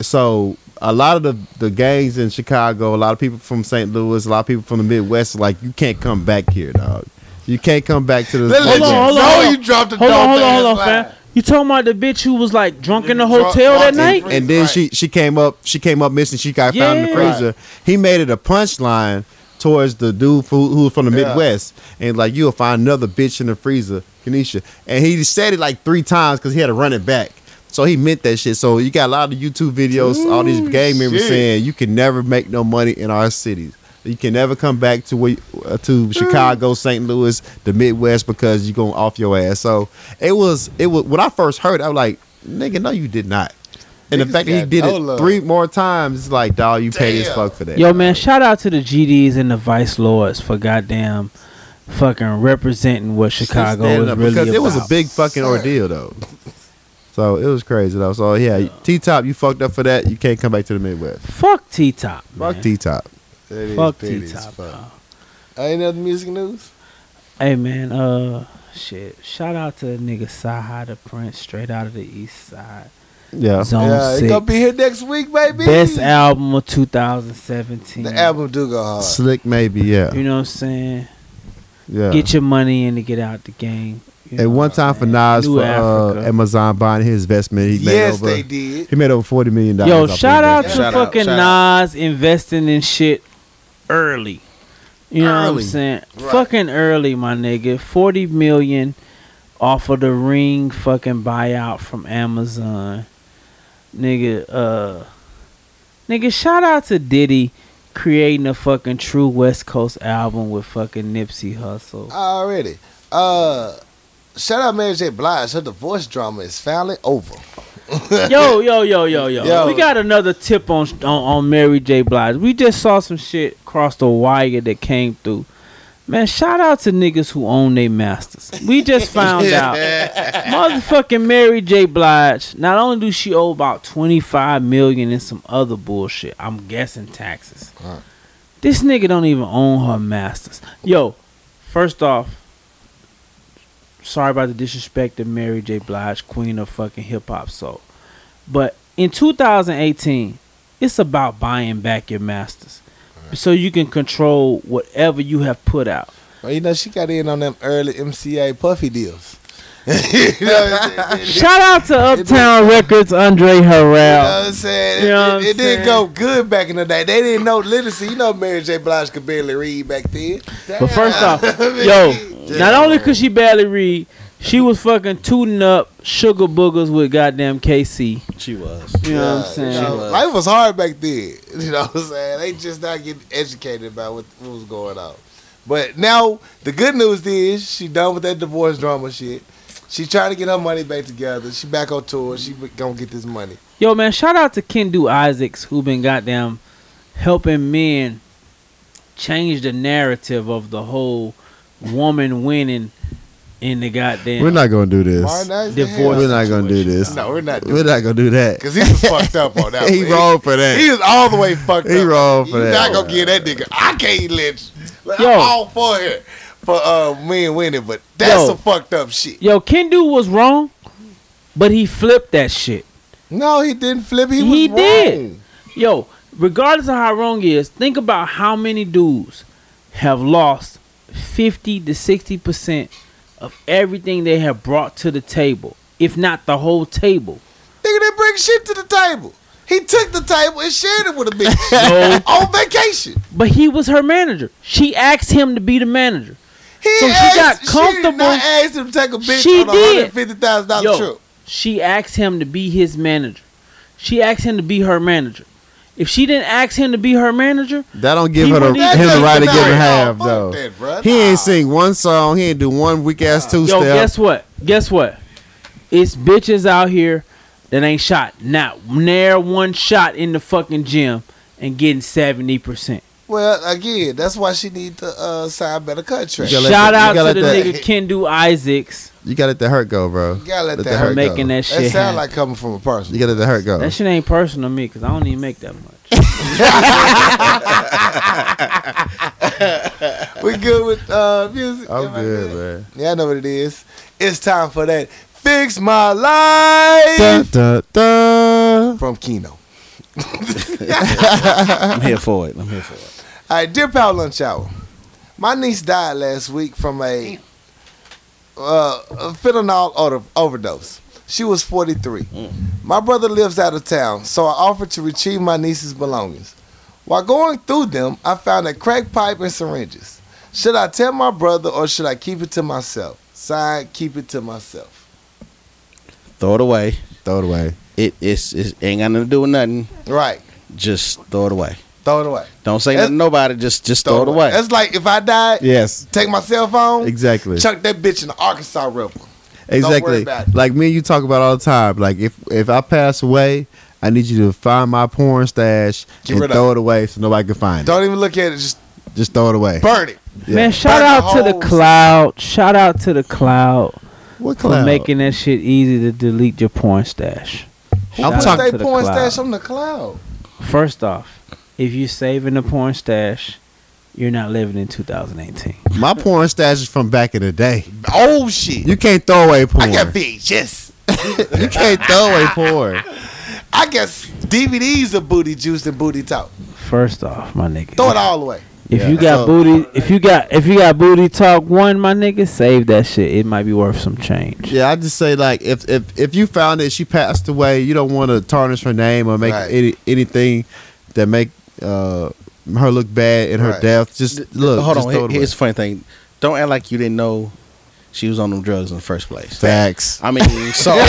Speaker 2: So a lot of the the gangs in Chicago, a lot of people from St. Louis, a lot of people from the Midwest, are like you can't come back here, dog. You can't come back to this.
Speaker 1: Hold
Speaker 4: Hold
Speaker 1: on,
Speaker 4: on, hold on,
Speaker 1: No,
Speaker 4: hold on.
Speaker 1: you dropped the
Speaker 4: Hold
Speaker 1: dog
Speaker 4: on, hold
Speaker 1: thing
Speaker 4: on, hold on,
Speaker 1: inside.
Speaker 4: fam. You talking about the bitch who was like drunk in the
Speaker 1: Drunk-
Speaker 4: hotel
Speaker 1: drunk
Speaker 4: that night?
Speaker 1: and
Speaker 2: and then
Speaker 1: Right.
Speaker 2: she she came up she came up missing she got found in the
Speaker 4: Yeah.
Speaker 2: freezer he made it a punchline towards the dude who, who was from the
Speaker 1: Yeah.
Speaker 2: midwest and like you'll find another bitch in the freezer Kenesha and he said it like three times because he had to run it back so he meant that shit so you got a lot of youtube videos all these gang members
Speaker 1: shit.
Speaker 2: saying you can never make no money in our cities you can never come back to where, uh, to
Speaker 1: Mm.
Speaker 2: Chicago, St. Louis, the Midwest because you're going off your ass. So it was it was when I first heard, it, I was like, nigga, no, you did not. And the
Speaker 1: Niggas
Speaker 2: fact that he
Speaker 1: got
Speaker 2: did
Speaker 1: no
Speaker 2: it
Speaker 1: love.
Speaker 2: three more times, it's like, dog, you paid as
Speaker 1: Damn.
Speaker 2: fuck for that.
Speaker 4: Yo, man, shout out to the GDs and the Vice Lords for goddamn fucking representing what Chicago
Speaker 2: Standing
Speaker 4: is
Speaker 2: up,
Speaker 4: really
Speaker 2: because
Speaker 4: about.
Speaker 2: it was a big fucking ordeal though. So it was crazy though. So yeah, T Top, you fucked up for that. You can't come back to the Midwest.
Speaker 4: Fuck T Top.
Speaker 2: Fuck T Top.
Speaker 1: That is
Speaker 4: Fuck
Speaker 1: petty
Speaker 4: T
Speaker 1: as
Speaker 4: Top.
Speaker 1: fuck. Ain't other music news?
Speaker 4: Hey man, uh, shit. Shout out to nigga Saha the Prince, straight out of the East Side.
Speaker 2: Yeah.
Speaker 4: Zone
Speaker 1: yeah, it's
Speaker 4: six.
Speaker 1: gonna be here next week, baby.
Speaker 4: Best album of 2017.
Speaker 1: The album do go hard.
Speaker 2: Slick maybe, yeah.
Speaker 4: You know what I'm saying?
Speaker 2: Yeah.
Speaker 4: Get your money in to get out the game. You
Speaker 2: At
Speaker 4: know
Speaker 2: one
Speaker 4: what I'm
Speaker 2: time for
Speaker 4: saying?
Speaker 2: Nas
Speaker 4: New
Speaker 2: for uh,
Speaker 4: Africa.
Speaker 2: Amazon buying his investment, he made
Speaker 1: yes,
Speaker 2: over
Speaker 1: they did.
Speaker 2: he made over forty million
Speaker 4: Yo,
Speaker 2: dollars.
Speaker 4: shout out to
Speaker 3: Shout out,
Speaker 4: fucking
Speaker 3: shout
Speaker 4: Nas investing in shit early. You know what I'm
Speaker 2: Early.
Speaker 4: saying? Fucking early, my nigga. Forty million off of the ring fucking buyout from Amazon. Nigga, uh Nigga, shout out to Diddy creating a fucking true West Coast album with fucking Nipsey Hussle.
Speaker 1: Already. Uh, shout out Mary J. Blige. Her divorce drama is finally over.
Speaker 4: Yo, yo, yo, yo, yo,
Speaker 1: Yo.
Speaker 4: We got another tip on, on on Mary J. Blige. We just saw some shit cross the wire that came through. Man, shout out to niggas who own they masters. We just found out motherfucking Mary J. Blige. Not only do she owe about twenty five million and some other bullshit, I'm guessing taxes. This nigga don't even own her masters. Yo, first off, sorry about the disrespect to Mary J. Blige, queen of fucking hip hop soul. But in 2018, it's about buying back your masters. So you can control whatever you have put out.
Speaker 1: Well, you know, she got in on them early MCA Puffy deals. you know what I'm saying?
Speaker 4: Shout out to Uptown Records, Andre
Speaker 1: You know what
Speaker 4: Harrell.
Speaker 1: I'm saying? It,
Speaker 4: You know what
Speaker 1: it-
Speaker 4: I'm
Speaker 1: it didn't
Speaker 4: saying?
Speaker 1: go good back in the day. They didn't know literacy. You know, Mary J. Blige could barely read back then.
Speaker 4: But first off, yo, not only could she barely read, she was fucking tooting up sugar boogers with goddamn KC.
Speaker 3: She was.
Speaker 4: You know what
Speaker 1: Yeah,
Speaker 4: I'm
Speaker 1: you
Speaker 4: saying?
Speaker 1: know,
Speaker 3: was.
Speaker 1: life was hard back then. You know what I'm saying? They just not getting educated about what, what was going on. But now the good news is she done with that divorce drama shit. She trying to get her money back together. She back on tour. She be- gonna get this money.
Speaker 4: Yo, man, shout out to Kendu Isaacs, who been goddamn helping men change the narrative of the whole woman winning in the goddamn.
Speaker 2: We're not gonna do this.
Speaker 1: Martin Isaac,
Speaker 4: Divorce.
Speaker 2: We're
Speaker 1: hell.
Speaker 2: not gonna do
Speaker 4: situation.
Speaker 2: this.
Speaker 1: No, we're not doing
Speaker 2: We're not gonna do that.
Speaker 1: Cause he was fucked up on that.
Speaker 2: he
Speaker 1: one.
Speaker 2: wrong for
Speaker 1: He
Speaker 2: that.
Speaker 1: was all the way fucked
Speaker 2: He
Speaker 1: up.
Speaker 2: wrong for
Speaker 1: you
Speaker 2: that.
Speaker 1: not gonna give that nigga. I can't let you. Like,
Speaker 4: Yo.
Speaker 1: I'm all for it for uh me and winning, but that's
Speaker 4: Yo.
Speaker 1: some fucked up shit.
Speaker 4: Yo, Kendu was wrong, but he flipped that shit.
Speaker 1: No, he didn't flip. He,
Speaker 4: He
Speaker 1: was
Speaker 4: did.
Speaker 1: wrong.
Speaker 4: Yo, regardless of how wrong he is, think about how many dudes have lost 50 to 60% of everything they have brought to the table, if not the whole table.
Speaker 1: Nigga didn't bring shit to the table. He took the table and shared it with a bitch
Speaker 4: No.
Speaker 1: on vacation.
Speaker 4: But he was her manager. She asked him to be the manager.
Speaker 1: He
Speaker 4: So she
Speaker 1: asked,
Speaker 4: got
Speaker 1: She did
Speaker 4: comfortable.
Speaker 1: not ask him to take a bitch
Speaker 4: She
Speaker 1: on a
Speaker 4: did.
Speaker 1: hundred fifty thousand dollar
Speaker 4: Yo.
Speaker 1: trip.
Speaker 4: She asked him to be his manager. She asked him to be her manager. If she didn't ask him to be her manager,
Speaker 2: That don't give
Speaker 4: He
Speaker 2: her the,
Speaker 4: wouldn't
Speaker 2: him
Speaker 4: even
Speaker 2: the
Speaker 4: do
Speaker 2: right to
Speaker 4: that.
Speaker 2: give him
Speaker 1: No,
Speaker 2: half
Speaker 1: fuck
Speaker 2: though.
Speaker 1: that, bruh.
Speaker 2: He
Speaker 1: Nah.
Speaker 2: ain't sing one song. He ain't do one weak ass two
Speaker 4: yo,
Speaker 2: step.
Speaker 4: guess what? Guess what? It's bitches out here that ain't shot not near one shot in the fucking gym and getting seventy percent.
Speaker 1: Well, again, that's why she need to uh, sign better contract.
Speaker 2: You
Speaker 1: You
Speaker 2: gotta let
Speaker 4: Shout
Speaker 2: that-
Speaker 4: out
Speaker 2: you gotta
Speaker 4: to the
Speaker 2: let
Speaker 4: nigga Kendu Isaacs
Speaker 2: You gotta let the hurt go, bro.
Speaker 1: gotta let, that
Speaker 2: Let the
Speaker 1: hurt.
Speaker 4: for
Speaker 2: hurt
Speaker 1: That
Speaker 4: making that shit.
Speaker 1: sound
Speaker 4: happen.
Speaker 1: like coming from a person.
Speaker 2: You gotta let the hurt go.
Speaker 4: That shit ain't personal to me because I don't even make that much.
Speaker 1: We good with uh, music?
Speaker 2: I'm
Speaker 1: Am I
Speaker 2: good, man.
Speaker 1: Yeah, I know what it is. It's time for that. Fix my life
Speaker 2: Da, da, da.
Speaker 1: from Kino.
Speaker 3: I'm here for it. I'm here for it.
Speaker 1: All right, dear Power Lunch Hour. My niece died last week from a, uh, a fentanyl over- overdose. She was 43.
Speaker 3: Mm.
Speaker 1: My brother lives out of town, so I offered to retrieve my niece's belongings. While going through them, I found a crack pipe and syringes. Should I tell my brother or should I keep it to myself? Signed, keep it to myself.
Speaker 3: Throw it away.
Speaker 2: Throw it away.
Speaker 3: It it's it ain't got nothing to do with nothing.
Speaker 1: Right.
Speaker 3: Just throw it away.
Speaker 1: Throw it away.
Speaker 3: Don't say
Speaker 1: That's-
Speaker 3: nothing to nobody. Just just throw, it away.
Speaker 1: That's like if I died,
Speaker 2: Yes,
Speaker 1: take my cell phone,
Speaker 2: exactly.
Speaker 1: chuck that bitch in the Arkansas River.
Speaker 2: Exactly.
Speaker 1: Don't worry about it.
Speaker 2: Like me and you talk about all the time. Like if if I pass away, I need you to find my porn stash
Speaker 1: Get
Speaker 2: and
Speaker 1: rid of
Speaker 2: throw
Speaker 1: it.
Speaker 2: it away so nobody can find it.
Speaker 1: Don't even look at it, just
Speaker 2: Just throw it away.
Speaker 1: burn it.
Speaker 2: Yeah.
Speaker 4: Man, shout
Speaker 1: Burn
Speaker 4: out
Speaker 1: the
Speaker 4: to the
Speaker 1: holes.
Speaker 4: cloud. Shout out to the cloud
Speaker 2: What
Speaker 4: for
Speaker 2: cloud?
Speaker 4: making that shit easy to delete your porn stash. Shout
Speaker 2: I'm
Speaker 4: out
Speaker 2: talking-
Speaker 1: Stay
Speaker 4: to the
Speaker 1: porn
Speaker 4: cloud.
Speaker 1: stash on the cloud.
Speaker 4: First off, if you saving the porn stash, you're not living in 2018.
Speaker 2: my porn stash is from back in the day.
Speaker 1: Oh shit!
Speaker 2: You can't throw away porn.
Speaker 1: I got VHS.
Speaker 2: you can't throw away porn.
Speaker 1: I got s- DVDs of booty juice and booty talk.
Speaker 4: First off, my nigga,
Speaker 1: Throw it all away.
Speaker 4: if
Speaker 2: Yeah.
Speaker 4: you got
Speaker 2: So-
Speaker 4: booty, if you got if you got booty talk one, my nigga, save that shit. It might be worth some change.
Speaker 2: Yeah, I just say like if if if you found that she passed away, you don't want to tarnish her name or make
Speaker 1: Right.
Speaker 2: any anything that make uh her look bad in her
Speaker 1: Right.
Speaker 2: death. Just look.
Speaker 3: Hold
Speaker 2: just Throw
Speaker 3: on. here-
Speaker 2: it away.
Speaker 3: Here's the funny thing. Don't act like you didn't know she was on them drugs in the first place.
Speaker 2: Facts.
Speaker 3: I mean, so so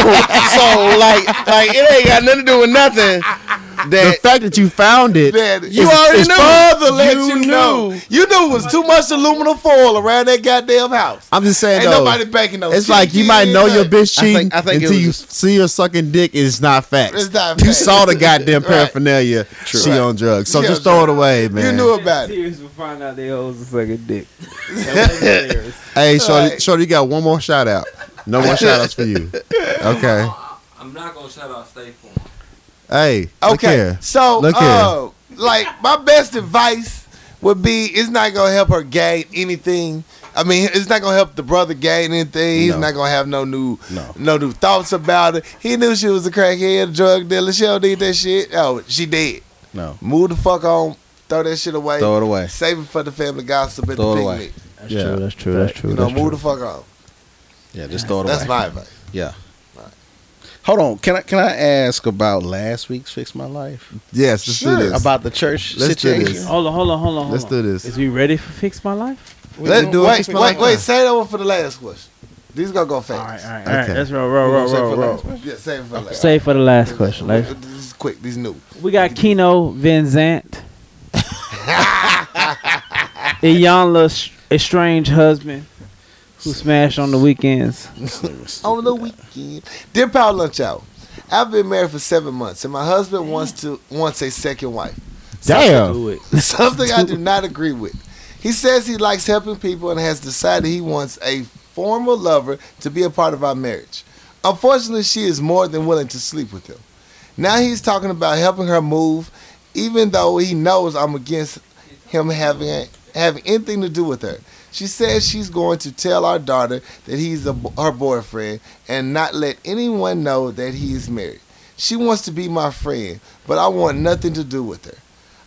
Speaker 3: like like it ain't got nothing to do with nothing.
Speaker 2: the
Speaker 3: That
Speaker 2: fact that you found it,
Speaker 1: Man,
Speaker 3: You
Speaker 1: it's-
Speaker 3: already
Speaker 1: it's
Speaker 3: knew.
Speaker 1: Father let
Speaker 3: You
Speaker 1: you, know.
Speaker 3: knew.
Speaker 1: You knew it was too much aluminum foil around that goddamn house.
Speaker 2: I'm just saying
Speaker 1: Ain't
Speaker 2: though.
Speaker 1: nobody backing those.
Speaker 2: it's like you might know your bitch
Speaker 3: I think-
Speaker 2: cheating
Speaker 3: I think it
Speaker 2: until
Speaker 3: was
Speaker 2: you
Speaker 3: just-
Speaker 2: see her sucking dick. Is not facts.
Speaker 1: It's not
Speaker 2: You
Speaker 1: facts.
Speaker 2: saw the goddamn
Speaker 1: Right.
Speaker 2: paraphernalia. She
Speaker 1: Right.
Speaker 2: on drugs, so
Speaker 1: She
Speaker 2: just
Speaker 1: on
Speaker 2: throw it away, man.
Speaker 1: You knew about it.
Speaker 4: Serious will find out they hoes a sucking dick.
Speaker 2: Hey, shorty,
Speaker 1: Right.
Speaker 2: shorty, you got one more shout out. No more shout outs for you. Okay.
Speaker 5: I'm not gonna shout out State Farm.
Speaker 2: Hey. Look
Speaker 1: Okay,
Speaker 2: here.
Speaker 1: so
Speaker 2: Look here.
Speaker 1: uh, like my best advice would be, it's not gonna help her gain anything. I mean, it's not gonna help the brother gain anything. He's
Speaker 3: No.
Speaker 1: not gonna have no new,
Speaker 3: No.
Speaker 1: no new thoughts about it. He knew she was a crackhead, drug dealer. She don't need that shit. Oh, she did.
Speaker 3: no,
Speaker 1: Move the fuck on. Throw that shit away.
Speaker 3: throw it away.
Speaker 1: Save it for the family gossip at
Speaker 3: Throw it
Speaker 1: the
Speaker 3: away.
Speaker 1: picnic.
Speaker 4: That's
Speaker 2: Yeah.
Speaker 4: true. That's true. That's true.
Speaker 1: You know,
Speaker 4: that's
Speaker 1: move the
Speaker 4: true.
Speaker 1: fuck on.
Speaker 3: Yeah, just throw it
Speaker 1: That's
Speaker 3: away.
Speaker 1: my advice.
Speaker 3: Yeah. Hold on. Can I can I ask about last week's fix my life
Speaker 2: Yes. Let's
Speaker 1: Sure.
Speaker 2: do this.
Speaker 3: about the church
Speaker 2: Let's do
Speaker 3: situation?
Speaker 2: this.
Speaker 4: Hold on, hold on, hold on. hold
Speaker 2: Let's
Speaker 4: on.
Speaker 2: do this.
Speaker 4: Is we ready for fix my life?
Speaker 1: Let,
Speaker 2: do it.
Speaker 1: wait,
Speaker 2: Fix my
Speaker 1: wait,
Speaker 2: life.
Speaker 1: wait, Say that one for the last question. These gonna go fast.
Speaker 4: All right, all right, all right.
Speaker 2: Okay.
Speaker 4: Let's roll, roll,
Speaker 3: You
Speaker 4: roll,
Speaker 3: gonna save
Speaker 4: roll,
Speaker 3: for
Speaker 4: roll.
Speaker 3: last?
Speaker 1: Yeah, save it for the last.
Speaker 4: Save for the last question. Like,
Speaker 1: This is quick. These new.
Speaker 4: we got Kino Vincent, Iyanla's estranged husband who smashed on the weekends.
Speaker 3: Oh.
Speaker 1: on the weekend. Dear Power Lunch Hour, I've been married for seven months, and my husband wants to wants a second wife.
Speaker 2: Damn.
Speaker 1: Something I do not agree with. He says he likes helping people and has decided he wants a formal lover to be a part of our marriage. Unfortunately, she is more than willing to sleep with him. Now he's talking about helping her move, even though he knows I'm against him having having anything to do with her. She says she's going to tell our daughter that he's a, her boyfriend and not let anyone know that he is married. She wants to be my friend, but I want nothing to do with her.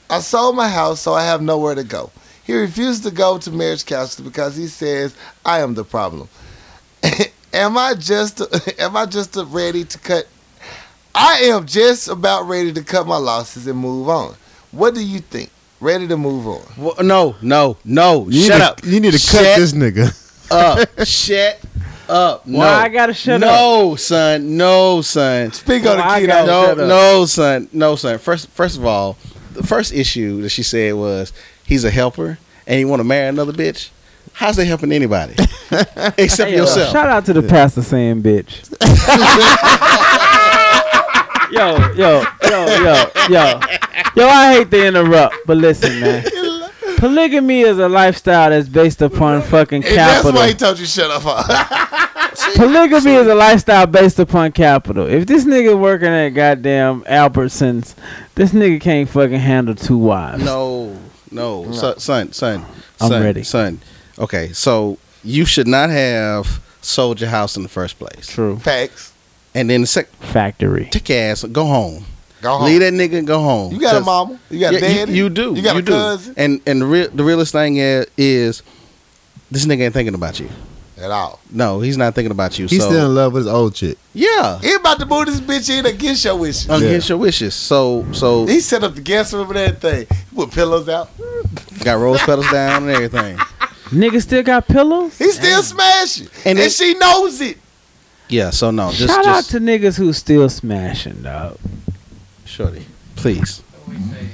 Speaker 1: I sold my house, so I have nowhere to go. He refused to go to marriage counseling because he says I am the problem. am I just am I just ready to cut? I am just about ready to cut my losses and move on. What do you think? Ready to move on?
Speaker 3: Well, no, no, no.
Speaker 2: You
Speaker 3: shut
Speaker 2: need to-
Speaker 3: up.
Speaker 2: You need to cut
Speaker 3: Shut
Speaker 2: this nigga.
Speaker 3: up. shut up. No.
Speaker 4: Why I gotta shut
Speaker 3: no,
Speaker 4: up?
Speaker 3: son. No, son.
Speaker 1: Speak on
Speaker 4: Oh, I
Speaker 1: the kid.
Speaker 4: got
Speaker 1: out.
Speaker 3: No,
Speaker 4: it. shut up.
Speaker 3: no, son. No, son. First, first of all, the first issue that she said was he's a helper and you want to marry another bitch. How's that helping anybody except
Speaker 4: Hey, yo,
Speaker 3: yourself?
Speaker 4: Shout out to the pastor saying bitch. yo, yo, yo, yo, yo. Yo, I hate to interrupt, but listen, man. Polygamy is a lifestyle that's based upon fucking
Speaker 1: And that's
Speaker 4: capital.
Speaker 1: uh, why he told you shut up.
Speaker 4: Polygamy is a lifestyle based upon capital. If this nigga working at goddamn Albertsons, this nigga can't fucking handle two wives.
Speaker 3: No, no, Son, son, son,
Speaker 4: I'm
Speaker 3: son,
Speaker 4: ready.
Speaker 3: son. Okay, so you should not have sold your house in the first place,
Speaker 4: True.
Speaker 1: Facts.
Speaker 3: and then the second,
Speaker 4: Factory.
Speaker 3: take your ass, go home,
Speaker 1: Go home.
Speaker 3: leave that nigga, and go home.
Speaker 1: You got a
Speaker 3: 'Cause-
Speaker 1: mama. You got a
Speaker 3: Yeah, you-
Speaker 1: daddy.
Speaker 3: You, do.
Speaker 1: You got
Speaker 3: you
Speaker 1: a
Speaker 3: do.
Speaker 1: cousin.
Speaker 3: And and the real the realest thing is, is this nigga ain't thinking about you.
Speaker 1: At all.
Speaker 3: No, he's not thinking about you.
Speaker 2: He's
Speaker 3: so
Speaker 2: still in love with his old chick.
Speaker 3: yeah,
Speaker 1: He about to move this bitch in against your wishes.
Speaker 3: against your wishes. So so
Speaker 1: He set up the guest room and everything. He put pillows out.
Speaker 3: got rose petals down and everything.
Speaker 4: Nigga still got pillows?
Speaker 1: He still smashing.
Speaker 3: And
Speaker 1: And,
Speaker 3: it-
Speaker 1: she knows it.
Speaker 3: Yeah. So no, just
Speaker 4: Shout
Speaker 3: just
Speaker 4: out to niggas who still smashing, dog.
Speaker 3: shorty, please,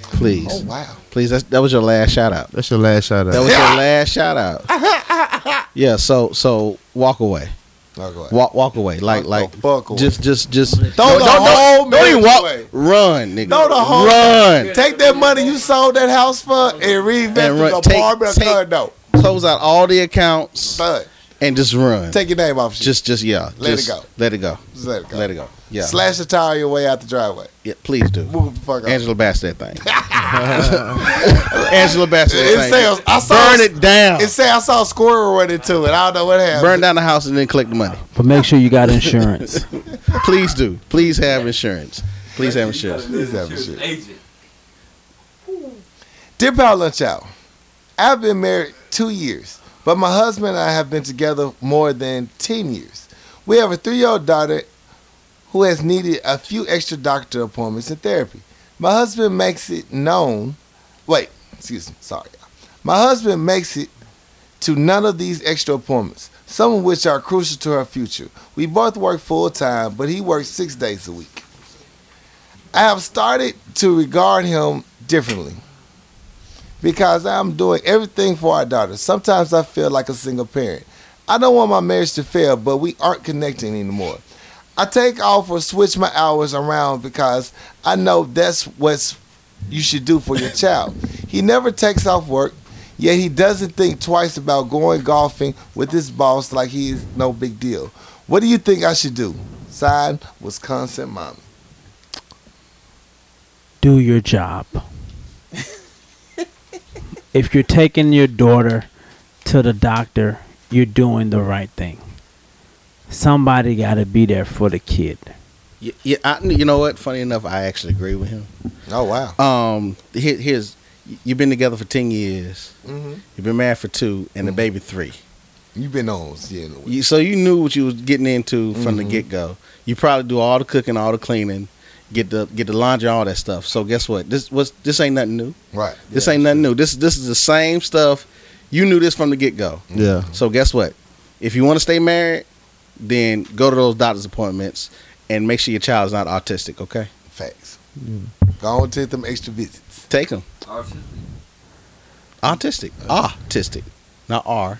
Speaker 3: please,
Speaker 1: Oh, wow.
Speaker 3: please. That's, that was your last shout out.
Speaker 2: That's your last shout
Speaker 3: That
Speaker 2: out.
Speaker 3: was your last shout out. Yeah. So so walk away.
Speaker 1: No, go ahead.
Speaker 3: Walk walk away. Like
Speaker 1: Fuck
Speaker 3: like
Speaker 1: the fuck away.
Speaker 3: just just just
Speaker 1: Throw the whole
Speaker 3: don't even
Speaker 1: marriage
Speaker 3: walk.
Speaker 1: away.
Speaker 3: Run, nigga.
Speaker 1: Throw the whole-
Speaker 3: run.
Speaker 1: Take that money you sold that house for and reinvest
Speaker 3: And
Speaker 1: in
Speaker 3: run-
Speaker 1: the
Speaker 3: take-
Speaker 1: apartment or
Speaker 3: take-
Speaker 1: condo.
Speaker 3: close out all the accounts
Speaker 1: Son,
Speaker 3: and just run.
Speaker 1: take your name off. Just,
Speaker 3: just, just yeah.
Speaker 1: Let it
Speaker 3: just
Speaker 1: go.
Speaker 3: Let it go.
Speaker 1: just let it go.
Speaker 3: Let it go. Yeah.
Speaker 1: Slash the tire on your way out the driveway.
Speaker 3: yeah please do.
Speaker 1: Move the fuck out.
Speaker 3: Angela Bassett that thing. Angela Bassett
Speaker 1: It
Speaker 3: that
Speaker 1: says-
Speaker 3: thing.
Speaker 1: I saw-
Speaker 3: Burn it down.
Speaker 1: It say I saw a squirrel run into it. I don't know what happened.
Speaker 3: Burn down the house and then collect the money.
Speaker 4: But make sure you got insurance.
Speaker 3: Please do. Please have insurance. Please have
Speaker 5: You
Speaker 3: insurance.
Speaker 5: gotta
Speaker 1: Please
Speaker 5: be
Speaker 1: have
Speaker 5: an
Speaker 1: insurance.
Speaker 5: Agent.
Speaker 1: Dear Power Lunch Hour, I've been married two years, but my husband and I have been together more than 10 years. We have a three year old daughter who has needed a few extra doctor appointments and therapy. My husband makes it known. Wait, excuse me, sorry. y'all. My husband makes it to none of these extra appointments, some of which are crucial to her future. We both work full time, but he works six days a week. I have started to regard him differently because I'm doing everything for our daughter. Sometimes I feel like a single parent. I don't want my marriage to fail, but we aren't connecting anymore. I take off or switch my hours around because I know that's what you should do for your child. He never takes off work, yet he doesn't think twice about going golfing with his boss like he is no big deal. What do you think I should do? Signed, Wisconsin Mommy.
Speaker 4: Do your job. if you're taking your daughter to the doctor, you're doing the right thing. Somebody got to be there for the kid.
Speaker 3: Yeah, yeah I, you know what? Funny enough, I actually agree with him.
Speaker 1: Oh, wow.
Speaker 3: Um, here, here's you've been together for ten years.
Speaker 1: hmm
Speaker 3: You've been married for two, and the baby three.
Speaker 1: You've been on, yeah, in a way.
Speaker 3: You, so you knew what you was getting into from the get go. You probably do all the cooking, all the cleaning, get the get the laundry, all that stuff. So guess what? This was this ain't nothing new.
Speaker 1: Right.
Speaker 3: This ain't nothing new. This this is the same stuff. You knew this from the get go.
Speaker 2: Yeah.
Speaker 3: So guess what? If you want to stay married, then go to those doctor's appointments and make sure your child's not autistic. Okay,
Speaker 1: Facts.
Speaker 3: Mm.
Speaker 1: Go on, take them extra visits.
Speaker 3: take them autistic,
Speaker 5: Artistic.
Speaker 3: autistic, not R.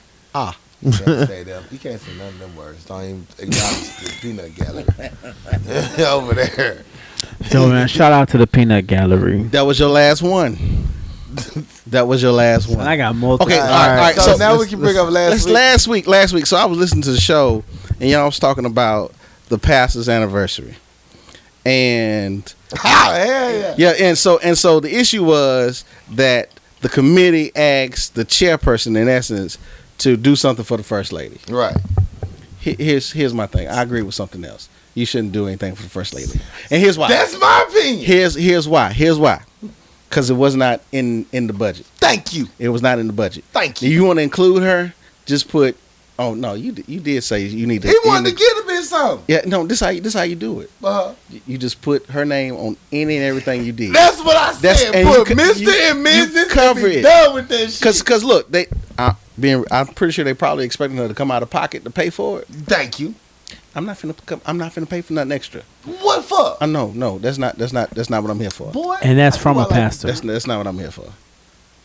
Speaker 1: You can't say them. You can't say none of them words. Don't even acknowledge the peanut gallery over there.
Speaker 4: So man, shout out to the Peanut Gallery.
Speaker 3: That was your last one. that was your last one.
Speaker 4: And I got multiple.
Speaker 3: Okay,
Speaker 1: all
Speaker 3: all right, all right,
Speaker 1: So,
Speaker 3: so
Speaker 1: now we
Speaker 2: let's-
Speaker 1: can bring up last
Speaker 3: last,
Speaker 1: week.
Speaker 3: last week, last week. So I was listening to the show, and y'all was talking about the pastor's anniversary, and
Speaker 1: Ah, hell yeah.
Speaker 3: yeah, and so and so the issue was that the committee asked the chairperson, in essence, to do something for the first lady.
Speaker 1: Right.
Speaker 3: He- Here's here's my thing. I agree with something else. You shouldn't do anything for the first lady, and here's why.
Speaker 1: That's my opinion.
Speaker 3: here's here's why. Here's why. Because it was not in in the budget.
Speaker 1: Thank you.
Speaker 3: It was not in the budget.
Speaker 1: Thank
Speaker 3: Do
Speaker 1: you.
Speaker 3: you want to include her? Just put. Oh no, you di- you did say you need to.
Speaker 1: He
Speaker 3: you
Speaker 1: wanted
Speaker 3: need
Speaker 1: to get a bit something.
Speaker 3: Yeah, no. This how you, this how you do it.
Speaker 1: Uh,
Speaker 3: You- You just put her name on any and everything you did.
Speaker 1: that's what I
Speaker 3: That's-
Speaker 1: said.
Speaker 3: and
Speaker 1: Put
Speaker 3: you co-
Speaker 1: Mr.
Speaker 3: you-
Speaker 1: and
Speaker 3: you
Speaker 1: Mrs.
Speaker 3: cover
Speaker 1: and be
Speaker 3: it.
Speaker 1: done with that shit.
Speaker 3: Cause cause look, they I, being I'm pretty sure they probably expecting her to come out of pocket to pay for it.
Speaker 1: Thank you.
Speaker 3: I'm not finna come, I'm not finna pay for nothing extra.
Speaker 1: What for?
Speaker 3: I know, no, that's not that's not that's not what I'm here for.
Speaker 1: Boy.
Speaker 4: And that's
Speaker 1: I
Speaker 4: from
Speaker 1: do
Speaker 4: a
Speaker 1: I like
Speaker 4: pastor.
Speaker 3: That's that's not what I'm here for.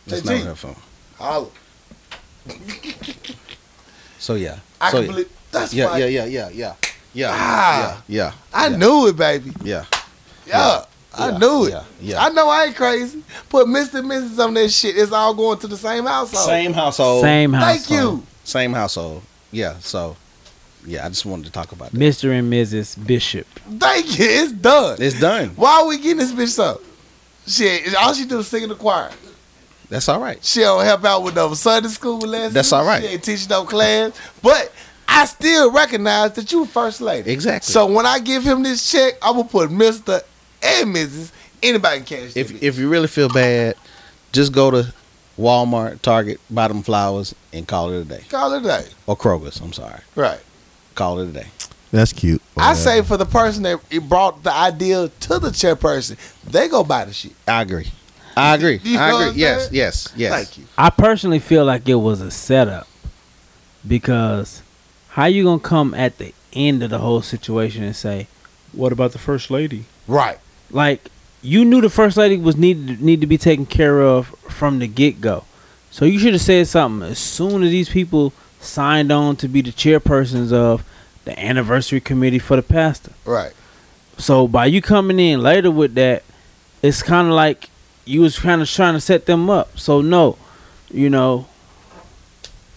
Speaker 3: That's not what
Speaker 1: JG.
Speaker 3: I'm here for.
Speaker 1: Holla.
Speaker 3: So yeah.
Speaker 1: I
Speaker 3: so,
Speaker 1: can
Speaker 3: yeah.
Speaker 1: believe. That's
Speaker 3: yeah,
Speaker 1: why.
Speaker 3: yeah, yeah, yeah, yeah, yeah,
Speaker 1: Ah.
Speaker 3: yeah,
Speaker 1: I
Speaker 3: Yeah.
Speaker 1: knew it, baby.
Speaker 3: yeah,
Speaker 1: Yeah.
Speaker 3: Yeah,
Speaker 1: I knew it.
Speaker 3: yeah, yeah.
Speaker 1: I know I ain't crazy. Put Mr. and Mrs. on that shit. It's all going to the same
Speaker 3: yeah.
Speaker 1: household.
Speaker 3: Same household.
Speaker 4: Same
Speaker 1: Thank
Speaker 4: house.
Speaker 1: you.
Speaker 3: Same household. Yeah. So yeah, I just wanted to talk about that.
Speaker 4: Mr. and Mrs. Bishop.
Speaker 1: Thank you. It's done.
Speaker 3: It's done.
Speaker 1: Why are we getting this bitch up? Shit, all she do is sing in the choir.
Speaker 3: That's all right.
Speaker 1: She don't help out with no Sunday school lessons.
Speaker 3: That's all right.
Speaker 1: She ain't teaching no class. But I still recognize that you first lady.
Speaker 3: Exactly.
Speaker 1: So when I give him this check, I'm gonna put Mr. and Mrs. Anybody can cash
Speaker 3: if
Speaker 1: that
Speaker 3: if you really feel bad, just go to Walmart, Target, buy them flowers, and call it a day.
Speaker 1: bitch. call it a day.
Speaker 3: Or Kroger's. I'm sorry.
Speaker 1: Right.
Speaker 3: Call it a day.
Speaker 2: That's cute.
Speaker 3: Oh,
Speaker 1: I say for the person that it brought the idea to the chairperson, they go buy the shit.
Speaker 3: I agree. I agree.
Speaker 1: You know
Speaker 3: I
Speaker 1: what I'm
Speaker 3: agree. Yes.
Speaker 1: saying?
Speaker 3: Yes. Yes.
Speaker 1: Thank you.
Speaker 4: I personally feel like it was a setup because how you gonna come at the end of the whole situation and say, "What about the first lady?"
Speaker 1: Right.
Speaker 4: Like you knew the first lady was needed need to be taken care of from the get go, so you should have said something as soon as these people signed on to be the chairpersons of the anniversary committee for the pastor.
Speaker 1: Right.
Speaker 4: So by you coming in later with that, it's kind of like you was kind of trying to set them up. So no, you know,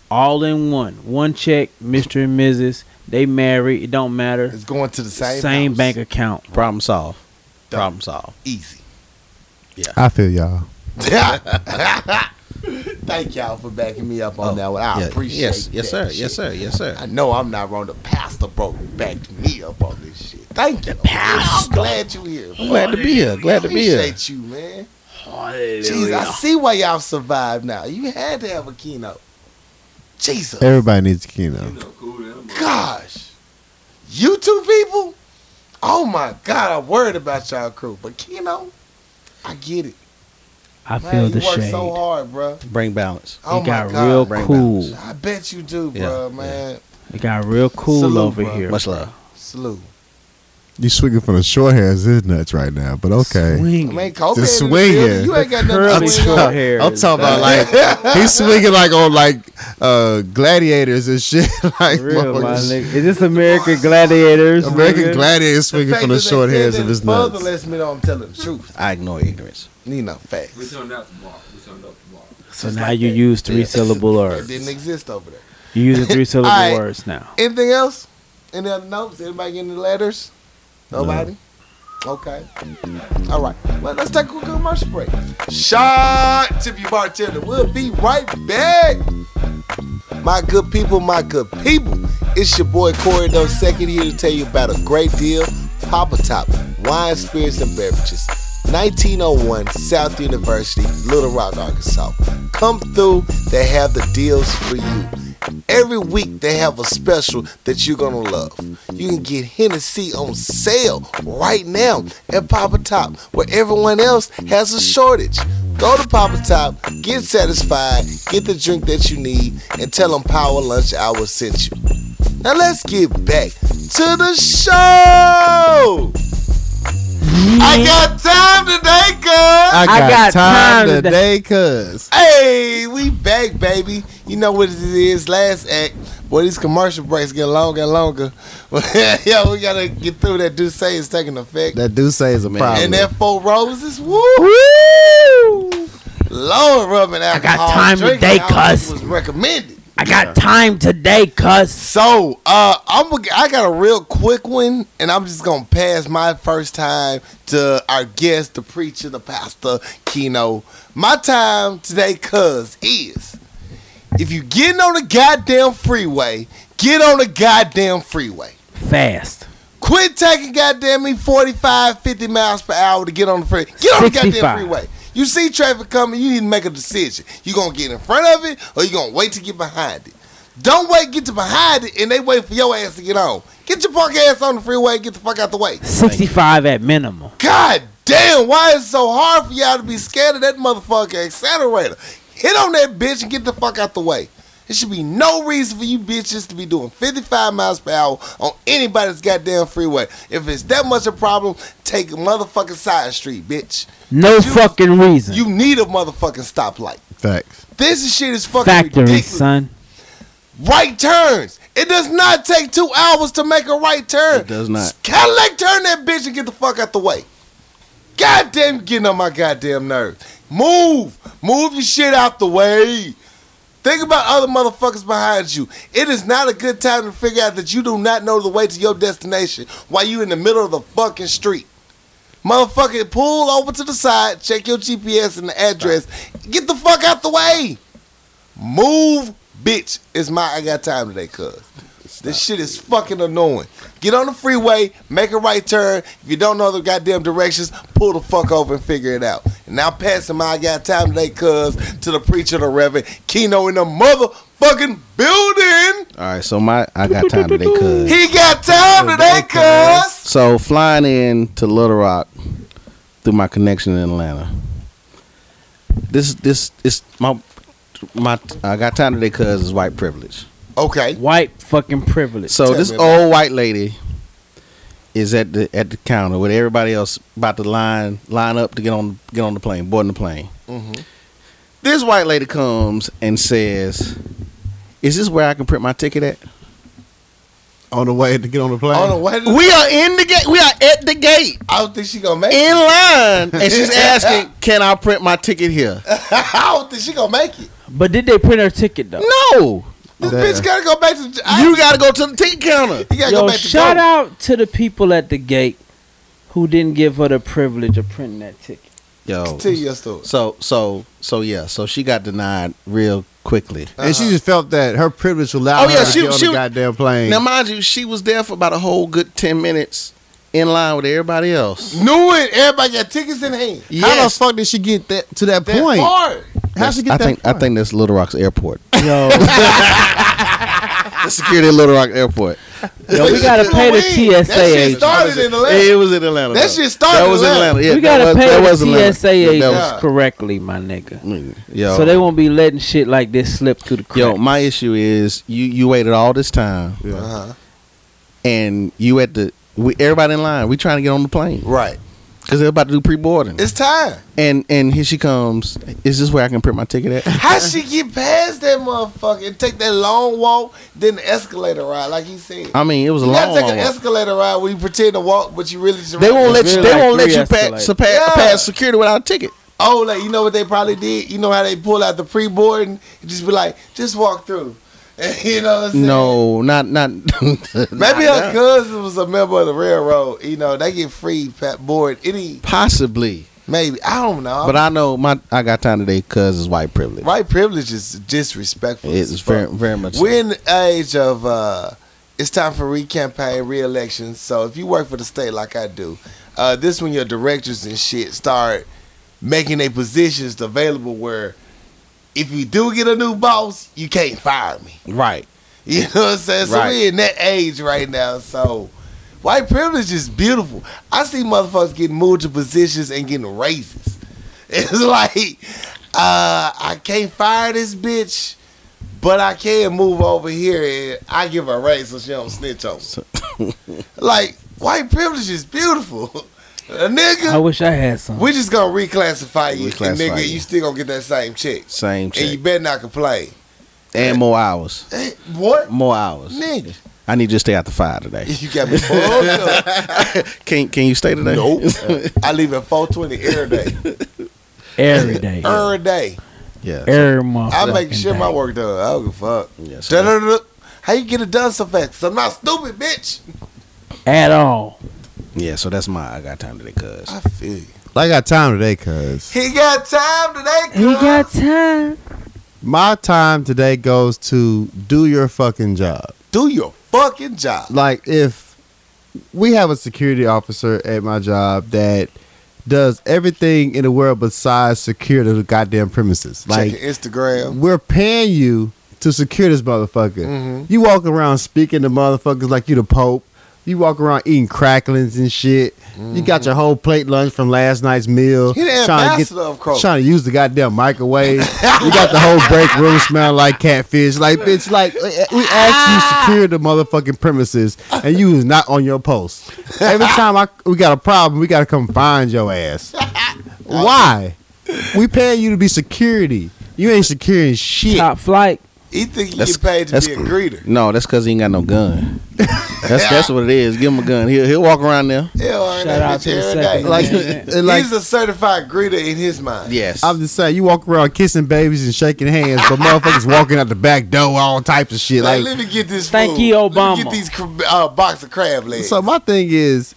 Speaker 4: all in one, one check, Mister and Mrs. They married. It don't matter.
Speaker 1: It's going to the same
Speaker 4: Same,
Speaker 1: house.
Speaker 4: bank account.
Speaker 3: Problem solved. Problem solved.
Speaker 1: Easy.
Speaker 2: I feel y'all.
Speaker 1: Thank y'all for backing me up on
Speaker 3: Oh,
Speaker 1: that one. I
Speaker 3: Yeah.
Speaker 1: appreciate
Speaker 3: Yes.
Speaker 1: that
Speaker 3: Yes, sir. Yes,
Speaker 1: shit.
Speaker 3: sir. Yes, sir.
Speaker 1: I know I'm not wrong. The pastor bro backed me up on this shit. Thank you. I'm glad you here.
Speaker 3: I'm glad to be here. Glad to be here.
Speaker 1: Appreciate you, man. Jeez, I see why y'all survived now. You had to have a keynote. Jesus.
Speaker 2: Everybody needs a keynote.
Speaker 5: You know, cool. them.
Speaker 1: Gosh. You two people? Oh my God, I'm worried about y'all crew. But Keno, I get it.
Speaker 4: I
Speaker 1: Man,
Speaker 4: feel
Speaker 1: you
Speaker 4: the
Speaker 1: worked
Speaker 4: shade.
Speaker 1: so hard, bro.
Speaker 3: Bring balance.
Speaker 1: Oh
Speaker 4: it
Speaker 1: my
Speaker 4: got
Speaker 1: God.
Speaker 4: real
Speaker 3: Brain
Speaker 4: cool.
Speaker 3: balance.
Speaker 1: I bet you do,
Speaker 3: Yeah,
Speaker 1: bro,
Speaker 3: yeah.
Speaker 1: man.
Speaker 4: It got real cool
Speaker 1: Salute,
Speaker 4: over
Speaker 1: bro.
Speaker 4: here.
Speaker 3: Much love.
Speaker 1: Salute.
Speaker 2: You swinging from the short hairs is nuts right now, but okay.
Speaker 1: I
Speaker 4: Swinging.
Speaker 1: mean, Kobe
Speaker 2: Just
Speaker 1: in the
Speaker 2: swing
Speaker 1: building.
Speaker 2: it.
Speaker 1: You ain't got
Speaker 4: Curly
Speaker 1: nothing to swing
Speaker 4: short
Speaker 1: on.
Speaker 4: hair.
Speaker 2: I'm talking about like he's swinging like on like uh gladiators and shit. like
Speaker 4: real, my
Speaker 2: motherfuckers.
Speaker 4: nigga. Is this American Gladiators?
Speaker 2: American
Speaker 4: nigga?
Speaker 2: gladiators swinging
Speaker 1: fact
Speaker 2: from the
Speaker 1: that they
Speaker 2: short
Speaker 1: said
Speaker 2: hairs
Speaker 1: that
Speaker 2: of his
Speaker 1: further
Speaker 2: nuts.
Speaker 1: lets me know I'm telling the truth.
Speaker 3: I ignore ignorance.
Speaker 1: Need no
Speaker 5: We
Speaker 1: facts.
Speaker 5: turned out tomorrow. We turned up tomorrow.
Speaker 4: So now you use three syllable
Speaker 1: It
Speaker 4: words.
Speaker 1: didn't exist over there.
Speaker 4: You using three syllable
Speaker 1: Alright.
Speaker 4: words now.
Speaker 1: Anything else? Any other notes? Anybody getting any letters? Nobody? Okay. All right. Well, let's take a quick commercial break. Shot tip you bartender. We'll be right back. My good people, my good people. It's your boy Corey No Second here to tell you about a great deal. Papa Top, wine, spirits, and beverages. 1901 South University, Little Rock, Arkansas. Come through, they have the deals for you. Every week they have a special that you're gonna love. You can get Hennessy on sale right now at Papa Top, where everyone else has a shortage. Go to Papa Top, get satisfied, get the drink that you need, and tell them Power Lunch Hour sent you. Now let's get back to the show. I got time today, cuz.
Speaker 2: I got,
Speaker 4: got
Speaker 2: time,
Speaker 4: time
Speaker 2: today, cuz.
Speaker 1: Hey, we back, baby. You know what it is. Last act. Boy, these commercial breaks get longer and longer. yeah, we gotta get through that. Do say is taking effect.
Speaker 2: That do say is a problem.
Speaker 1: and that four roses, woo, Lord, rubbing alcohol.
Speaker 4: time
Speaker 1: drinking
Speaker 4: today,
Speaker 1: alcohol
Speaker 4: cuz.
Speaker 1: Was recommended.
Speaker 4: I got time today, cuss.
Speaker 1: So, uh, I'm gonna- I got a real quick one, and I'm just gonna pass my first time to our guest, the preacher, the pastor, Kino. My time today, cuz, is if you getting on the goddamn freeway, get on the goddamn freeway.
Speaker 4: Fast.
Speaker 1: Quit taking goddamn me 45, 50 miles per hour to get on the freeway. Get on the goddamn
Speaker 4: 65.
Speaker 1: freeway. You see traffic coming, you need to make a decision. You gonna get in front of it or you gonna wait to get behind it. Don't wait, get to behind it, and they wait for your ass to get on. Get your punk ass on the freeway, get the fuck out the way.
Speaker 4: 65 at minimum.
Speaker 1: God damn, why is it so hard for y'all to be scared of that motherfucking accelerator? Hit on that bitch and get the fuck out the way. There should be no reason for you bitches to be doing 55 miles per hour on anybody's goddamn freeway. If it's that much a problem, take a motherfucking side street, bitch.
Speaker 4: No fucking reason.
Speaker 1: You need a motherfucking stoplight.
Speaker 2: Facts.
Speaker 1: This shit is fucking
Speaker 4: Factory,
Speaker 1: ridiculous.
Speaker 4: son.
Speaker 1: Right turns. It does not take two hours to make a right turn.
Speaker 3: It does not.
Speaker 1: Cadillac, turn that bitch and get the fuck out the way. Goddamn, getting on my goddamn nerves. Move, move your shit out the way. Think about other motherfuckers behind you. It is not a good time to figure out that you do not know the way to your destination while you in the middle of the fucking street. Motherfucker, pull over to the side, check your GPS and the address. Get the fuck out the way. Move, bitch. It's my I got time today, cuz. This shit is fucking annoying. Get on the freeway, make a right turn. If you don't know the goddamn directions, pull the fuck over and figure it out. And now passing my I got time today, cuz, to the preacher, the Reverend Keno in the motherfucking building.
Speaker 3: All right, so my I got time today, cuz.
Speaker 1: He got time today, cuz.
Speaker 3: So flying in to Little Rock through my connection in Atlanta. This this is my my I got time today cuz is white privilege.
Speaker 1: Okay.
Speaker 4: White fucking privilege.
Speaker 3: So
Speaker 1: Tell
Speaker 3: this
Speaker 1: me
Speaker 3: old
Speaker 1: about
Speaker 3: white lady is at the at the counter with everybody else about to line line up to get on get on the plane, boarding the plane. This white lady comes and says, "Is this where I can print my ticket at?"
Speaker 2: on the way to get on the plane.
Speaker 1: On the way to-
Speaker 3: We are in the gate. We are at the gate.
Speaker 1: I don't think she gonna make it.
Speaker 3: in line and she's asking, "Can I print my ticket here?"
Speaker 1: I don't think she gonna make it.
Speaker 4: But did they print her ticket though?
Speaker 3: No,
Speaker 1: This
Speaker 2: Damn.
Speaker 1: bitch gotta go back to. the I,
Speaker 3: you gotta go to the ticket counter.
Speaker 1: you gotta go
Speaker 4: Yo,
Speaker 1: back to.
Speaker 4: shout
Speaker 1: voting.
Speaker 4: out to the people at the gate who didn't give her the privilege of printing that ticket.
Speaker 3: Yo,
Speaker 1: Tell your story.
Speaker 3: so so so yeah, so she got denied real quickly.
Speaker 2: and she just felt that her privilege allowed
Speaker 3: Oh,
Speaker 2: her
Speaker 3: yeah,
Speaker 2: to
Speaker 3: she-
Speaker 2: get on
Speaker 3: she-
Speaker 2: the goddamn plane.
Speaker 3: Now, mind you, she was there for about a whole good ten minutes in line with everybody else.
Speaker 1: Knew it. Everybody got tickets in hand.
Speaker 2: How the
Speaker 3: Yes.
Speaker 2: fuck did she get that to that,
Speaker 1: That
Speaker 2: point?
Speaker 1: part.
Speaker 2: How she get
Speaker 3: I
Speaker 2: that?
Speaker 3: think I
Speaker 2: far?
Speaker 3: think that's Little Rock's airport.
Speaker 4: Yo,
Speaker 3: The security at Little Rock Airport.
Speaker 4: yo we gotta pay the
Speaker 1: Wait,
Speaker 4: TSA
Speaker 1: That shit
Speaker 4: agent.
Speaker 1: started in
Speaker 3: It
Speaker 1: Atlanta.
Speaker 3: was in Atlanta.
Speaker 1: That
Speaker 3: though.
Speaker 1: shit started
Speaker 3: That was in
Speaker 1: Atlanta.
Speaker 3: Atlanta. Yeah,
Speaker 4: we
Speaker 3: that
Speaker 4: gotta
Speaker 3: was-
Speaker 4: pay
Speaker 3: that
Speaker 4: the
Speaker 3: was Atlanta.
Speaker 4: TSA
Speaker 3: Yeah,
Speaker 4: agents
Speaker 3: that
Speaker 1: was-
Speaker 4: correctly, my nigga.
Speaker 3: was- Yo.
Speaker 4: So they won't be letting shit like this slip through the cracks.
Speaker 3: Yo, my issue is you you waited all this time
Speaker 2: Yeah.
Speaker 1: Uh-huh.
Speaker 3: and you at the we everybody in line. We trying to get on the plane
Speaker 1: Right.
Speaker 3: because they're about to do pre boarding.
Speaker 1: It's time.
Speaker 3: And and here she comes. Is this where I can print my ticket at?
Speaker 1: How she get past that motherfucker and take that long walk, then the escalator ride, like he said.
Speaker 3: I mean, it was a
Speaker 1: you
Speaker 3: long,
Speaker 1: gotta take an
Speaker 3: long walk.
Speaker 1: escalator ride where you pretend to walk, but you really just
Speaker 3: They won't let
Speaker 4: It's
Speaker 3: you.
Speaker 4: really
Speaker 3: They
Speaker 4: like
Speaker 3: won't let
Speaker 4: three
Speaker 3: you pass,
Speaker 4: escalators.
Speaker 3: surpass,
Speaker 1: Yeah.
Speaker 3: pass security without a ticket.
Speaker 1: Oh, like you know what they probably did? You know how they pull out the pre-board and just be like, just walk through. you know what I'm saying?
Speaker 3: No, not not.
Speaker 1: Maybe her
Speaker 3: not-
Speaker 1: cousin was a member of the railroad. You know, they get free pa- board any
Speaker 3: possibly.
Speaker 1: maybe. I don't know.
Speaker 3: But I know my I got time today because it's white privilege.
Speaker 1: white privilege is disrespectful.
Speaker 3: It's
Speaker 1: as
Speaker 3: very
Speaker 1: fuck.
Speaker 3: very much.
Speaker 1: We're in the age of uh, it's time for re-campaign, re-election. So if you work for the state like I do, uh, this when your directors and shit start making their positions available where if you do get a new boss, you can't fire me.
Speaker 3: right.
Speaker 1: You know what I'm saying? So
Speaker 3: Right.
Speaker 1: we in that age right now. So white privilege is beautiful. I see motherfuckers getting moved to positions and getting raises. It's like uh, I can't fire this bitch, but I can move over here and I give her a raise so she don't snitch on me. like white privilege is beautiful. A
Speaker 4: I
Speaker 1: nigga,
Speaker 4: wish I had some.
Speaker 1: we just gonna reclassify you, and
Speaker 3: Reclassify
Speaker 1: nigga,
Speaker 3: you.
Speaker 1: you still gonna get that same check,
Speaker 3: Same check.
Speaker 1: and you better not complain.
Speaker 3: and more hours.
Speaker 1: Eh, What,
Speaker 3: More hours.
Speaker 1: nigga?
Speaker 3: I need you to stay out the fire today.
Speaker 1: You got me fucked up.
Speaker 3: Can Can you stay today?
Speaker 1: Nope. I leave at 420 every day.
Speaker 4: every day,
Speaker 1: Every day.
Speaker 3: yeah.
Speaker 4: every month.
Speaker 1: I make sure my work done. I don't give a fuck.
Speaker 3: Yeah, so that's-
Speaker 1: Da-da-da-da. How you get it done so fast? 'Cause I'm not stupid, bitch.
Speaker 4: at all.
Speaker 3: Yeah, so that's my I got time today, cuz.
Speaker 1: I feel you.
Speaker 2: I got time today, cuz.
Speaker 1: He got time today,
Speaker 4: He got time.
Speaker 2: My time today goes to do your fucking job.
Speaker 1: Do your fucking job.
Speaker 2: like if we have a security officer at my job that does everything in the world besides secure the goddamn premises.
Speaker 1: Like,
Speaker 2: Like
Speaker 1: Check your Instagram.
Speaker 2: we're paying you to secure this motherfucker.
Speaker 1: Mm-hmm.
Speaker 2: You walk around speaking to motherfuckers like you the Pope. You walk around eating cracklings and shit. You got your whole plate lunch from last night's meal.
Speaker 1: Mm. He the
Speaker 2: trying to
Speaker 1: ambassador of Kroger.
Speaker 2: Trying to use the goddamn microwave. you got the whole break room smelling like catfish. Like bitch, like we asked you to secure the motherfucking premises, and you was not on your post. Every time I we got a problem, we gotta come find your ass. Why? We paying you to be security. You ain't securing shit.
Speaker 4: Top flight.
Speaker 1: He think he
Speaker 3: That's-
Speaker 1: get paid to
Speaker 3: that's-
Speaker 1: be a greeter.
Speaker 3: No, that's because he ain't got no gun. That's that's what it is. Give him a gun. He'll he'll walk around there.
Speaker 1: Hell, I earn
Speaker 4: Shout
Speaker 1: that
Speaker 4: out
Speaker 1: bitch
Speaker 4: to the
Speaker 1: every
Speaker 4: second
Speaker 1: day.
Speaker 2: Like,
Speaker 4: Yeah.
Speaker 2: and like
Speaker 1: He's a certified greeter in his mind.
Speaker 3: Yes.
Speaker 2: I'm just saying, you walk around kissing babies and shaking hands, but motherfuckers walking out the back door, all types of shit.
Speaker 1: Like,
Speaker 2: Like,
Speaker 1: let me get this.
Speaker 4: Thank
Speaker 1: food.
Speaker 4: you,
Speaker 1: Let me
Speaker 4: Obama.
Speaker 1: get these cr- uh, box of crab legs.
Speaker 2: so my thing is,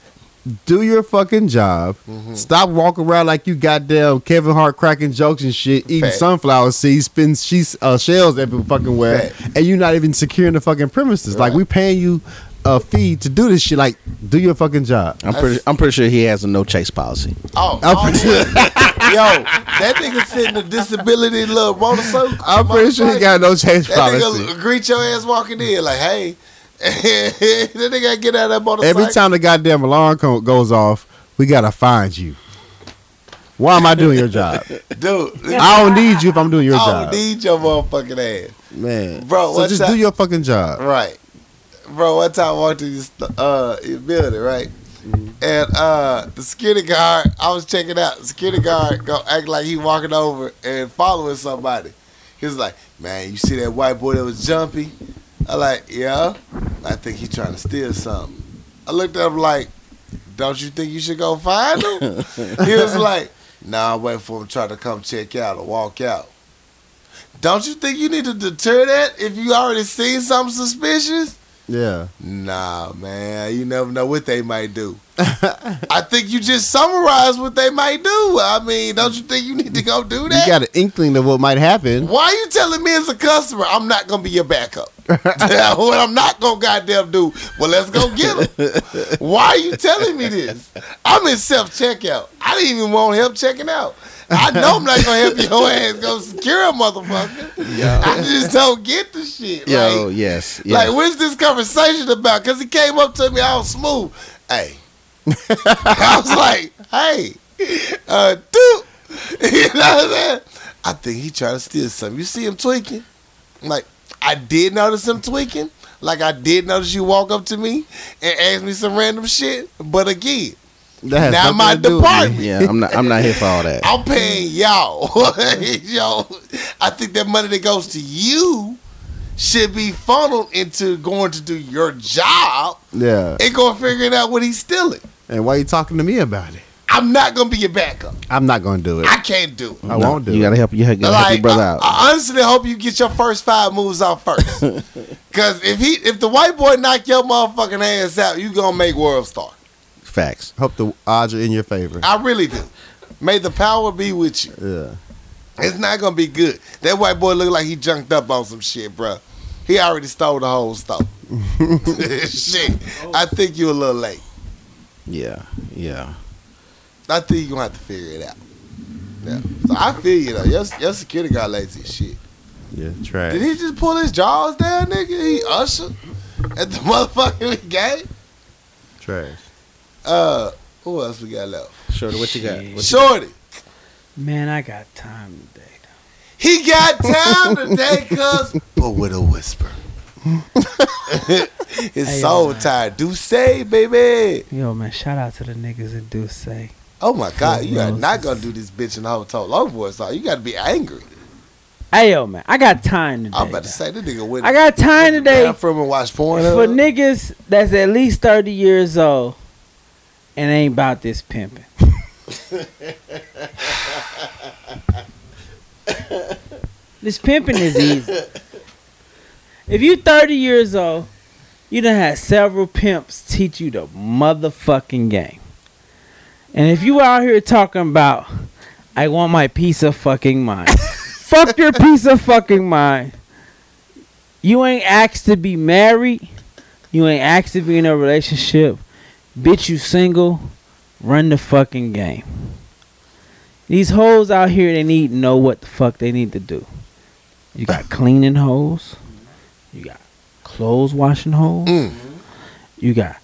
Speaker 2: do your fucking job.
Speaker 1: Mm-hmm.
Speaker 2: Stop walking around like you goddamn Kevin Hart cracking jokes and shit, eating
Speaker 1: Fact.
Speaker 2: sunflower seeds, spinning she's uh, shells every fucking where, and you're not even securing the fucking premises. Like,
Speaker 1: Right.
Speaker 2: we paying you a fee to do this shit. Like, do your fucking job.
Speaker 3: I'm pretty. I'm pretty sure he has a no chase policy.
Speaker 1: oh,
Speaker 2: I'm
Speaker 1: oh,
Speaker 2: pretty-
Speaker 1: yo, that nigga sitting a disability little motorcycle.
Speaker 2: I'm pretty sure he got no change
Speaker 1: That
Speaker 2: policy.
Speaker 1: nigga greet your ass walking in like, hey. that nigga get out of that motorcycle.
Speaker 2: Every time the goddamn alarm co- goes off, we gotta find you. Why am I doing your job?
Speaker 1: dude,
Speaker 2: I don't need you if I'm doing your
Speaker 1: I
Speaker 2: job,
Speaker 1: don't need your motherfucking ass.
Speaker 2: man.
Speaker 1: Bro,
Speaker 2: so
Speaker 1: one
Speaker 2: just
Speaker 1: time-
Speaker 2: do your fucking job.
Speaker 1: Right. Bro, one time I walked through this uh your building, right? And uh the security guard, I was checking out, the security guard go act like he walking over and following somebody. He was like, Man, you see that white boy that was jumpy? I like, yeah. I think he trying to steal something. I looked at him like, Don't you think you should go find him? he was like, Nah, I'm waiting for him to try to come check out or walk out. Don't you think you need to deter that if you already seen something suspicious?
Speaker 2: Yeah,
Speaker 1: Nah, man, you never know what they might do. I think you just summarized what they might do. I mean, don't you think you need to go do
Speaker 2: you
Speaker 1: that?
Speaker 2: got an inkling of what might happen.
Speaker 1: Why you telling me as a customer I'm not gonna be your backup? what I'm not gonna goddamn do? Well, let's go get them. Why are you telling me this? I'm in self checkout. I didn't even want help checking out. I know I'm not gonna help your ass go secure a motherfucker. I just don't get the shit.
Speaker 3: Yo,
Speaker 1: like,
Speaker 3: yes, yes.
Speaker 1: like, what's this conversation about? Because he came up to me all smooth. Hey. I was like, hey, uh, dude. You know what I'm saying? I think he trying to steal something. You see him tweaking. I'm like, I did notice him tweaking. Like, I did notice you walk up to me and ask me some random shit. But again,
Speaker 2: That has
Speaker 1: Now
Speaker 2: nothing
Speaker 1: my
Speaker 2: to do with me.
Speaker 1: department.
Speaker 3: yeah, I'm not. I'm not here for all that.
Speaker 1: I'm paying y'all. Yo, I think that money that goes to you should be funneled into going to do your job
Speaker 2: Yeah,
Speaker 1: and going figuring out what he's stealing.
Speaker 2: and why you talking to me about it?
Speaker 1: I'm not gonna be your backup.
Speaker 2: I'm not gonna do it.
Speaker 1: I can't do it.
Speaker 2: I won't do
Speaker 3: You gotta
Speaker 2: it.
Speaker 3: help. You gotta help your
Speaker 1: Like,
Speaker 2: uh,
Speaker 3: brother
Speaker 1: I,
Speaker 3: out.
Speaker 1: I honestly hope you get your first five moves out first. Cause if he, if the white boy knock your motherfucking ass out, you gonna make world star.
Speaker 3: Facts.
Speaker 2: Hope the odds are in your favor.
Speaker 1: I really do. May the power be with you.
Speaker 2: yeah,
Speaker 1: It's not gonna be good. That white boy look like he junked up on some shit, bro. He already stole the whole store. shit, I think you a little late.
Speaker 3: Yeah, yeah.
Speaker 1: I think you gonna have to figure it out. Yeah. So I feel you though. Your, your security guard lazy as shit.
Speaker 2: yeah, trash.
Speaker 1: Did he just pull his jaws down, nigga? He usher at the motherfucking game.
Speaker 2: trash.
Speaker 1: Uh, who else we got left?
Speaker 3: Shorty, what you got? What you-
Speaker 1: Shorty.
Speaker 4: Man, I got time today.
Speaker 1: He got time today, cuz, but with a whisper. His
Speaker 4: Hey, uh,
Speaker 1: soul
Speaker 4: man.
Speaker 1: tired. Do say, baby.
Speaker 4: Yo, man, shout out to the niggas at Duce.
Speaker 1: Oh my God, you are
Speaker 4: Roses.
Speaker 1: not gonna do this bitch in the hotel long voice song. You gotta be angry.
Speaker 4: Hey, yo, man, I got time today.
Speaker 1: I'm about to
Speaker 4: though.
Speaker 1: say this nigga went
Speaker 4: I got time
Speaker 1: went to the
Speaker 4: today
Speaker 1: bathroom and watch porn.
Speaker 4: for niggas that's at least 30 years old and ain't about this pimping. this pimping is easy. If you 30 years old, you done had several pimps teach you the motherfucking game. And if you out here talking about, I want my piece of fucking mind. Fuck your piece of fucking mind. You ain't asked to be married. You ain't asked to be in a relationship. Bitch, you single. Run the fucking game. These hoes out here, they need to know what the fuck they need to do. You got cleaning hoes. You got clothes washing hoes.
Speaker 1: Mm.
Speaker 4: You got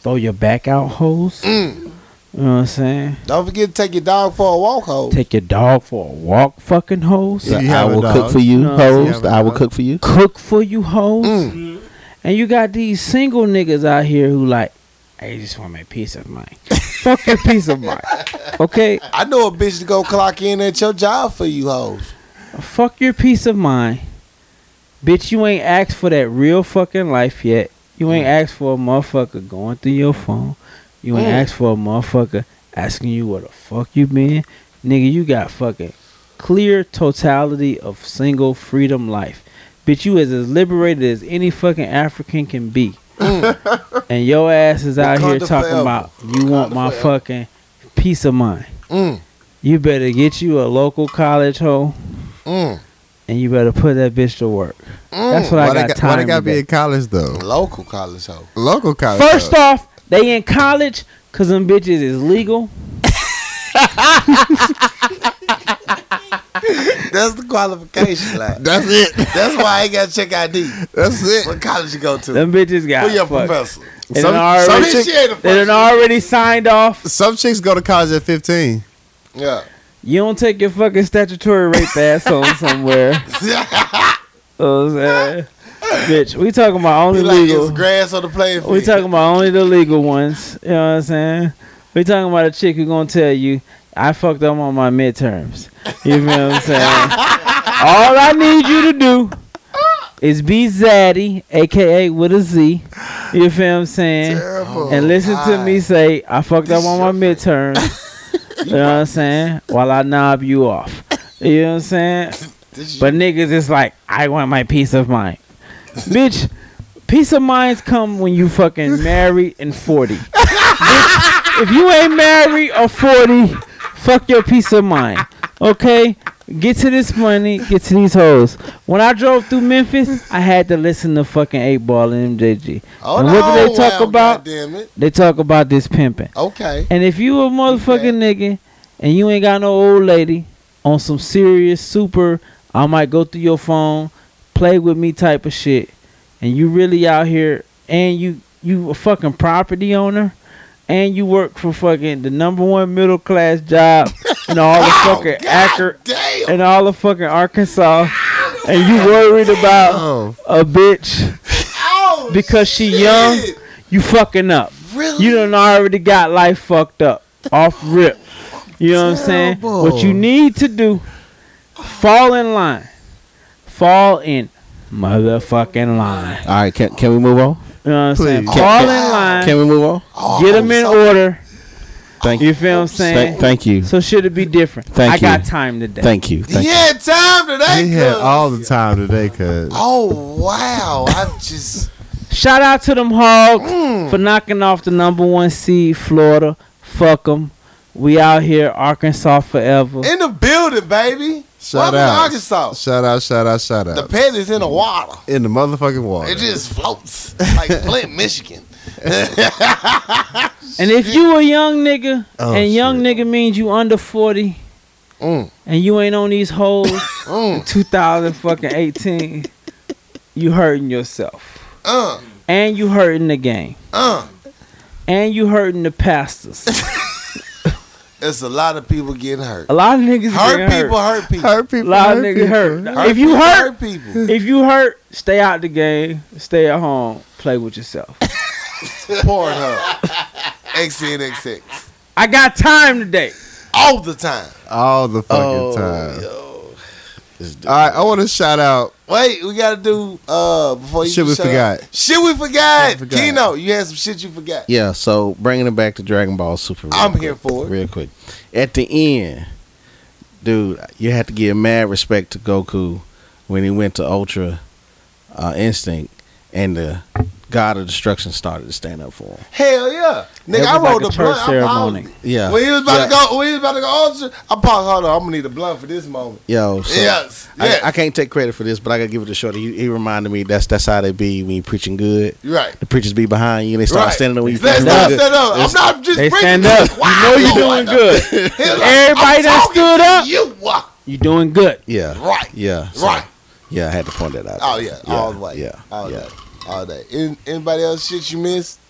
Speaker 4: throw your back out hoes.
Speaker 1: Mm.
Speaker 4: You know what I'm saying?
Speaker 1: Don't forget to take your dog for a walk hole.
Speaker 4: Take your dog for a walk fucking hoes.
Speaker 2: Yeah.
Speaker 3: The
Speaker 2: You have
Speaker 3: I
Speaker 2: a
Speaker 3: will cook
Speaker 2: dog.
Speaker 3: for you,
Speaker 4: No,
Speaker 2: you
Speaker 3: hoes.
Speaker 2: have a
Speaker 3: The I will
Speaker 2: dog.
Speaker 3: cook for you.
Speaker 4: cook for you hoes.
Speaker 1: Mm.
Speaker 4: And you got these single niggas out here who like, I just want my peace of mind. Fuck your peace of mind. Okay?
Speaker 1: I know a bitch to go clock in at your job for you hoes.
Speaker 4: Fuck your peace of mind. Bitch, you ain't asked for that real fucking life yet. You ain't asked for a motherfucker going through your phone. You ain't asked for a motherfucker asking you where the fuck you been. Nigga, you got fucking clear totality of single freedom life. Bitch, you is as liberated as any fucking African can be. and your ass is out here
Speaker 1: Mm. Wakanda
Speaker 4: talking
Speaker 1: forever.
Speaker 4: about you want my
Speaker 3: forever.
Speaker 4: fucking peace of mind.
Speaker 1: Mm,
Speaker 4: You better get you a local college hoe
Speaker 1: mm,
Speaker 4: and you better put that bitch to work. That's
Speaker 1: mm.
Speaker 4: what I
Speaker 2: Why
Speaker 4: got,
Speaker 2: they got, why
Speaker 4: time
Speaker 2: they gotta be
Speaker 4: today.
Speaker 2: in college though?
Speaker 1: Local college hoe.
Speaker 2: Local college.
Speaker 4: First off, they in college because them bitches is legal.
Speaker 1: That's the qualification line.
Speaker 2: that's it.
Speaker 1: That's why I ain't got to check ID.
Speaker 2: That's it.
Speaker 1: What college you go to?
Speaker 4: Them bitches got
Speaker 1: Who your
Speaker 4: fucked.
Speaker 1: professor?
Speaker 4: And then
Speaker 2: Some-
Speaker 1: Some
Speaker 4: already,
Speaker 1: bitch, she ain't a
Speaker 4: they done
Speaker 1: fuck.
Speaker 4: already signed off.
Speaker 2: Some chicks go to college at fifteen.
Speaker 1: Yeah.
Speaker 4: You don't take your fucking statutory rape ass on somewhere. So, uh, bitch, we talking about only
Speaker 1: He like it's
Speaker 4: legal.
Speaker 1: grass on the playing field.
Speaker 4: We talking about only the legal ones. You know what I'm saying? We talking about a chick who gonna tell you, I fucked up on my midterms. You feel what I'm saying? All I need you to do is be zaddy, aka with a Z. You feel what I'm saying?
Speaker 1: Terrible.
Speaker 4: And listen to me
Speaker 1: God.
Speaker 4: say, I fucked up
Speaker 1: This
Speaker 4: on my midterms. you know what I'm saying? While I knob you off. You know what I'm saying?
Speaker 1: This
Speaker 4: But niggas is like, I want my peace of mind. Bitch, peace of minds come when you fucking married and 40. Bitch, if you ain't married or 40, fuck your peace of mind. Okay? Get to this money, get to these hoes. When I drove through Memphis, I had to listen to fucking 8 Ball and MJG.
Speaker 1: Oh,
Speaker 4: and what do they
Speaker 1: no,
Speaker 4: talk
Speaker 1: wow,
Speaker 4: about?
Speaker 1: Damn it.
Speaker 4: They talk about this pimping.
Speaker 1: Okay.
Speaker 4: And if you a motherfucking nigga and you ain't got no old lady on some serious super, I might go through your phone, play with me type of shit, and you really out here and you you a fucking property owner and you work for fucking the number one middle class job in all the fucking Acker
Speaker 1: Damn.
Speaker 4: in all the fucking Arkansas and you worried about
Speaker 2: Oh,
Speaker 4: a bitch
Speaker 1: Oh,
Speaker 4: because she
Speaker 1: shit.
Speaker 4: young, you fucking up.
Speaker 1: Really?
Speaker 4: You done already got life fucked up off rip. You know what I'm saying? What you need to do, fall in line. Fall in motherfucking line.
Speaker 3: All right, can can we move on?
Speaker 4: You know what I'm saying?
Speaker 2: Please.
Speaker 4: Fall in
Speaker 1: Wow.
Speaker 4: line.
Speaker 3: Can we move on?
Speaker 1: Oh,
Speaker 4: get them in
Speaker 1: so-
Speaker 4: order.
Speaker 3: Thank
Speaker 4: You feel what I'm saying?
Speaker 3: Thank, thank you.
Speaker 4: so should it be different?
Speaker 3: Thank
Speaker 4: I got
Speaker 3: you.
Speaker 4: time today.
Speaker 3: Thank you. Thank
Speaker 1: He had time today.
Speaker 2: he had
Speaker 1: cuz.
Speaker 2: all the time today, cause
Speaker 1: Oh wow! I just
Speaker 4: Shout out to them hogs
Speaker 1: Mm.
Speaker 4: for knocking off the number one seed, Florida. Fuck them. We out here, Arkansas forever.
Speaker 1: in the building, baby.
Speaker 2: shout
Speaker 1: Welcome to
Speaker 2: out,
Speaker 1: Arkansas.
Speaker 2: shout out, shout out, shout
Speaker 1: The
Speaker 2: out.
Speaker 1: pen is in the water.
Speaker 2: In the motherfucking water.
Speaker 1: It just floats like Flint, Michigan.
Speaker 4: And if you a young nigga,
Speaker 2: Oh,
Speaker 4: and young nigga means you under forty,
Speaker 1: Mm.
Speaker 4: and you ain't on these hoes
Speaker 1: Mm.
Speaker 4: 2000 fucking eighteen, you hurting yourself,
Speaker 1: Uh,
Speaker 4: and you hurting the game,
Speaker 1: uh.
Speaker 4: and you hurting the pastors.
Speaker 1: It's a lot of people getting hurt.
Speaker 4: A lot of niggas
Speaker 1: Hurt
Speaker 4: getting
Speaker 1: people,
Speaker 4: hurt.
Speaker 1: hurt people.
Speaker 2: hurt
Speaker 4: A
Speaker 2: people.
Speaker 4: lot of
Speaker 2: hurt
Speaker 4: niggas
Speaker 2: people.
Speaker 4: hurt.
Speaker 1: Hurt
Speaker 4: If you
Speaker 1: people,
Speaker 4: hurt,
Speaker 1: hurt people.
Speaker 4: if you hurt, stay out the game, stay at home, play with yourself.
Speaker 1: Pornhub, XNXX,
Speaker 4: I got time today.
Speaker 1: all the time.
Speaker 2: All the fucking
Speaker 3: Oh,
Speaker 2: time. All right, I want to shout out.
Speaker 1: Wait, we gotta do uh before you
Speaker 2: Shit we
Speaker 1: shut up.
Speaker 2: forgot.
Speaker 1: Shit we forgot.
Speaker 2: Shit we forgot.
Speaker 1: Keno, you had some shit you forgot.
Speaker 3: Yeah, so bringing it back to Dragon Ball Super. real
Speaker 1: I'm
Speaker 3: quick,
Speaker 1: here for it.
Speaker 3: Real quick. At the end, dude, you had to give mad respect to Goku when he went to Ultra uh, Instinct and the God of Destruction started to stand up for him.
Speaker 1: Hell yeah, nigga,
Speaker 4: It
Speaker 1: I
Speaker 4: was like
Speaker 1: rolled
Speaker 4: a
Speaker 1: the
Speaker 4: church
Speaker 1: blunt. I paused
Speaker 4: ceremony.
Speaker 1: it.
Speaker 3: Yeah.
Speaker 1: When he was about
Speaker 3: Yeah.
Speaker 1: to go, when he was about to go, oh, I paused. Hold on, I'm gonna need a blunt for this moment.
Speaker 3: Yo, so
Speaker 1: yes,
Speaker 3: I,
Speaker 1: yes,
Speaker 3: I can't take credit for this, but I gotta give it to Shorty. He, he reminded me that's that's how they be when you preaching good.
Speaker 1: You're right.
Speaker 3: The preachers be behind you and they start
Speaker 1: Right.
Speaker 3: standing up when you
Speaker 1: Let's
Speaker 3: preaching
Speaker 1: not
Speaker 3: good.
Speaker 1: stand up. I'm not just
Speaker 4: They
Speaker 1: bringing
Speaker 4: stand
Speaker 1: this
Speaker 4: up.
Speaker 1: wild
Speaker 4: You know you're
Speaker 1: one
Speaker 4: doing good.
Speaker 1: He's like,
Speaker 4: Everybody
Speaker 1: I'm
Speaker 4: done
Speaker 1: talking
Speaker 4: stood
Speaker 1: to
Speaker 4: up.
Speaker 1: You uh,
Speaker 4: You doing good.
Speaker 3: Yeah.
Speaker 1: right,
Speaker 3: Yeah. so-
Speaker 1: right.
Speaker 3: Yeah, I had to point that out.
Speaker 1: Oh yeah, all the way.
Speaker 3: Yeah.
Speaker 1: all
Speaker 3: yeah.
Speaker 1: day, all day. An- Anybody else shit you missed?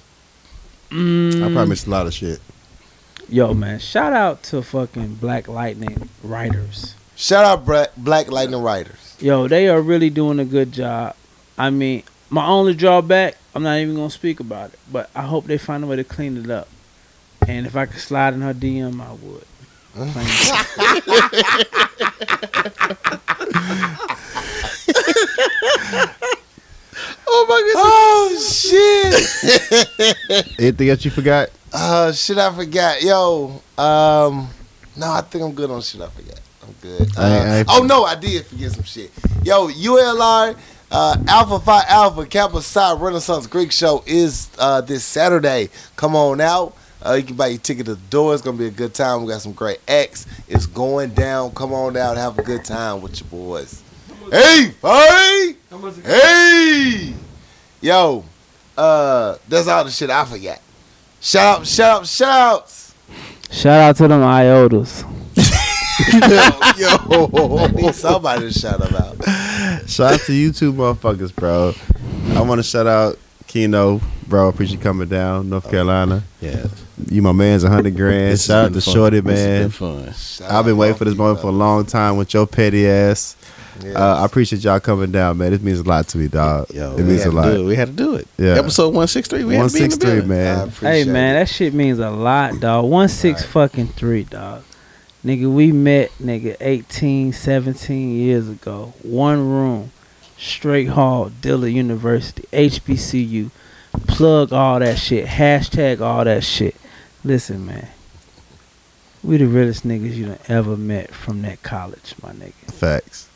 Speaker 2: I
Speaker 3: Mm.
Speaker 2: probably missed a lot of shit.
Speaker 4: Yo, man, shout out to fucking Black Lightning writers.
Speaker 1: Shout out Bra- Black Lightning Riders.
Speaker 4: Yo, they are really doing a good job. I mean, my only drawback, I'm not even gonna speak about it, but I hope they find a way to clean it up. And if I could slide in her DM, I would. Plain-
Speaker 3: Oh my goodness.
Speaker 1: Oh shit!
Speaker 2: Anything that you forgot?
Speaker 1: Uh, shit, I forgot. Yo, um, no, I think I'm good on shit. I forgot. I'm good. Uh,
Speaker 2: I ain't- I ain't-
Speaker 1: oh no, I did forget some shit. Yo, ULR. Uh, Alpha Phi Alpha Kappa Psi Renaissance Greek Show is uh, this Saturday. Come on out. Uh, you can buy your ticket to the door. It's going to be a good time. We got some great acts. It's going down. Come on out. Have a good time with your boys. Hey, hey!
Speaker 5: How much it
Speaker 1: Hey, yo, uh, that's all the shit I forgot. Shout out, shout out, shouts.
Speaker 4: Shout out to them Iotas.
Speaker 1: Yo, I need somebody to shout them out.
Speaker 2: Shout out to you two motherfuckers, bro. I want to shout out Keno, bro. Appreciate you coming down, North Carolina.
Speaker 3: Yeah.
Speaker 2: You my man's a hundred grand.
Speaker 3: Oh. This has
Speaker 2: Shout out to
Speaker 3: been fun.
Speaker 2: Shorty,
Speaker 3: This has been
Speaker 2: man.
Speaker 3: fun.
Speaker 1: Shout
Speaker 2: I've been
Speaker 1: out
Speaker 2: waiting for this moment for a long time with your petty ass.
Speaker 1: Yeah.
Speaker 2: Uh, I appreciate y'all coming down, man. This means a lot to me, dog.
Speaker 3: Yo,
Speaker 2: it
Speaker 3: we
Speaker 2: means
Speaker 3: had
Speaker 2: a
Speaker 3: to do it.
Speaker 2: lot.
Speaker 3: We had to do it.
Speaker 2: Yeah.
Speaker 3: Episode 163. We
Speaker 2: One
Speaker 3: had to be in
Speaker 2: six
Speaker 3: the
Speaker 2: three,
Speaker 3: building.
Speaker 1: I
Speaker 2: man.
Speaker 1: appreciate
Speaker 4: Hey man,
Speaker 1: it.
Speaker 4: that shit means a lot, dog. One six fucking three, dog. Nigga, we met, nigga, 18, 17 years ago. One room, straight hall, Diller University, HBCU. Plug all that shit. Hashtag all that shit. Listen, man. We the realest niggas you done ever met from that college, my nigga.
Speaker 2: Facts.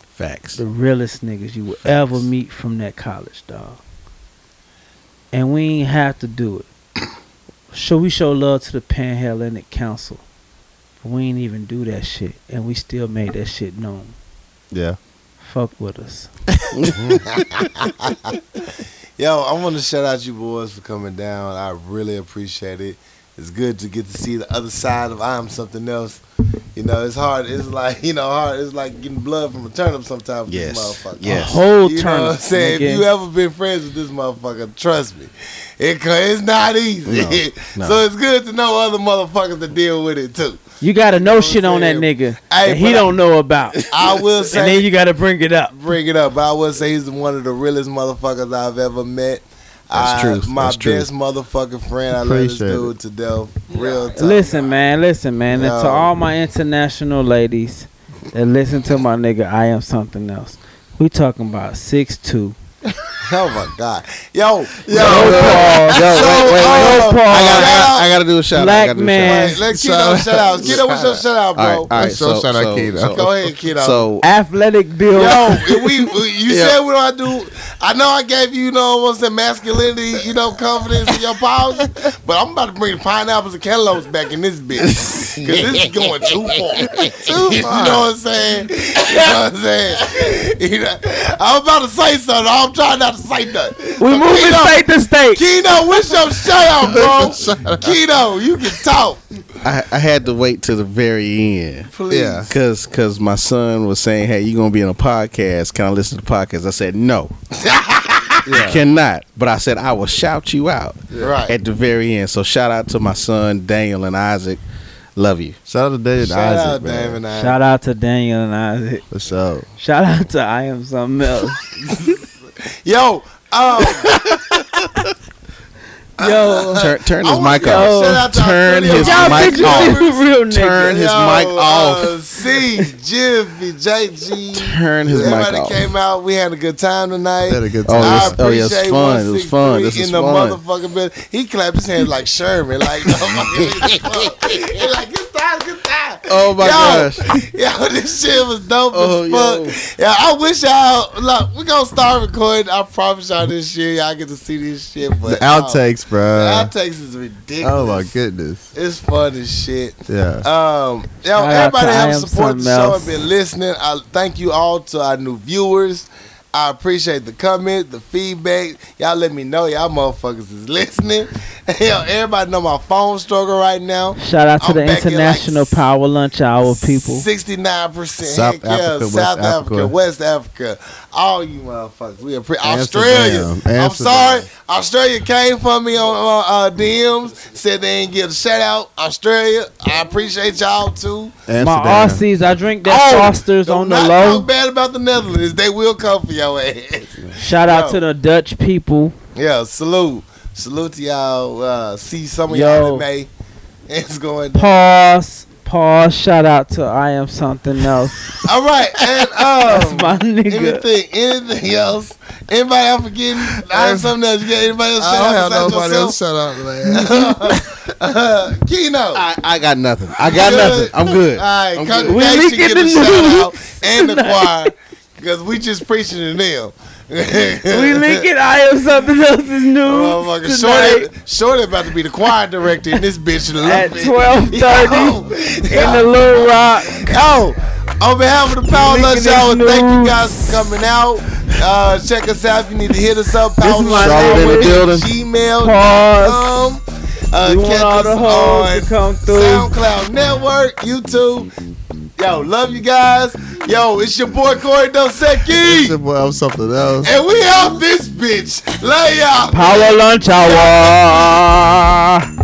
Speaker 3: Facts.
Speaker 4: The realest niggas you will ever meet from that college, dog. And we ain't have to do it. So we show love to the Panhellenic Council. But we ain't even do that shit. And we still made that shit known.
Speaker 2: Yeah.
Speaker 4: Fuck with us.
Speaker 1: Yo, I want to shout out you boys for coming down. I really appreciate it. It's good to get to see the other side of I'm something else. You know, it's hard. It's like you know, hard. It's like getting blood from a turnip sometimes. with this
Speaker 3: Yes.
Speaker 1: motherfucker.
Speaker 3: Yes.
Speaker 4: A whole
Speaker 1: you
Speaker 4: you
Speaker 1: know what I'm saying? If you ever been friends with this motherfucker, trust me, it, co- it's not easy.
Speaker 3: No, no.
Speaker 1: so it's good to know other motherfuckers to deal with it too.
Speaker 4: gotta know
Speaker 1: what I'm
Speaker 4: shit on that
Speaker 1: saying?
Speaker 4: nigga
Speaker 1: Hey,
Speaker 4: that he
Speaker 1: but I-
Speaker 4: don't know about. and
Speaker 1: I will
Speaker 4: then
Speaker 1: say,
Speaker 4: you gotta bring it up.
Speaker 1: bring it up. I will say he's one of the realest motherfuckers I've ever met. I-
Speaker 3: That's true.
Speaker 1: My
Speaker 3: That's true.
Speaker 1: best motherfucking friend. I love this
Speaker 2: Appreciate
Speaker 1: dude to death. Real talk.
Speaker 4: Listen, man, listen, man. And
Speaker 1: No.
Speaker 4: to all my international ladies that listen to my nigga, I am something else. We talking about six two.
Speaker 1: Oh my god, yo, yo.
Speaker 3: wait, wait, wait.
Speaker 1: uh,
Speaker 4: No pause.
Speaker 1: Shout
Speaker 3: I gotta,
Speaker 1: out.
Speaker 3: I, I gotta do a shout out. I
Speaker 4: Black
Speaker 3: gotta do a
Speaker 4: man.
Speaker 1: Wait, let Keto shout out. Keto, what's your shout out, bro?
Speaker 3: Shout out. All right, all right.
Speaker 2: So
Speaker 3: So,
Speaker 2: shout out
Speaker 3: so,
Speaker 2: Keto.
Speaker 3: so-
Speaker 1: Go ahead, Keto.
Speaker 3: So,
Speaker 4: Athletic build.
Speaker 1: Yo, if we, we- you
Speaker 3: Yeah.
Speaker 1: said what I do. I know I gave you, you know, what's that masculinity, you know, confidence in your powers, but I'm about to bring the pineapples and cantaloupes back in this bitch. Cause this is going too far. Too far. You know what I'm saying? You know what I'm saying? You know, I'm about to say something. I'm trying not to say nothing.
Speaker 4: We moving
Speaker 1: Keto,
Speaker 4: state to state.
Speaker 1: Keno, what's your shout out, bro? Keno, you can talk.
Speaker 3: I, I had to wait to the very end.
Speaker 1: Please.
Speaker 2: Yeah.
Speaker 3: Cause, cause my son was saying, "Hey, you gonna be in a podcast? Can I listen to the podcast?" I said, "No, you cannot." But I said, "I will shout you out
Speaker 1: Right.
Speaker 3: at the very end." So shout out to my son Daniel and Isaac. Love you.
Speaker 2: Shout out to David
Speaker 1: shout
Speaker 2: Isaac,
Speaker 1: out,
Speaker 2: man.
Speaker 1: Damon. Isaac.
Speaker 4: Shout out to Daniel and Isaac.
Speaker 2: For sure.
Speaker 4: Shout out to I am something else.
Speaker 1: Yo, um,
Speaker 4: Yo,
Speaker 3: Turn, turn his
Speaker 1: I wanna
Speaker 3: mic
Speaker 1: give a
Speaker 3: off.
Speaker 1: shout out to
Speaker 3: Turn
Speaker 1: Australia.
Speaker 3: his
Speaker 1: Y'all
Speaker 3: mic
Speaker 1: bitches
Speaker 3: off.
Speaker 1: is
Speaker 4: real niggas.
Speaker 3: Turn his mic
Speaker 1: Uh,
Speaker 3: off.
Speaker 1: C, Jiffy, JG.
Speaker 3: Turn his mic
Speaker 1: Everybody
Speaker 3: off.
Speaker 1: came out. We had a good time tonight.
Speaker 2: Had a good
Speaker 3: Oh,
Speaker 1: I
Speaker 2: time.
Speaker 3: yes. oh, yeah,
Speaker 1: appreciate
Speaker 3: it's fun. It was fun.
Speaker 1: 163
Speaker 3: This
Speaker 1: in
Speaker 3: is
Speaker 1: the
Speaker 3: fun.
Speaker 1: motherfucking bed. He clapped his hands like Sherman, like the motherfucking- He like good time, good time.
Speaker 3: Oh my
Speaker 1: yo,
Speaker 3: gosh.
Speaker 1: yo, this shit was dope
Speaker 3: Oh,
Speaker 1: as
Speaker 3: yo.
Speaker 1: fuck. Yeah, I wish y'all look. We gonna start recording. I promise y'all this year y'all get to see this shit. But
Speaker 2: The outtakes,
Speaker 1: oh,
Speaker 2: bro.
Speaker 1: the outtakes is ridiculous.
Speaker 2: Oh my goodness.
Speaker 1: it's fun as shit.
Speaker 2: Yeah.
Speaker 1: Um, yo,
Speaker 4: Shout out
Speaker 1: everybody
Speaker 4: to I
Speaker 1: have
Speaker 4: Am
Speaker 1: supported the
Speaker 4: Something
Speaker 1: show
Speaker 4: Else.
Speaker 1: and been listening. I thank you all to our new viewers. I appreciate the comment, the feedback. Y'all let me know y'all motherfuckers is listening. Hell, everybody know my phone struggle right now.
Speaker 4: Shout out to
Speaker 1: I'm
Speaker 4: the
Speaker 1: back at
Speaker 4: International
Speaker 1: like
Speaker 4: Power Lunch Hour people.
Speaker 1: Sixty-nine percent.
Speaker 2: South
Speaker 1: Heck yeah,
Speaker 2: Africa, West
Speaker 1: South Africa,
Speaker 2: Africa.
Speaker 1: West Africa, all you motherfuckers. We appreciate Australia.
Speaker 2: Amsterdam,
Speaker 1: I'm
Speaker 2: Amsterdam.
Speaker 1: sorry, Australia came for me on uh, uh, DMs. Said they didn't give a shout out. Australia, I appreciate y'all too.
Speaker 4: My
Speaker 2: Amsterdam.
Speaker 4: RCs, I drink that
Speaker 1: Oh,
Speaker 4: Fosters
Speaker 1: Don't
Speaker 4: on the
Speaker 1: not
Speaker 4: low.
Speaker 1: talk bad about the Netherlands. They will come for your ass.
Speaker 4: Shout out
Speaker 1: Yo.
Speaker 4: to the Dutch people.
Speaker 1: yeah, salute, salute to y'all. Uh, see some of
Speaker 4: Yo.
Speaker 1: y'all in May. It's going. down.
Speaker 4: Pause. Paul, shout out to I am something else.
Speaker 1: All right, and um,
Speaker 4: That's my nigga.
Speaker 1: anything, anything else? Anybody I'm forgetting? I have something else. You got anybody else?
Speaker 2: I don't have
Speaker 1: shout out
Speaker 2: nobody else
Speaker 1: besides
Speaker 2: shut up, man.
Speaker 1: yourself? Uh, Keno.
Speaker 3: I, I got nothing. I got nothing. I'm good.
Speaker 1: All right,
Speaker 3: I'm good.
Speaker 1: congregation
Speaker 4: We leaking
Speaker 1: get a
Speaker 4: the
Speaker 1: shout
Speaker 4: news
Speaker 1: out and the choir because we just preaching to them.
Speaker 4: we link it. I am something else's
Speaker 1: Oh, Motherfucker,
Speaker 4: news tonight
Speaker 1: Shorty, Shorty about to be the choir director in this bitch in a little
Speaker 4: at
Speaker 1: bit.
Speaker 4: twelve thirty in the
Speaker 1: Yo,
Speaker 4: Little Rock.
Speaker 1: yo, on behalf of the Power
Speaker 4: Leaking
Speaker 1: Lunch
Speaker 4: this
Speaker 1: Hour, thank you
Speaker 4: news.
Speaker 1: guys for coming out. Uh, check us out if you need to hit us up. Power
Speaker 4: my
Speaker 1: Lunch
Speaker 4: name
Speaker 1: Hour
Speaker 4: is-
Speaker 1: gmail.com. Uh,
Speaker 4: We want
Speaker 1: catch
Speaker 4: all the
Speaker 1: us
Speaker 4: hoes
Speaker 1: on
Speaker 4: to come through.
Speaker 1: SoundCloud Network, YouTube. Yo, love you guys. Yo, it's your boy Corey Dosecki.
Speaker 2: Boy, I'm something else.
Speaker 1: And we out this bitch. Lay out.
Speaker 4: Power lunch hour.